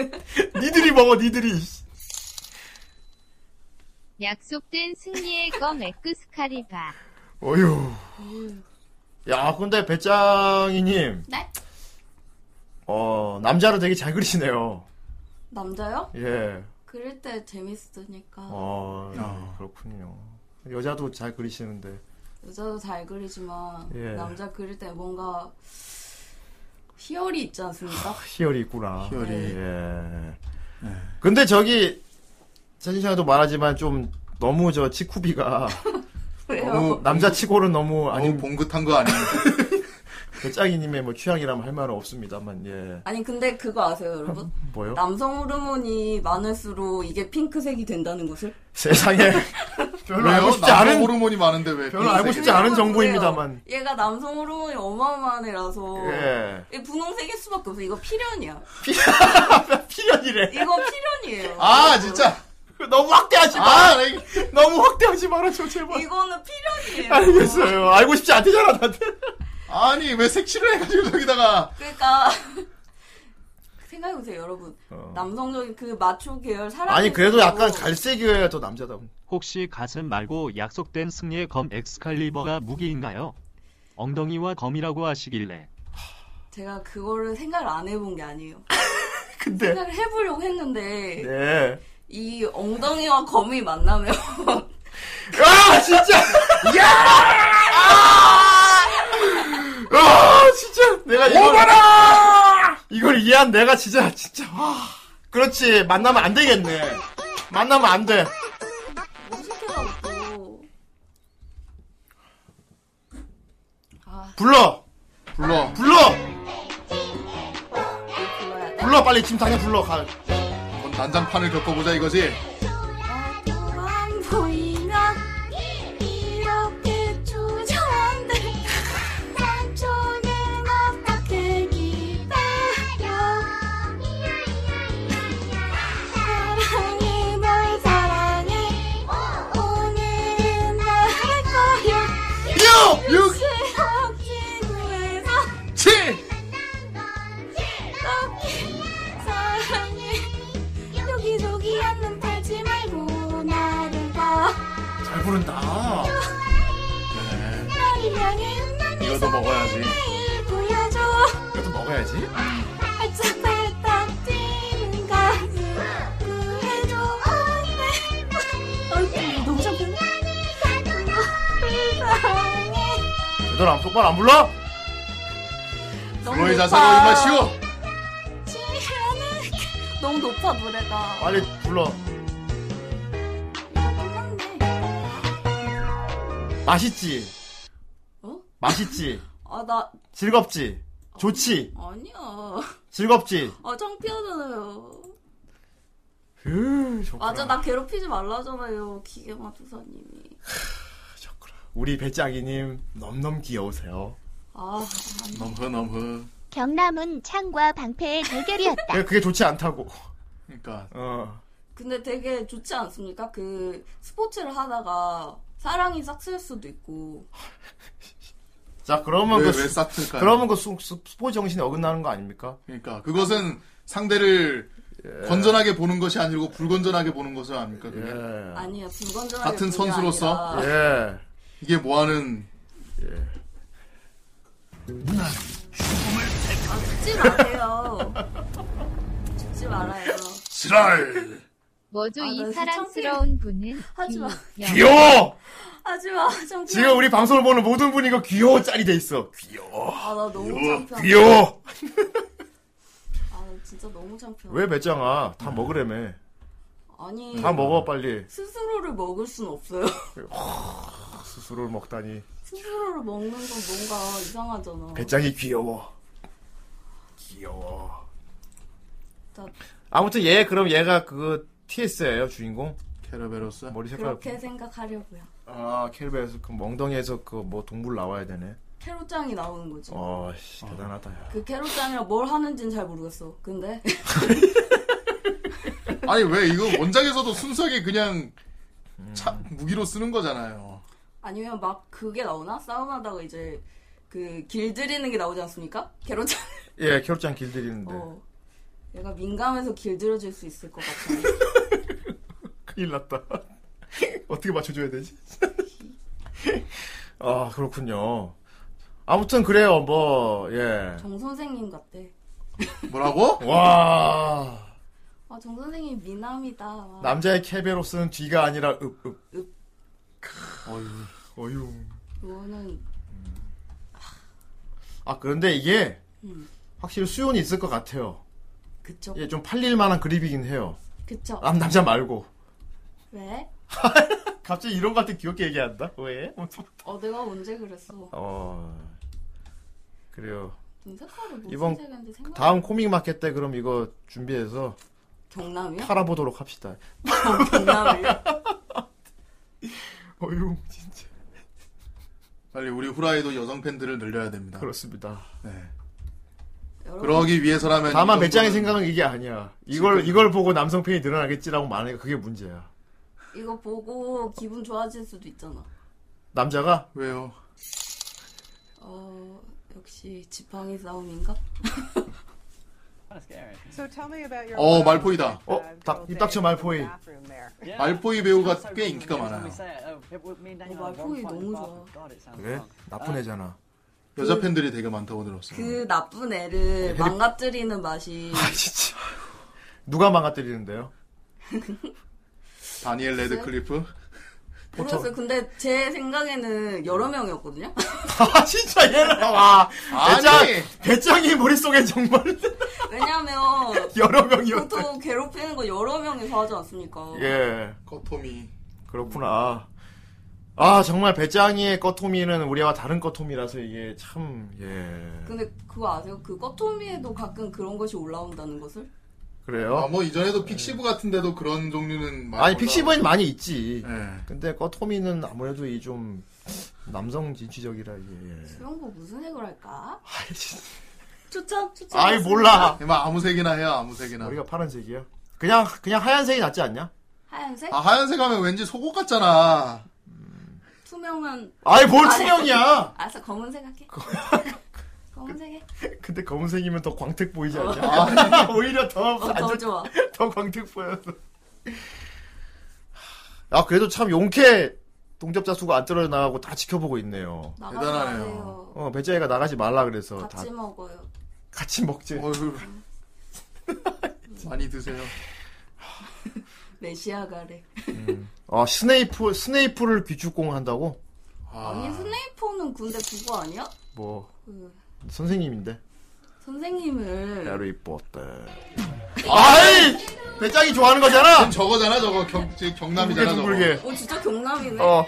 Speaker 1: 니들이 먹어, 니들이.
Speaker 4: 약속된 승리의 검 에크스카리바.
Speaker 1: 어휴. 야, 근데 배짱이님.
Speaker 3: 네?
Speaker 1: 어, 남자로 되게 잘 그리시네요.
Speaker 3: 남자요?
Speaker 1: 예.
Speaker 3: 그릴 때 재밌으니까.
Speaker 1: 어, 그렇군요. 여자도 잘 그리시는데.
Speaker 3: 여자도 잘 그리지만
Speaker 1: 예.
Speaker 3: 남자 그릴 때 뭔가 희열이 있지 않습니까?
Speaker 2: 어,
Speaker 1: 희열이 있구나.
Speaker 2: 희열이.
Speaker 1: 예. 근데 저기, 사진상에도 말하지만 좀 너무 저 치쿠비가.
Speaker 3: 왜요?
Speaker 1: 너무 남자치고는 너무 아니
Speaker 2: 너무 봉긋한 거 아니에요?
Speaker 1: 배짱이님의 뭐 취향이라면 할 말은 없습니다만 예
Speaker 3: 아니 근데 그거 아세요 여러분?
Speaker 1: 뭐요?
Speaker 3: 남성 호르몬이 많을수록 이게 핑크색이 된다는 것을?
Speaker 1: 세상에 별로 알고 싶지
Speaker 2: 남성
Speaker 1: 않은
Speaker 2: 호르몬이 많은데 왜?
Speaker 1: 별로 알고 싶지 않은 정보입니다만
Speaker 3: 얘가 남성 호르몬이 어마어마한 애라서
Speaker 1: 예.
Speaker 3: 이 분홍색일 수밖에 없어. 이거 필연이야.
Speaker 1: 필연이래
Speaker 3: 이거 필연이에요.
Speaker 2: 아 진짜.
Speaker 1: 너무 확대하지 마
Speaker 2: 아, 네.
Speaker 1: 너무 확대하지 말아줘 제발
Speaker 3: 이거는 필연이에요.
Speaker 1: 알겠어요 알고 싶지 않대잖아 나한테
Speaker 2: 아니 왜 색칠을 해가지고 저기다가
Speaker 3: 그러니까 생각해보세요 여러분.
Speaker 1: 어.
Speaker 3: 남성적인 그 마초 계열 사람
Speaker 1: 아니 그래도 약간
Speaker 3: 뭐.
Speaker 1: 갈색이어야 더 남자다운
Speaker 7: 혹시 가슴 말고 약속된 승리의 검 엑스칼리버가 무기인가요? 엉덩이와 검이라고 하시길래
Speaker 3: 제가 그거를 생각을 안 해본 게 아니에요.
Speaker 1: 근데
Speaker 3: 생각을 해보려고 했는데
Speaker 1: 네.
Speaker 3: 이 엉덩이와 검이 만나면
Speaker 1: 아 진짜 야! 아 진짜 내가 이걸 이걸 이해한 내가 진짜 진짜 와 그렇지 만나면 안 되겠네 만나면 안돼
Speaker 3: 시켜갖고
Speaker 1: 불러
Speaker 2: 불러
Speaker 1: 불러
Speaker 3: 불러야 돼.
Speaker 1: 불러 빨리 지금 당장 불러 가
Speaker 2: 그럼 난장판을 겪어보자 이거지.
Speaker 3: 안 보이면 이렇게 주저앉아
Speaker 6: 삼촌은 어떻게 기다려 사랑해 널 사랑해 오늘은 나할 거야
Speaker 2: 육! 육!
Speaker 6: 지구에서
Speaker 2: 칠!
Speaker 6: 어떻게 사랑해 여기저기 안눈 팔지 말고 나를 봐
Speaker 1: 잘 부른다
Speaker 2: 네,
Speaker 6: 나를 향해 웃는 이
Speaker 2: 이것도 먹어야지.
Speaker 6: 매일 보여줘
Speaker 1: 이것도 먹어야지
Speaker 6: 발짝발짝 뛰는 가슴 구해줘 언니 너무 작은데? 불쌍해
Speaker 1: 얘들아 똑바로 안 불러
Speaker 3: 아,
Speaker 2: 불러의 자세로
Speaker 1: 아.
Speaker 2: 임하시오.
Speaker 3: 너무 높아 노래가
Speaker 1: 빨리 불러 맛있지
Speaker 3: 어?
Speaker 1: 맛있지
Speaker 3: 아나
Speaker 1: 즐겁지 좋지?
Speaker 3: 아니야.
Speaker 1: 즐겁지?
Speaker 3: 아, 창피하잖아요.
Speaker 1: 으, 좋구나.
Speaker 3: 맞아, 나 괴롭히지 말라잖아요. 기계마 두사님이.
Speaker 1: 우리 배짱이님 넘넘 귀여우세요.
Speaker 3: 아,
Speaker 2: 넘허 넘허.
Speaker 13: 경남은 창과 방패의 대결이었다.
Speaker 1: 그게, 그게 좋지 않다고.
Speaker 2: 그러니까.
Speaker 1: 어.
Speaker 3: 근데 되게 좋지 않습니까? 그 스포츠를 하다가 사랑이 싹쓸 수도 있고.
Speaker 1: 자 그러면
Speaker 2: 왜-
Speaker 1: 그
Speaker 2: 왜
Speaker 1: 수-
Speaker 2: 싹쓸까요?
Speaker 1: 그러면 그 수, 수, 스포 정신에 어긋나는 거 아닙니까?
Speaker 2: 그러니까 그것은 상대를 건전하게 보는 것이 아니고 불건전하게 보는 것을 아닙니까? 그게?
Speaker 1: 예.
Speaker 3: 아니요, 불건전하게.
Speaker 2: 같은
Speaker 3: 보는 게
Speaker 2: 선수로서
Speaker 3: 아니라
Speaker 2: 이게 뭐하는
Speaker 3: 죽지
Speaker 1: 예.
Speaker 3: 아, 마세요. 죽지 말아요.
Speaker 2: 지랄
Speaker 3: 아,
Speaker 4: 모두 이 사랑스러운 분은
Speaker 3: 하지마.
Speaker 1: 귀여워.
Speaker 3: 하지마. 창피해.
Speaker 1: 지금 우리 방송을 보는 모든 분이 이거 귀여워 짤이 돼 있어. 귀여워.
Speaker 3: 아, 나 너무
Speaker 1: 귀여워.
Speaker 3: 창피하다.
Speaker 1: 귀여워.
Speaker 3: 아, 나 진짜 너무 창피해.
Speaker 1: 왜 배짱아? 다 먹으래매.
Speaker 3: 아니.
Speaker 1: 다 먹어 빨리.
Speaker 3: 스스로를 먹을 순 없어요.
Speaker 1: 스스로를 먹다니.
Speaker 3: 스스로를 먹는 건 뭔가 이상하잖아.
Speaker 1: 배짱이 귀여워. 귀여워.
Speaker 3: 나
Speaker 1: 아무튼 얘 그럼 얘가 그 TS예요 주인공.
Speaker 2: 캐러베로스.
Speaker 1: 머리 색깔.
Speaker 3: 그렇게 생각하려고요.
Speaker 1: 아 캐러베로스 그 멍덩이에서 그 뭐 동물 나와야 되네.
Speaker 3: 캐롯장이 나오는 거지.
Speaker 1: 어 씨, 대단하다. 야.
Speaker 3: 그 캐롯장이랑 뭘 하는지는 잘 모르겠어. 근데
Speaker 2: 아니 왜 이거 원작에서도 순수하게 그냥 차, 무기로 쓰는 거잖아요.
Speaker 3: 아니면 막 그게 나오나? 싸움하다가 이제 그 길들이는 게 나오지 않습니까? 캐롯장.
Speaker 1: 예 캐럿장 길들이는데.
Speaker 3: 어. 얘가 민감해서 길들여질 수 있을 것 같아.
Speaker 1: 큰일 났다. 어떻게 맞춰줘야 되지? 아, 그렇군요. 아무튼 그래요, 뭐, 예.
Speaker 3: 정 선생님 같대.
Speaker 2: 뭐라고?
Speaker 1: 와,
Speaker 3: 아, 정 선생님 미남이다. 아, 와.
Speaker 1: 남자의 캐베로스는 뒤가 아니라 읍, 읍. 어휴, 어휴.
Speaker 3: 그거는
Speaker 1: 아, 그런데 이게
Speaker 3: 음,
Speaker 1: 확실히 수요는 있을 것 같아요.
Speaker 3: 그쵸.
Speaker 1: 예, 아. 좀 팔릴 만한 그립이긴 해요.
Speaker 3: 그쵸.
Speaker 1: 남, 남자 말고.
Speaker 3: 왜?
Speaker 1: 갑자기 이런 것 같아 귀엽게 얘기한다? 왜?
Speaker 3: 어, 내가 언제 그랬어?
Speaker 1: 어, 그래요.
Speaker 3: 좀 색깔이 무슨
Speaker 1: 이번
Speaker 3: 색인데 생각.
Speaker 1: 다음 코믹 마켓 때 그럼 이거 준비해서
Speaker 3: 경남이요? 어,
Speaker 1: 팔아보도록 합시다.
Speaker 3: 경남이요?
Speaker 1: 어휴, 진짜.
Speaker 2: 빨리 우리 후라이도 여성 팬들을 늘려야 됩니다.
Speaker 1: 그렇습니다.
Speaker 2: 네.
Speaker 3: 여러분,
Speaker 2: 그러기 위해서라면
Speaker 1: 다만
Speaker 2: 이
Speaker 1: 배짱의
Speaker 2: 정도는-
Speaker 1: 생각은 이게 아니야. 이걸
Speaker 2: 지금-
Speaker 1: 이걸 보고 남성 팬이 늘어나겠지라고 말하니까 그게 문제야.
Speaker 3: 이거 보고 기분 좋아질 수도 있잖아.
Speaker 1: 남자가
Speaker 2: 왜요?
Speaker 3: 어, 역시 지팡이 싸움인가?
Speaker 2: 어 말포이다.
Speaker 1: 어, 딱, 입 닥쳐 말포이.
Speaker 2: 말포이 배우가 꽤 인기가 많아요.
Speaker 3: 어, 말풍이 너무 좋아.
Speaker 1: 그래? 나쁜 애잖아. 그
Speaker 2: 여자 팬들이 되게 많다고 들었어.
Speaker 3: 그 나쁜
Speaker 1: 네,
Speaker 3: 애를 망가뜨리는 맛이
Speaker 1: 아, 누가 망가뜨리는데요?
Speaker 2: 다니엘 레드클리프.
Speaker 3: 모르겠어요. 근데 제 생각에는 여러 명이었거든요.
Speaker 1: 아 진짜 얘는 와 배짱
Speaker 3: 아니.
Speaker 1: 배짱이 머릿속에 정말
Speaker 3: 왜냐면
Speaker 1: 여러 명이었대.
Speaker 3: 보통 괴롭히는 거 여러 명이서 하지 않습니까?
Speaker 1: 예
Speaker 2: 거토미
Speaker 1: 그렇구나. 아 정말 배짱이의 꺼토미는 우리와 다른 꺼토미라서 이게 참 예.
Speaker 3: 근데 그거 아세요? 그 꺼토미에도 가끔 그런 것이 올라온다는 것을?
Speaker 1: 그래요?
Speaker 3: 음,
Speaker 2: 아뭐 이전에도 픽시브 같은데도 그런 종류는 많이
Speaker 1: 아니
Speaker 2: 올라와-
Speaker 3: 음.
Speaker 1: 픽시브는 많이 있지.
Speaker 3: 네.
Speaker 2: 예.
Speaker 1: 근데 꺼토미는 아무래도 이 좀 남성 진취적이라 이게. 예.
Speaker 3: 그런 거 무슨 색을 할까? 초점? 초점?
Speaker 1: 아이 몰라.
Speaker 2: 막 아무 색이나 해야 아무 색이나.
Speaker 1: 머리가 파란색이야. 그냥 그냥 하얀색이 낫지 않냐?
Speaker 3: 하얀색?
Speaker 2: 아 하얀색 하면 왠지 속옷 같잖아.
Speaker 3: 투명한
Speaker 1: 아이 뭘
Speaker 3: 아,
Speaker 1: 투명이야?
Speaker 3: 알았어 검은색 할게 검은색 해
Speaker 1: 근데 검은색이면 더 광택 보이지 않냐?
Speaker 2: 아.
Speaker 1: 오히려 더
Speaker 3: 어, 더
Speaker 1: 완전-
Speaker 3: 좋아
Speaker 1: 더 광택 보여서. 아 그래도 참 용케 동접자 수가 안 떨어져 나가고 다 지켜보고 있네요.
Speaker 3: 나가지
Speaker 2: 대단하네요.
Speaker 3: 마세요
Speaker 1: 어 배짱이가 나가지 말라 그래서 다
Speaker 3: 같이 먹어요
Speaker 1: 같이 먹지.
Speaker 2: 어휴. 많이 드세요.
Speaker 3: 메시아가래
Speaker 1: 어 스네이프 스네이프를 귀축공 한다고?
Speaker 3: 아니 스네이퍼는 군대 그거 아니야?
Speaker 1: 뭐
Speaker 3: 그
Speaker 1: 선생님인데.
Speaker 3: 선생님을
Speaker 1: 해리포터. 아이 배짱이 좋아하는 거잖아.
Speaker 2: 지금 저거잖아 저거 경, 지금 경남이잖아 저거.
Speaker 1: 둥글게
Speaker 3: 어 진짜 경남이네
Speaker 1: 어.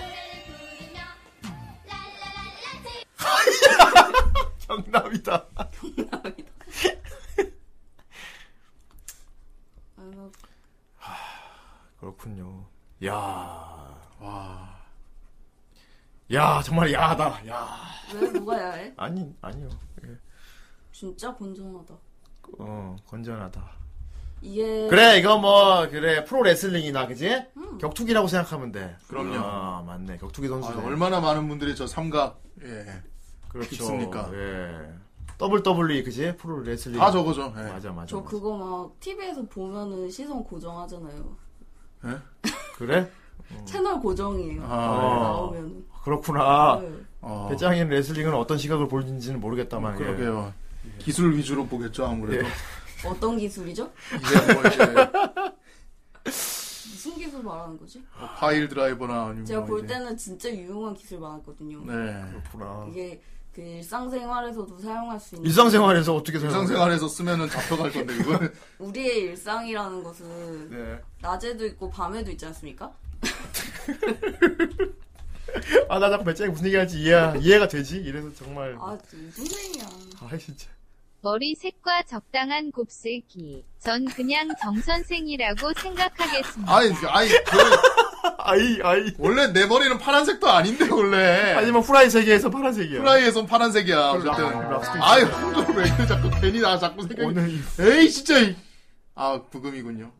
Speaker 1: 경남이다. 야. 야, 정말 야하다. 야.
Speaker 3: 왜 누가 야해?
Speaker 1: 아니, 아니요. 예.
Speaker 3: 진짜 건전하다.
Speaker 1: 어, 건전하다.
Speaker 3: 이게
Speaker 1: 그래, 이거 뭐, 그래, 프로 레슬링이나, 그지?
Speaker 3: 음.
Speaker 1: 격투기라고 생각하면 돼.
Speaker 2: 그럼요.
Speaker 1: 아, 맞네. 격투기 선수.
Speaker 2: 아, 얼마나 많은 분들이 저 삼각 예.
Speaker 1: 그렇죠.
Speaker 2: 있습니까?
Speaker 1: 예. WWE, 그지? 프로 레슬링.
Speaker 2: 다 저거죠. 예.
Speaker 1: 맞아, 맞아.
Speaker 3: 저 그거 막 TV에서 보면은 시선 고정하잖아요.
Speaker 1: 그래?
Speaker 3: 채널 고정이에요.
Speaker 1: 아.
Speaker 3: 나오면
Speaker 1: 그렇구나.
Speaker 3: 네.
Speaker 2: 예. 어.
Speaker 1: 배짱인 레슬링은 어떤 시각을 보는지는 모르겠다만.
Speaker 2: 그러게요. 기술 위주로 보겠죠 아무래도.
Speaker 1: 예.
Speaker 3: 어떤 기술이죠?
Speaker 2: 이제 뭐 이제
Speaker 3: 무슨 기술 말하는 거지?
Speaker 1: 음,
Speaker 2: 뭐 파일 드라이버나 아니면
Speaker 3: 제가
Speaker 2: 뭐
Speaker 3: 볼
Speaker 2: 이제-
Speaker 3: 때는 진짜 유용한 기술 많았거든요.
Speaker 2: 네.
Speaker 1: 그렇구나.
Speaker 3: 이게 그 일상생활에서도 사용할 수 있는
Speaker 1: 일상생활에서 어떻게 사용?
Speaker 2: 일상생활에서 쓰면은 잡혀갈 건데 이거는
Speaker 3: 우리의 일상이라는 것은
Speaker 1: 네.
Speaker 3: 낮에도 있고 밤에도 있지 않습니까?
Speaker 1: 아, 나 자꾸 배짱이 무슨 얘기하는지 이해, 이해가 되지? 이래서 정말.
Speaker 3: 아 무슨 얘기야?
Speaker 1: 아, 진짜.
Speaker 4: 머리색과 적당한 곱슬기. 전 그냥 정선생이라고 생각하겠습니다.
Speaker 2: 아이 아이
Speaker 1: 아이 아이
Speaker 2: 그, 원래 내 머리는 파란색도 아닌데 원래.
Speaker 1: 하지만 후라이 세계에서 파란색이야.
Speaker 2: 후라이에선 파란색이야. 어쨌든. 아유 혼자 왜 이래 자꾸 괜히 나 자꾸 생각.
Speaker 1: 오늘 이-
Speaker 2: 에이 진짜. 이- 아 부금이군요.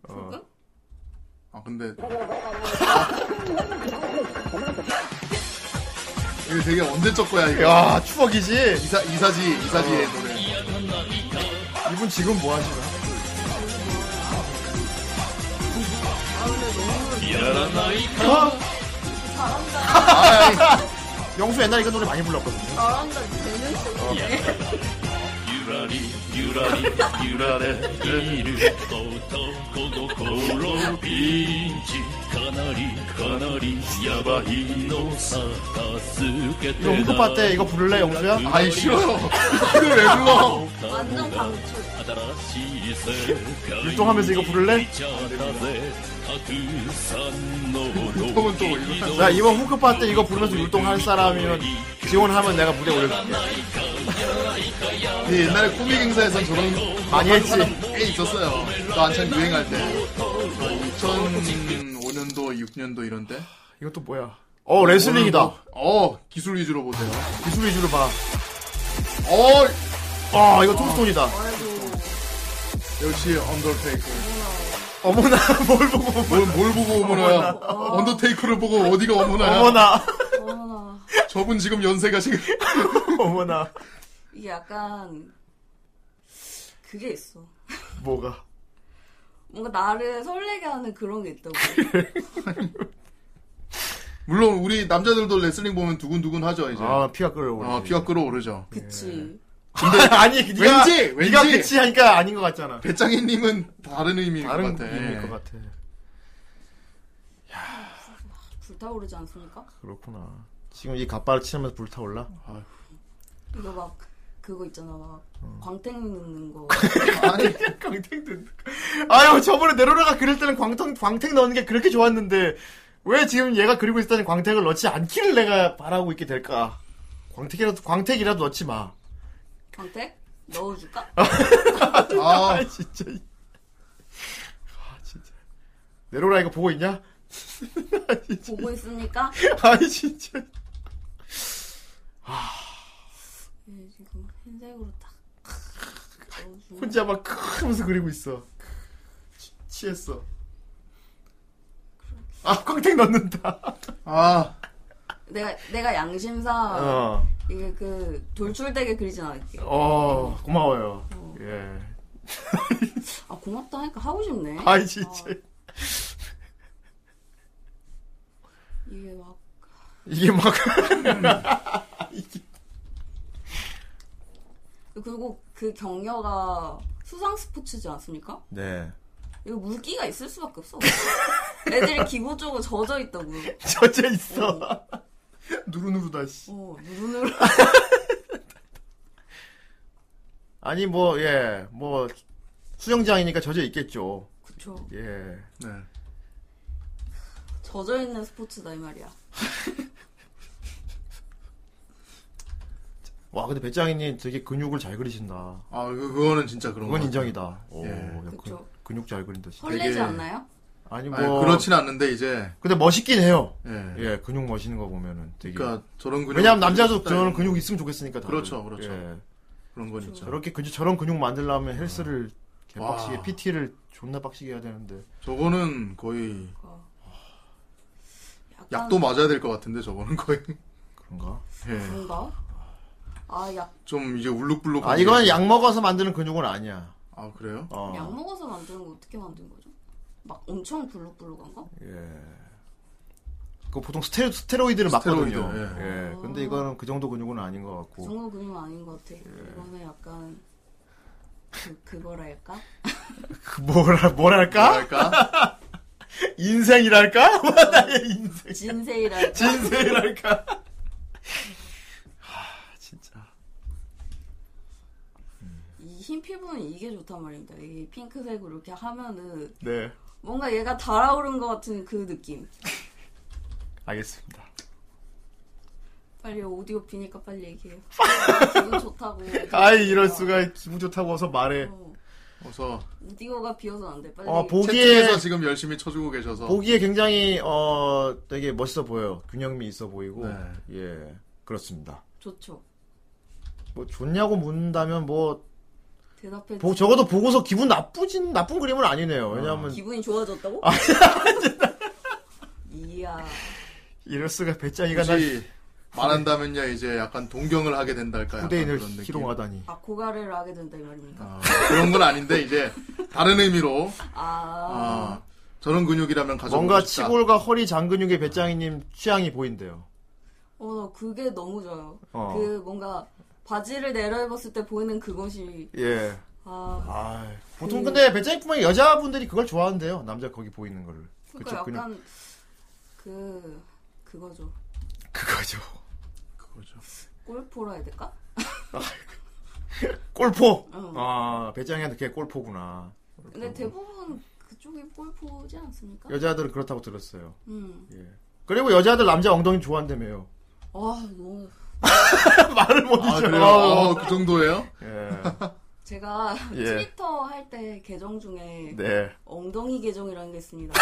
Speaker 2: 아 근데 이거 되게 언제적 거야 이거.
Speaker 1: 야, 추억이지.
Speaker 2: 이사 이사지 이사지의 노래.
Speaker 1: 이분 지금 뭐 하시나?
Speaker 8: やらないか
Speaker 1: 어? 영수 옛날에 이 노래 많이 불렀거든요.
Speaker 3: 잘한다 재능 있네.
Speaker 8: ゆらりゆらり揺られている男心ピンチかなりかなりやばいのさ助けて
Speaker 1: 이거 홈크파 때 이거 부를래, 영수야?
Speaker 8: 아이, 싫어요.
Speaker 1: 이걸 왜 불러?
Speaker 3: 완전 강추.
Speaker 8: 新しい世界
Speaker 1: 율동하면서 이거 부를래?
Speaker 8: たくさんの
Speaker 1: 나 이번 홈크파 때 이거 부르면서 율동할 사람이면 지원하면 내가 무대 올려줄게.
Speaker 2: 예, 옛날에 코믹 행사에선 저런
Speaker 1: 많이 했지.
Speaker 2: 사람 꽤 있었어요. 또 한참 유행할 때. 2005년도, 6년도 이런 때.
Speaker 1: 이것도 뭐야? 어, 레슬링이다.
Speaker 2: 오늘도- 어, 기술 위주로 보세요.
Speaker 1: 기술 위주로 봐.
Speaker 2: 어,
Speaker 1: 아, 이거 토스톤이다.
Speaker 2: 역시 언더테이크.
Speaker 1: 어머나, 뭘 보고
Speaker 2: 뭘, 뭘 보고 어머나야. 언더테이크를 보고 어디가 어머나야.
Speaker 1: 어머나.
Speaker 3: 어머나
Speaker 2: 저분 지금 연세가 지금.
Speaker 1: 어머나.
Speaker 3: 이게 약간 그게 있어.
Speaker 1: 뭐가?
Speaker 3: 뭔가 나를 설레게 하는 그런 게 있다고.
Speaker 1: 예.
Speaker 2: 물론 우리 남자들도 레슬링 보면 두근두근 하죠, 이제.
Speaker 1: 아, 피가 끓어오르지.
Speaker 2: 어, 피가 끓어오르죠.
Speaker 3: 그치.
Speaker 1: 아니, 네가,
Speaker 2: 왠지,
Speaker 1: 네가
Speaker 2: 왠지.
Speaker 1: 그치 하니까 아닌 것 같잖아.
Speaker 2: 배짱이님은 다른 의미일
Speaker 1: 다른
Speaker 2: 것 같아.
Speaker 1: 의미일 것 같아. 예.
Speaker 3: 불타오르지 않습니까?
Speaker 1: 그렇구나. 지금 이 갓바를 치면서 불타올라?
Speaker 3: 이거 막 그거 있잖아 막
Speaker 1: 음.
Speaker 3: 광택 넣는 거.
Speaker 2: 아니,
Speaker 1: 아유, 저번에 네로라가 그릴 때는 광택, 광택 넣는 게 그렇게 좋았는데, 왜 지금 얘가 그리고 있을 때는 광택을 넣지 않기를 내가 바라고 있게 될까? 광택이라도, 광택이라도 넣지 마.
Speaker 3: 광택 넣어줄까?
Speaker 2: 아,
Speaker 1: 아, 진짜. 아, 진짜. 네로라 이거 보고 있냐? 아,
Speaker 3: 보고 있습니까?
Speaker 1: 아니, 진짜.
Speaker 3: 네, 지금 흰색으로 딱 넣어주면
Speaker 1: 혼자 막 크으 하면서 그리고 있어. 치- 취했어. 아, 광택 넣는다.
Speaker 2: 아,
Speaker 3: 내가 내가 양심상
Speaker 1: 어,
Speaker 3: 이게 그 돌출되게 그리진 않을게.
Speaker 1: 어, 고마워요. 예.
Speaker 3: 아 고맙다 하니까 하고 싶네.
Speaker 1: 아이, 진짜.
Speaker 3: 아, 이게 막
Speaker 1: 이게 막.
Speaker 3: 그리고 그 격려가 수상 스포츠지 않습니까?
Speaker 1: 네.
Speaker 3: 이거 물기가 있을 수밖에 없어. 애들이 기본적으로 젖어 있다고.
Speaker 1: 젖어 있어. 누르누르다, 씨.
Speaker 3: 어 누르느라.
Speaker 1: 아니, 뭐, 예, 뭐, 수영장이니까 젖어 있겠죠.
Speaker 3: 그쵸.
Speaker 1: 예.
Speaker 2: 네.
Speaker 3: 젖어 있는 스포츠다 이 말이야.
Speaker 1: 와, 근데 배짱이님 되게 근육을 잘 그리신다.
Speaker 2: 아, 그- 그거는 진짜 그런 거.
Speaker 1: 어, 그건 인정이다. 오,
Speaker 2: 예.
Speaker 1: 야, 그-
Speaker 3: 그쵸.
Speaker 1: 근육 잘 그린다, 진짜.
Speaker 3: 설레지
Speaker 2: 되게-
Speaker 3: 않나요?
Speaker 1: 아니
Speaker 2: 아니,
Speaker 1: 뭐
Speaker 2: 그렇진 않는데 이제
Speaker 1: 근데 멋있긴 해요.
Speaker 2: 예.
Speaker 1: 예, 근육 멋있는 거 보면은 되게.
Speaker 2: 그러니까 저런 근육
Speaker 1: 왜냐면 남자도
Speaker 2: 스타일.
Speaker 1: 저런 근육 있으면 좋겠으니까. 다들.
Speaker 2: 그렇죠, 그렇죠.
Speaker 1: 예.
Speaker 2: 그런 건 있죠.
Speaker 1: 저렇게 근육 저런 근육 만들려면 헬스를
Speaker 2: 음. 와.
Speaker 1: 개빡시게 PT를 존나 빡시게 해야 되는데.
Speaker 2: 저거는 거의 약도 맞아야 될 것 같은데 저거는 거의
Speaker 1: 그런가?
Speaker 2: 예.
Speaker 3: 뭔가? 아, 약,
Speaker 2: 좀 이제 울룩불룩.
Speaker 1: 아 이건 약 먹어서 만드는 근육은 아니야.
Speaker 2: 아 그래요?
Speaker 1: 어.
Speaker 3: 약 먹어서 만드는 거 어떻게 만든 거죠? 막 엄청 블룩블룩한 거?
Speaker 1: 예. 그 보통 스테, 스테로이드를
Speaker 2: 스테로이드,
Speaker 1: 맞거든요.
Speaker 2: 예.
Speaker 1: 예. 근데 이거는 그 정도 근육은 아닌 것
Speaker 2: 뭐.
Speaker 3: 그
Speaker 1: 같고.
Speaker 3: 정도 근육 아닌 것 같아. 이거는 약간, 그, 그거랄까?
Speaker 1: 그 뭐라 뭐랄까?
Speaker 2: 뭐랄까?
Speaker 1: 인생이랄까?
Speaker 3: 진세이랄까?
Speaker 1: 진세이랄까?
Speaker 3: 이 흰 피부는 이게 좋단 말입니다. 이 핑크색으로 이렇게 하면은
Speaker 1: 네.
Speaker 3: 뭔가 얘가 달아오른 것 같은 그 느낌.
Speaker 1: 알겠습니다.
Speaker 3: 빨리 오디오 피니까 빨리 얘기해요. 기분 좋다고.
Speaker 1: 아이 이럴 수가 기분 좋다고 어서 말해.
Speaker 2: 어서.
Speaker 3: 오디오가 비어서 안 돼. 빨리.
Speaker 1: 어, 보기에-
Speaker 2: 보기에서 지금 열심히 쳐주고 계셔서
Speaker 1: 보기에 굉장히 어 되게 멋있어 보여요. 균형미 있어 보이고 예 그렇습니다.
Speaker 3: 좋죠.
Speaker 1: 뭐 좋냐고 묻는다면 뭐
Speaker 3: 대답해.
Speaker 1: 보- 적어도 보고서 기분 나쁘진 나쁜 그림은 아니네요. 왜냐하면
Speaker 3: 기분이 좋아졌다고? 이야.
Speaker 1: 이럴 수가 배짱이가 날
Speaker 2: 굳이 말한다면요 이제 약간 동경을 하게 된달까요?
Speaker 1: 후대인을
Speaker 2: 약간 그런 느낌.
Speaker 1: 희롱하다니.
Speaker 3: 아, 고가를 하게 된다 이
Speaker 1: 어.
Speaker 3: 말입니까?
Speaker 2: 아, 그런 건 아닌데 이제 다른 의미로
Speaker 3: 아.
Speaker 2: 아, 저런 근육이라면 가져.
Speaker 1: 뭔가 치골과 허리 장근육의 배짱이님 취향이 보인대요.
Speaker 3: 어, 나 그게 너무 좋아요.
Speaker 1: 어.
Speaker 3: 그 뭔가 바지를 내려입었을 때 보이는 그것이
Speaker 1: 예.
Speaker 3: 아.
Speaker 1: 아, 보통 근데 배짱이뿐만 아니라 여자분들이 그걸 좋아한대요. 남자 거기 보이는 거를.
Speaker 3: 그러니까
Speaker 1: 그쵸, 그냥.
Speaker 3: 약간 그 그거죠.
Speaker 1: 그거죠.
Speaker 3: 골프라 해야 될까?
Speaker 1: 골포.
Speaker 3: 어.
Speaker 1: 아, 배짱이한테 그게 골포구나.
Speaker 3: 근데 대부분 그쪽이 골프지 않습니까?
Speaker 1: 여자들은 그렇다고 들었어요.
Speaker 3: 음.
Speaker 1: 예. 그리고 여자들 남자 엉덩이 좋아한다며요.
Speaker 3: 아 너무
Speaker 1: 말을 못
Speaker 2: 아,
Speaker 1: 잊어.
Speaker 2: 그래요? 어, 그 정도예요?
Speaker 1: 예.
Speaker 3: 제가
Speaker 1: 예.
Speaker 3: 트위터 할 때 계정 중에
Speaker 1: 네.
Speaker 3: 엉덩이 계정이라는 게 있습니다.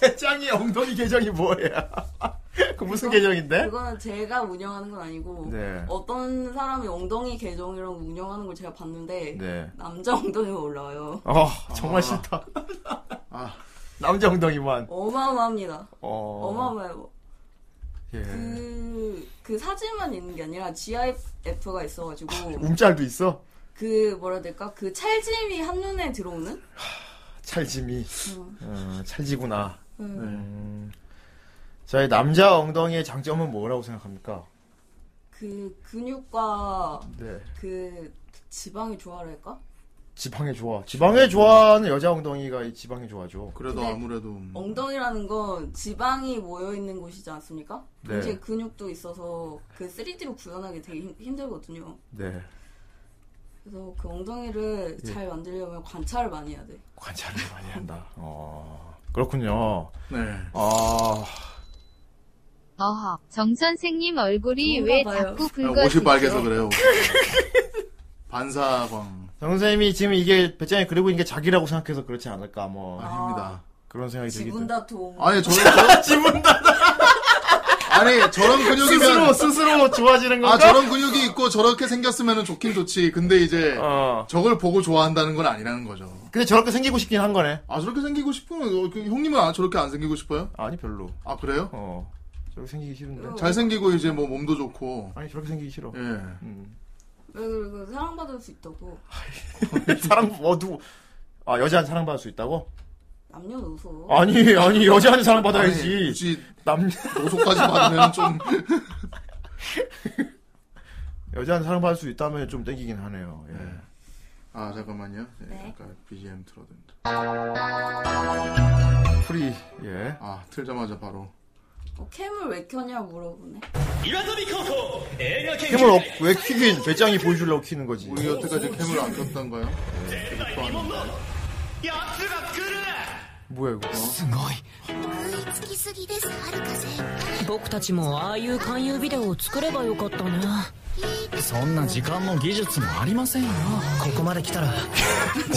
Speaker 1: 배짱이 엉덩이 계정이 뭐예요? 그 무슨 계정인데?
Speaker 3: 그거는 제가 운영하는 건 아니고
Speaker 1: 네.
Speaker 3: 어떤 사람이 엉덩이 계정이랑 운영하는 걸 제가 봤는데
Speaker 1: 네.
Speaker 3: 남자 엉덩이가 올라와요.
Speaker 1: 어, 정말
Speaker 2: 아.
Speaker 1: 싫다. 남자 엉덩이만.
Speaker 3: 어마어마합니다.
Speaker 1: 어.
Speaker 3: 어마어마해요.
Speaker 1: 예.
Speaker 3: 그, 그 사진만 있는 게 아니라 GIF가 있어가지고
Speaker 1: 아, 움짤도 있어?
Speaker 3: 그 뭐라 해야 될까 그 찰짐이 한눈에 들어오는
Speaker 1: 찰짐이.
Speaker 3: 음.
Speaker 1: 어, 찰지구나.
Speaker 3: 음.
Speaker 1: 음. 자, 이 남자 엉덩이의 장점은 뭐라고 생각합니까?
Speaker 3: 그 근육과
Speaker 1: 네.
Speaker 3: 그 지방이 조화랄까?
Speaker 1: 음. 지방에 좋아. 지방에 좋아하는 여자 엉덩이가 이 지방에 좋아죠.
Speaker 2: 그래도
Speaker 3: 근데-
Speaker 2: 아무래도 음,
Speaker 3: 엉덩이라는 건 지방이 모여 있는 곳이지 않습니까?
Speaker 1: 네.
Speaker 3: 동시에 근육도 있어서 그 3D로 구현하기 되게 힘, 힘들거든요.
Speaker 1: 네.
Speaker 3: 그래서 그 엉덩이를
Speaker 1: 예.
Speaker 3: 잘 만들려면 관찰을 많이 해야 돼.
Speaker 1: 관찰을 많이 한다. 어. 그렇군요.
Speaker 2: 네.
Speaker 1: 아.
Speaker 4: 어허, 정 선생님 얼굴이
Speaker 3: 그런가
Speaker 4: 왜
Speaker 3: 봐요.
Speaker 4: 자꾸
Speaker 2: 아, 옷이
Speaker 4: 붉어지죠?
Speaker 2: 빨개서 그래요. 반사광
Speaker 1: 정 선생님이 지금 이게 배짱이 그리고 있는 게 자기라고 생각해서 그렇지 않을까 뭐.
Speaker 2: 아닙니다.
Speaker 1: 그런 생각이 들기 때문에.
Speaker 3: 지분다통.
Speaker 1: 예.
Speaker 2: 아니 저런 저,
Speaker 1: 지분다.
Speaker 2: 아니 저런 근육이면
Speaker 1: 스스로 스스로 좋아지는 건가?
Speaker 2: 아 저런 근육이 있고 저렇게 생겼으면 좋긴 좋지. 근데 이제
Speaker 1: 어.
Speaker 2: 저걸 보고 좋아한다는 건 아니라는 거죠.
Speaker 1: 근데 저렇게 생기고 싶긴 한 거네.
Speaker 2: 아 저렇게 생기고 싶으면 어, 그 형님은 아, 저렇게 안 생기고 싶어요?
Speaker 1: 아니 별로.
Speaker 2: 아 그래요?
Speaker 1: 어. 저렇게 생기기
Speaker 3: 음.
Speaker 1: 싫은데. 음.
Speaker 2: 잘 생기고 이제 뭐 몸도 좋고.
Speaker 1: 아니 저렇게 생기기 싫어.
Speaker 2: 예.
Speaker 3: 왜 그리고 사랑받을 수 있다고
Speaker 1: 사랑 어두 아 여자한테 사랑받을 수 있다고?
Speaker 3: 남녀노소.
Speaker 1: 아니 아니 여자한테 사랑받아야지.
Speaker 2: 아니, 굳이
Speaker 1: 남
Speaker 2: 노소까지 받으면 좀
Speaker 1: 여자한테 사랑받을 수 있다면 좀 땡기긴 하네요. 예.
Speaker 2: 아 잠깐만요. 예, 아까 BGM 틀어둔다.
Speaker 1: 프리 예.
Speaker 2: 아 틀자마자 바로.
Speaker 3: 어, 캠을 왜 켜냐 물어보네.
Speaker 8: 岩波高校映画研究
Speaker 1: 캠을 어, 왜 키긴 배짱이 보여주려고 키는 거지.
Speaker 2: 우리 여태까지 캠을 안 켰던가요? 예,
Speaker 8: やつが来る
Speaker 1: 뭐야 이거?
Speaker 13: 食いつきすぎですはるか先
Speaker 14: 僕たちもああいう勧誘ビデオを作ればよかったね
Speaker 15: そんな時間も技術もありませんよここまで来たら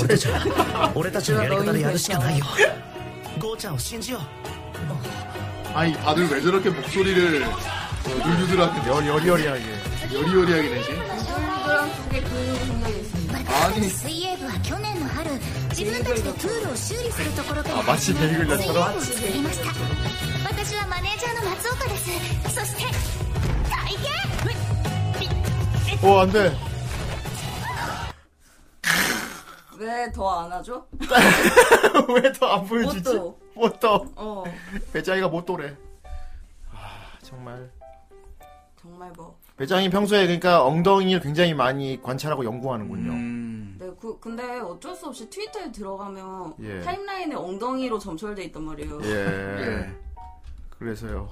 Speaker 15: 俺たちは俺たちのやり方でやるしかないよ
Speaker 11: ゴーちゃんを信じよう
Speaker 2: 아니 다들 왜 저렇게 목소리를 유유들하게
Speaker 1: 여리여리하게
Speaker 2: 여리여리하게 내지?
Speaker 13: 그
Speaker 2: 니
Speaker 13: 水泳部は去年の春自分たちでプールを修理するところから
Speaker 2: あマチベリグラ
Speaker 13: 水
Speaker 2: ち
Speaker 13: 泳
Speaker 2: ゃ
Speaker 13: 部
Speaker 2: ろ
Speaker 13: を作りました私はマネージャーの松岡ですそして大変
Speaker 1: 오 어, 안돼
Speaker 3: 왜 더 안 하죠?
Speaker 1: 왜 더 안 보여주지?
Speaker 3: 못
Speaker 1: 못떠
Speaker 3: 어.
Speaker 1: 배짱이가 못 떠래 아 정말
Speaker 3: 정말 뭐.
Speaker 1: 배짱이 평소에 그러니까 엉덩이를 굉장히 많이 관찰하고 연구하는군요
Speaker 3: 네, 그, 근데 어쩔 수 없이 트위터에 들어가면
Speaker 1: 예.
Speaker 3: 타임라인에 엉덩이로 점철돼 있단 말이에요.
Speaker 1: 예. 그래서요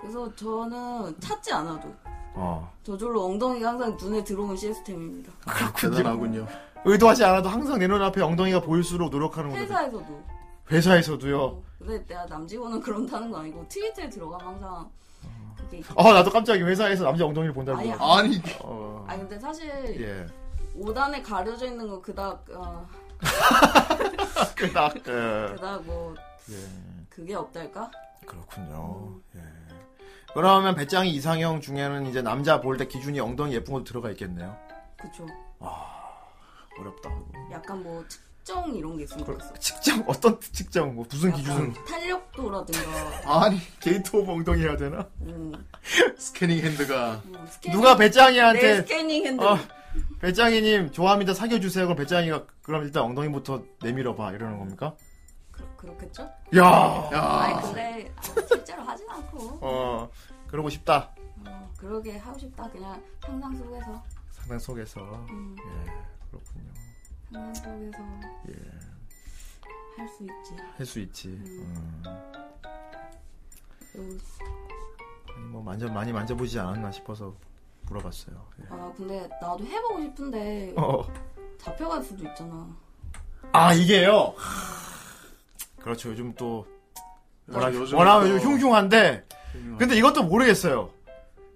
Speaker 3: 그래서 저는 찾지 않아도
Speaker 1: 어
Speaker 3: 저절로 엉덩이가 항상 눈에 들어오는 시스템입니다.
Speaker 2: 대단하군요
Speaker 1: 의도하지 않아도 항상 내 눈앞에 엉덩이가 보일수록 노력하는 군요
Speaker 3: 회사에서도.
Speaker 1: 회사에서도요
Speaker 3: 근데 내가 남직원은 그런다는 거 아니고 트위터에 들어가면 항상 그게 있-
Speaker 1: 아 나도 깜짝이야 회사에서 남자 엉덩이를 본다고
Speaker 3: 아니,
Speaker 2: 아니.
Speaker 1: 어,
Speaker 3: 아니 근데 사실
Speaker 1: 예
Speaker 3: 5단에 가려져 있는 거 그닥 어,
Speaker 1: 그닥 예.
Speaker 3: 그닥 뭐
Speaker 1: 예.
Speaker 3: 그게 없달까?
Speaker 1: 그렇군요. 예. 그러면 배짱이 이상형 중에는 이제 남자 볼 때 기준이 엉덩이 예쁜 것도 들어가 있겠네요.
Speaker 3: 그쵸.
Speaker 1: 어렵다.
Speaker 3: 약간 뭐 측정 이런 게 있으면 좋겠어.
Speaker 1: 측정 어떤 측정 뭐 무슨 기준으로?
Speaker 3: 탄력도라든가.
Speaker 1: 아니 게이트 오브 엉덩이 해야 되나?
Speaker 3: 음, 뭐
Speaker 2: 스캐닝 핸드가
Speaker 3: 스캐닝-
Speaker 1: 누가 배짱이한테
Speaker 3: 내 스캐닝 핸드.
Speaker 1: 어, 배짱이님 좋아합니다 사귀어 주세요. 그럼 배짱이가 그럼 일단 엉덩이부터 내밀어 봐 이러는 겁니까?
Speaker 3: 그렇겠죠?
Speaker 1: 야.
Speaker 3: 아니 근데 실제로 하진 않고.
Speaker 1: 어 그러고 싶다
Speaker 3: 어, 그러게 하고 싶다. 그냥 상상 속에서
Speaker 1: 상상 속에서
Speaker 3: 음.
Speaker 1: 예 그렇군요
Speaker 3: 상상 속에서 예. 할 수 있지.
Speaker 1: 할 수 있지. 음.
Speaker 3: 음,
Speaker 1: 아니 뭐 만져 많이 만져보지 않았나 싶어서 물어봤어요. 예.
Speaker 3: 아 근데 나도 해보고 싶은데
Speaker 1: 어.
Speaker 3: 잡혀갈 수도 있잖아.
Speaker 1: 아 이게요. 그렇죠. 요즘 또 워낙
Speaker 2: 요즘
Speaker 1: 워낙
Speaker 2: 또-
Speaker 1: 아, 요즘 흉흉한데 근데 이것도 모르겠어요.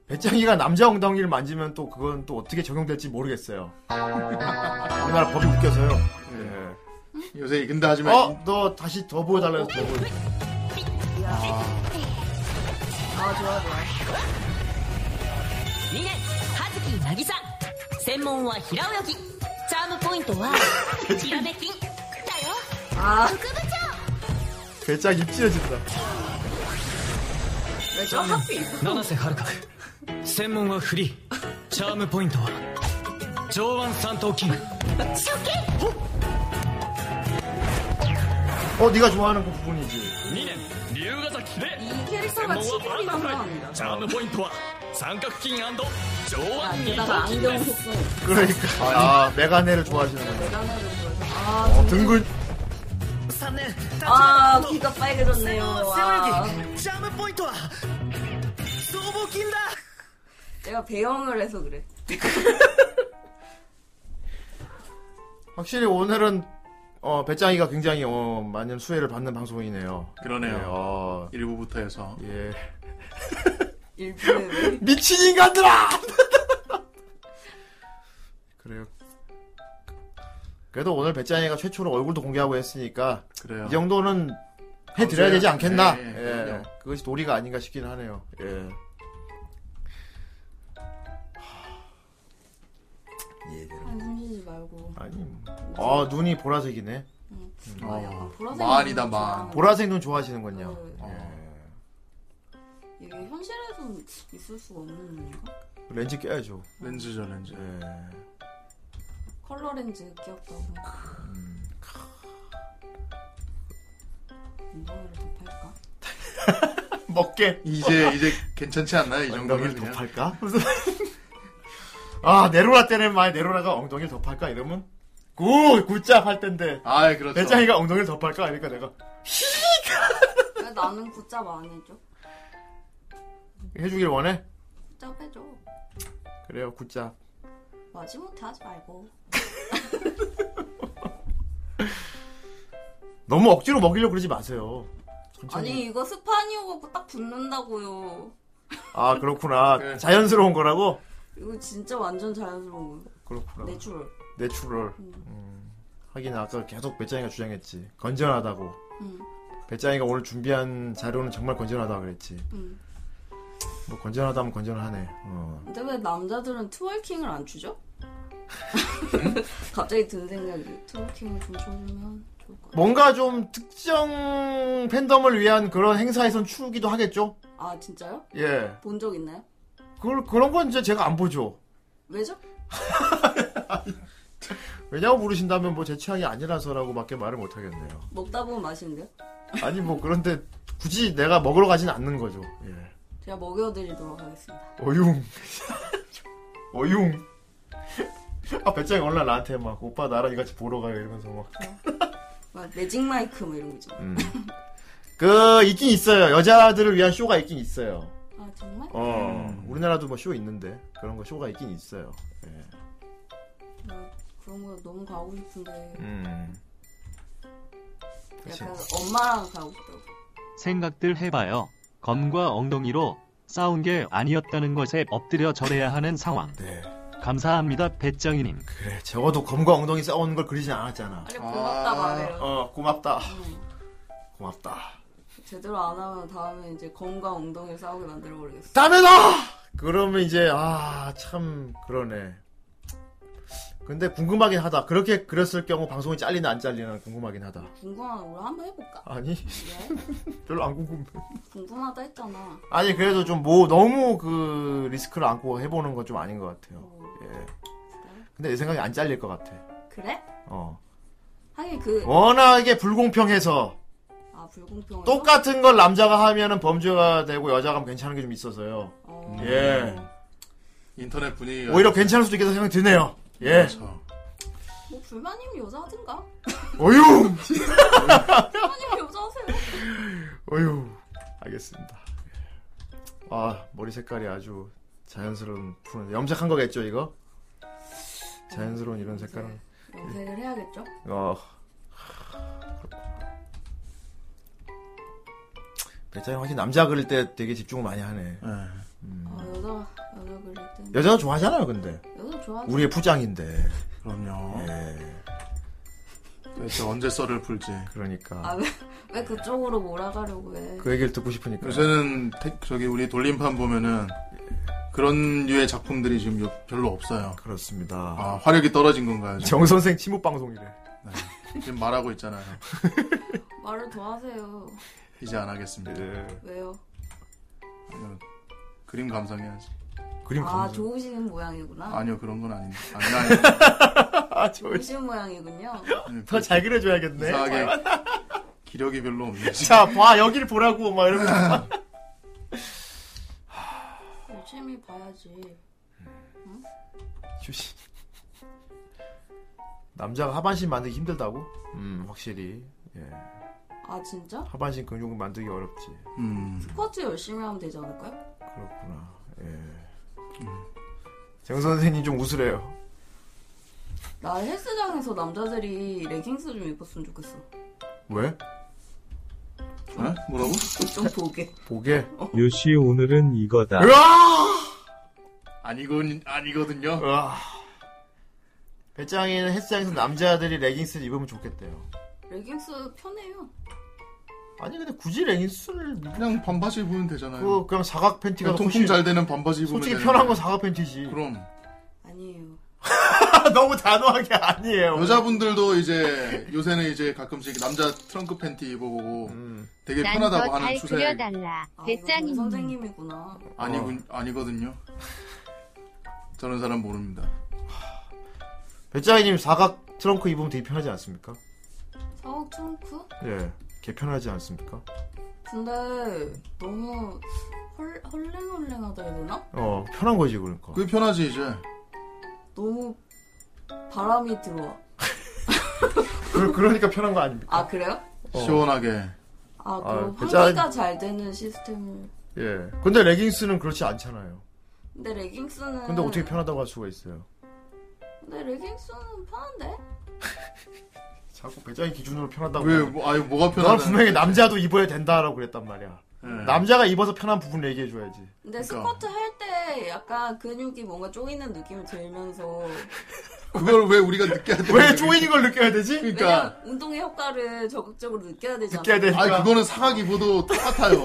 Speaker 1: 배짱이가 남자 엉덩이를 만지면 또 그건 또 어떻게 적용될지 모르겠어요. 우리나라 법이 웃겨서요. 예.
Speaker 2: 요새 근데 하지만
Speaker 1: 어, 너 다시 더 보여달라 해서 더 보여.
Speaker 3: 아 좋아 좋아.
Speaker 14: 2年葉月渚専門は平泳ぎチャームポイントはひらめきんだよ
Speaker 3: あ
Speaker 14: 副部長
Speaker 1: 배짱 입질해진다.
Speaker 3: 왜저 하필
Speaker 15: 七瀬遥香専門はフリーチャームポイントは上腕三頭筋
Speaker 13: 初見
Speaker 1: 어, 네가 좋아하는 그 부분이지.
Speaker 15: 2年龍ヶ崎で
Speaker 3: 이 캐릭터가 치킨이 나온다.
Speaker 8: 뭐,
Speaker 15: チャームポイントは三角筋上腕
Speaker 8: 뭐,
Speaker 15: 二
Speaker 3: 나
Speaker 15: 頭筋で
Speaker 3: 아, 안경
Speaker 15: す
Speaker 3: 속성.
Speaker 1: 그러니까 아, 메가네를 좋아하시는군요.
Speaker 3: 대단하죠.
Speaker 1: 어, 등근
Speaker 3: 아 귀가 빨개졌네요. 아.
Speaker 11: 背泳ぎジャムポイントは僧帽筋だ
Speaker 3: 내가 배영을 해서 그래.
Speaker 1: 확실히 오늘은 어, 배짱이가 굉장히 어, 많은 수혜를 받는 방송이네요.
Speaker 2: 그러네요.
Speaker 1: 예, 어,
Speaker 2: 일부부터 해서
Speaker 1: 예.
Speaker 3: 일부에
Speaker 1: 미친 인간들아! 그래요. 그래도 오늘 배짱이가 최초로 얼굴도 공개하고 했으니까
Speaker 2: 그래요.
Speaker 1: 이 정도는 해드려야 되지 않겠나?
Speaker 2: 아. 네,
Speaker 1: 예,
Speaker 2: 그럼요.
Speaker 1: 그것이 도리가 아닌가 싶긴 하네요. 예.
Speaker 3: 아니 숨 쉬지 말고.
Speaker 1: 아니.
Speaker 2: 뭐.
Speaker 1: 아 눈이 보라색이네.
Speaker 3: 아,
Speaker 2: 어,
Speaker 3: 약간 보라색
Speaker 2: 만이다,
Speaker 3: 눈
Speaker 2: 만.
Speaker 3: 좋아하는
Speaker 1: 보라색 눈 좋아하시는군요.
Speaker 2: 어, 네.
Speaker 3: 이게 현실에서는 있을 수가 없는 눈인가?
Speaker 1: 예. 렌즈 껴야죠. 예.
Speaker 2: 렌즈죠 렌즈
Speaker 3: 컬러 렌즈 귀엽다고.
Speaker 1: 음,
Speaker 3: 뭐 엉덩이를 더 팔까?
Speaker 1: 먹게
Speaker 2: 이제 이제 괜찮지 않나요 이
Speaker 1: 엉덩이를
Speaker 2: 정도면 그냥
Speaker 1: 덮할까? 무슨 아 네로라 때는 말 네로라가 엉덩이를 덮할까 이러면 굿 굿잡 할 텐데
Speaker 2: 아 그렇죠
Speaker 1: 배짱이가 엉덩이를 덮할까 그러니까 내가
Speaker 3: 왜 나는 굿잡 안 해줘?
Speaker 1: 해주길 원해
Speaker 3: 굿잡 해줘.
Speaker 1: 그래요 굿잡
Speaker 3: 마지못해 하지 말고.
Speaker 1: 너무 억지로 먹이려고 그러지 마세요 천천히.
Speaker 3: 아니 이거 스파니오가 딱 붙는다고요.
Speaker 1: 아 그렇구나 자연스러운 거라고
Speaker 3: 이거 진짜 완전 자연스러운 거.
Speaker 1: 그렇구나 음.
Speaker 3: 내추럴.
Speaker 1: 내추럴 음. 하긴 아까 계속 배짱이가 주장했지 건전하다고
Speaker 3: 음.
Speaker 1: 배짱이가 오늘 준비한 자료는 정말 건전하다 그랬지.
Speaker 3: 음.
Speaker 1: 뭐 건전하다면 건전하네. 어.
Speaker 3: 근데 왜 남자들은 트월킹을 안 추죠? 갑자기 든 생각이 트월킹을 좀 추면
Speaker 1: 뭔가 좀 특정 팬덤을 위한 그런 행사에선 추기도 하겠죠.
Speaker 3: 아 진짜요?
Speaker 1: 예.
Speaker 3: 본 적 있나요?
Speaker 1: 그 그런 건 이제 제가 안 보죠.
Speaker 3: 왜죠?
Speaker 1: 왜냐고 물으신다면 뭐 제 취향이 아니라서라고밖에 말을 못 하겠네요.
Speaker 3: 먹다 보면 맛있는데요?
Speaker 1: 아니 뭐 그런데 굳이 내가 먹으러 가진 않는 거죠. 예.
Speaker 3: 제가 먹여드리도록 하겠습니다.
Speaker 1: 어융. 어융. 아, 배짱이 오늘 나한테 막, 오빠 나랑 이같이 보러 가요. 이러면서 막.
Speaker 3: 막 매직 마이크 뭐 이런 거죠.
Speaker 1: 음. 그, 있긴 있어요. 여자들을 위한 쇼가 있긴 있어요.
Speaker 3: 아 정말?
Speaker 1: 어. 우리나라도 뭐 쇼 있는데. 그런 거 쇼가 있긴 있어요. 예.
Speaker 3: 나 그런 거 너무 가고 싶은데
Speaker 1: 음.
Speaker 3: 약간 엄마랑 가고 싶다고.
Speaker 7: 생각들 해봐요. 검과 엉덩이로 싸운 게 아니었다는 것에 엎드려 절해야 하는 상황. 감사합니다, 배짱이님.
Speaker 1: 네. 그래, 적어도 검과 엉덩이 싸우는 걸 그리진 않았잖아.
Speaker 3: 고맙다 말해요.
Speaker 1: 어, 고맙다. 고맙다.
Speaker 3: 음, 제대로 안 하면 다음에 이제 검과 엉덩이를 싸우게 만들어 버리겠어.
Speaker 1: 다음에다! 그러면 이제, 아, 참, 그러네. 근데 궁금하긴 하다. 그렇게 그랬을 경우 방송이 잘리나 안 잘리나 궁금하긴 하다.
Speaker 3: 궁금하다. 우리 한번 해볼까? 네?
Speaker 1: 아니, 별로 안 궁금해.
Speaker 3: 궁금하다 했잖아.
Speaker 1: 아니, 그래도 좀 뭐, 너무 그, 리스크를 안고 해보는 건 좀 아닌 것 같아요. 예. 근데 내 생각에 안 잘릴 것 같아.
Speaker 3: 그래?
Speaker 1: 어.
Speaker 3: 하긴 그
Speaker 1: 워낙에 불공평해서
Speaker 3: 아 불공평.
Speaker 1: 똑같은 걸 남자가 하면은 범죄가 되고 여자가 하면 괜찮은 게 좀 있어서요. 예.
Speaker 2: 음. 인터넷 그렇죠. 분위기
Speaker 1: 오히려 괜찮을 수도 있겠다 생각이 드네요. 예.
Speaker 3: 뭐 불만이면 여자 하든가.
Speaker 1: 어휴!
Speaker 3: 불만이면 여자 하세요.
Speaker 1: 어휴. 알겠습니다. 아, 머리 색깔이 아주 자연스러운 푸른. 염색한 거겠죠, 이거? 자연스러운 이런 색깔은.
Speaker 2: 네.
Speaker 3: 염색을 해야겠죠?
Speaker 1: 어. 배짱이 확실히 남자 그릴 때 되게 집중을 많이 하네.
Speaker 2: 예,
Speaker 3: 어,
Speaker 1: 음.
Speaker 3: 여자 여자 그릴 때.
Speaker 1: 여자는 좋아하잖아요, 근데.
Speaker 3: 여자 좋아.
Speaker 1: 우리의 부장인데.
Speaker 2: 그럼요.
Speaker 1: 예.
Speaker 2: 도대체 언제 썰을 풀지.
Speaker 1: 그러니까.
Speaker 3: 아왜 왜 그쪽으로 몰아가려고 해?
Speaker 1: 그 얘기를 듣고 싶으니까.
Speaker 2: 요새는 택- 저기 우리 돌림판 보면은 그런 류의 작품들이 지금 요- 별로 없어요.
Speaker 1: 그렇습니다.
Speaker 2: 아, 화력이 떨어진 건가요? 지금?
Speaker 1: 정 선생 침묵 방송이래.
Speaker 2: 지금 말하고 있잖아요.
Speaker 3: 말을 더 하세요.
Speaker 2: 이제 안 하겠습니다.
Speaker 3: 왜요?
Speaker 2: 아니요. 그림 감상해야지.
Speaker 1: 그림
Speaker 3: 아 좋으시는 모양이구나.
Speaker 2: 아니요, 그런 건 아닌데. 아니요. 네,
Speaker 1: 아,
Speaker 3: 좋으신 모양이군요.
Speaker 1: 더 잘 그려줘야겠네.
Speaker 2: 뭐 이상하게 기력이 별로 없네.
Speaker 1: 자, 봐, 여기를 보라고, 막 이러면서.
Speaker 3: 열심히 어, 봐야지.
Speaker 1: 휴식. 남자가 하반신 만들기 힘들다고? 음, 확실히. 예.
Speaker 3: 아 진짜?
Speaker 1: 하반신 근육은 만들기 어렵지.
Speaker 2: 음.
Speaker 3: 스쿼트 열심히 하면 되지 않을까요?
Speaker 1: 그렇구나. 예. 정 선생님 좀 웃으래요.
Speaker 3: 나 헬스장에서 남자들이 레깅스 좀 입었으면 좋겠어.
Speaker 1: 왜?
Speaker 2: 어? 뭐라고?
Speaker 3: 좀 보게.
Speaker 1: 보게.
Speaker 16: 요시 오늘은 이거다.
Speaker 2: 아니군, 아니거든요.
Speaker 1: 배짱이는 헬스장에서 남자들이 레깅스를 입으면 좋겠대요.
Speaker 3: 레깅스 편해요.
Speaker 1: 아니 근데 굳이 레깅스를
Speaker 2: 그냥 반바지 입으면 되잖아요.
Speaker 1: 그 그냥 사각 팬티가 더
Speaker 2: 통풍
Speaker 1: 훨씬-
Speaker 2: 잘 되는 반바지 입으면
Speaker 1: 솔직히
Speaker 2: 되는
Speaker 1: 편한 어.
Speaker 2: 거예요.
Speaker 1: 건 사각 팬티지.
Speaker 2: 그럼.
Speaker 3: 아니에요.
Speaker 1: 너무 단호하게 아니에요.
Speaker 2: 여자분들도 이제 요새는 이제 가끔씩 남자 트렁크 팬티 입어보고
Speaker 1: 음.
Speaker 2: 되게
Speaker 4: 난 더
Speaker 2: 편하다고 하는
Speaker 4: 잘
Speaker 2: 추세.
Speaker 4: 그려달라.
Speaker 3: 어,
Speaker 4: 배짱이님.
Speaker 3: 아, 선생님이구나.
Speaker 2: 아니군 아니거든요. 저런 사람 모릅니다.
Speaker 1: 배짱이님 사각 트렁크 입으면 되게 편하지 않습니까?
Speaker 3: 사옥 트렁크?
Speaker 1: 예, 개 편하지 않습니까?
Speaker 3: 근데 너무 헐, 헐랭헐랭하다 해야 되나?
Speaker 1: 어, 편한 거지 그러니까.
Speaker 2: 그게 편하지 이제.
Speaker 1: 어.
Speaker 3: 너무 바람이 들어와.
Speaker 1: 그, 그러니까 편한 거 아닙니까?
Speaker 3: 아 그래요?
Speaker 2: 시원하게.
Speaker 3: 아
Speaker 1: 아,
Speaker 3: 그럼
Speaker 1: 배짱-
Speaker 3: 환기가 잘 되는 시스템을.
Speaker 1: 예. 근데 레깅스는 그렇지 않잖아요.
Speaker 3: 근데 레깅스는.
Speaker 2: 아.
Speaker 1: 근데 어떻게 편하다고 할 수가 있어요?
Speaker 3: 근데 레깅스는 편한데?
Speaker 1: 자꾸 배짱이 기준으로 편하다고.
Speaker 2: 왜,
Speaker 1: 하는-
Speaker 2: 뭐, 아니, 뭐가
Speaker 1: 넌
Speaker 2: 편하다는
Speaker 1: 분명히
Speaker 2: 거지?
Speaker 1: 남자도 입어야 된다라고 그랬단 말이야.
Speaker 2: 예.
Speaker 1: 남자가 입어서 편한 부분을 얘기해줘야지.
Speaker 3: 근데 스쿼트 할 때 약간 근육이 뭔가 쪼이는 느낌이 들면서
Speaker 2: 그걸 왜 우리가 느껴야 돼?
Speaker 1: 왜 조인인 걸 느껴야 되지?
Speaker 2: 그러니까
Speaker 3: 왜냐면 운동의 효과를 적극적으로 느껴야 되잖아.
Speaker 1: 그러니까.
Speaker 2: 아 그거는 사각이보도 똑같아요.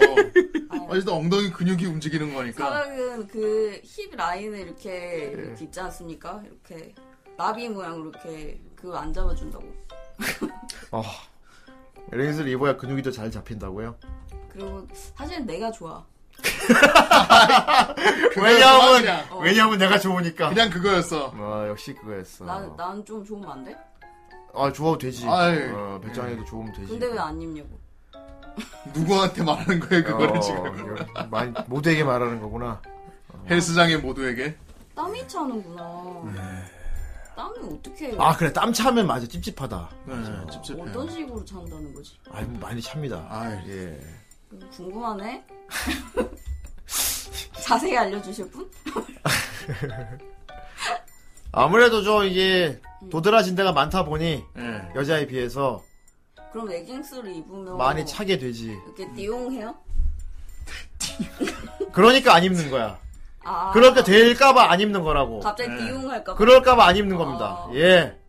Speaker 2: 어쨌든 엉덩이 근육이 움직이는 거니까.
Speaker 3: 사각은 그 힙 라인을 이렇게, 이렇게 있지 않습니까? 이렇게 나비 모양으로 이렇게 그걸 안 잡아준다고.
Speaker 1: 어, 레이스를 입어야 근육이 더 잘 잡힌다고요?
Speaker 3: 그리고 사실 내가 좋아.
Speaker 1: 왜냐하면
Speaker 3: 그냥. 어.
Speaker 1: 왜냐하면 내가 좋으니까.
Speaker 2: 그냥 그거였어.
Speaker 1: 아 역시 그거였어.
Speaker 3: 난난좀 좋으면 안 돼?
Speaker 1: 아 좋아도 되지.
Speaker 2: 아이.
Speaker 1: 어, 배짱이도 좋으면 되지.
Speaker 3: 근데 왜 안 입냐고.
Speaker 2: 누구한테 말하는 거예요 그거를
Speaker 1: 어,
Speaker 2: 지금?
Speaker 1: 이거 많이- 모두에게 말하는 거구나.
Speaker 2: 헬스장의 모두에게.
Speaker 3: 땀이 차는구나. 땀이 어떻게
Speaker 1: 아 그래 땀 차면 맞아 찝찝하다.
Speaker 2: 네, 찝찝해.
Speaker 3: 어떤 식으로 찬다는 거지?
Speaker 1: 아이 뭐 많이 찹니다. 예.
Speaker 3: 궁금하네. 자세히 알려주실 분?
Speaker 1: 아무래도 좀 이게 도드라진 데가 많다 보니
Speaker 2: 예.
Speaker 1: 여자에 비해서
Speaker 3: 그럼 레깅스를 입으면
Speaker 1: 많이 차게 되지.
Speaker 3: 이렇게 띠용해요?
Speaker 1: 그러니까 안 입는 거야.
Speaker 3: 아
Speaker 1: 그럴까 될까봐 안 입는 거라고.
Speaker 3: 갑자기 띠용할까? 봐.
Speaker 1: 그럴까봐 안 입는 겁니다. 예.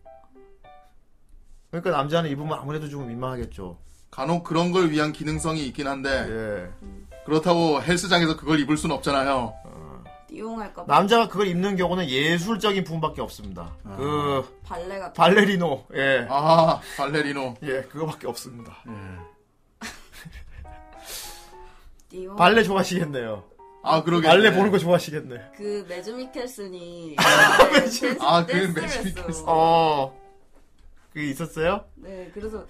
Speaker 1: 그러니까 남자는 입으면 아무래도 좀 민망하겠죠.
Speaker 2: 간혹 그런 걸 위한 기능성이 있긴
Speaker 1: 예.
Speaker 2: 한데. 그렇다고 헬스장에서 그걸 입을 순 없잖아요.
Speaker 3: 띠용할까? 봐.
Speaker 1: 남자가 그걸 입는 경우는 예술적인 부분밖에 없습니다. 그
Speaker 3: 발레 같은.
Speaker 1: 발레리노. 예.
Speaker 2: 아 발레리노.
Speaker 1: 예, 그거밖에 없습니다.
Speaker 3: 띠용.
Speaker 1: 발레 좋아하시겠네요.
Speaker 2: 아 그러게.
Speaker 1: 발레 보는 거 좋아하시겠네.
Speaker 3: 그 매즈 미켈슨이 네, 댄스-
Speaker 1: 아, 그
Speaker 3: 댄스를
Speaker 1: 매즈
Speaker 3: 했어요.
Speaker 1: 어. 그게 있었어요?
Speaker 3: 네, 그래서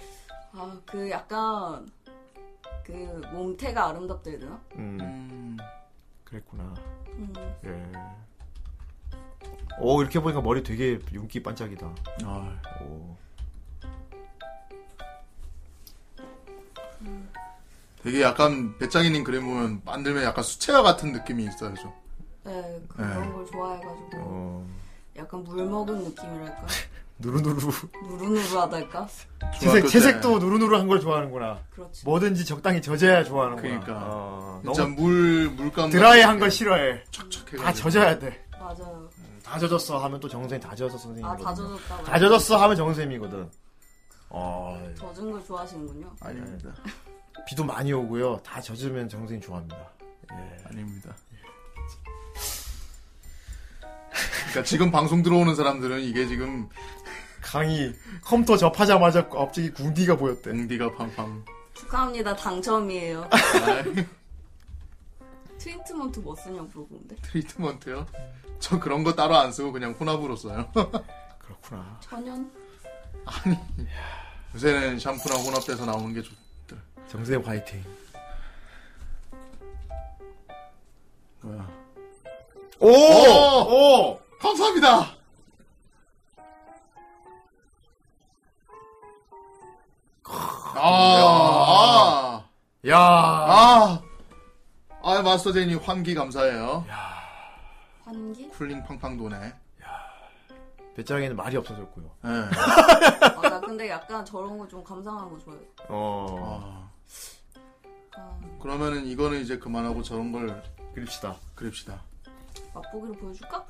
Speaker 3: 아 그 약간 그 몸태가 아름답다 해야 되나?
Speaker 1: 음. 그랬구나.
Speaker 3: 음.
Speaker 1: 예. 오, 이렇게 보니까 머리 되게 윤기 반짝이다. 아. 오.
Speaker 2: 되게 약간 배짱이님 그림 보면 만들면 약간 수채화 같은 느낌이 있어요 좀.
Speaker 3: 네, 그런
Speaker 2: 네.
Speaker 3: 걸 좋아해가지고
Speaker 1: 어.
Speaker 3: 약간 물 먹은 느낌이랄까?
Speaker 1: 누루누루.
Speaker 3: 누르누르하달까?
Speaker 1: 채색,
Speaker 2: 때.
Speaker 1: 채색도 누루누루한 걸 좋아하는구나.
Speaker 3: 그렇지.
Speaker 1: 뭐든지 적당히 젖어야 좋아하는구나.
Speaker 2: 그러니까.
Speaker 1: 어,
Speaker 2: 진짜
Speaker 1: 너무
Speaker 2: 물 물감.
Speaker 1: 드라이한 걸 싫어해.
Speaker 2: 촉촉해가지고.
Speaker 1: 다 젖어야 돼. 음,
Speaker 3: 맞아요.
Speaker 1: 다 젖었어 하면 또 정선이 다 젖었어 선생님.
Speaker 3: 아, 다 젖었다고요?
Speaker 1: 다 젖었어 하면 정선생님이거든. 어,
Speaker 3: 젖은 걸 좋아하시는군요.
Speaker 2: 아닙니다.
Speaker 1: 비도 많이 오고요. 다 젖으면 정선이 좋아합니다. 예.
Speaker 2: 아닙니다. 그러니까 지금 방송 들어오는 사람들은 이게 지금
Speaker 1: 강의 컴퓨터 접하자마자 갑자기 궁디가 보였대.
Speaker 2: 궁디가 팡팡. 아,
Speaker 3: 축하합니다, 당첨이에요. 트리트먼트 뭐 쓰냐고 물어보는데
Speaker 2: 트리트먼트요? 저 그런 거 따로 안 쓰고 그냥 혼합으로 써요.
Speaker 1: 그렇구나.
Speaker 3: 천연?
Speaker 2: 요새는 샴푸랑 혼합돼서 나오는 게 좋.
Speaker 1: 정선이 화이팅.
Speaker 2: 뭐야?
Speaker 1: 오! 오!
Speaker 2: 감사합니다. 아,
Speaker 1: 아, 야,
Speaker 2: 아, 아, 마스터 제니 환기 감사해요.
Speaker 3: 환기?
Speaker 2: 쿨링 팡팡 도네.
Speaker 1: 배짱에는 말이 없어졌고요.
Speaker 2: 예.
Speaker 3: 아, 나 근데 약간 저런 거 좀 감상하는 거 좋아해.
Speaker 1: 어,
Speaker 2: 아. 그러면은 이거는 이제 그만하고 저런 걸
Speaker 1: 그립시다.
Speaker 2: 그립시다.
Speaker 3: 맛보기로 보여줄까?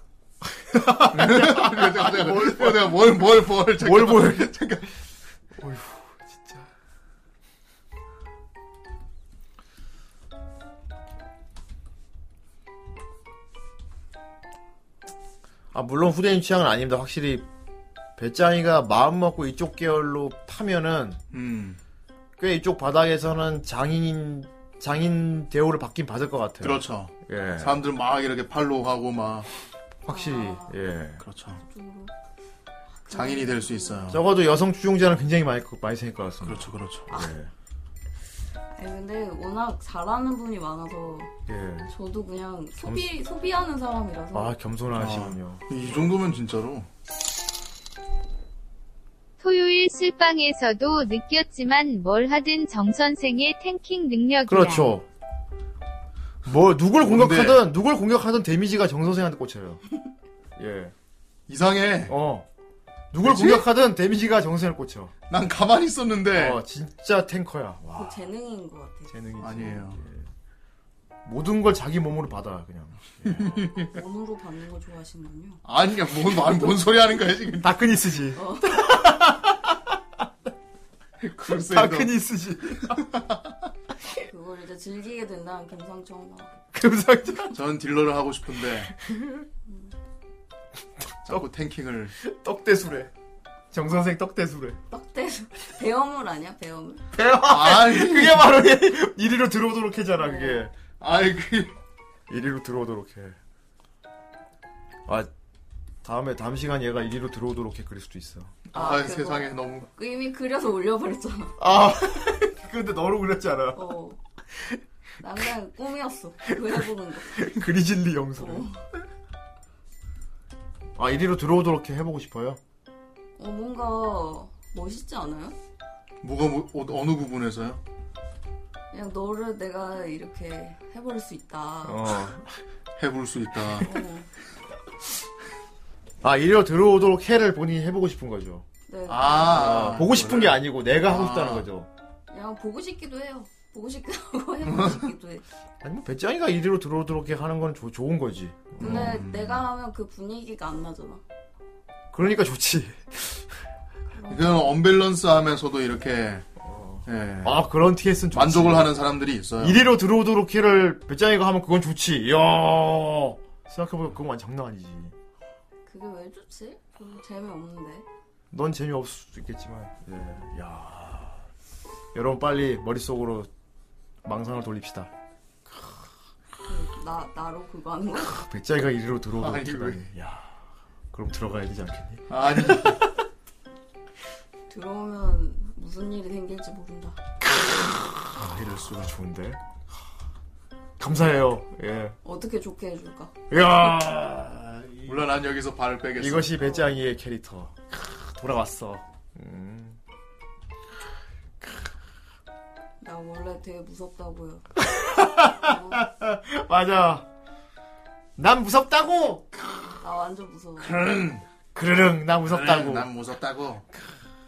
Speaker 2: 내가 뭘, 어, 내가 뭘, 뭘, 뭘, 잠깐만.
Speaker 1: 뭘 보여?
Speaker 2: 잠깐.
Speaker 1: 어휴, 진짜. 아 물론 후대인 취향은 아닙니다. 확실히 배짱이가 마음 먹고 이쪽 계열로 파면은
Speaker 2: 음,
Speaker 1: 꽤 이쪽 바닥에서는 장인 장인 대우를 받긴 받을 것 같아요.
Speaker 2: 그렇죠.
Speaker 1: 예,
Speaker 2: 사람들 막 이렇게 팔로우 하고 막.
Speaker 1: 확실히 예.
Speaker 2: 그렇죠.
Speaker 3: 쪽으로.
Speaker 2: 장인이 될 수 있어요.
Speaker 1: 적어도 여성 추종자는 굉장히 많이 많이 생길 것 같습니다.
Speaker 2: 그렇죠, 그렇죠.
Speaker 1: 예,
Speaker 3: 아니 근데 워낙 잘하는 분이 많아서
Speaker 1: 예.
Speaker 3: 저도 그냥 소비 소비하는 사람이라서
Speaker 1: 아 겸손하시군요.
Speaker 2: 이 정도면 진짜로.
Speaker 4: 토요일 실방에서도 느꼈지만 뭘 하든 정 선생의 탱킹 능력이라.
Speaker 1: 그렇죠. 뭐 누굴
Speaker 2: 근데-
Speaker 1: 공격하든 누굴 공격하든 데미지가 정 선생한테 꽂혀요. 예.
Speaker 2: 이상해.
Speaker 1: 어. 누굴
Speaker 2: 그치?
Speaker 1: 공격하든 데미지가 정 선생을 꽂혀.
Speaker 2: 난 가만히
Speaker 1: 네.
Speaker 2: 있었는데.
Speaker 1: 어, 진짜 탱커야. 와,
Speaker 3: 그 재능인 것 같아.
Speaker 1: 재능이지.
Speaker 2: 아니에요.
Speaker 1: 예. 모든 걸 자기 몸으로 받아 그냥.
Speaker 3: 몸으로 받는 거 좋아하시는군요.
Speaker 2: 아니, 그러니까 뭔, 말- 뭔 소리 하는 거야, 지금.
Speaker 1: 다크니스지.
Speaker 3: 어.
Speaker 2: 크루세이더.
Speaker 1: 다크니스지.
Speaker 3: 그걸 이제 즐기게 된다는 금상첨화.
Speaker 1: 금상첨화.
Speaker 2: 전 딜러를 하고 싶은데 자꾸 탱킹을.
Speaker 1: 떡대수래. 정 선생 떡대수래.
Speaker 3: 떡대 배어물 아니야 배어물?
Speaker 1: 아니 그게 바로 이- 이리로 들어오도록 해잖아 그게.
Speaker 2: 아이 그
Speaker 1: 이리로 들어오도록 해. 아 다음에 다음 시간 얘가 이리로 들어오도록 해 그릴 수도 있어.
Speaker 2: 아,
Speaker 3: 그거.
Speaker 2: 세상에 너무.
Speaker 3: 그 이미 그려서 올려버렸잖아.
Speaker 1: 아 근데 너로 그렸잖아.
Speaker 3: 어. 난 그냥 꿈이었어. 그거 해보는 거.
Speaker 1: 그리즐리 영수. 아 이리로 들어오도록 해 해보고 싶어요.
Speaker 3: 어 뭔가 멋있지 않아요?
Speaker 2: 뭐가 뭐, 어, 느 부분에서요?
Speaker 3: 그냥 너를 내가 이렇게 해버릴 수
Speaker 1: 어.
Speaker 3: 있다.
Speaker 2: 해볼 수 있다.
Speaker 1: 아 이리로 들어오도록 해를 본인이 해보고 싶은 거죠.
Speaker 3: 네.
Speaker 2: 어.
Speaker 1: 아, 보고 싶은 게 아니고 내가 하고 싶다는 거죠.
Speaker 3: 그냥 보고 싶기도 해요. 보고 싶기도 하고 해보고 싶기도 해.
Speaker 1: 아니 뭐 배짱이가 이리로 들어오도록 해 하는 건 조- 좋은 거지.
Speaker 3: 근데 내가 하면 그 분위기가 안 나잖아.
Speaker 1: 그러니까 좋지.
Speaker 2: 이건 언밸런스하면서도 이렇게 예.
Speaker 1: 아 그런 TS는 좋지.
Speaker 2: 만족을 하는 사람들이 있어요.
Speaker 1: 이리로 들어오도록 해를 배짱이가 하면 그건 좋지. 이야 생각해보니까 그건 완전 장난 아니지.
Speaker 3: 그게 왜 좋지? 그거 재미없는데.
Speaker 1: 넌 재미없을 수도 있겠지만. 예. 야 여러분 빨리 머릿속으로 망상을 돌립시다.
Speaker 3: 그 나, 나로 그거 하는 거야?
Speaker 1: 백자이가 이리로 들어오도록
Speaker 2: 아니,
Speaker 1: 하다니. 야, 그럼 들어가야 되지 않겠니?
Speaker 2: 아니
Speaker 3: 들어오면 무슨 일이 생길지 모른다.
Speaker 1: 아, 이럴 수가 좋은데. 감사해요. 예.
Speaker 3: 어떻게 좋게 해줄까?
Speaker 1: 이야. 이-
Speaker 2: 물론 난 여기서 발을 빼겠어.
Speaker 1: 이것이 배짱이의 캐릭터. 크, 돌아왔어. 음.
Speaker 3: 나 원래 되게 무섭다고요.
Speaker 1: 맞아. 난 무섭다고.
Speaker 3: 나 완전 무서워.
Speaker 2: 크릉.
Speaker 1: 그르릉 나 무섭다고.
Speaker 2: 그래, 네, 난 무섭다고.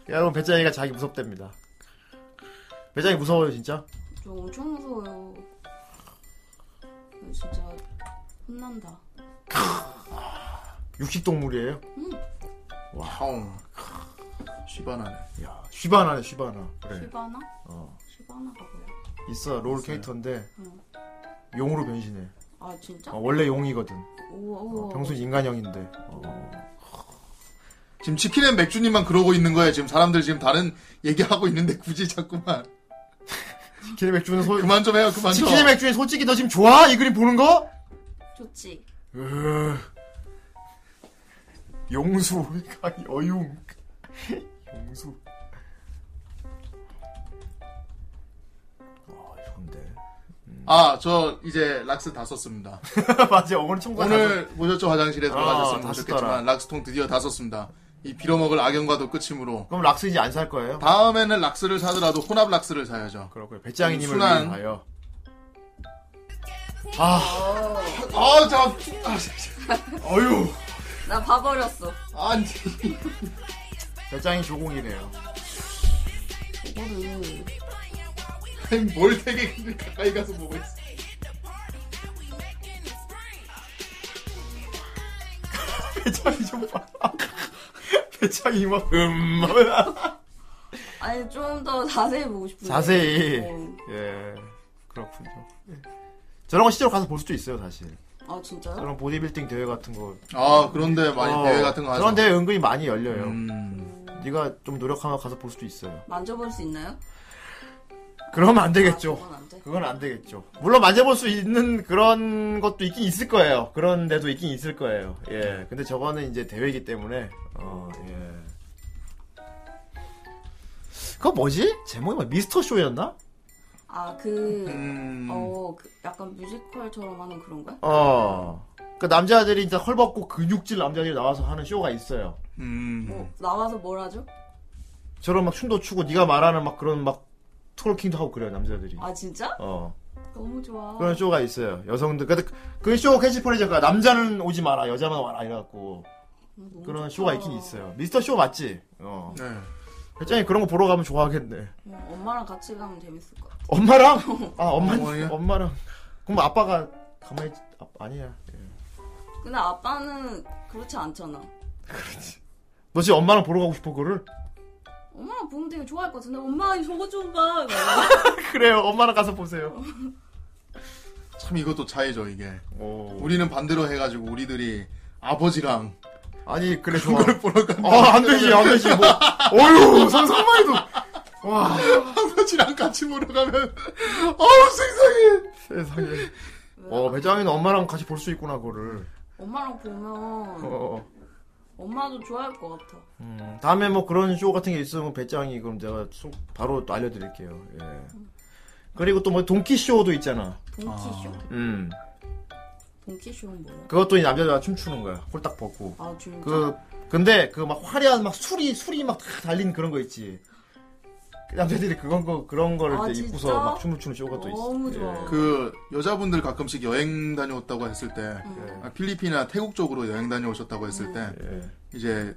Speaker 1: 여러분 배짱이가 자기 무섭답니다. 배짱이 무서워요 진짜.
Speaker 3: 저 엄청 무서워요. 나 진짜 혼난다.
Speaker 1: 육식 동물이에요.
Speaker 3: 음.
Speaker 1: 와.
Speaker 2: 하옹. 시바나네.
Speaker 1: 야, 쉬바나네 쉬바나. 그래.
Speaker 3: 시바나?
Speaker 1: 어.
Speaker 3: 시바나가 뭐야?
Speaker 1: 있어 롤 캐릭터인데
Speaker 3: 응.
Speaker 1: 용으로 변신해.
Speaker 3: 아 진짜?
Speaker 1: 어, 원래 용이거든.
Speaker 3: 우와 우와.
Speaker 1: 평소 인간형인데. 어.
Speaker 2: 지금 치킨앤 맥주님만 그러고 있는 거예요. 지금 사람들 지금 다른 얘기하고 있는데 굳이 자꾸만.
Speaker 1: 치킨의 맥주는 소...
Speaker 2: 그만 좀 해요. 그만 좀.
Speaker 1: 치킨의 맥주에 솔직히 너 지금 좋아? 이 그림 보는 거?
Speaker 3: 좋지.
Speaker 1: 으... 용수 아니, 어융 용수. 아 좋은데.
Speaker 2: 아, 저 이제 락스 다 썼습니다.
Speaker 1: 맞아 오늘 청구한
Speaker 2: 오늘 보셨죠? 화장실에 들어가셨으면
Speaker 1: 아, 다 썼더라.
Speaker 2: 좋겠지만 락스통 드디어 다 썼습니다. 이 빌어먹을 악연과도 끝이므로
Speaker 1: 그럼 락스 이제 안 살 거예요?
Speaker 2: 다음에는 락스를 사더라도 혼합 락스를 사야죠.
Speaker 1: 그렇고요. 배짱이님을
Speaker 2: 음, 순한.
Speaker 1: 위하여. 아
Speaker 2: 아, 저 아,
Speaker 1: 어휴
Speaker 3: 나 봐버렸어.
Speaker 2: 아니.
Speaker 1: 배짱이 조공이네요.
Speaker 3: 이거를
Speaker 2: 아니, 뭘 되게 가까이 가서 보고 있어.
Speaker 1: 배짱이 좀 봐. 배짱이 막 음. 막.
Speaker 3: 아니 좀 더 자세히 보고 싶은데.
Speaker 1: 자세히
Speaker 3: 어.
Speaker 1: 예 그렇군요. 예. 저런 거 실제로 가서 볼 수도 있어요 사실.
Speaker 3: 아 진짜요?
Speaker 1: 저런 보디빌딩 대회 같은 거.
Speaker 2: 아, 그런데 많이
Speaker 1: 어,
Speaker 2: 대회 같은 거 하죠.
Speaker 1: 저런 대회 은근히 많이 열려요.
Speaker 2: 음.
Speaker 1: 네가 좀 노력하면 가서 볼 수도 있어요.
Speaker 3: 만져볼 수 있나요?
Speaker 1: 그러면 안
Speaker 3: 아,
Speaker 1: 되겠죠.
Speaker 3: 그건 안 돼.
Speaker 1: 그건 안 되겠죠. 물론 만져볼 수 있는 그런 것도 있긴 있을 거예요. 그런 데도 있긴 있을 거예요. 예. 근데 저거는 이제 대회이기 때문에 어 예. 그거 뭐지? 제목이 뭐 미스터 쇼였나?
Speaker 3: 아, 그,
Speaker 2: 음.
Speaker 3: 어, 그 약간 뮤지컬처럼 하는 그런 거야?
Speaker 1: 어. 그 남자들이 진짜 헐벗고 근육질 남자들이 나와서 하는 쇼가 있어요.
Speaker 2: 음.
Speaker 3: 어, 나와서 뭘 하죠?
Speaker 1: 저런 막 춤도 추고 네가 말하는 막 그런 막 트롤킹도 하고 그래요 남자들이.
Speaker 3: 아, 진짜?
Speaker 1: 어.
Speaker 3: 너무 좋아.
Speaker 1: 그런 쇼가 있어요. 여성들 근데 그쇼 캐치프레이즈가 남자는 오지 마라 여자만 와라 이래갖고
Speaker 3: 너무
Speaker 1: 그런
Speaker 3: 좋다.
Speaker 1: 쇼가 있긴 있어요. 미스터 쇼 맞지? 어.
Speaker 2: 네.
Speaker 1: 배짱이 그런 거 보러 가면 좋아하겠네.
Speaker 3: 어, 엄마랑 같이 가면 재밌을 것 같아.
Speaker 1: 엄마랑? 아 엄마
Speaker 2: 어머니?
Speaker 1: 엄마랑 그럼 아빠가 가만히 있- 아, 니야
Speaker 3: 근데 아빠는 그렇지 않잖아.
Speaker 1: 너 지금 엄마랑 보러 가고 싶어 그거를?
Speaker 3: 엄마가 보면 되게 좋아할 것 같은데 엄마 저거 좀 봐.
Speaker 1: 그래요. 엄마랑 가서 보세요.
Speaker 2: 참 이것도 차이죠 이게.
Speaker 1: 어.
Speaker 2: 우리는 반대로 해가지고 우리들이 아버지랑
Speaker 1: 아니 그래
Speaker 2: 그걸 보러 간다.
Speaker 1: 아, 안 되지, 안 되지. 뭐. 어휴, 상상만 해도.
Speaker 2: 와. 아버지랑 같이 보러 가면 어우 세상에.
Speaker 1: 세상에. 어, 배짱이는 엄마랑 같이 볼 수 있구나 그거를.
Speaker 3: 엄마랑 보면
Speaker 1: 어.
Speaker 3: 엄마도 좋아할 것 같아.
Speaker 1: 음, 다음에 뭐 그런 쇼 같은 게 있으면 배짱이 그럼 내가 쏙 바로 또 알려드릴게요. 예. 그리고 또 뭐 동키 쇼도 있잖아.
Speaker 3: 동키쇼?
Speaker 1: 음.
Speaker 3: 동키쇼는 뭐야?
Speaker 1: 그것도 이 남자가 춤추는 거야. 홀딱 벗고.
Speaker 3: 아 진짜?
Speaker 1: 그 근데 그 막 화려한 막 술이 술이 막 다 달린 그런 거 있지. 그 남자들이 그건 거 그런 거를
Speaker 2: 아,
Speaker 1: 이제
Speaker 2: 진짜?
Speaker 1: 입고서 막 춤을 추는 쇼가 또 있어. 예.
Speaker 3: 너무 좋아.
Speaker 2: 그 여자분들 가끔씩 여행 다녀왔다고 했을 때
Speaker 1: 예.
Speaker 2: 아, 필리핀이나 태국 쪽으로 여행 다녀오셨다고 했을 때
Speaker 1: 예.
Speaker 2: 이제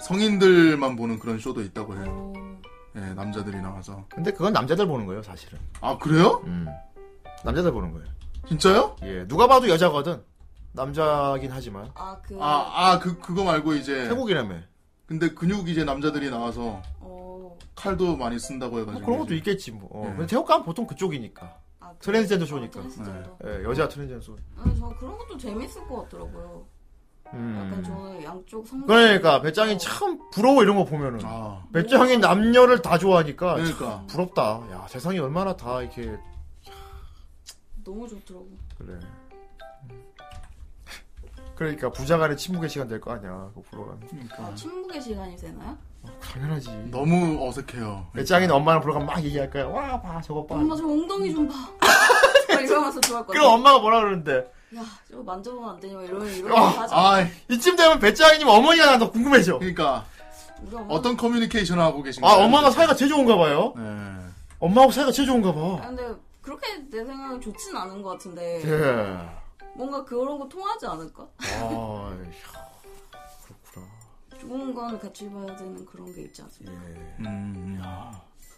Speaker 2: 성인들만 보는 그런 쇼도 있다고 해요. 예, 남자들이 나와서.
Speaker 1: 근데 그건 남자들 보는 거예요, 사실은.
Speaker 2: 아 그래요?
Speaker 1: 음. 남자들 보는 거예요.
Speaker 2: 진짜요?
Speaker 1: 예, 누가 봐도 여자거든. 남자긴 하지만.
Speaker 3: 아 그.
Speaker 2: 아아그 그거 말고
Speaker 1: 예.
Speaker 2: 이제
Speaker 1: 태국이라며. 뭐
Speaker 2: 근데 근육 이제 남자들이 나와서
Speaker 3: 어,
Speaker 2: 칼도 많이 쓴다고 해가지고.
Speaker 1: 뭐 그런 것도 있겠지 뭐. 어, 근데 태국 가면 보통 그쪽이니까.
Speaker 3: 아,
Speaker 1: 트랜스젠더 쇼니까. 예, 여자 트랜스젠더 쇼.
Speaker 3: 어, 아니, 저 그런 것도 재밌을 것 같더라고요.
Speaker 1: 음.
Speaker 3: 약간 저는 양쪽 어, 성.
Speaker 1: 그러니까 배짱이 참 부러워 이런 거 보면은
Speaker 2: 아,
Speaker 1: 배짱이 남녀를 다 좋아하니까
Speaker 2: 그러니까
Speaker 1: 참 부럽다. 야 세상이 얼마나 다 이렇게
Speaker 3: 너무 좋더라고.
Speaker 1: 그래. 그러니까 부자간의 친목의 시간 될 거 아니야. 그거 보러 가면.
Speaker 3: 아, 친북의 시간이 되나요?
Speaker 1: 당연하지.
Speaker 2: 너무 어색해요.
Speaker 1: 배짱이는 엄마랑 보러 가면 막 얘기할 거야. 와 봐 저거 봐.
Speaker 3: 엄마 저 엉덩이 좀 봐. 막 이러면서 좋아할 것
Speaker 1: 어.
Speaker 3: 같아.
Speaker 1: 그럼 엄마가 뭐라 그러는데.
Speaker 3: 야, 저거 만져보면 안 되냐, 막 이러면, 이러면
Speaker 1: 아,
Speaker 3: 하지.
Speaker 2: 아,
Speaker 1: 이쯤 되면 배짱이님 어머니가 나더 궁금해져.
Speaker 2: 그러니까
Speaker 3: 우리 엄마.
Speaker 2: 어떤 커뮤니케이션을 하고 계신가요? 그렇죠? 네.
Speaker 1: 아 엄마가 사이가 제일 좋은가 봐요. 엄마하고 사이가 제일 좋은가
Speaker 3: 아, 네.
Speaker 1: 봐.
Speaker 3: 근데 그렇게 내 생각에 좋진 않은 것 같은데.
Speaker 1: 예.
Speaker 3: 뭔가 그런 거 통하지 않을까?
Speaker 1: 아,
Speaker 3: 좋은 건 같이 봐야 되는 그런 게 있지 않습니까?
Speaker 1: 음, 야,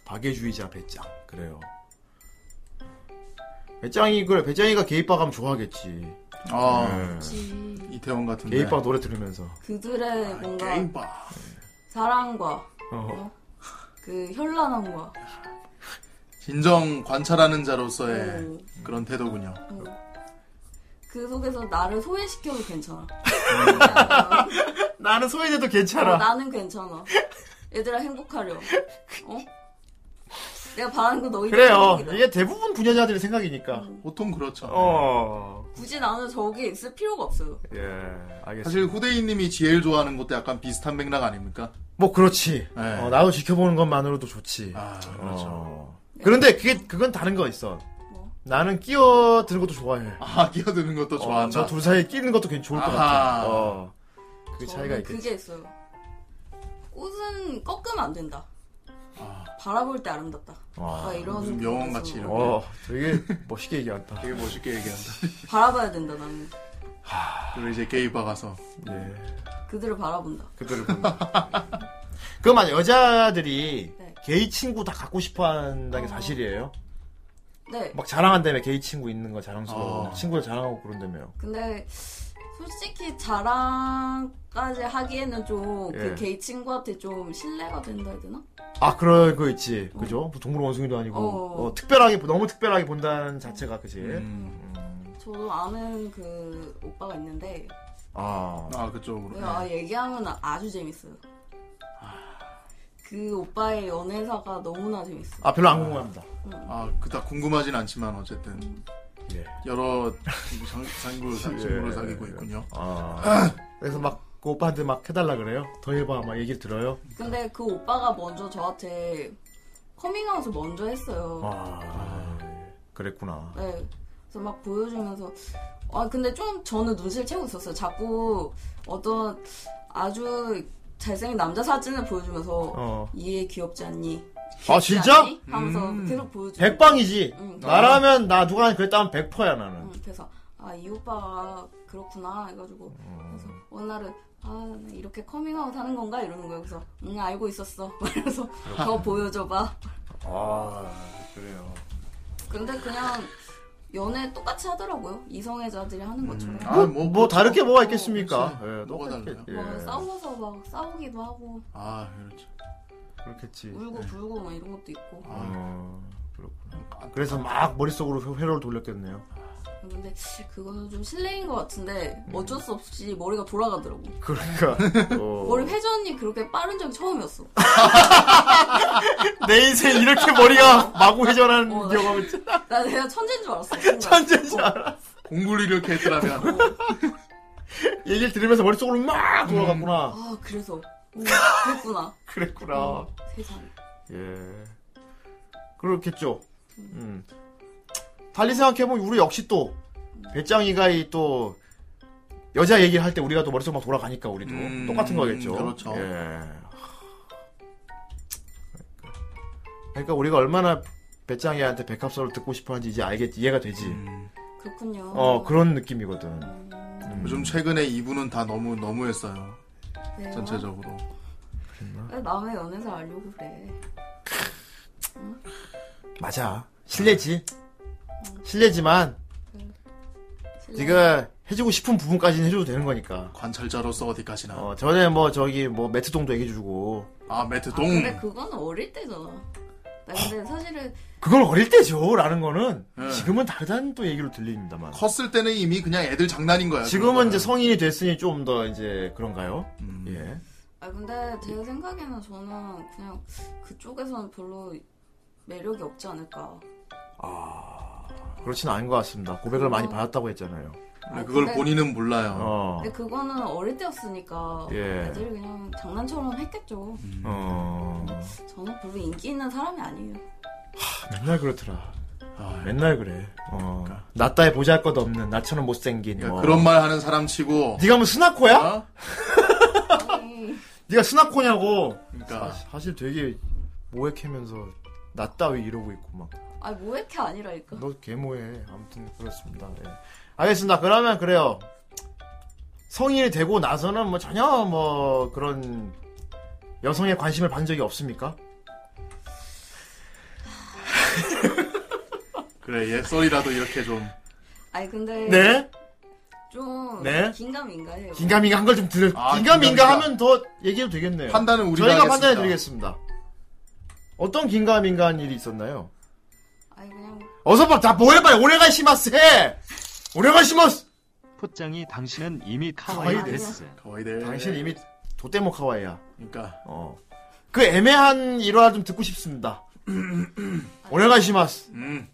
Speaker 1: 박애주의자 배짱 그래요. 배짱이 그래 배짱이가 게이바 가면 좋아하겠지. 네.
Speaker 2: 아,
Speaker 3: 그치.
Speaker 2: 이태원 같은데.
Speaker 1: 게이바 노래 들으면서.
Speaker 2: 아,
Speaker 3: 그들의 뭔가 사랑과
Speaker 1: 어.
Speaker 3: 그 현란함과
Speaker 2: 진정 관찰하는 자로서의
Speaker 3: 음.
Speaker 2: 그런 태도군요.
Speaker 3: 그 속에서 나를 소외시켜도 괜찮아.
Speaker 1: 나는 소외돼도
Speaker 3: 어, 나는 괜찮아. 얘들아 행복하려. 어? 내가 바라는 건 너희들
Speaker 1: 그래요. 예.
Speaker 3: 행복이다.
Speaker 1: 이게 대부분 분야자들의 생각이니까.
Speaker 3: 음.
Speaker 2: 보통 그렇죠.
Speaker 1: 어.
Speaker 3: 굳이 나는 저기 있을 필요가 없어요.
Speaker 1: 예, 알겠습니다.
Speaker 2: 사실 후대인님이 지혜를 좋아하는 것도 약간 비슷한 맥락 아닙니까?
Speaker 1: 뭐 그렇지. 어, 나도 지켜보는 것만으로도 좋지.
Speaker 2: 그렇죠.
Speaker 1: 어. 그런데 그게 그건 다른 거 있어.
Speaker 3: 뭐?
Speaker 1: 나는 끼어드는 것도 좋아해.
Speaker 2: 아, 끼어드는 것도 좋아한다.
Speaker 1: 저 둘 사이에 끼는 것도 괜히 좋을 것
Speaker 2: 아하.
Speaker 1: 같아. 어. 그
Speaker 3: 저는
Speaker 1: 차이가 있겠지.
Speaker 3: 그게 있어요. 꽃은 꺾으면 안 된다. 바라볼 때 아름답다. 막 이런
Speaker 2: 무슨 명언같이 이렇게.
Speaker 1: 어, 되게 멋있게 얘기한다.
Speaker 2: 되게 멋있게 얘기한다.
Speaker 3: 바라봐야 된다 나는.
Speaker 2: 그리고 이제 게이바 가서.
Speaker 3: 그들을 바라본다.
Speaker 1: 예, 그들을 그만 여자들이 게이 친구 다 갖고 네. 싶어 한다는 게 사실이에요.
Speaker 3: 네.
Speaker 1: 막 자랑한다며 게이 친구 있는 거 자랑스러워.
Speaker 2: 아.
Speaker 1: 친구를 자랑하고 그런다며.
Speaker 3: 근데 솔직히 자랑까지 하기에는 좀 그
Speaker 1: 예.
Speaker 3: 게이 친구한테 좀 신뢰가 된다 해야 되나?
Speaker 1: 아, 그럴 거 있지. 그죠? 뭐 동물 원숭이도 아니고.
Speaker 3: 어.
Speaker 1: 어, 특별하게, 너무 특별하게 본다는 자체가, 그지?
Speaker 2: 음,
Speaker 3: 저도 아는 그 오빠가 있는데
Speaker 1: 아.
Speaker 2: 아, 그쪽으로.
Speaker 3: 내가 아, 얘기하면 아주 재밌어요. 그 오빠의 연애사가 너무나 재밌어.
Speaker 1: 아, 별로 안 궁금합니다.
Speaker 2: 아, 그닥 궁금하진 않지만 어쨌든.
Speaker 1: 예.
Speaker 2: 여러 상, 상구를 상- 친구를 사귀고 있군요.
Speaker 1: 아. 그래서 막, 그 오빠한테 막 해달라 그래요? 더 해봐. 막 얘기를 들어요?
Speaker 3: 근데 그 오빠가 먼저 저한테 커밍아웃을 먼저 했어요.
Speaker 1: 아. 그랬구나.
Speaker 3: 네. 그래서 막 보여주면서 아 근데 좀 저는 눈치를 채고 있었어요. 자꾸 어떤 아주 잘생긴 남자 사진을 보여주면서
Speaker 1: 어.
Speaker 3: 얘 귀엽지 않니?
Speaker 1: 아,
Speaker 3: 귀엽지
Speaker 1: 진짜? 음.
Speaker 3: 않니? 하면서 계속 보여주.
Speaker 1: 백방이지.
Speaker 3: 응.
Speaker 1: 나라면 나 누가 그랬다면 백퍼야 나는.
Speaker 3: 그래서 아 이 오빠가 그렇구나 해가지고 그래서 어느 날은 아나 이렇게 커밍아웃 하는 건가 이러는 거예요. 그래서 응 알고 있었어. 그래서 더 보여줘봐.
Speaker 1: 아 그래요.
Speaker 3: 근데 그냥 연애 똑같이 하더라고요. 이성애자들이 하는 것처럼.
Speaker 2: 아,
Speaker 1: 뭐, 뭐, 다를 게 뭐가 있겠습니까? 예,
Speaker 2: 뭐가
Speaker 1: 똑같겠-
Speaker 3: 막
Speaker 1: 예.
Speaker 3: 싸워서 막 싸우기도 하고
Speaker 2: 아, 그렇죠.
Speaker 1: 그렇겠지.
Speaker 3: 울고 불고 막 이런 것도 있고.
Speaker 1: 어, 그렇구나. 그래서 막 머릿속으로 회로를 돌렸겠네요.
Speaker 3: 근데 그거는 좀 실례인 것 같은데 어쩔 수 없이 머리가 돌아가더라고.
Speaker 1: 그러니까. 어.
Speaker 3: 머리 회전이 그렇게 빠른 적이 처음이었어.
Speaker 1: 내 인생 이렇게 머리가 마구 회전하는 경험을
Speaker 3: 어, 나 내가 천재인 줄 알았어.
Speaker 1: 천재인 줄 알았어.
Speaker 2: 공부를 이렇게 했더라면.
Speaker 1: 얘기를 들으면서 머릿속으로 막 돌아갔구나.
Speaker 3: 아 그래서 오, 그랬구나. 어,
Speaker 1: 그랬구나.
Speaker 3: 세상에.
Speaker 1: 예. 그렇겠죠. 음. 달리 생각해보면 우리 역시 또, 배짱이가 이 또 여자 얘기를 할 때 우리가 또 머릿속 막 돌아가니까 우리도 똑같은 거겠죠.
Speaker 2: 음, 그렇죠.
Speaker 1: 예. 그러니까 우리가 얼마나 배짱이한테 백합설을 듣고 싶어하는지 이제 알겠 이해가 되지.
Speaker 2: 음.
Speaker 3: 그렇군요.
Speaker 1: 어 그런 느낌이거든.
Speaker 2: 음. 요즘 최근에 이분은 다 너무 너무했어요.
Speaker 3: 왜요?
Speaker 2: 전체적으로.
Speaker 3: 네, 아, 왜 남의 연애사 알려고 그래.
Speaker 1: 맞아. 실례지.
Speaker 2: 음.
Speaker 1: 실례지만 네가 해주고 싶은 부분까지는 해줘도 되는 거니까.
Speaker 2: 관찰자로서 어디까지나.
Speaker 1: 어, 전에 뭐 저기 뭐 매트동도 얘기해주고.
Speaker 2: 아 매트
Speaker 3: 아, 근데 그건 어릴 때잖아. 나 근데 사실은
Speaker 1: 그걸 어릴 때죠라는 거는
Speaker 2: 예.
Speaker 1: 지금은 다르다는 또 얘기로 들립니다만.
Speaker 2: 컸을 때는 이미 그냥 애들 장난인 거야. 음.
Speaker 1: 지금은 이제 성인이 됐으니 좀 더 이제 그런가요? 예.
Speaker 3: 아 근데 제 생각에는 저는 그냥 그쪽에서는 별로 매력이 없지 않을까.
Speaker 1: 그렇지는 않은 것 같습니다. 고백을 많이 받았다고 했잖아요.
Speaker 3: 아, 그걸 근데- 본인은
Speaker 2: 몰라요.
Speaker 1: 어.
Speaker 3: 근데 그거는 어릴 때였으니까
Speaker 1: 예.
Speaker 3: 애들이 그냥 장난처럼 했겠죠.
Speaker 1: 어.
Speaker 3: 저는 별로 인기 있는 사람이 아니에요.
Speaker 1: 맨날 그렇더라.
Speaker 2: 어. 네. 아,
Speaker 1: 맨날 그래. 어. 나 따위 보잘 것 없는, 나처럼 못생긴. 뭐.
Speaker 2: 그러니까. 그런 말 어? 하는 사람 치고
Speaker 1: 네가 뭐 스나코야?
Speaker 3: 아니,
Speaker 1: 네가 스나코냐고.
Speaker 2: 그러니까.
Speaker 1: 사- 사실 되게 모해캐면서 나 따위 이러고 있고 막.
Speaker 3: 아니 모에케 아니라니까.
Speaker 1: 너 개모해. 아무튼 그렇습니다. 예. 알겠습니다. 그러면 그래요. 성인이 되고 나서는 뭐 전혀 뭐 그런 여성의 관심을 받은 적이 없습니까?
Speaker 2: 그래 얘 썰이라도 이렇게 좀.
Speaker 3: 아니 근데
Speaker 1: 네?
Speaker 3: 좀
Speaker 1: 네?
Speaker 3: 긴가민가해요.
Speaker 1: 긴가민가 한 걸 좀 들려.
Speaker 2: 아,
Speaker 1: 긴가민가
Speaker 2: 긴가민가.
Speaker 1: 하면 더 얘기해도 되겠네요.
Speaker 2: 판단은 우리가
Speaker 1: 저희가
Speaker 2: 하겠습니다.
Speaker 1: 판단해 드리겠습니다. 어떤 긴가민가한 일이 있었나요?
Speaker 3: 아니 그냥
Speaker 1: 어서 봐, 다 뭐해 봐. 오래가 시마스 해. 오래가 시마스.
Speaker 7: 푸짱이 당신은 이미
Speaker 1: 가와이
Speaker 7: 카와이
Speaker 1: 데스.
Speaker 7: 데스.
Speaker 2: 가와이 데스.
Speaker 1: 당신 이미 도대모 카와이야.
Speaker 2: 그러니까.
Speaker 1: 어. 그 애매한 일화 좀 듣고 싶습니다. 오래가 시마스.
Speaker 2: 음.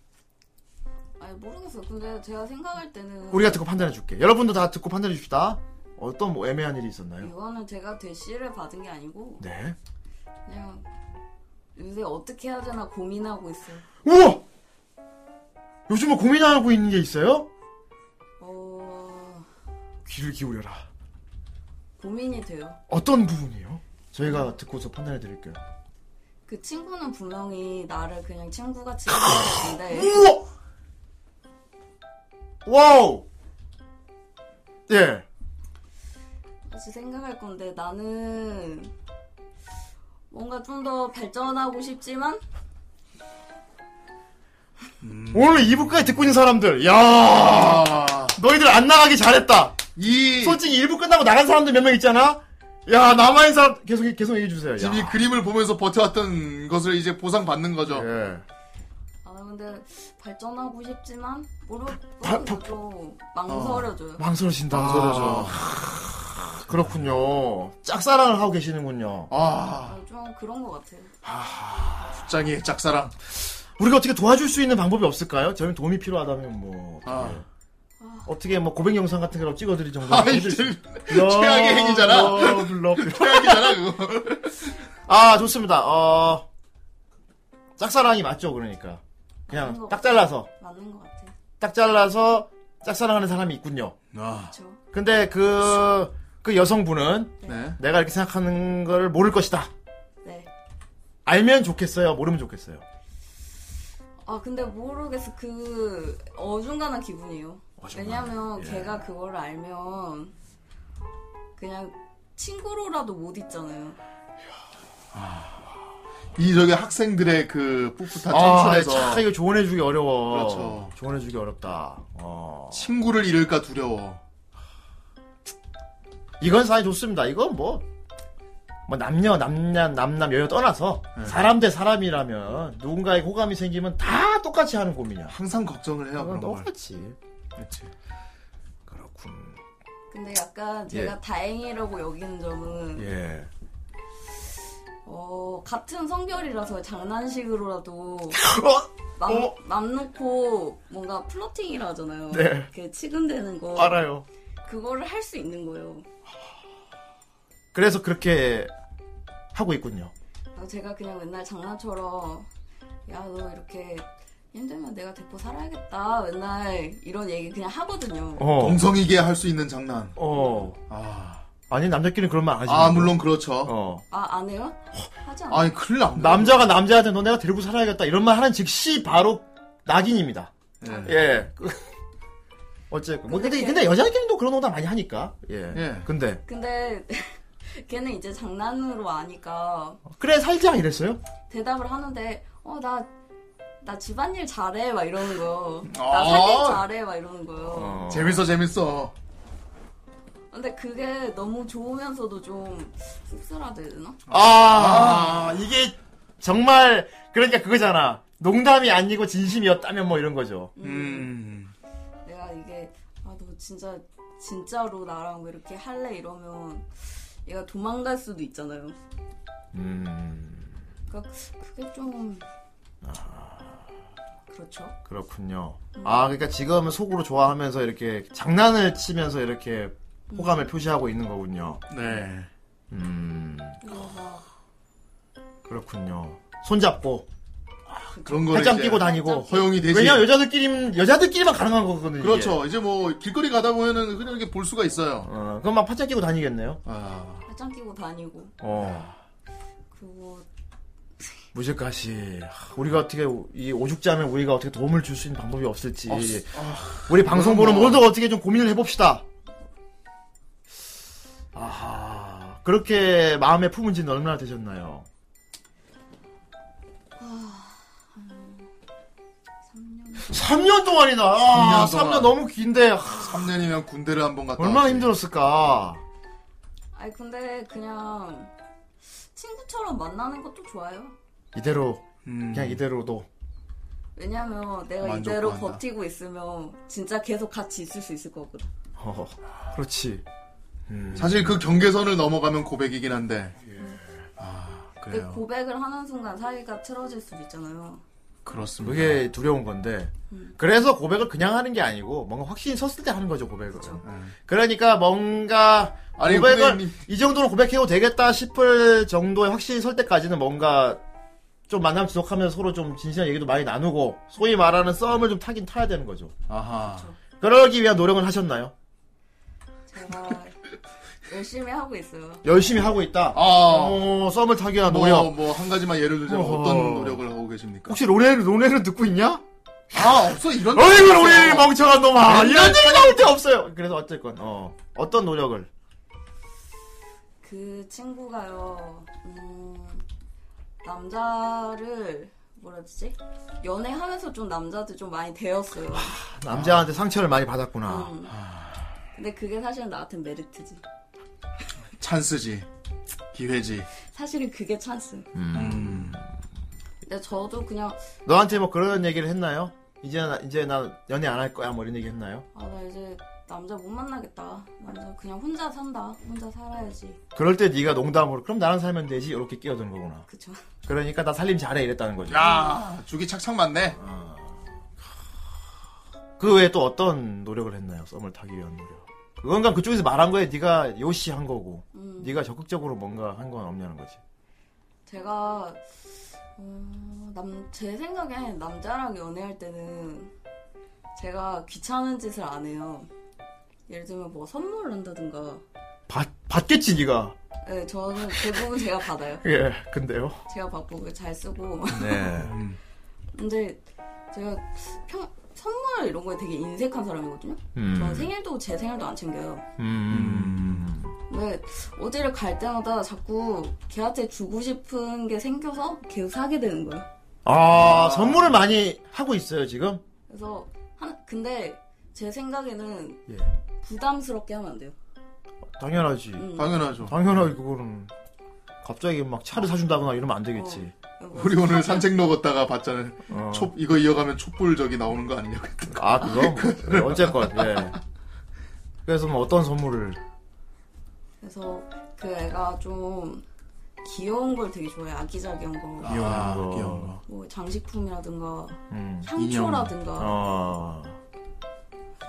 Speaker 3: 아니 모르겠어. 근데 제가 생각할 때는
Speaker 1: 우리가 듣고 판단해 줄게. 여러분도 다 듣고 판단해 줍시다. 어떤 뭐 애매한 일이 있었나요?
Speaker 3: 이거는 제가 대시를 받은 게 아니고
Speaker 1: 네.
Speaker 3: 그냥 요새 어떻게 해야 되나 고민하고 있어요.
Speaker 1: 우와! 요즘에 뭐 고민하고 있는 게 있어요?
Speaker 3: 어
Speaker 1: 귀를 기울여라.
Speaker 3: 고민이 돼요.
Speaker 1: 어떤 부분이요? 저희가 듣고서 판단해 드릴게요.
Speaker 3: 그 친구는 분명히 나를 그냥 친구같이 생각했는데
Speaker 1: 우와! 와우! 예.
Speaker 3: 다시 생각할 건데 나는 뭔가 좀 더 발전하고 싶지만
Speaker 1: 오늘 2부까지 듣고 있는 사람들, 야 너희들 안 나가기 잘했다.
Speaker 2: 아, 이
Speaker 1: 솔직히 1부 끝나고 나간 사람들 몇 명 있잖아? 야, 남아있는 사람, 계속, 계속 얘기해주세요. 예.
Speaker 2: 지금 이 그림을 보면서 버텨왔던 것을 이제 보상받는 거죠.
Speaker 3: 아 근데 발전하고 싶지만 모르겠어 좀 망설여져요.
Speaker 1: 망설여진다.
Speaker 2: 망설여져.
Speaker 1: 아, 그렇군요. 짝사랑을 하고 계시는군요.
Speaker 2: 아,
Speaker 3: 아, 좀 그런 것 같아요.
Speaker 2: 짱이 짝사랑.
Speaker 1: 우리가 어떻게 도와줄 수 있는 방법이 없을까요? 저희 도움이 필요하다면 뭐. 어떻게, 어떻게 뭐 고백 영상 같은 걸 찍어드릴 정도.
Speaker 2: 아. 아이, 최악의 행위잖아. 최악이잖아, 그거.
Speaker 1: 아, 좋습니다. 어, 짝사랑이 맞죠, 그러니까.
Speaker 3: 맞는
Speaker 1: 그냥
Speaker 3: 것
Speaker 1: 딱
Speaker 3: 같아요.
Speaker 1: 잘라서.
Speaker 3: 맞는 것 같아요.
Speaker 1: 딱 잘라서 짝사랑하는 사람이 있군요.
Speaker 2: 아.
Speaker 1: 근데 그, 그 여성분은
Speaker 2: 네.
Speaker 1: 내가 이렇게 생각하는 걸 모를 것이다.
Speaker 3: 네.
Speaker 1: 알면 좋겠어요, 모르면 좋겠어요.
Speaker 3: 아 근데 모르겠어 그 어중간한 기분이에요. 왜냐면 걔가 그걸 알면 그냥 친구로라도 못 있잖아요.
Speaker 2: 이 저기 학생들의 그 풋풋한
Speaker 1: 아,
Speaker 2: 청춘에서
Speaker 1: 참, 이거 조언해주기 어려워.
Speaker 2: 그렇죠.
Speaker 1: 조언해주기 어렵다. 어.
Speaker 2: 친구를 잃을까 두려워.
Speaker 1: 이건 사이 좋습니다. 이건 뭐, 뭐 남녀, 남녀, 남남, 여여 떠나서
Speaker 2: 네.
Speaker 1: 사람 대 사람이라면 누군가의 호감이 생기면 다 똑같이 하는 고민이야.
Speaker 2: 항상 걱정을
Speaker 1: 아,
Speaker 2: 해요. 그런 걸.
Speaker 1: 똑같이.
Speaker 2: 그렇지.
Speaker 3: 근데 약간 제가
Speaker 1: 예.
Speaker 3: 다행이라고 여기는 점은
Speaker 1: 예.
Speaker 3: 어, 같은 성별이라서 장난식으로라도 맘,
Speaker 1: 어?
Speaker 3: 맘 놓고 뭔가 플러팅이라 하잖아요.
Speaker 1: 네.
Speaker 3: 이렇게 치근대는 거.
Speaker 1: 알아요.
Speaker 3: 그거를 할 수 있는 거예요.
Speaker 1: 그래서 그렇게 하고 있군요.
Speaker 3: 그래서 아, 제가 그냥 맨날 장난처럼 야 너 이렇게 힘들면 내가 데리고 살아야겠다 맨날 이런 얘기 그냥 하거든요.
Speaker 2: 동성이게 할 수 있는 장난.
Speaker 1: 어.
Speaker 2: 아.
Speaker 1: 아니, 남자끼리는 그런 말 안 하지. 어.
Speaker 2: 아, 물론 그렇죠.
Speaker 3: 아 안 해요? 하지 않아요.
Speaker 2: 아니, 큰일 납니다.
Speaker 1: 남자가 남자한테 너 내가 데리고 살아야겠다. 이런 말 하는 즉시 바로 낙인입니다.
Speaker 2: 네.
Speaker 1: 예. 어쨌든. 뭐, 근데, 근데 여자끼리도 그런 농담 많이 하니까. 예. 근데.
Speaker 3: 근데 걔는 이제 장난으로 아니까
Speaker 1: 그래, 살자! 이랬어요?
Speaker 3: 대답을 하는데 어 나 나 집안일 잘해 막 이러는 거요.
Speaker 2: 아.
Speaker 3: 나 살림 잘해 막 이러는 거요.
Speaker 2: 재밌어, 재밌어.
Speaker 3: 근데 그게 너무 좋으면서도 좀 씁쓸하다 해야 되나?
Speaker 1: 아, 이게 정말, 그러니까 그거잖아. 농담이 아니고 진심이었다면 뭐 이런 거죠.
Speaker 2: 음.
Speaker 3: 내가 이게 아 너 진짜 진짜로 나랑 왜 이렇게 할래 이러면 얘가 도망갈 수도 있잖아요.
Speaker 1: 음,
Speaker 3: 그러니까 그게 좀 그렇죠.
Speaker 1: 그렇군요. 아, 그러니까 지금 속으로 좋아하면서 이렇게 장난을 치면서 이렇게 호감을 표시하고 있는 거군요.
Speaker 2: 네.
Speaker 1: 음,
Speaker 3: 그리고 막
Speaker 1: 그렇군요. 손잡고.
Speaker 2: 그런 거는
Speaker 1: 팔짱
Speaker 2: 이제
Speaker 1: 끼고 다니고.
Speaker 2: 허용이 되지.
Speaker 1: 왜냐면 여자들끼리, 여자들끼리만 가능한 거거든요. 이게.
Speaker 2: 그렇죠. 이제 뭐 길거리 가다 보면은 그냥 이렇게 볼 수가 있어요. 아,
Speaker 1: 어, 그럼 막 팔짱 끼고 다니겠네요.
Speaker 3: 화장 끼고 다니고
Speaker 1: 어.
Speaker 3: 그리고
Speaker 1: 무식가시. 하, 우리가 어떻게, 이 오죽자면 우리가 어떻게 도움을 줄 수 있는 방법이 없을지.
Speaker 2: 없- 아,
Speaker 1: 우리 방송 보는
Speaker 2: 그건 뭐-
Speaker 1: 모두 어떻게 좀 고민을 해봅시다. 아하. 그렇게 마음에 품은 지는 얼마나 되셨나요?
Speaker 3: 아,
Speaker 1: 3년 동안이나! 네. 아, 3년, 너무 긴데. 하,
Speaker 2: 3년이면 군대를 한번 갔다.
Speaker 1: 얼마나 힘들었을까.
Speaker 3: 아니 근데 그냥 친구처럼 만나는 것도 좋아요.
Speaker 1: 이대로,
Speaker 2: 음.
Speaker 1: 그냥 이대로도.
Speaker 3: 왜냐면 내가
Speaker 1: 만족도
Speaker 3: 이대로
Speaker 1: 한다.
Speaker 3: 버티고 있으면 진짜 계속 같이 있을 수 있을 거거든.
Speaker 1: 어, 그렇지.
Speaker 2: 사실 그 경계선을 넘어가면 고백이긴 한데. 아,
Speaker 3: 근데
Speaker 2: 그래요.
Speaker 3: 고백을 하는 순간 사이가 틀어질 수도 있잖아요.
Speaker 2: 그렇습니다.
Speaker 1: 그게 두려운 건데. 그래서 고백을 그냥 하는 게 아니고 뭔가 확신이 섰을 때 하는 거죠 고백을. 그러니까 뭔가
Speaker 2: 아니,
Speaker 1: 고백을
Speaker 2: 근데
Speaker 1: 이 정도로 고백해도 되겠다 싶을 정도의 확신이 설 때까지는 뭔가 좀 만남 지속하면서 서로 좀 진실한 얘기도 많이 나누고 소위 말하는 썸을 좀 타긴 타야 되는 거죠.
Speaker 2: 아하.
Speaker 1: 그러기 위한 노력은 하셨나요?
Speaker 3: 제가 열심히 하고 있어요.
Speaker 1: 열심히 하고 있다. 어, 썸을 타기 위한
Speaker 2: 아. 뭐,
Speaker 1: 노력.
Speaker 2: 뭐, 한 가지만 예를 들자면
Speaker 1: 어허.
Speaker 2: 어떤 노력을 하고 계십니까?
Speaker 1: 혹시 로레를 로레를 듣고 있냐?
Speaker 2: 아, 없어, 이런.
Speaker 1: 어이구 로레 멍청한 놈아.
Speaker 2: 맨날
Speaker 1: 이런 얘기 나올 데 없어요. 그래서 어쨌건 어, 어떤 노력을
Speaker 3: 그 친구가요, 음, 남자를, 뭐라 해야 되지? 연애하면서 좀 남자한테 좀 많이 되었어요.
Speaker 1: 남자한테 상처를 많이 받았구나.
Speaker 3: 음.
Speaker 2: 아.
Speaker 3: 근데 그게 사실은 나한텐 메리트지.
Speaker 2: 찬스지. 기회지.
Speaker 3: 사실은 그게 찬스.
Speaker 2: 음.
Speaker 3: 근데 저도 그냥,
Speaker 1: 너한테 뭐 그런 얘기를 했나요? 이제 나, 이제 나 연애 안 할 거야 뭐 이런 얘기 했나요?
Speaker 3: 아, 나 이제 남자 못 만나겠다. 남자 그냥 혼자 산다. 혼자 살아야지.
Speaker 1: 그럴 때 네가 농담으로 그럼 나랑 살면 되지 이렇게 끼어든 거구나.
Speaker 3: 그쵸.
Speaker 1: 그러니까 나 살림 잘해 이랬다는 거죠.
Speaker 2: 야, 죽이 착착 맞네.
Speaker 1: 그 외에 또 어떤 노력을 했나요? 썸을 타기 위한 노력. 그건가 그쪽에서 말한 거에 네가 요시한 거고
Speaker 3: 음.
Speaker 1: 네가 적극적으로 뭔가 한 건 없냐는 거지.
Speaker 3: 제가 어, 남, 제 생각에 남자랑 연애할 때는 제가 귀찮은 짓을 안 해요. 예를 들면 뭐 선물을 한다든가.
Speaker 1: 받 받겠지 네가.
Speaker 3: 네, 저는 대부분 제가 받아요.
Speaker 1: 예. 근데요.
Speaker 3: 제가 받고 그잘 쓰고.
Speaker 1: 네.
Speaker 3: 근데 제가 평, 선물 이런 거에 되게 인색한 사람이거든요.
Speaker 1: 음.
Speaker 3: 저는 생일도 제 생일도 안 챙겨요.
Speaker 1: 음.
Speaker 3: 왜 어디를 갈 때마다 자꾸 걔한테 주고 싶은 게 생겨서 계속 사게 되는 거야.
Speaker 1: 아, 선물을 많이 하고 있어요, 지금?
Speaker 3: 그래서 한 근데 제 생각에는
Speaker 1: 예.
Speaker 3: 부담스럽게 하면 안 돼요.
Speaker 1: 당연하지.
Speaker 3: 음.
Speaker 2: 당연하죠.
Speaker 1: 당연하지, 그거는. 갑자기 막 차를 사준다거나 이러면 안 되겠지.
Speaker 2: 우리 오늘 산책로 걷다가 봤잖아요.
Speaker 1: 어.
Speaker 2: 촛 이거 이어가면 촛불 저기 나오는 거 아니냐고.
Speaker 1: 아, 그거? 네, 어쨌건, 예. 그래서 뭐 어떤 선물을.
Speaker 3: 그래서 그 애가 좀 귀여운 걸 되게 좋아해. 아기자기한 거.
Speaker 1: 아, 귀여운 거.
Speaker 3: 뭐 장식품이라든가
Speaker 1: 음.
Speaker 3: 향초라든가
Speaker 1: 아.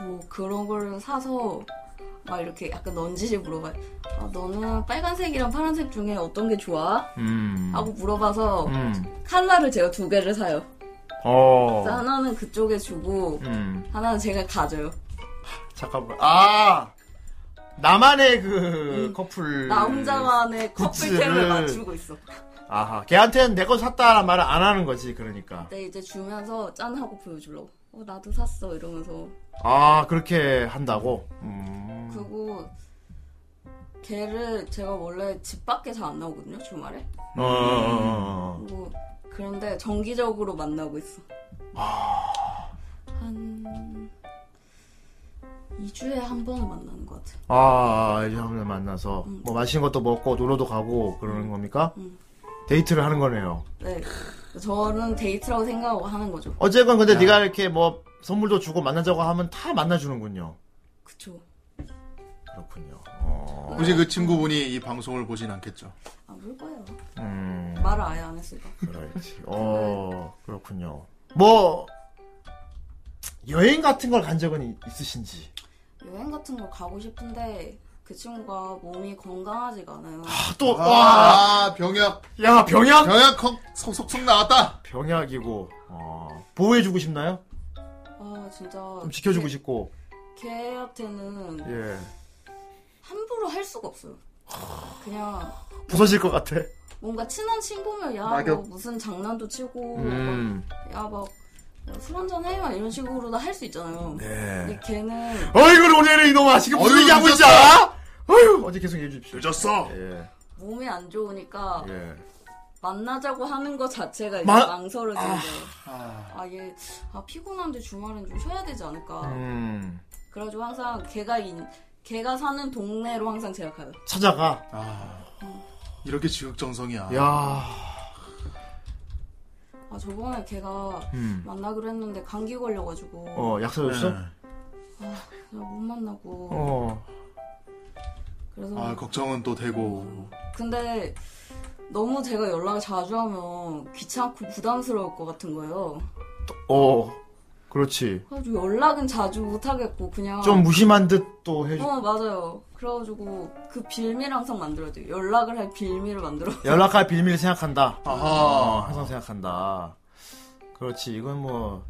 Speaker 3: 뭐 그런 걸 사서 막 이렇게 약간 넌지시 물어봐요. 아, 너는 빨간색이랑 파란색 중에 어떤 게 좋아?
Speaker 1: 음.
Speaker 3: 하고 물어봐서
Speaker 1: 음.
Speaker 3: 칼라를 제가 두 개를 사요.
Speaker 1: 어.
Speaker 3: 그래서 하나는 그쪽에 주고
Speaker 1: 음.
Speaker 3: 하나는 제가 가져요.
Speaker 1: 잠깐만. 아! 나만의 그, 커플.
Speaker 3: 나 혼자만의
Speaker 1: 굿즈를-
Speaker 3: 커플템을 맞추고 있어.
Speaker 1: 아하. 걔한테는 내 거 샀다라는 말을 안 하는 거지, 그러니까.
Speaker 3: 근데 이제 주면서 짠 하고 보여주려고. 어, 나도 샀어 이러면서.
Speaker 1: 아, 그렇게 한다고? 음.
Speaker 3: 그리고 걔를 제가 원래 집 밖에 잘 안 나오거든요 주말에.
Speaker 1: 어, 어, 어, 어.
Speaker 3: 그리고 그런데 정기적으로 만나고 있어.
Speaker 1: 아.
Speaker 3: 한 2주에 한 번 만나는 것 같아.
Speaker 1: 아, 이제 한번 만나서. 뭐 맛있는 것도 먹고, 놀러도 가고, 그러는 겁니까? 데이트를 하는 거네요.
Speaker 3: 네. 저는 데이트라고 생각하고 하는 거죠.
Speaker 1: 어쨌건 근데
Speaker 3: 야.
Speaker 1: 네가 이렇게 뭐 선물도 주고 만나자고 하면 다 만나주는군요.
Speaker 3: 그쵸.
Speaker 1: 그렇군요. 어,
Speaker 2: 굳이 그 친구분이 이 방송을 보진 않겠죠.
Speaker 3: 아, 물 거예요.
Speaker 1: 음.
Speaker 3: 말을 아예 안 했으니까.
Speaker 1: 그렇지. 어, 그렇군요. 뭐 여행 같은 걸 간 적은 이- 있으신지?
Speaker 3: 여행 같은 거 가고 싶은데 그 친구가 몸이 건강하지가 않아요.
Speaker 1: 또
Speaker 2: 아,
Speaker 1: 와.
Speaker 2: 아, 병약.
Speaker 1: 야, 병약?
Speaker 2: 병약 속속속 나왔다.
Speaker 1: 병약이고 어, 보호해주고 싶나요?
Speaker 3: 아 진짜.
Speaker 1: 좀 지켜주고 싶고
Speaker 3: 걔한테는
Speaker 1: 예
Speaker 3: 함부로 할 수가 없어요. 그냥
Speaker 1: 부서질 것 같아.
Speaker 3: 뭔가 친한 친구면 야, 뭐
Speaker 1: 낙엽.
Speaker 3: 무슨 장난도 치고
Speaker 1: 음.
Speaker 3: 야 막 술 한잔 해? 막 이런 식으로도 할 수 있잖아요.
Speaker 1: 네.
Speaker 3: 근데 걔는
Speaker 1: 어이구 오늘 이놈아 지금 무슨
Speaker 3: 어휴,
Speaker 1: 얘기하고 있지
Speaker 3: 늦었어.
Speaker 1: 않아? 어휴 어제 계속 얘기해 주십시오.
Speaker 2: 늦었어.
Speaker 1: 예.
Speaker 3: 몸이 안 좋으니까
Speaker 1: 예.
Speaker 3: 만나자고 하는 것 자체가 이제
Speaker 1: 마- 아.
Speaker 3: 망설여지는 거예요. 아얘 아, 피곤한데 주말엔 좀 쉬어야 되지 않을까.
Speaker 1: 음.
Speaker 3: 그래가지고 항상 걔가 인, 걔가 사는 동네로 항상 제가 가요.
Speaker 1: 찾아가.
Speaker 2: 이렇게 지극정성이야.
Speaker 1: 야.
Speaker 3: 아 저번에 걔가
Speaker 1: 음.
Speaker 3: 만나기로 했는데 감기 걸려가지고
Speaker 1: 어, 약속 줬어?
Speaker 2: 네.
Speaker 3: 아, 그냥 못 만나고
Speaker 1: 어.
Speaker 3: 그래서
Speaker 2: 아 걱정은 또 되고.
Speaker 3: 근데 너무 제가 연락을 자주 하면 귀찮고 부담스러울 것 같은 거예요.
Speaker 1: 어. 그렇지.
Speaker 3: 그래가지고 연락은 자주 못 하겠고 그냥
Speaker 1: 좀 무심한 듯 또 해주.
Speaker 3: 어 맞아요. 그래가지고 그 빌미를 항상 만들어야 돼요. 연락을 할 빌미를 만들어.
Speaker 1: 연락할 비밀을 생각한다.
Speaker 2: 아하.
Speaker 1: 어, 항상 생각한다. 그렇지. 이건 뭐,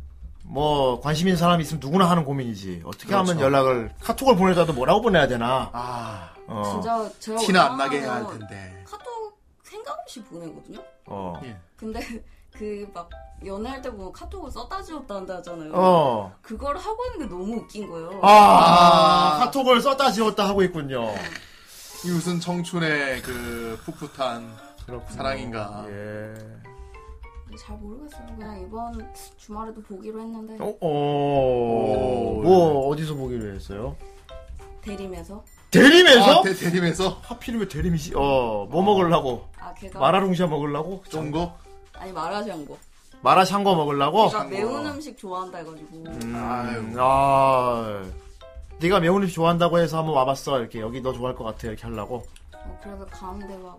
Speaker 1: 뭐, 관심 있는 사람이 있으면 누구나 하는 고민이지. 어떻게 하면
Speaker 2: 그렇죠.
Speaker 1: 연락을, 카톡을 보내자도 뭐라고 보내야 되나.
Speaker 2: 아.
Speaker 1: 어.
Speaker 3: 진짜 제가
Speaker 2: 티나 안
Speaker 3: 원하는
Speaker 2: 나게 해야 할
Speaker 3: 건
Speaker 2: 텐데.
Speaker 3: 카톡 생각 없이 보내거든요.
Speaker 1: 어.
Speaker 3: 음. 근데 그 막 연애할 때 보면 카톡을 썼다 지웠다 한다 하잖아요.
Speaker 1: 어.
Speaker 3: 그걸 하고 있는 게 너무 웃긴 거예요.
Speaker 1: 아, 카톡을 썼다 지웠다 하고 있군요.
Speaker 2: 이 무슨 청춘의 그 풋풋한 사랑인가.
Speaker 3: 근데 잘 모르겠어요. 그냥 이번 주말에도 보기로 했는데
Speaker 1: 어, 어.
Speaker 2: 네.
Speaker 1: 뭐, 어디서 보기로 했어요?
Speaker 3: 대림에서
Speaker 1: 대림에서?
Speaker 2: 아, 대- 대림에서?
Speaker 1: 하필이면 대림이지? 어, 뭐 먹으려고?
Speaker 3: 아 걔가
Speaker 1: 마라룽샤 먹으려고? 쫑거?
Speaker 3: 아니 마라샹궈.
Speaker 1: 마라샹궈 먹으려고?
Speaker 2: 아,
Speaker 3: 걔가 매운 음식 좋아한다 해가지고
Speaker 1: 어. 음, 아, 네가 매운 음식 좋아한다고 해서 한번 와봤어. 이렇게 여기 너 좋아할 것 같아. 이렇게 하려고.
Speaker 3: 어, 그래서 가는데 막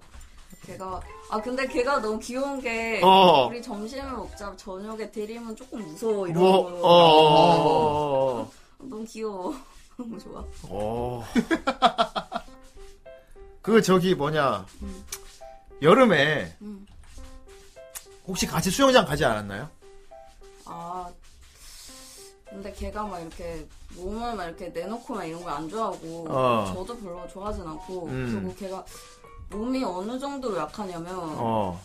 Speaker 3: 걔가 아 근데 걔가 너무 귀여운 게
Speaker 1: 어.
Speaker 3: 우리 점심을 먹자 저녁에 대림은 조금 무서워 이런
Speaker 1: 뭐,
Speaker 3: 거.
Speaker 1: 어, 어, 어, 어,
Speaker 3: 너무 귀여워. 너무 좋아.
Speaker 1: 어, 어. 그 저기 뭐냐 여름에
Speaker 3: 음.
Speaker 1: 혹시 같이 수영장 가지 않았나요?
Speaker 3: 아 근데 걔가 막 이렇게 몸을 막 이렇게 내놓고 막 이런 걸 안 좋아하고
Speaker 1: 어.
Speaker 3: 저도 별로 좋아하진 않고
Speaker 1: 음.
Speaker 3: 그리고 걔가 몸이 어느 정도로 약하냐면
Speaker 1: 어.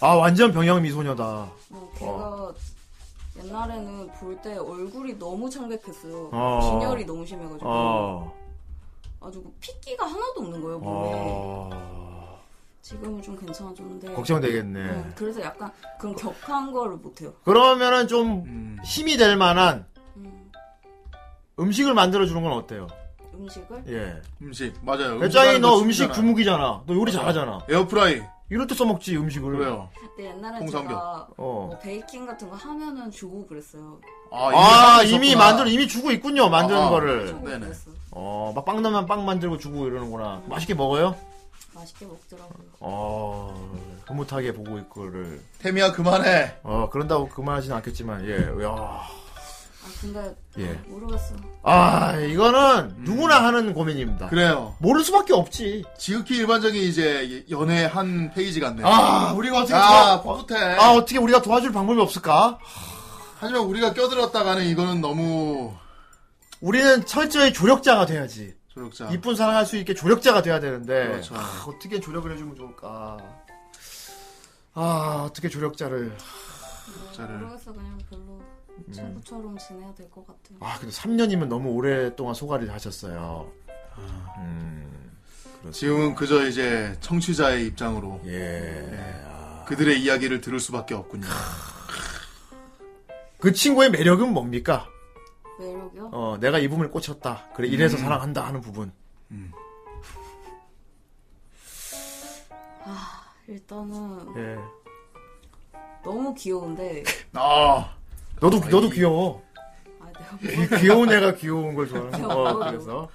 Speaker 1: 아 완전 병영 미소녀다.
Speaker 3: 뭐 걔가
Speaker 1: 어.
Speaker 3: 옛날에는 볼 때 얼굴이 너무 창백했어요
Speaker 1: 어.
Speaker 3: 빈혈이 너무 심해가지고
Speaker 1: 어.
Speaker 3: 아주 그 핏기가 하나도 없는 거예요 몸에. 지금은 좀 괜찮아졌는데.
Speaker 1: 어. 걱정되겠네. 예.
Speaker 3: 네, 그래서 약간 그런 격한 거를 못해요.
Speaker 1: 그러면은 좀
Speaker 2: 음,
Speaker 1: 힘이 될 만한 음식을 만들어 주는 건 어때요?
Speaker 3: 음식을.
Speaker 1: 예.
Speaker 2: 음식 맞아요.
Speaker 1: 배짱이
Speaker 2: 하는 거
Speaker 1: 너 음식
Speaker 2: 춤추잖아요.
Speaker 1: 구묵이잖아. 너 요리 잘하잖아.
Speaker 2: 에어프라이.
Speaker 1: 이럴 때 써먹지 음식을.
Speaker 2: 그래요.
Speaker 3: 그때 옛날에
Speaker 1: 홍삼겹.
Speaker 3: 제가
Speaker 1: 어.
Speaker 3: 뭐 베이킹 같은 거 하면은 주고 그랬어요.
Speaker 1: 아, 이미
Speaker 2: 이미 하고 있었구나.
Speaker 1: 만들 이미 주고 있군요 만드는
Speaker 2: 아,
Speaker 1: 거를.
Speaker 2: 네네.
Speaker 1: 어, 막 빵 나면 빵 만들고 주고 이러는구나. 맛있게 먹어요?
Speaker 3: 맛있게 먹더라고요.
Speaker 1: 어, 흐뭇하게 보고 있고를.
Speaker 2: 태미야 그만해.
Speaker 1: 어, 그런다고 그만하진 않겠지만 예, 야,
Speaker 3: 아 근데
Speaker 1: 예.
Speaker 3: 모르겠어.
Speaker 1: 아, 이거는 누구나 하는 고민입니다.
Speaker 2: 그래요.
Speaker 1: 모를 수밖에 없지.
Speaker 2: 지극히 일반적인 이제 연애 한 페이지 같네요.
Speaker 1: 아, 우리가 어떻게
Speaker 2: 아,
Speaker 1: 도와-
Speaker 2: 풋해
Speaker 1: 아, 어떻게 우리가 도와줄 방법이 없을까?
Speaker 2: 하지만 우리가 껴들었다가는 이거는 너무
Speaker 1: 우리는 철저히 조력자가 돼야지.
Speaker 2: 조력자.
Speaker 1: 이쁜 사랑할 수 있게 조력자가 돼야 되는데.
Speaker 2: 그렇죠.
Speaker 1: 아, 어떻게 조력을 해주면 좋을까? 아, 어떻게 조력자를.
Speaker 3: 모르겠어 그냥 별로
Speaker 1: 음.
Speaker 3: 친구처럼 지내야 될 것 같아요.
Speaker 1: 아, 근데 3년이면 너무 오랫동안 소가리를 하셨어요.
Speaker 2: 지금은 그저 이제 청취자의 입장으로
Speaker 1: 예.
Speaker 2: 그들의 이야기를 들을 수밖에 없군요.
Speaker 1: 그 친구의 매력은 뭡니까?
Speaker 3: 매력이요?
Speaker 1: 어, 내가 이 부분을 꽂혔다. 그래, 이래서
Speaker 2: 음.
Speaker 1: 사랑한다 하는 부분.
Speaker 3: 아 일단은
Speaker 1: 예.
Speaker 3: 너무 귀여운데
Speaker 1: 아. 너도, 너도 귀여워.
Speaker 3: 아, 내가
Speaker 1: 귀-
Speaker 3: 뭘-
Speaker 1: 귀여운 애가 귀여운 걸 좋아하는
Speaker 3: 내가
Speaker 1: 거.
Speaker 3: 뭘-
Speaker 1: 어, 그래서.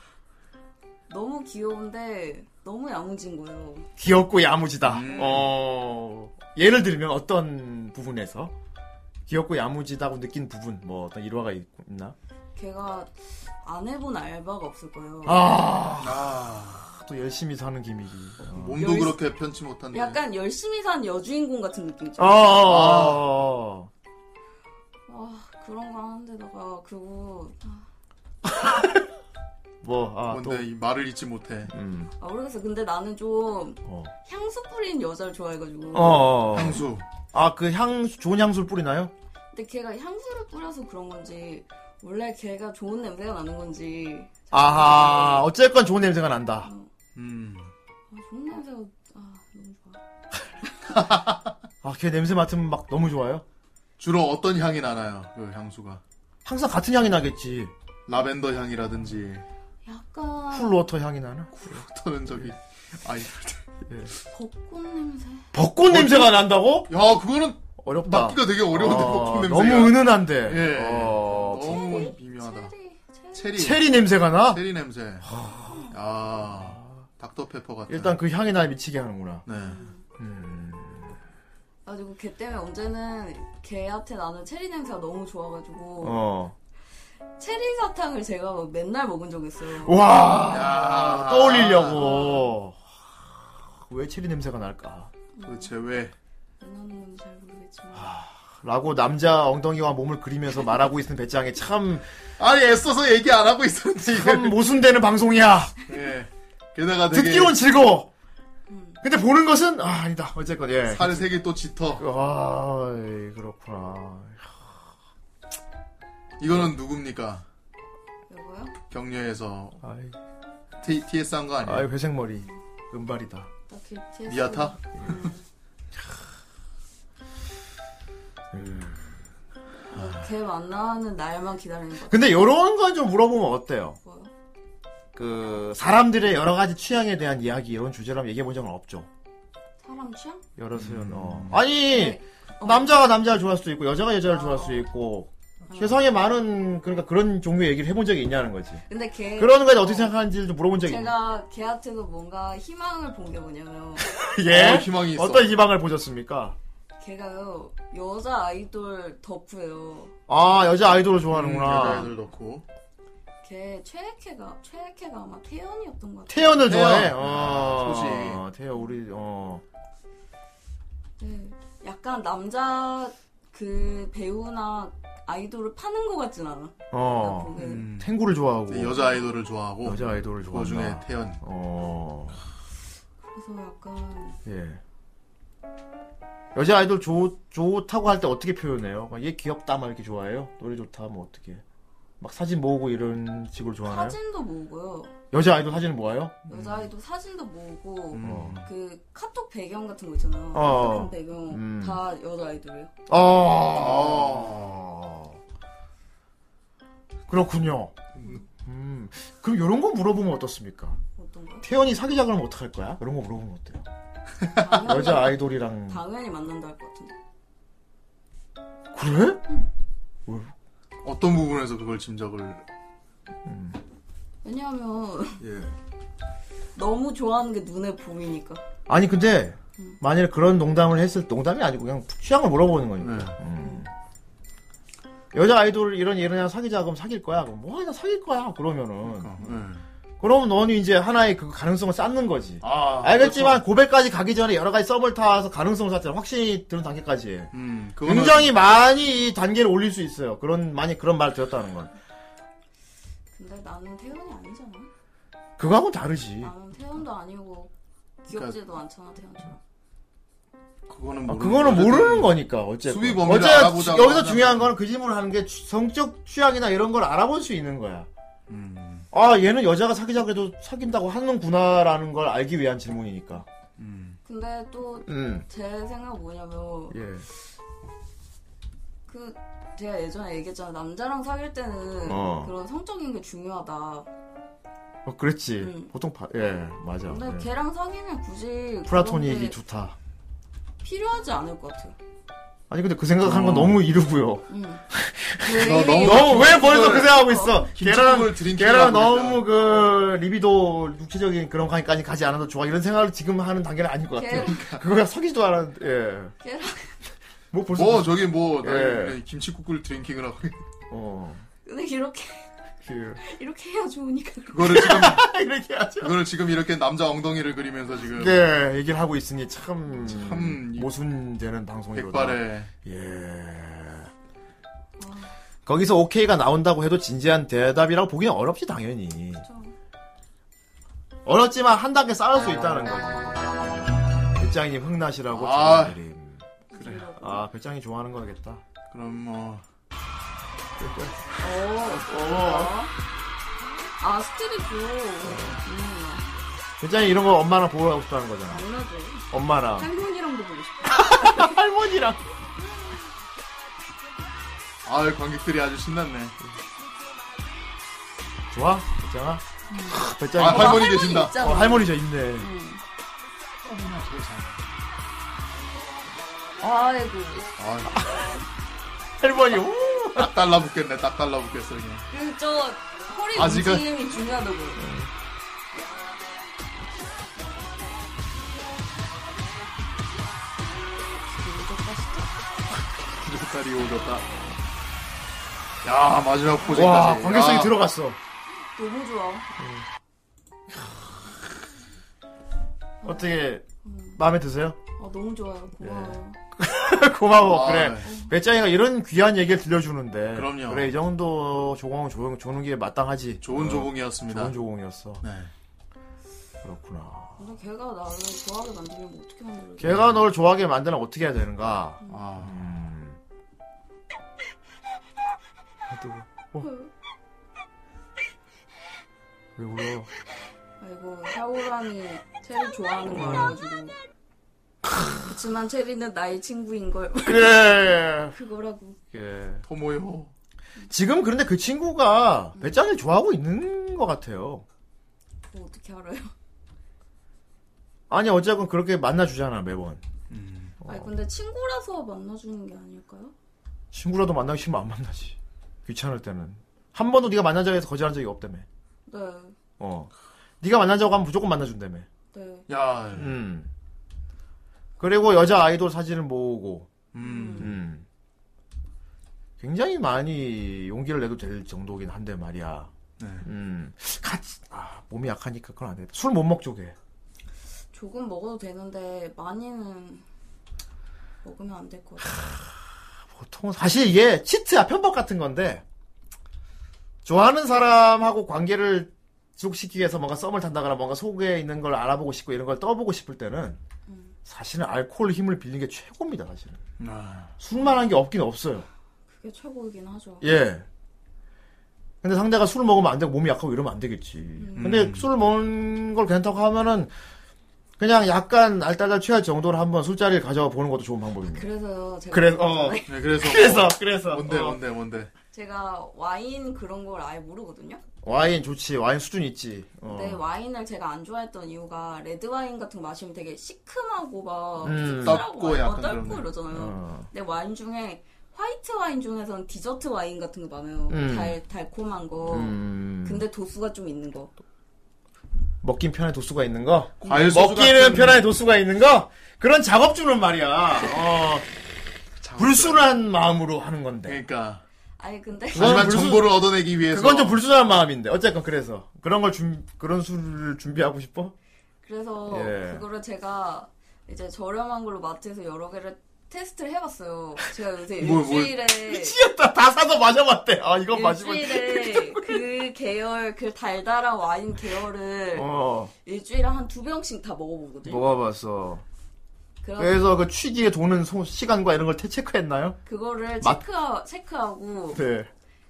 Speaker 3: 너무 귀여운데 너무 야무진 거예요.
Speaker 1: 귀엽고 야무지다.
Speaker 2: 음.
Speaker 1: 어, 예를 들면 어떤 부분에서 귀엽고 야무지다고 느낀 부분, 뭐 어떤 일화가 있, 나
Speaker 3: 걔가 안 해본 알바가 없을 거예요.
Speaker 1: 아, 또 열심히 사는 기믹이. 어.
Speaker 2: 몸도 그렇게 편치 못한데.
Speaker 3: 약간 열심히 산 여주인공 같은 느낌이죠.
Speaker 1: 아, 아, 아.
Speaker 3: 와 그런 거 하는데다가 그리고
Speaker 1: 뭐, 아, 음.
Speaker 2: 뭔데 이 말을 잊지 못해.
Speaker 3: 아 모르겠어. 근데 나는 좀
Speaker 1: 어.
Speaker 3: 향수 뿌린 여자를 좋아해가지고.
Speaker 1: 어, 어, 어.
Speaker 2: 향수.
Speaker 1: 아, 그 향, 좋은 향수를 뿌리나요?
Speaker 3: 근데 걔가 향수를 뿌려서 그런 건지 원래 걔가 좋은 냄새가 나는 건지
Speaker 1: 아하, 어쨌건 좋은 냄새가 난다.
Speaker 2: 음.
Speaker 3: 아, 좋은 냄새가 아 너무 좋아.
Speaker 1: 아, 걔 냄새 맡으면 막 너무 좋아요?
Speaker 2: 주로 어떤 향이 나나요? 그 향수가
Speaker 1: 항상 같은 향이 나겠지.
Speaker 2: 라벤더 향이라든지
Speaker 3: 약간
Speaker 1: 쿨워터 향이 나나?
Speaker 2: 터는 저기 아이
Speaker 3: 벚꽃 냄새.
Speaker 1: 벚꽃 냄새가 난다고?
Speaker 2: 야 그거는
Speaker 1: 어렵다.
Speaker 2: 맡기가 되게 어려운데
Speaker 1: 아,
Speaker 2: 벚꽃 냄새가
Speaker 1: 너무 은은한데.
Speaker 2: 예.
Speaker 1: 어,
Speaker 2: 너무 미묘하다. 체리
Speaker 1: 체리 냄새가 나?
Speaker 2: 체리 냄새. 아 닥터페퍼 같은.
Speaker 1: 일단 그 향이 날 미치게 하는구나.
Speaker 2: 네.
Speaker 3: 가지고 걔 때문에 언제는 걔한테 나는 체리 냄새가 너무 좋아가지고
Speaker 1: 어.
Speaker 3: 체리 사탕을 제가 막 맨날 먹은 적이 있어요.
Speaker 1: 와. 아, 떠올리려고. 왜 체리 냄새가 날까?
Speaker 2: 도대체 왜?
Speaker 3: 나는 잘 모르겠지만
Speaker 1: 라고 남자 엉덩이와 몸을 그리면서 말하고 있는 배짱이 참
Speaker 2: 아니 애써서 얘기 안 하고 있었는데
Speaker 1: 참 모순되는 방송이야.
Speaker 2: 예. 게다가 되게
Speaker 1: 듣기론 즐거워. 근데 보는 것은 아, 아니다. 어쨌건 예.
Speaker 2: 살색이 또 짙어.
Speaker 1: 아, 예, 그렇구나.
Speaker 2: 이거는 누굽니까?
Speaker 3: 여보요?
Speaker 2: 격려에서
Speaker 1: 아이.
Speaker 2: T, TS 한 거 아니에요?
Speaker 1: 아, 회색 머리. 은발이다.
Speaker 3: 딱히 TS
Speaker 2: 미아타?
Speaker 3: 걔 만나는 날만 기다리는 거.
Speaker 1: 근데 요런 건 좀 물어보면 어때요?
Speaker 3: 뭐요?
Speaker 1: 그 사람들의 여러 가지 취향에 대한 이야기 이런 주제로 한번 얘기해 본 적은 없죠.
Speaker 3: 사람 취향?
Speaker 1: 여러
Speaker 2: 음.
Speaker 1: 수연. 어. 아니 남자가 남자를 좋아할 수도 있고 여자가 여자를 좋아할 수도 있고 세상에 많은 그러니까 그런 종류의 얘기를 해본 적이 있냐는 거지.
Speaker 3: 근데 걔
Speaker 1: 그런 거에 어떻게 생각하는지를 좀 물어본 적이 있나?
Speaker 3: 네. 제가 걔한테도 뭔가 희망을 본 게 뭐냐면
Speaker 1: 예.
Speaker 2: 어, 희망이 있어.
Speaker 1: 어떤 희망을 보셨습니까?
Speaker 3: 걔가요 여자 아이돌 덕후예요.
Speaker 1: 아 여자 아이돌을 좋아하는구나.
Speaker 2: 음, 여자애들 넣고
Speaker 3: 걔 최애캐가 최애캐가 아마 태연이었던 것 같아요.
Speaker 1: 태연을
Speaker 2: 태연.
Speaker 1: 좋아해.
Speaker 2: 아,
Speaker 1: 어, 태연 우리 어.
Speaker 3: 네, 약간 남자 그 배우나 아이돌을 파는 것 같진 않아.
Speaker 1: 어.
Speaker 3: 보기엔.
Speaker 2: 음.
Speaker 1: 탱구를 좋아하고
Speaker 2: 이제 네, 여자 아이돌을 좋아하고
Speaker 1: 음. 여자 아이돌을 좋아한다.
Speaker 2: 그중에 태연.
Speaker 1: 어.
Speaker 3: 그래서 약간
Speaker 1: 예. 여자 아이돌 좋, 좋다고 할 때 어떻게 표현해요? 막 얘 귀엽다 막 이렇게 좋아해요? 노래 좋다 뭐 어떻게? 막 사진 모으고 이런 식으로 좋아하나요?
Speaker 3: 사진도 모으고요.
Speaker 1: 여자 아이돌 사진을 모아요?
Speaker 3: 여자 아이돌 사진도 모으고
Speaker 1: 음.
Speaker 3: 그 카톡 배경 같은 거 있잖아요.
Speaker 1: 어.
Speaker 3: 핸드폰 배경
Speaker 1: 음.
Speaker 3: 다 여자 아이돌이에요.
Speaker 1: 어. 아. 그렇군요. 음. 그럼 이런 거 물어보면 어떻습니까?
Speaker 3: 어떤 거?
Speaker 1: 태연이 사귀자 그러면 어떡할 거야? 이런 거 물어보면 어때요? 여자 아이돌이랑
Speaker 3: 당연히 만난다 할 것 같은데.
Speaker 1: 그래?
Speaker 2: 어떤 부분에서 그걸 짐작을
Speaker 3: 왜냐하면
Speaker 2: 예.
Speaker 3: 너무 좋아하는 게 눈에 보이니까.
Speaker 1: 아니 근데 만일 그런 농담을 했을 때 농담이 아니고 그냥 취향을 물어보는 거니까.
Speaker 2: 그러니까,
Speaker 1: 음. 여자 아이돌 이런 이런 애랑 사귀자 그럼 사귈 거야. 그럼 뭐 하냐 사귈 거야. 그러면은.
Speaker 2: 그러니까. 네.
Speaker 1: 그러면 너는 이제 하나의 그 가능성을 쌓는 거지.
Speaker 2: 아,
Speaker 1: 알겠지만 고백까지 가기 전에 여러 가지 썸을 타서 가능성을 쌓잖아. 확신이 드는 단계까지.
Speaker 2: 음, 그거는-
Speaker 1: 굉장히 많이 이 단계를 올릴 수 있어요. 그런 많이 그런 말을 들었다는 건.
Speaker 3: 근데 나는 태연이 아니잖아.
Speaker 1: 그거하고는 다르지. 아,
Speaker 3: 나는 태연도 아니고 귀엽지도
Speaker 1: 그러니까
Speaker 3: 않잖아 태연처럼.
Speaker 2: 그거는
Speaker 1: 아,
Speaker 2: 모르는
Speaker 1: 그거는
Speaker 2: 거죠.
Speaker 1: 모르는 거니까 어쨌든
Speaker 2: 수비 범위를
Speaker 1: 어쨌든
Speaker 2: 알아보자고
Speaker 1: 여기서
Speaker 2: 하자면-
Speaker 1: 중요한 거는 그 질문을 하는 게 취- 성적 취향이나 이런 걸 알아볼 수 있는 거야. 아 얘는 여자가 사귀자고 해도 사귄다고 하는구나라는 걸 알기 위한 질문이니까.
Speaker 3: 근데 또 제
Speaker 1: 음.
Speaker 3: 생각 뭐냐면
Speaker 1: 예.
Speaker 3: 그 제가 예전에 얘기했잖아 남자랑 사귈 때는
Speaker 1: 어.
Speaker 3: 그런 성적인 게 중요하다.
Speaker 1: 어, 그렇지. 보통 봐. 예 맞아.
Speaker 3: 근데
Speaker 1: 예.
Speaker 3: 걔랑 사귀면 굳이 그런
Speaker 1: 플라토닉이
Speaker 3: 게
Speaker 1: 좋다.
Speaker 3: 필요하지 않을 것 같아요.
Speaker 1: 아니 근데 그 생각하는
Speaker 2: 어.
Speaker 1: 건 너무 이르고요.
Speaker 3: 음.
Speaker 1: 너, 너무, 왜 벌써 그 생각하고 있어? 걔랑
Speaker 2: 김치국을 드링킹
Speaker 1: 걔랑
Speaker 2: 하고 있다.
Speaker 1: 너무 그 리비도 육체적인 그런 관계까지 가지 않아도 좋아 이런 생각을 지금 하는 단계는 아닐 것
Speaker 3: 어,
Speaker 1: 같아.
Speaker 2: 걔랑-
Speaker 1: 그거야 서기지도 않았는데. 예.
Speaker 3: 걔랑
Speaker 1: 뭐 벌써
Speaker 2: 뭐
Speaker 1: 벌써-
Speaker 2: 저기 뭐 나
Speaker 1: 예.
Speaker 2: 김치국을 드링킹을 하고
Speaker 1: 어. 그,
Speaker 3: 근데 이렇게 이렇게 해야 좋으니까.
Speaker 2: 그거를 지금
Speaker 1: 이렇게 하죠.
Speaker 2: 그거를 지금 이렇게 남자 엉덩이를 그리면서 지금
Speaker 1: 네, 얘기를 하고 있으니 참,
Speaker 2: 참 이-
Speaker 1: 모순되는 방송이로다.
Speaker 2: 백발에.
Speaker 1: 예. 거기서 오케이가 나온다고 해도 진지한 대답이라고 보기는 어렵지 당연히. 어렵지만 한 단계 쌓을 수 있다는 거지. 배짱이님 흥나시라고
Speaker 2: 아.
Speaker 1: 축하드림.
Speaker 2: 그래.
Speaker 1: 아 배짱이 좋아하는 거겠다.
Speaker 2: 그럼 뭐
Speaker 3: 어. 아 스트리트. 음.
Speaker 1: 배짱이 이런 거 엄마랑 보고 싶다는 거잖아.
Speaker 3: 당연하죠.
Speaker 1: 엄마랑.
Speaker 3: 할머니랑도 보고 싶어.
Speaker 1: 할머니랑.
Speaker 2: 아 관객들이 아주 신났네.
Speaker 1: 좋아? 배짱아? 배짱이.
Speaker 2: 아, 할머니 계신다.
Speaker 1: 어, 할머니죠 있네.
Speaker 3: 아이고.
Speaker 1: 할머니 오!
Speaker 2: 딱 달라붙겠네. 딱 달라붙겠어 그냥.
Speaker 3: 그저 허리
Speaker 2: 아직은-
Speaker 3: 움직임이 중요하다고.
Speaker 2: 기적다리 오졌다. 야 마지막 포즈까지.
Speaker 1: 와 관객성이
Speaker 2: 야.
Speaker 1: 들어갔어.
Speaker 3: 너무 좋아.
Speaker 1: 어떻게 마음에 드세요?
Speaker 3: 아 너무 좋아요. 고마워요.
Speaker 2: 예.
Speaker 1: 고마워
Speaker 2: 아,
Speaker 1: 그래 배짱이가 이런 귀한 얘기를 들려주는데
Speaker 2: 그럼요.
Speaker 1: 래이 정도 조공 조용 조는 게 마땅하지
Speaker 2: 좋은
Speaker 1: 어,
Speaker 2: 조공이었습니다.
Speaker 1: 좋은 조공이었어 음.
Speaker 2: 네.
Speaker 1: 그렇구나
Speaker 3: 근데 걔가 나를 좋아하게 만들면 어떻게 만들어?
Speaker 1: 걔가 널 좋아하게 만드는 어떻게 해야 되는가
Speaker 2: 아.
Speaker 1: 음. 아, 뜨거워. 어. 왜 울어
Speaker 3: 아이고 샤오랑이 체리 좋아하는 거 알아가지고. 그렇지만 체리는 나의 친구인 걸.
Speaker 1: 그래
Speaker 3: 그거라고.
Speaker 1: 예.
Speaker 2: 토모요.
Speaker 1: 지금 그런데 그 친구가 배짱이를 좋아하고 있는 것 같아요
Speaker 3: 뭐 어떻게 알아요?
Speaker 1: 아니 어쨌건 그렇게 만나주잖아 매번
Speaker 2: 어.
Speaker 3: 아니 근데 친구라서 만나주는 게 아닐까요?
Speaker 1: 친구라도 만나기 싫으면 안 만나지. 귀찮을 때는. 한 번도 네가 만난 자리에서 거절한 적이 없다며.
Speaker 3: 네,
Speaker 1: 어. 네가 만나자고 하면 무조건 만나준다며.
Speaker 3: 네.
Speaker 2: 야.
Speaker 1: 음. 그리고 여자 아이돌 사진을 모으고.
Speaker 2: 음.
Speaker 1: 음. 굉장히 많이 용기를 내도 될 정도긴 한데 말이야.
Speaker 2: 네.
Speaker 1: 음. 같이 아, 몸이 약하니까 그건 안 되겠다. 술 못 먹죠, 걔.
Speaker 3: 조금 먹어도 되는데 많이는 먹으면 안 될 것 같아요.
Speaker 1: 보통 사실 이게 치트야 편법 같은 건데 좋아하는 사람하고 관계를 지속시키기 위해서 뭔가 썸을 탄다거나 뭔가 속에 있는 걸 알아보고 싶고 이런 걸 떠보고 싶을 때는 사실은 알코올 힘을 빌리는 게 최고입니다 사실은
Speaker 2: 아.
Speaker 1: 술만한 게 없긴 없어요
Speaker 3: 그게 최고이긴 하죠.
Speaker 1: 예 근데 상대가 술을 먹으면 안 되고 몸이 약하고 이러면 안 되겠지. 근데 술을 먹는 걸 괜찮다고 하면은 그냥 약간 알딸딸 취할 정도로 한번 술자리를 가져보는 것도 좋은 방법입니다.
Speaker 3: 그래서요. 제가
Speaker 1: 그래서 어.
Speaker 3: 그랬잖아요.
Speaker 2: 네, 그래서 뭐,
Speaker 1: 그래서 그래서
Speaker 2: 뭔데
Speaker 1: 어.
Speaker 2: 뭔데 뭔데
Speaker 3: 제가 와인 그런 걸 아예 모르거든요.
Speaker 1: 와인 좋지 와인 수준 있지. 어.
Speaker 3: 근데 네, 와인을 제가 안 좋아했던 이유가 레드 와인 같은 거 마시면 되게 시큼하고 막
Speaker 1: 음.
Speaker 3: 씁쓸하고
Speaker 1: 떫고
Speaker 3: 와인-
Speaker 1: 약간
Speaker 3: 어, 떫고
Speaker 1: 그런
Speaker 3: 이러잖아요.
Speaker 1: 어.
Speaker 3: 근데 와인 중에 화이트 와인 중에서는 디저트 와인 같은 거 많아요.
Speaker 1: 음.
Speaker 3: 달 달콤한 거.
Speaker 1: 음.
Speaker 3: 근데 도수가 좀 있는 거.
Speaker 1: 먹긴 편한 도수가 있는 거.
Speaker 2: 과일 소주
Speaker 1: 그 먹기는
Speaker 2: 같은-
Speaker 1: 편한 도수가 있는 거. 그런 작업주는 말이야. 어. 불순한 마음으로 하는 건데.
Speaker 2: 그러니까.
Speaker 3: 아니 근데
Speaker 1: 뭐?
Speaker 2: 하지만 정보를 얻어내기 위해서
Speaker 1: 그건 좀 불순한 마음인데 어쨌건 그래서 그런 걸 준, 그런 술을 준비하고 싶어?
Speaker 3: 그래서
Speaker 1: 예.
Speaker 3: 그거를 제가 이제 저렴한 걸로 마트에서 여러 개를 테스트를 해봤어요. 제가 요새
Speaker 1: 뭘, 뭘.
Speaker 3: 일주일에
Speaker 1: 미치겠다 다 사서 마셔봤대. 아 이건 마시면
Speaker 3: 네. 일주일에 그 계열 그 달달한 와인 계열을
Speaker 1: 어 뭐.
Speaker 3: 일주일에 한 두 병씩 다 먹어보거든요.
Speaker 1: 먹어봤어.
Speaker 3: 그럼
Speaker 1: 그래서 그 취기에 도는 소- 시간과 이런 걸 태- 체크했나요?
Speaker 3: 그거를
Speaker 1: 맛-
Speaker 3: 체크하, 체크하고
Speaker 1: 네.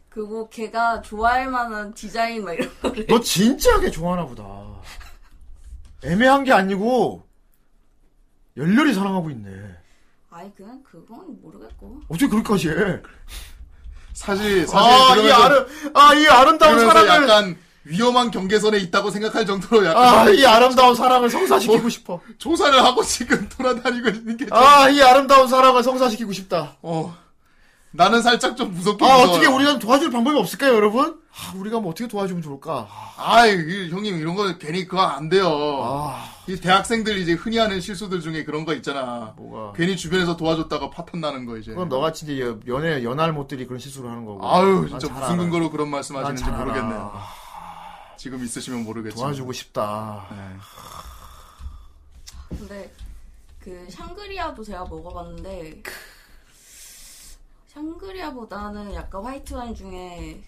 Speaker 3: 그리고 걔가 좋아할 만한 디자인 막 이런 거를
Speaker 1: 너 진지하게 좋아하나 보다. 애매한 게 아니고 열렬히 사랑하고 있네.
Speaker 3: 아니 그냥 그건 모르겠고
Speaker 1: 어떻게 그렇게까지 해?
Speaker 2: 사실
Speaker 1: 아, 이 아름- 아, 이 아름다운
Speaker 2: 그러면서
Speaker 1: 사랑을-
Speaker 2: 약간 위험한 경계선에 있다고 생각할 정도로 약간
Speaker 1: 아, 이 아름다운 사랑을 성사시키고
Speaker 2: 조-
Speaker 1: 싶어.
Speaker 2: 조사를 하고 지금 돌아다니고 있는 게
Speaker 1: 아, 이 아름다운 사랑을 성사시키고 싶다.
Speaker 2: 어. 나는 살짝 좀 무섭긴
Speaker 1: 아,
Speaker 2: 무서워요.
Speaker 1: 어떻게 우리가 도와줄 방법이 없을까요, 여러분? 아, 우리가 뭐 어떻게 도와주면 좋을까?
Speaker 2: 아이 이- 형님 이런 거 괜히 그거 안 돼요.
Speaker 1: 아,
Speaker 2: 이 대학생들 이제 흔히 하는 실수들 중에 그런 거 있잖아.
Speaker 1: 뭐가?
Speaker 2: 괜히 주변에서 도와줬다가 파탄 나는 거 이제.
Speaker 1: 그 그건 너같이 이제 여- 연애 연할 못들이 그런 실수를 하는 거고.
Speaker 2: 아유
Speaker 1: 난
Speaker 2: 진짜
Speaker 1: 잘
Speaker 2: 무슨
Speaker 1: 알아.
Speaker 2: 근거로 그런
Speaker 1: 난
Speaker 2: 말씀하시는지
Speaker 1: 잘 알아.
Speaker 2: 모르겠네요. 지금 있으시면 모르겠지만 네.
Speaker 1: 도와주고 싶다.
Speaker 3: 근데 그 샹그리아도 제가 먹어봤는데 샹그리아보다는 약간 화이트 와인 중에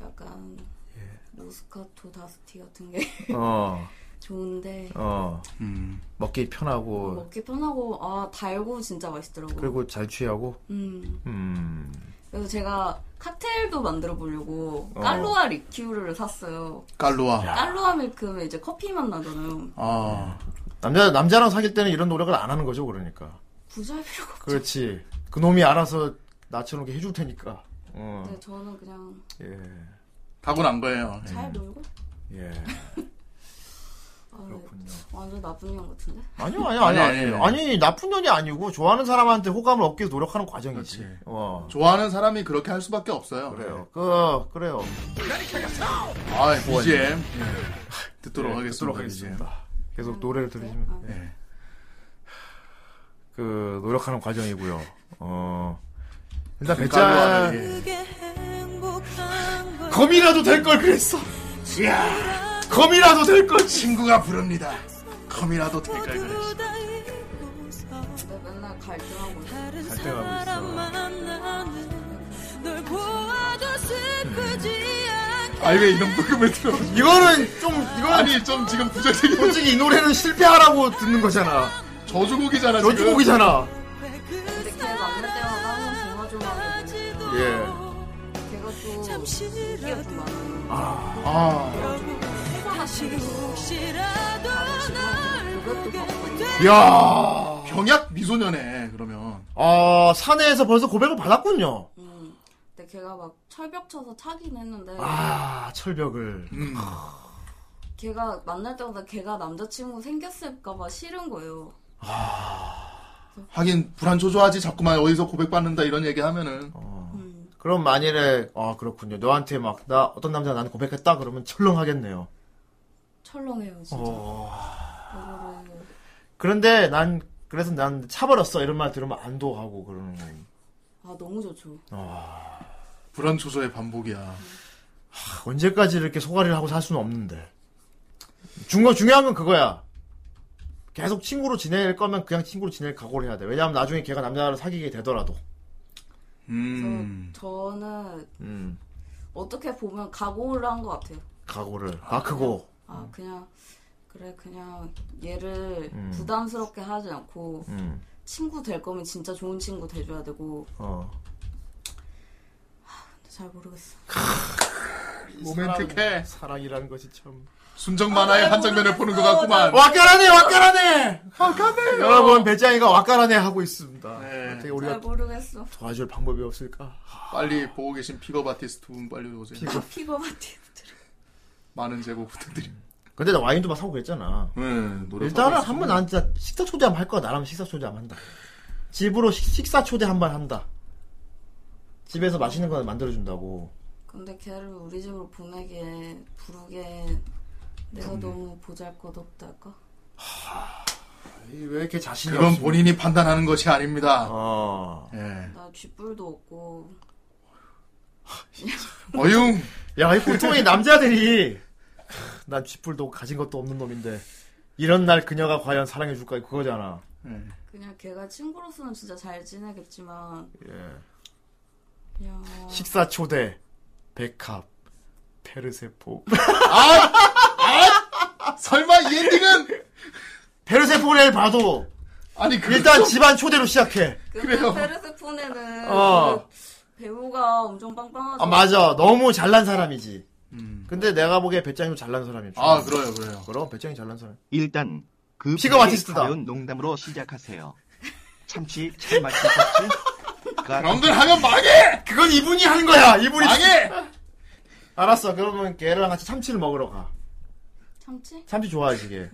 Speaker 3: 약간
Speaker 1: 예.
Speaker 3: 모스카토 다스티 같은 게
Speaker 1: 어.
Speaker 3: 좋은데
Speaker 1: 어.
Speaker 2: 음.
Speaker 1: 먹기 편하고
Speaker 3: 뭐 먹기 편하고 아 달고 진짜 맛있더라고요.
Speaker 1: 그리고 잘 취하고.
Speaker 3: 음.
Speaker 1: 음.
Speaker 3: 그래서 제가 칵테일도 만들어 보려고
Speaker 1: 어.
Speaker 3: 깔로아 리큐르를 샀어요.
Speaker 2: 깔로아.
Speaker 3: 깔로아 밀크는 이제 커피 맛 나잖아요.
Speaker 2: 아.
Speaker 1: 남자 남자랑 사귈 때는 이런 노력을 안 하는 거죠, 그러니까.
Speaker 3: 부자일 필요가
Speaker 1: 그렇지. 그 놈이 알아서 낮춰놓게 해줄 테니까. 어.
Speaker 3: 없는데 저는 그냥
Speaker 1: 예.
Speaker 2: 타고난 거예요.
Speaker 3: 잘 놀고
Speaker 1: 예.
Speaker 3: 아, 완전 나쁜 년 같은데?
Speaker 1: 아니요, 아니요, 아니요.
Speaker 2: 아니, 아니,
Speaker 1: 아니, 아니, 나쁜 년이 아니고, 좋아하는 사람한테 호감을 얻기 위해서 노력하는 과정이지. 어.
Speaker 2: 좋아하는 사람이 그렇게 할 수밖에 없어요. 그래요.
Speaker 1: 그, 그래요.
Speaker 2: 아 BGM 듣도록
Speaker 1: 예,
Speaker 2: 하겠습니다.
Speaker 1: 듣도록 하겠습니다. 계속 노래를 들으시면. 예. 그, 노력하는 과정이고요. 어. 일단
Speaker 2: 그러니까 뭐, 아,
Speaker 1: 배짱.
Speaker 2: 예. 검이라도 될 걸 그랬어. 야, 검이라도 될 걸 친구가 부릅니다. 검이라도 될 걸 그랬어.
Speaker 3: 근데 맨날 갈등하고 있어.
Speaker 2: 아니 왜 이런 부금을 들어?
Speaker 1: 이거는 좀, 이거는.
Speaker 2: 아니 좀 지금 부정적인.
Speaker 1: 솔직히 이 노래는 실패하라고 듣는 거잖아.
Speaker 2: 저주곡이잖아. 지금.
Speaker 1: 저주곡이잖아.
Speaker 3: 근데 걔 만날 때마다 항상 조마조마하고
Speaker 1: 예.
Speaker 3: 걔가 또 인기가 좀 많아요.
Speaker 1: 아.
Speaker 2: 야 병약 미소년에 그러면.
Speaker 1: 아, 사내에서 벌써 고백을 받았군요.
Speaker 3: 근데 걔가 막 철벽 쳐서 차긴 했는데
Speaker 1: 아, 철벽을.
Speaker 2: 음.
Speaker 3: 걔가 만날 때마다 걔가 남자친구 생겼을까봐 싫은 거예요.
Speaker 2: 하긴 불안 조조하지 자꾸만 어디서 고백받는다 이런 얘기 하면은
Speaker 3: 음,
Speaker 1: 그럼 만일에, 아, 그렇군요. 너한테 막, 나, 어떤 남자가 나한테 고백했다? 그러면 철렁하겠네요.
Speaker 3: 철렁해요 진짜.
Speaker 1: 어.
Speaker 3: 이거를
Speaker 1: 그런데 난, 그래서 난 차버렸어. 이런 말 들으면 안도하고 그러는 거예요.
Speaker 3: 아 너무 좋죠.
Speaker 2: 불안 조조의 반복이야.
Speaker 1: 아, 언제까지 이렇게 소가리를 하고 살 수는 없는데. 중요, 중요한 건 그거야. 계속 친구로 지낼 거면 그냥 친구로 지낼 각오를 해야 돼. 왜냐하면 나중에 걔가 남자를 사귀게 되더라도.
Speaker 2: 음.
Speaker 3: 저는
Speaker 1: 음,
Speaker 3: 어떻게 보면 각오를 한 것 같아요.
Speaker 1: 각오를. 아, 크고.
Speaker 3: 아 그냥 그래 그냥 얘를
Speaker 1: 음.
Speaker 3: 부담스럽게 하지 않고
Speaker 1: 음,
Speaker 3: 친구 될 거면 진짜 좋은 친구 돼줘야 되고
Speaker 1: 어.
Speaker 3: 근데 잘 모르겠어.
Speaker 2: 로맨틱해.
Speaker 1: 사랑, 이라는 것이 참.
Speaker 2: 순정 만화의 한 장면을 보는 것 같구만.
Speaker 1: 와까라네, 와까라네! 네.
Speaker 2: 와까네!
Speaker 1: 여러분, 배짱이가 와까라네 하고 있습니다. 어떻게 우리가
Speaker 3: 잘 모르겠어.
Speaker 1: 도와줄 방법이 없을까?
Speaker 2: 빨리 보고 계신 픽업 아티스트 분 빨리 오세요.
Speaker 3: 피고 마티.
Speaker 2: 많은 제보 부탁드립니다.
Speaker 1: 근데 나 와인도 막 사고 그랬잖아.
Speaker 2: 네, 노래
Speaker 1: 일단은
Speaker 2: 사고
Speaker 1: 한번 난 진짜 식사 초대 한번 할 거야. 나라면 식사 초대 한번 한다. 집으로 식, 식사 초대 한번 한다. 집에서 맛있는 거 만들어준다고.
Speaker 3: 근데 걔를 우리 집으로 보내기에 부르게 내가
Speaker 1: 음.
Speaker 3: 너무 보잘것없달까?
Speaker 1: 왜 이렇게 자신이
Speaker 2: 그건
Speaker 1: 없습니까?
Speaker 2: 본인이 판단하는 것이 아닙니다.
Speaker 1: 어.
Speaker 2: 예.
Speaker 3: 나 쥐뿔도 없고
Speaker 2: 어융.
Speaker 1: 야, 이 보통의 남자들이 크, 난 쥐뿔도 가진 것도 없는 놈인데 이런 날 그녀가 과연 사랑해줄까 그거잖아.
Speaker 2: 예.
Speaker 3: 그냥 걔가 친구로서는 진짜 잘 지내겠지만
Speaker 1: 예.
Speaker 3: 그냥
Speaker 1: 식사 초대, 백합, 페르세포.
Speaker 2: 아, 설마 이 엔딩은
Speaker 1: 페르세포를 봐도
Speaker 2: 아니 그
Speaker 1: 일단 집안 초대로 시작해.
Speaker 3: 그래요. 페르세폰에는
Speaker 1: 어.
Speaker 3: 그 배우가 엄청 빵빵하죠.
Speaker 1: 아 맞아 너무 잘난 사람이지. 근데 내가 보기에 배짱이도 잘난 사람이야.
Speaker 2: 아, 그래요, 그래요.
Speaker 1: 음. 그럼 배짱이 잘난 사람.
Speaker 17: 일단 그
Speaker 1: 픽업 아티스트다.
Speaker 17: 가벼운 농담으로 시작하세요. 참치 참맛이 참치.
Speaker 1: 그런 걸 하면 망해! 그건 이분이 하는 거야, 이분이. 망해! 알았어 그러면 걔랑 같이 참치를 먹으러 가.
Speaker 3: 참치?
Speaker 1: 참치 좋아하지 걔.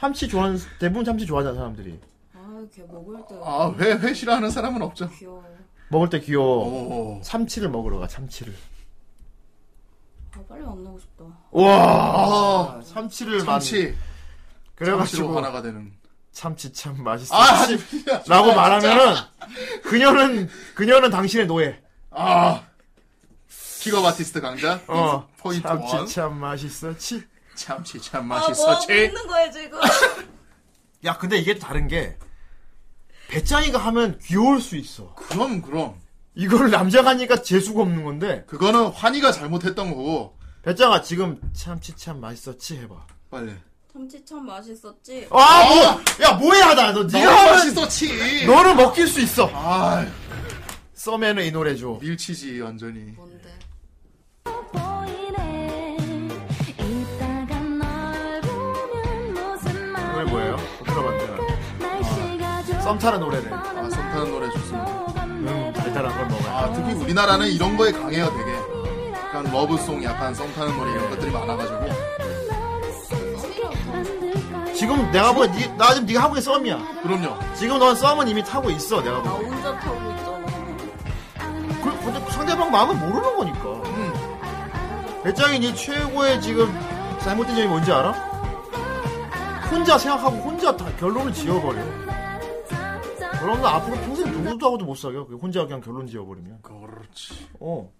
Speaker 1: 참치 좋아하는 대부분 참치 좋아하잖아 사람들이.
Speaker 3: 아걔 먹을 때.
Speaker 2: 아회회 싫어하는 사람은 없죠.
Speaker 3: 귀여워.
Speaker 1: 먹을 때 귀여워. 참치를 먹으러 가 참치를.
Speaker 3: 아뭐 빨리 만나고 싶다.
Speaker 2: 아,
Speaker 1: 와 참치를
Speaker 2: 참치.
Speaker 1: 많이. 그래가지고
Speaker 2: 참치로 하나가 되는.
Speaker 1: 참치 참 맛있어.
Speaker 2: 아, 아니,
Speaker 1: 참치.
Speaker 2: 진짜.
Speaker 1: 라고
Speaker 2: 진짜.
Speaker 1: 말하면은 그녀는 그녀는 당신의 노예.
Speaker 2: 아. 픽업 아티스트 강자.
Speaker 1: 어.
Speaker 2: 포인트
Speaker 1: 참치
Speaker 2: 원.
Speaker 1: 참 맛있었지.
Speaker 2: 참치 참
Speaker 3: 아뭐
Speaker 2: 맛있었지.
Speaker 3: 먹는 거야 지금?
Speaker 1: 야 근데 이게 다른 게 배짱이가 하면 귀여울 수 있어.
Speaker 3: 뭐.
Speaker 2: 그럼 그럼.
Speaker 1: 이걸 남자가 하니까 재수가 없는 건데.
Speaker 2: 그거는 환희가 잘못했던 거고.
Speaker 1: 배짱아 지금 참치 참 맛있었지 해봐.
Speaker 2: 빨리.
Speaker 3: 참치 참
Speaker 2: 어.
Speaker 3: 맛있었지.
Speaker 1: 아, 뭐, 야, 뭐야, 나, 너,
Speaker 2: 너무
Speaker 1: 니가 하면,
Speaker 2: 맛있었지.
Speaker 1: 너는 먹힐 수 있어.
Speaker 2: 아.
Speaker 1: 썸에는 이 노래죠.
Speaker 2: 밀치지 완전히.
Speaker 6: 이따가 널 보면 무슨 말
Speaker 1: 노래 뭐예요? 못 들어봤잖아.
Speaker 6: 날씨가
Speaker 1: 썸 타는 노래네.
Speaker 2: 아, 성탄 노래 좋습니다.
Speaker 1: 음, 달달한 걸 먹어요.
Speaker 2: 아, 특히 우리나라는 이런 거에 강해요, 되게. 약간 러브송, 약간 성탄 노래 이런 것들이 많아가지고.
Speaker 1: 지금 내가 보기엔, 니, 나 지금 니가 하고 있는 썸이야.
Speaker 2: 그럼요.
Speaker 1: 지금 넌 썸은 이미 타고 있어, 내가
Speaker 3: 나
Speaker 1: 보기엔.
Speaker 3: 혼자 타고 있잖아.
Speaker 1: 그, 근데 상대방 마음은 모르는 거니까. 배짱이 니 최고의 지금 잘못된 점이 뭔지 알아? 혼자 생각하고 혼자 다 결론을 지어버려. 그럼 너 앞으로 평생 누구하고도 못 사겨. 그냥 혼자 그냥 결론 지어버리면.
Speaker 2: 그렇지.
Speaker 1: 어.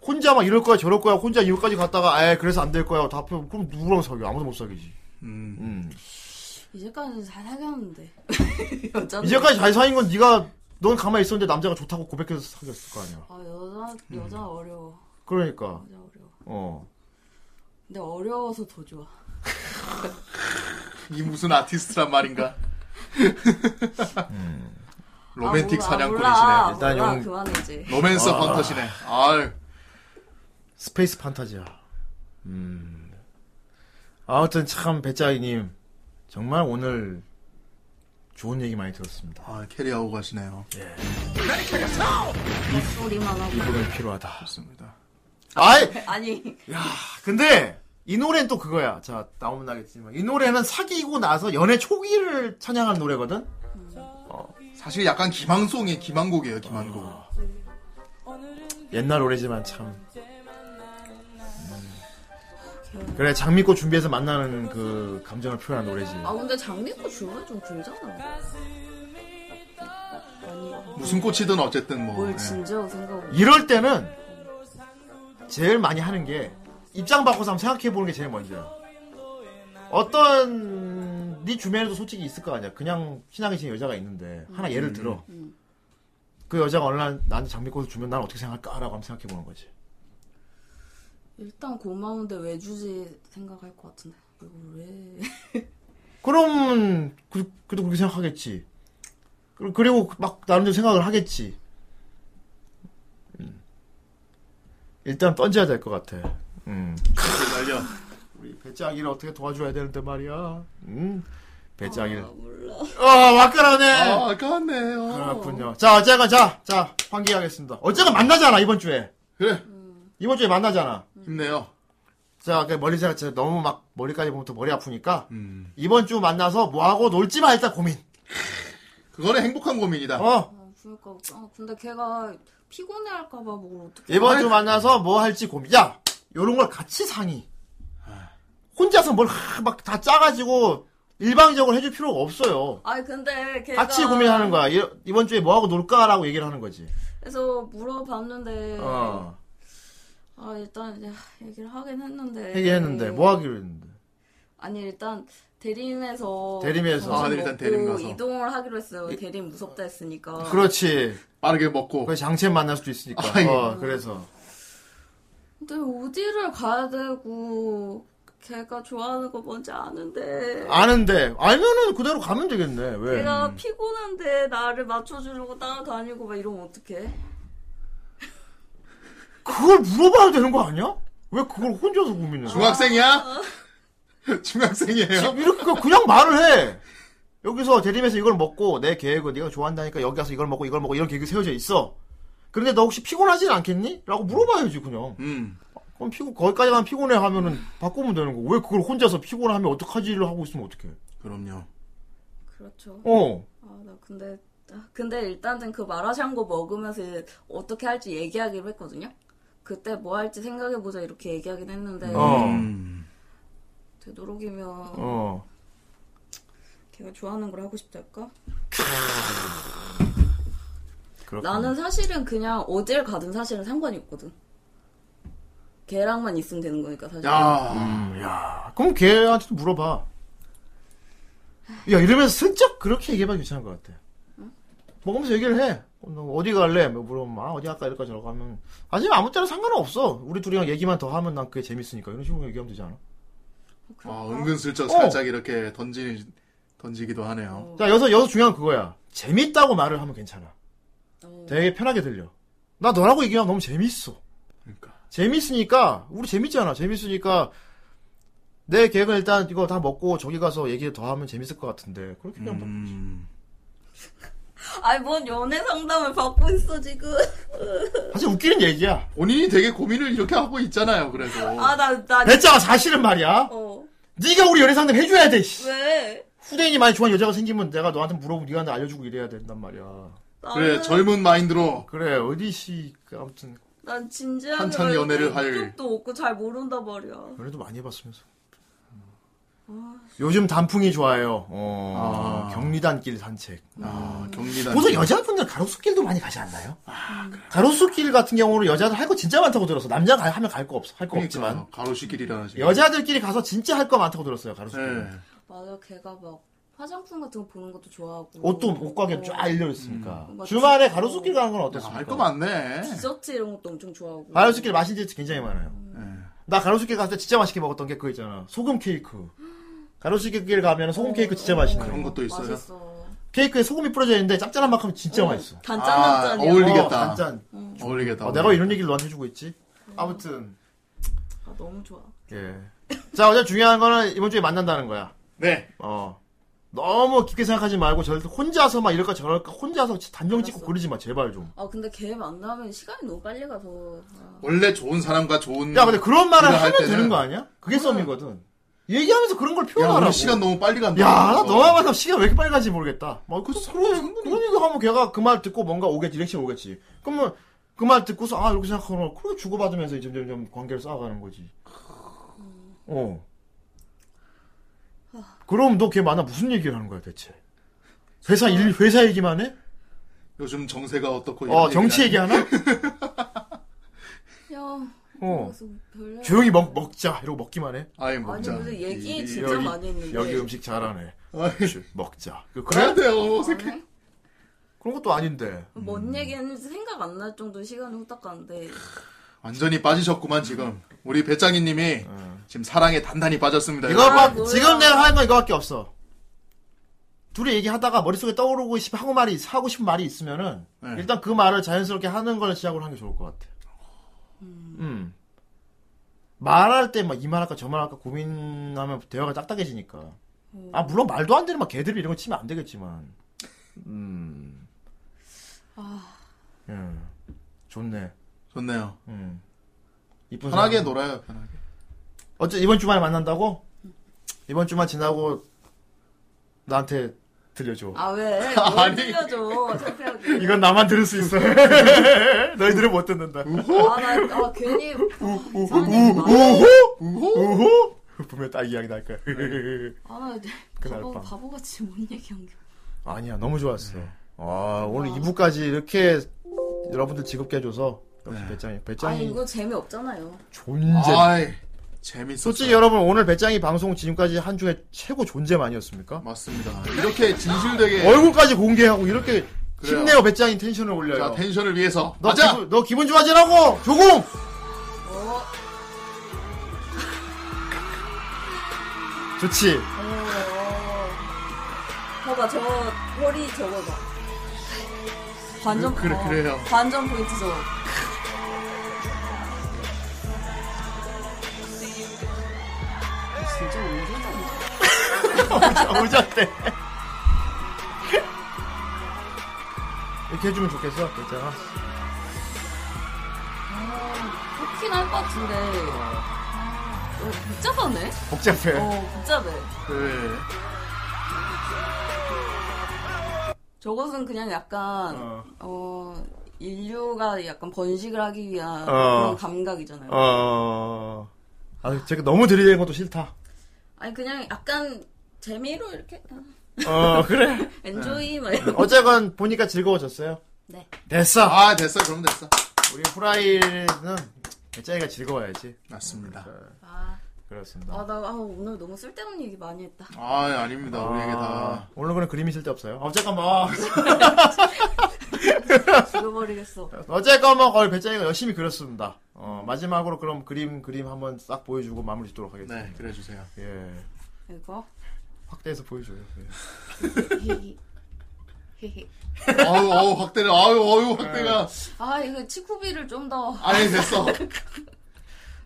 Speaker 1: 혼자 막 이럴 거야 저럴 거야 혼자 이거까지 갔다가 에 그래서 안 될 거야 다 앞으로 그럼 누구랑 사겨 아무도 못 사귀지. 음.
Speaker 3: 이제까지 잘 사귀었는데. 여자는.
Speaker 1: 이제까지 잘 사귄 건 네가 넌 가만히 있었는데 남자가 좋다고 고백해서 사귀었을 거 아니야.
Speaker 3: 아 여자 여자 어려워.
Speaker 1: 그러니까.
Speaker 3: 여자 어려워.
Speaker 1: 어.
Speaker 3: 근데 어려워서 더 좋아.
Speaker 2: 이 무슨 아티스트란 말인가?
Speaker 1: 음.
Speaker 2: 로맨틱
Speaker 3: 아, 몰라, 몰라,
Speaker 2: 사냥꾼이시네.
Speaker 1: 일단
Speaker 3: 몰라,
Speaker 1: 용-
Speaker 3: 그만해 이제.
Speaker 2: 로맨스
Speaker 1: 아.
Speaker 2: 헌터시네. 아유.
Speaker 1: 스페이스 판타지야. 음. 아무튼 참 배짱이님 정말 오늘 좋은 얘기 많이 들었습니다.
Speaker 2: 아, 캐리하고 가시네요.
Speaker 3: 소리만 하고.
Speaker 1: 이분은 필요하다.
Speaker 2: 좋습니다.
Speaker 1: 아이
Speaker 3: 네. 아니
Speaker 1: 근데 이 노래는 또 그거야. 자 나오면 나겠지만 이 노래는 사귀고 나서 연애 초기를 찬양하는 노래거든.
Speaker 2: 사실 약간 기망송이 기망곡이에요, 기망곡.
Speaker 1: 옛날 노래지만 참. 음. 그래 장미꽃 준비해서 만나는 그 감정을 표현한 노래지.
Speaker 3: 아 근데 장미꽃 주문이 좀 길잖아. 아니
Speaker 2: 무슨 꽃이든 어쨌든 뭐.
Speaker 1: 네.
Speaker 3: 뭘 진지하고 생각하고.
Speaker 1: 이럴 때는 제일 많이 하는 게 입장 바꿔서 한번 생각해 보는 게 제일 먼저야. 어떤 네 주변에도 솔직히 있을 거 아니야. 그냥 신앙이 지는 여자가 있는데 하나 예를 들어 그 여자가 어느 날 나한테 장미꽃을 주면 난 어떻게 생각할까라고 한번 생각해 보는 거지.
Speaker 3: 일단 고마운데 왜 주지 생각할 것 같은데. 이거 왜?
Speaker 1: 그럼 그, 그래도 그렇게 생각하겠지. 그리고- 그리고 막 나름대로 생각을 하겠지. 음. 일단 던져야 될 것 같아. 음.
Speaker 2: 날려.
Speaker 1: 우리 배짱이를 어떻게 도와줘야 되는데 말이야. 음. 배짱이를.
Speaker 3: 몰라.
Speaker 1: 아, 와까라네.
Speaker 2: 아, 아까웠네. 어.
Speaker 1: 그렇군요. 자, 어쨌건 자, 자, 환기하겠습니다. 어쨌건 만나잖아, 이번 주에.
Speaker 2: 그래.
Speaker 1: 이번 주에 만나잖아.
Speaker 2: 힘내요.
Speaker 1: 자, 그 멀리 제가 진짜 너무 막 머리까지 보면 또 머리 아프니까
Speaker 2: 음.
Speaker 1: 이번 주 만나서 뭐 하고 놀지만 일단 고민.
Speaker 2: 그거는 행복한 고민이다.
Speaker 1: 어.
Speaker 3: 아, 그러니까 아, 근데 걔가 피곤해할까봐 뭘 어떻게?
Speaker 1: 이번 주 만나서 뭐 할지 고민. 야, 요런 걸 같이 상의. 혼자서 뭘 막 다 짜가지고 일방적으로 해줄 필요가 없어요.
Speaker 3: 아니 근데 걔가
Speaker 1: 같이 고민하는 거야. 이- 이번 주에 뭐 하고 놀까라고 얘기를 하는 거지.
Speaker 3: 그래서 물어봤는데
Speaker 1: 어.
Speaker 3: 아 일단 이제 얘기를 하긴 했는데
Speaker 1: 얘기했는데 뭐 하기로 했는데.
Speaker 3: 아니 일단 대림에서
Speaker 1: 대림에서.
Speaker 3: 점심
Speaker 1: 아, 네, 일단
Speaker 3: 먹고
Speaker 1: 대림 가서.
Speaker 3: 이동을 하기로 했어요. 대림 무섭다 했으니까.
Speaker 1: 그러니까. 그렇지.
Speaker 2: 빠르게 먹고.
Speaker 1: 그 장첸 만날 수도 있으니까.
Speaker 2: 어. 아, 예.
Speaker 1: 어, 그래서.
Speaker 3: 근데 어디를 가야 되고 걔가 좋아하는 거 뭔지 아는데
Speaker 1: 아는데 알면은 그대로 가면 되겠네. 왜?
Speaker 3: 걔가 피곤한데 나를 맞춰주려고 따라다니고 막 이러면 어떡해?
Speaker 1: 그걸 물어봐야 되는 거 아니야? 왜 그걸 혼자서 고민해?
Speaker 2: 중학생이야? 중학생이에요?
Speaker 1: 이렇게 그냥 말을 해. 여기서 대림에서 이걸 먹고 내 계획은 네가 좋아한다니까 여기 가서 이걸 먹고 이걸 먹고 이런 계획이 세워져 있어. 그런데 너 혹시 피곤하진 않겠니? 라고 물어봐야지 그냥.
Speaker 2: 음,
Speaker 1: 그럼 피곤 거기까지만 피곤해 하면은 바꾸면 되는 거고 왜 그걸 혼자서 피곤하면 어떡하지를 하고 있으면 어떡해?
Speaker 2: 그럼요.
Speaker 3: 그렇죠.
Speaker 1: 어.
Speaker 3: 아, 나 근데 아, 근데 일단은 그 마라샹궈 먹으면서 어떻게 할지 얘기하기로 했거든요. 그때 뭐 할지 생각해보자 이렇게 얘기하긴 했는데
Speaker 1: 어.
Speaker 2: 음.
Speaker 3: 되도록이면
Speaker 1: 어.
Speaker 3: 걔가 좋아하는 걸 하고 싶달까?
Speaker 1: 그렇군.
Speaker 3: 나는 사실은 그냥 어딜 가든 사실은 상관이 없거든. 걔랑만 있으면 되는 거니까 사실.
Speaker 1: 야. 음, 야. 그럼 걔한테도 물어봐. 야, 이러면서 슬쩍 그렇게 얘기해봐 괜찮을 것 같아. 먹으면서 얘기를 해. 어, 너 어디 갈래? 뭐 물어보면, 아, 어디 갈까? 이럴까? 저럴까? 하면. 아니면 아무 때나 상관은 없어. 우리 둘이랑 얘기만 더 하면 난 그게 재밌으니까. 이런 식으로 얘기하면 되지 않아?
Speaker 2: 아, 은근슬쩍
Speaker 1: 어.
Speaker 2: 살짝 이렇게 던지, 던지기도 하네요.
Speaker 1: 자, 여기서, 여기서 중요한 그거야. 재밌다고 말을 하면 괜찮아. 되게 편하게 들려. 나 너라고 얘기하면 너무 재밌어.
Speaker 2: 그러니까.
Speaker 1: 재밌으니까, 우리 재밌잖아. 재밌으니까, 내 계획은 일단 이거 다 먹고 저기 가서 얘기 더 하면 재밌을 것 같은데. 그렇게 그냥 뭐
Speaker 2: 음.
Speaker 3: 아니 뭔 연애 상담을 받고 있어 지금.
Speaker 1: 사실 웃기는 얘기야.
Speaker 2: 본인이 되게 고민을 이렇게 하고 있잖아요, 그래도.
Speaker 1: 어.
Speaker 3: 아 나 나.
Speaker 1: 배짱아 사실은 말이야.
Speaker 3: 어.
Speaker 1: 네가 우리 연애 상담 해줘야 돼. 씨.
Speaker 3: 왜?
Speaker 1: 후대인이 많이 좋아하는 여자가 생기면 내가 너한테 물어보고 네가 나한테 알려주고 이래야 된단 말이야. 아.
Speaker 2: 그래, 젊은 마인드로.
Speaker 1: 그래 어디 씨 아무튼
Speaker 3: 난 진지하게
Speaker 1: 한창
Speaker 3: 말고
Speaker 1: 연애를 할-
Speaker 3: 인격도 없고 잘 모른다 말이야.
Speaker 1: 연애도 많이 해봤으면서.
Speaker 3: 아,
Speaker 1: 요즘 단풍이 좋아요. 어, 경리단길 산책.
Speaker 2: 아, 경리단.
Speaker 1: 음. 보통 여자분들 가로수길도 많이 가지 않나요? 가로수길 같은 경우는 여자들 할 거 진짜 많다고 들었어. 남자 가 하면 갈 거 없어. 할 거 없지만.
Speaker 2: 가로수길이라는 네. 식으로.
Speaker 1: 여자들끼리 가서 진짜 할 거 많다고 들었어요. 가로수길.
Speaker 3: 맞아 걔가 막 화장품 같은 거 보는 것도 좋아하고. 어,
Speaker 1: 옷도 옷가게 쫙 일려 있으니까.
Speaker 3: 음.
Speaker 1: 주말에 가로수길 가는 건 어떻습니까?
Speaker 2: 아, 알거 네. 많네.
Speaker 3: 디저트 이런 것도 엄청 좋아하고.
Speaker 1: 가로수길 맛있는 데도 굉장히 많아요.
Speaker 2: 네.
Speaker 1: 나 가로수길 갔을 때 진짜 맛있게 먹었던 게 그거 있잖아. 소금 케이크. 가로수길 가면 소금 케이크 진짜 맛있는
Speaker 2: 그런 것도 있어요.
Speaker 1: 케이크에 소금이 뿌려져 있는데 짭짤한 만큼 진짜 맛있어.
Speaker 2: 단짠 아, 단짠이야. 어울리겠다.
Speaker 1: 어, 단짠.
Speaker 2: 어울리겠다.
Speaker 1: 어, 내가 왜 이런 얘기를 너한테 해주고 있지? 아무튼.
Speaker 3: 아, 너무 좋아.
Speaker 1: 예. 자, 어제 중요한 거는 이번 주에 만난다는 거야.
Speaker 2: 네.
Speaker 1: 어. 너무 깊게 생각하지 말고 저 혼자서 막 이럴까 저럴까 혼자서 단정 찍고 고르지 마 제발 좀.
Speaker 3: 아 근데 걔 만나면 시간이 너무 빨리 가서. 아.
Speaker 2: 원래 좋은 사람과 좋은.
Speaker 1: 음. 야, 근데 그런 말을
Speaker 2: 일을 할
Speaker 1: 하면
Speaker 2: 때는
Speaker 1: 되는 거 아니야? 그게 썸이거든. 얘기하면서 그런 걸
Speaker 2: 야,
Speaker 1: 표현하라고.
Speaker 2: 오늘 시간 너무 빨리 간다.
Speaker 1: 야, 나 너랑 만나면 시간 왜 이렇게 빨리 가지 모르겠다. 막, 그, 그런, 그런 얘기 하면 걔가 그 말 듣고 뭔가 오겠지, 리액션 오겠지. 그러면 그 말 듣고서, 아, 이렇게 생각하면, 그래, 주고받으면서 이제 점점 관계를 쌓아가는 거지. 어. 그럼 너 걔 만나 무슨 얘기를 하는 거야, 대체? 회사 일, 회사 얘기만 해?
Speaker 2: 요즘 정세가 어떻고.
Speaker 1: 어, 정치 얘기하나?
Speaker 3: 야.
Speaker 1: 어.
Speaker 3: 그래서 별로.
Speaker 1: 조용히 먹, 먹자. 이러고 먹기만 해.
Speaker 2: 아예
Speaker 3: 먹자. 아니, 근데 얘기 진짜 많이 했는데.
Speaker 1: 여기 음식 잘하네. 먹자.
Speaker 2: 그래야 돼요,
Speaker 1: 어색해. 그런 것도 아닌데.
Speaker 3: 뭔 얘기했는지 생각 안 날 정도 시간이 후딱 가는데.
Speaker 2: 완전히 빠지셨구만, 지금. 우리 배짱이 님이 지금 사랑에 단단히 빠졌습니다.
Speaker 1: 어. 이거
Speaker 3: 아,
Speaker 2: 여러분.
Speaker 1: 봐, 지금 내가 하는 건 이거밖에 없어. 둘이 얘기하다가 머릿속에 떠오르고 싶, 하고 말이, 하고 싶은 말이 있으면은,
Speaker 2: 네.
Speaker 1: 일단 그 음. 말을 자연스럽게 하는 걸 시작으로 하는 게 좋을 것 같아. 음. 말할 때 막 이만 할까 저만 할까 고민하면 대화가 딱딱해지니까.
Speaker 3: 음.
Speaker 1: 아 물론 말도 안 되는 막 개들 이런 거 치면 안 되겠지만. 음.
Speaker 3: 아,
Speaker 1: 음. 좋네.
Speaker 2: 좋네요.
Speaker 1: 음. 이쁜
Speaker 2: 편하게
Speaker 1: 사람.
Speaker 2: 놀아요. 편하게.
Speaker 1: 어째 이번 주말에 만난다고? 이번 주말 지나고 나한테 들려줘.
Speaker 3: 아 왜? 뭘
Speaker 1: 아니.
Speaker 3: 들려줘? 창피하게.
Speaker 1: 이건 나만 들을 수 있어. 너희들은 못 듣는다.
Speaker 3: 아, 나, 아, 괜히.
Speaker 1: 우후 우후 분명 딱 이야기 날 거야.
Speaker 3: 아, 나
Speaker 1: 그날
Speaker 3: 바보,
Speaker 1: 밤.
Speaker 3: 바보같이 못 얘기한 게.
Speaker 1: 아니야 너무 좋았어. 아 오늘 2부까지 이렇게 여러분들 즐겁게 해줘서 역시 배짱이
Speaker 3: 아니,
Speaker 1: 배짱이
Speaker 3: 이거 재미없잖아요.
Speaker 1: 존재.
Speaker 2: 아이, 재밌어.
Speaker 1: 솔직히 여러분 오늘 배짱이 방송 지금까지 한 중에 최고 존재만 아니었습니까?
Speaker 2: 맞습니다. 이렇게 진실되게
Speaker 1: 얼굴까지 공개하고 이렇게
Speaker 2: 네. 그래요.
Speaker 1: 힘내요 배짱이 텐션을 올려요.
Speaker 2: 자, 텐션을 위해서
Speaker 1: 너
Speaker 2: 가자.
Speaker 1: 기분, 너 기분 좋아지라고 조공.
Speaker 3: 어,
Speaker 1: 좋지.
Speaker 3: 어, 어. 봐봐, 저 허리 저거 봐. 관전
Speaker 2: 그래,
Speaker 3: 어,
Speaker 2: 그래요.
Speaker 3: 관전 포인트 저거. 진짜
Speaker 1: 오자- 오졌대. 이렇게 해주면 좋겠어, 배짱아.
Speaker 3: 좋긴 할 것 같은데. 어, 복잡하네?
Speaker 1: 복잡해.
Speaker 3: 어, 복잡해.
Speaker 2: 그래.
Speaker 3: 저것은 그냥 약간, 어, 인류가 약간 번식을 하기 위한
Speaker 1: 어.
Speaker 3: 그런 감각이잖아요.
Speaker 1: 어. 아, 제가 너무 들이대는 것도 싫다.
Speaker 3: 아니, 그냥 약간 재미로 이렇게.
Speaker 1: 어, 그래. 네.
Speaker 3: 엔조이, 막 이런.
Speaker 1: 어쨌건 보니까 즐거워졌어요.
Speaker 3: 네.
Speaker 1: 됐어.
Speaker 2: 아, 됐어. 그럼 됐어.
Speaker 1: 우리 후라이는 배짱이가 즐거워야지.
Speaker 2: 맞습니다.
Speaker 3: 아,
Speaker 1: 그렇습니다.
Speaker 3: 아, 나 아, 오늘 너무 쓸데없는 얘기 많이 했다.
Speaker 2: 아, 아닙니다. 우리에게 다.
Speaker 1: 오늘 그런 그림이 쓸데없어요. 어쨌건 뭐,
Speaker 3: 죽어버리겠어.
Speaker 1: 어쨌건 뭐, 거의 배짱이가 열심히 그렸습니다. 어, 마지막으로 그럼 그림, 그림 한번 싹 보여주고 마무리 짓도록 하겠습니다.
Speaker 2: 네, 그래 주세요.
Speaker 1: 예.
Speaker 3: 이거.
Speaker 1: 확대해서 보여줘요. 예.
Speaker 3: 히히. 히히.
Speaker 2: 아유, 아유, 확대를. 아유, 아유, 확대가.
Speaker 3: 아, 이거 치쿠비를 좀 더.
Speaker 2: 아니, 됐어.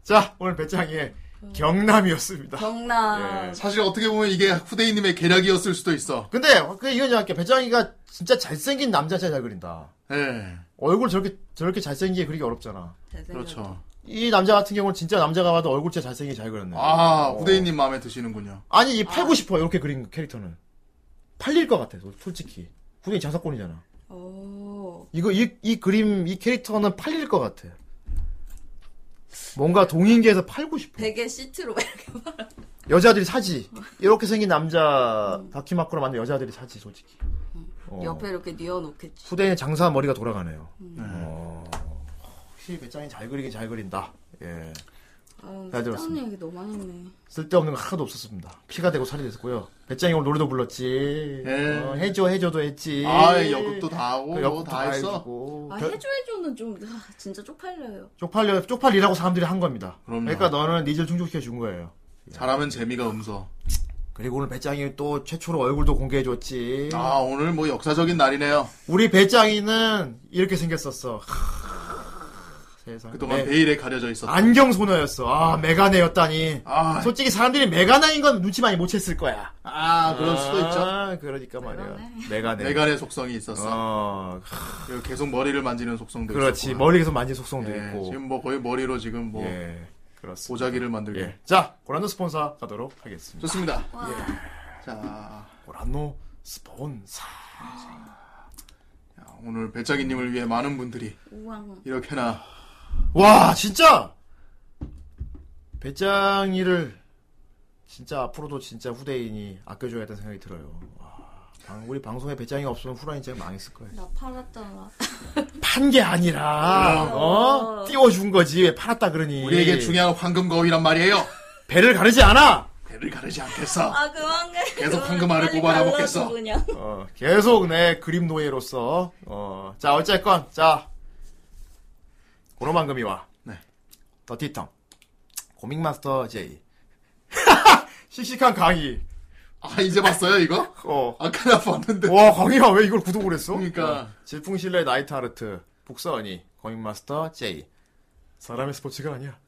Speaker 1: 자, 오늘 배짱이의 경남이었습니다.
Speaker 3: 경남.
Speaker 1: 예.
Speaker 2: 사실 어떻게 보면 이게 후대인님의 계략이었을 수도 있어.
Speaker 1: 근데 그 이건 이렇게 배짱이가 진짜 잘생긴 남자 진짜 잘 그린다.
Speaker 2: 예.
Speaker 1: 얼굴 저렇게 저렇게 잘생기게 그리기 어렵잖아.
Speaker 3: 잘생겼다.
Speaker 2: 그렇죠.
Speaker 1: 이 남자 같은 경우는 진짜 남자가 봐도 얼굴 진짜 잘생기게 잘 그렸네.
Speaker 2: 아,
Speaker 1: 어.
Speaker 2: 후대인님 마음에 드시는군요.
Speaker 1: 아니 이 팔고 싶어 이렇게 그린 캐릭터는 팔릴 것 같아. 솔직히 후대인 장사권이잖아.
Speaker 3: 오.
Speaker 1: 이거 이, 이 그림 이 캐릭터는 팔릴 것 같아. 뭔가 동인계에서 팔고 싶어.
Speaker 3: 베개 시트로 막 이렇게.
Speaker 1: 여자들이 사지. 이렇게 생긴 남자 다키마코로 만든 여자들이 사지 솔직히. 어.
Speaker 3: 옆에 음. 이렇게 뉘어놓겠지.
Speaker 1: 후대인의 장사 머리가 돌아가네요.
Speaker 2: 네.
Speaker 1: 어, 확실히 배짱이 잘 그리긴 잘 그린다. 예.
Speaker 3: 아,
Speaker 1: 잘 들었습니다.
Speaker 3: 쓸데없는 얘기 너무 많이 했네.
Speaker 1: 쓸데없는 거 하나도 없었습니다. 피가 되고 살이 됐고요. 배짱이 오늘 노래도 불렀지.
Speaker 2: 예.
Speaker 1: 어, 해줘 해줘도 했지.
Speaker 2: 아, 역극도 다 하고,
Speaker 1: 그
Speaker 2: 뭐다 했어.
Speaker 1: 해주고.
Speaker 3: 아,
Speaker 1: 별-
Speaker 3: 해줘, 해줘는 좀, 아, 진짜 쪽팔려요.
Speaker 1: 쪽팔려 쪽팔리라고 사람들이 한 겁니다.
Speaker 2: 그럼요.
Speaker 1: 러니까 너는 니즈를 충족시켜 준 거예요.
Speaker 2: 잘하면 재미가 음소.
Speaker 1: 그리고 오늘 배짱이 또 최초로 얼굴도 공개해줬지.
Speaker 2: 아, 오늘 뭐 역사적인 날이네요.
Speaker 1: 우리 배짱이는 이렇게 생겼었어. 세상.
Speaker 2: 그동안 베일에 가려져 있었다.
Speaker 1: 안경 소녀였어. 아 메가네였다니.
Speaker 2: 아,
Speaker 1: 솔직히 사람들이 메가나인 건 눈치 많이 못 챘을 거야.
Speaker 2: 아, 그럴 수도 있죠.
Speaker 1: 아, 그러니까 말이야. 메가네.
Speaker 2: 내간의 속성이 있었어.
Speaker 1: 어,
Speaker 2: 그리고 계속 머리를 만지는 속성도
Speaker 1: 그렇지.
Speaker 2: 있었고.
Speaker 1: 머리에서 만진 속성도
Speaker 2: 예,
Speaker 1: 있고.
Speaker 2: 지금 뭐 거의 머리로 지금 뭐
Speaker 1: 예, 그렇습니다.
Speaker 2: 보자기를 만들게.
Speaker 1: 예. 자, 고란노 스폰사 가도록 하겠습니다.
Speaker 2: 좋습니다.
Speaker 3: 와.
Speaker 1: 예.
Speaker 2: 자,
Speaker 1: 고란노 스폰사.
Speaker 2: 오늘 배짱이님을 위해 많은 분들이
Speaker 3: 우왕.
Speaker 2: 이렇게나
Speaker 1: 와, 진짜! 배짱이를 진짜 앞으로도 진짜 후대인이 아껴줘야겠다는 생각이 들어요. 와, 방- 우리 방송에 배짱이 없으면 후라이 진짜 망했을 거예요.
Speaker 3: 나 팔았잖아.
Speaker 1: 판 게 아니라, 어?
Speaker 3: 어.
Speaker 1: 띄워준 거지. 왜 팔았다 그러니.
Speaker 2: 우리에게 중요한 황금 거위란 말이에요.
Speaker 1: 배를 가르지 않아!
Speaker 2: 배를 가르지 않겠어.
Speaker 3: 아, 그만 가.
Speaker 2: 계속 황금알을 뽑아라 먹겠어.
Speaker 3: 그냥.
Speaker 1: 어, 계속 내 그림 노예로서 어, 자 어쨌건 자 고로만금이와
Speaker 2: 네.
Speaker 1: 더티텅 고믹마스터 제이 씩씩한 강의
Speaker 2: 아 이제 봤어요 이거?
Speaker 1: 어.
Speaker 2: 아까 나 봤는데.
Speaker 1: 와 강의야 왜 이걸 구독을 했어?
Speaker 2: 그러니까.
Speaker 1: 어, 질풍신뢰 나이트 아르트 북서언니 고믹마스터 제이 사람의 스포츠가 아니야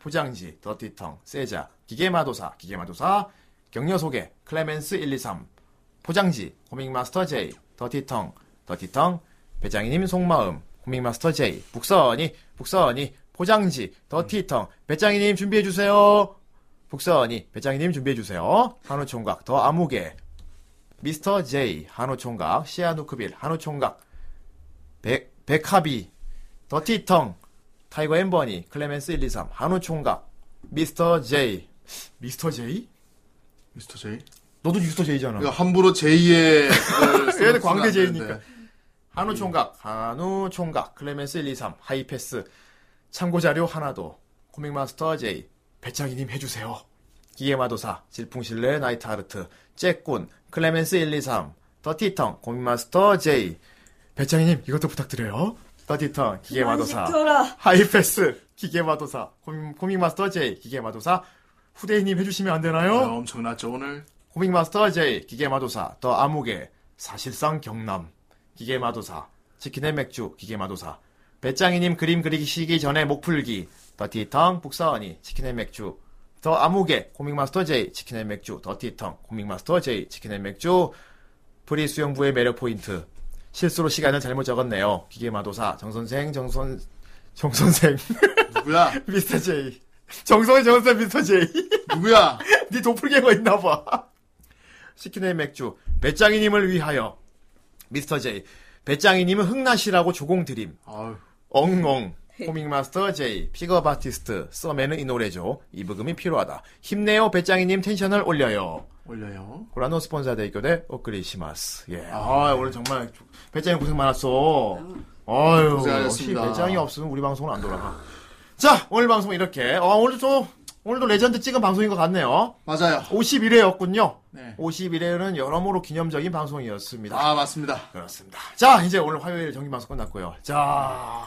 Speaker 1: 포장지, 더티텅, 세자, 기계마도사, 기계마도사, 격려소개, 클레멘스 123, 포장지, 코믹마스터 J, 더티텅, 더티텅, 배짱이님 속마음, 코믹마스터 J, 북선이, 북선이, 포장지, 더티텅, 배짱이님 준비해주세요. 북선이, 배짱이님 준비해주세요. 한우총각, 더 암흑의, 미스터 J, 한우총각, 시아누크빌, 한우총각, 백, 백합이, 더티텅, 타이거 엠버니, 클레멘스 123, 한우총각, 미스터 J. 미스터 J?
Speaker 2: 미스터 제이?
Speaker 1: 너도 미스터 제이잖아.
Speaker 2: 이거 함부로 제이의
Speaker 1: 어. 얘는 광대 제이니까. 한우총각, 한우총각, 클레멘스 123, 하이패스, 참고자료 하나도, 코믹마스터 J, 배짱이님 해주세요. 기계마도사, 질풍실레 나이트하르트, 잭군, 클레멘스 123, 더티텅, 고민마스터 J, 배짱이님 이것도 부탁드려요. 더티텅, 기계마도사,
Speaker 3: 그만 시켜라.
Speaker 1: 하이패스, 기계마도사, 고민, 고민마스터 J, 기계마도사, 후대인님 해주시면 안 되나요?
Speaker 2: 아, 엄청났죠 오늘.
Speaker 1: 고민마스터 J, 기계마도사, 더 암흑의, 사실상 경남, 기계마도사, 치킨의 맥주, 기계마도사, 배짱이님 그림 그리기 시기 전에 목풀기, 더티텅, 북사원이, 치킨의 맥주, 더 암흑의 고믹마스터 J 치킨의 맥주 더티텅 고믹마스터 J 치킨의 맥주 프리 수영부의 매력 포인트 실수로 시간을 잘못 적었네요 기계마도사 정선생 정선 정선생
Speaker 2: 누구야
Speaker 1: 미스터 J 정선생 정선생 미스터 J
Speaker 2: 누구야
Speaker 1: 네 도플갱어 있나봐 치킨의 맥주 배짱이님을 위하여 미스터 J 배짱이님은 흥나시라고 조공 드림
Speaker 2: 아유.
Speaker 1: 엉엉 코믹마스터 J, 픽업 아티스트, 썸에는 이 노래죠. 이브금이 필요하다. 힘내요, 배짱이님 텐션을 올려요.
Speaker 2: 올려요.
Speaker 1: 고라노 스폰사 대교대 오크리시마스. 예.
Speaker 2: 아,
Speaker 1: 아, 오늘 정말 배짱이 고생 많았어. 아유,
Speaker 2: 고생하셨습니다.
Speaker 1: 역시 배짱이 없으면 우리 방송은 안 돌아가. 자, 오늘 방송 이렇게. 어, 오늘 좀, 오늘도 레전드 찍은 방송인 것 같네요.
Speaker 2: 맞아요.
Speaker 1: 51회였군요.
Speaker 2: 네.
Speaker 1: 51회는 여러모로 기념적인 방송이었습니다.
Speaker 2: 아 맞습니다.
Speaker 1: 그렇습니다. 자, 이제 오늘 화요일 정기방송 끝났고요. 자,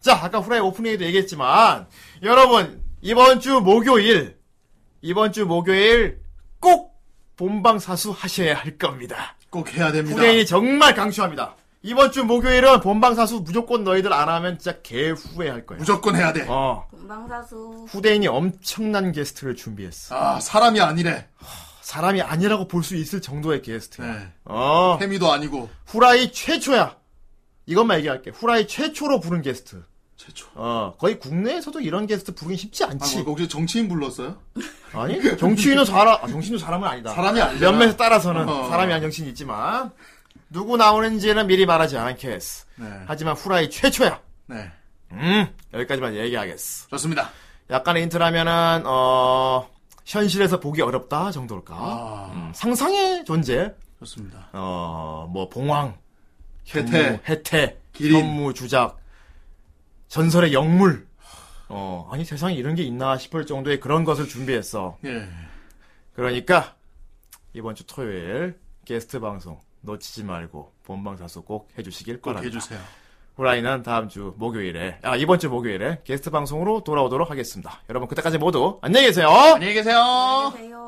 Speaker 1: 자, 아까 후라이 오프닝에도 얘기했지만, 여러분, 이번 주 목요일, 이번 주 목요일 꼭 본방 사수 하셔야 할 겁니다.
Speaker 2: 꼭 해야 됩니다.
Speaker 1: 후대인이 정말 강추합니다. 이번 주 목요일은 본방 사수 무조건 너희들 안 하면 진짜 개후회할 거야.
Speaker 2: 무조건 해야 돼.
Speaker 1: 어.
Speaker 3: 본방사수.
Speaker 1: 후대인이 엄청난 게스트를 준비했어.
Speaker 2: 아 사람이 아니래.
Speaker 1: 사람이 아니라고 볼 수 있을 정도의 게스트야.
Speaker 2: 네.
Speaker 1: 어.
Speaker 2: 케미도 아니고
Speaker 1: 후라이 최초야. 이것만 얘기할게. 후라이 최초로 부른 게스트.
Speaker 2: 최초.
Speaker 1: 어, 거의 국내에서도 이런 게스트 부르긴 쉽지
Speaker 2: 아,
Speaker 1: 않지.
Speaker 2: 혹시 정치인 불렀어요?
Speaker 1: 아니 정치인은 사람 아, 정치인은 사람은 아니다.
Speaker 2: 사람이 아니잖아.
Speaker 1: 몇몇에 따라서는
Speaker 2: 어.
Speaker 1: 사람이 아닌 정치인 있지만 누구 나오는지는 미리 말하지 않겠어.
Speaker 2: 네.
Speaker 1: 하지만 후라이 최초야.
Speaker 2: 네.
Speaker 1: 음 여기까지만 얘기하겠어.
Speaker 2: 좋습니다.
Speaker 1: 약간의 힌트라면은 어 현실에서 보기 어렵다 정도일까.
Speaker 2: 아.
Speaker 1: 음, 상상의 존재.
Speaker 2: 좋습니다.
Speaker 1: 어뭐 봉황,
Speaker 2: 혜태.
Speaker 1: 혜태, 혜태,
Speaker 2: 기린.
Speaker 1: 현무 주작, 전설의 영물. 어 아니 세상에 이런 게 있나 싶을 정도의 그런 것을 준비했어.
Speaker 2: 예.
Speaker 1: 그러니까 이번 주 토요일 게스트 방송 놓치지 말고 본방사수 꼭 해주시길
Speaker 2: 꼭
Speaker 1: 바랍니다.
Speaker 2: 해주세요.
Speaker 1: 후라이는 다음 주 목요일에 아 이번 주 목요일에 게스트 방송으로 돌아오도록 하겠습니다. 여러분 그때까지 모두 안녕히 계세요.
Speaker 2: 안녕히 계세요.
Speaker 3: 안녕히 계세요.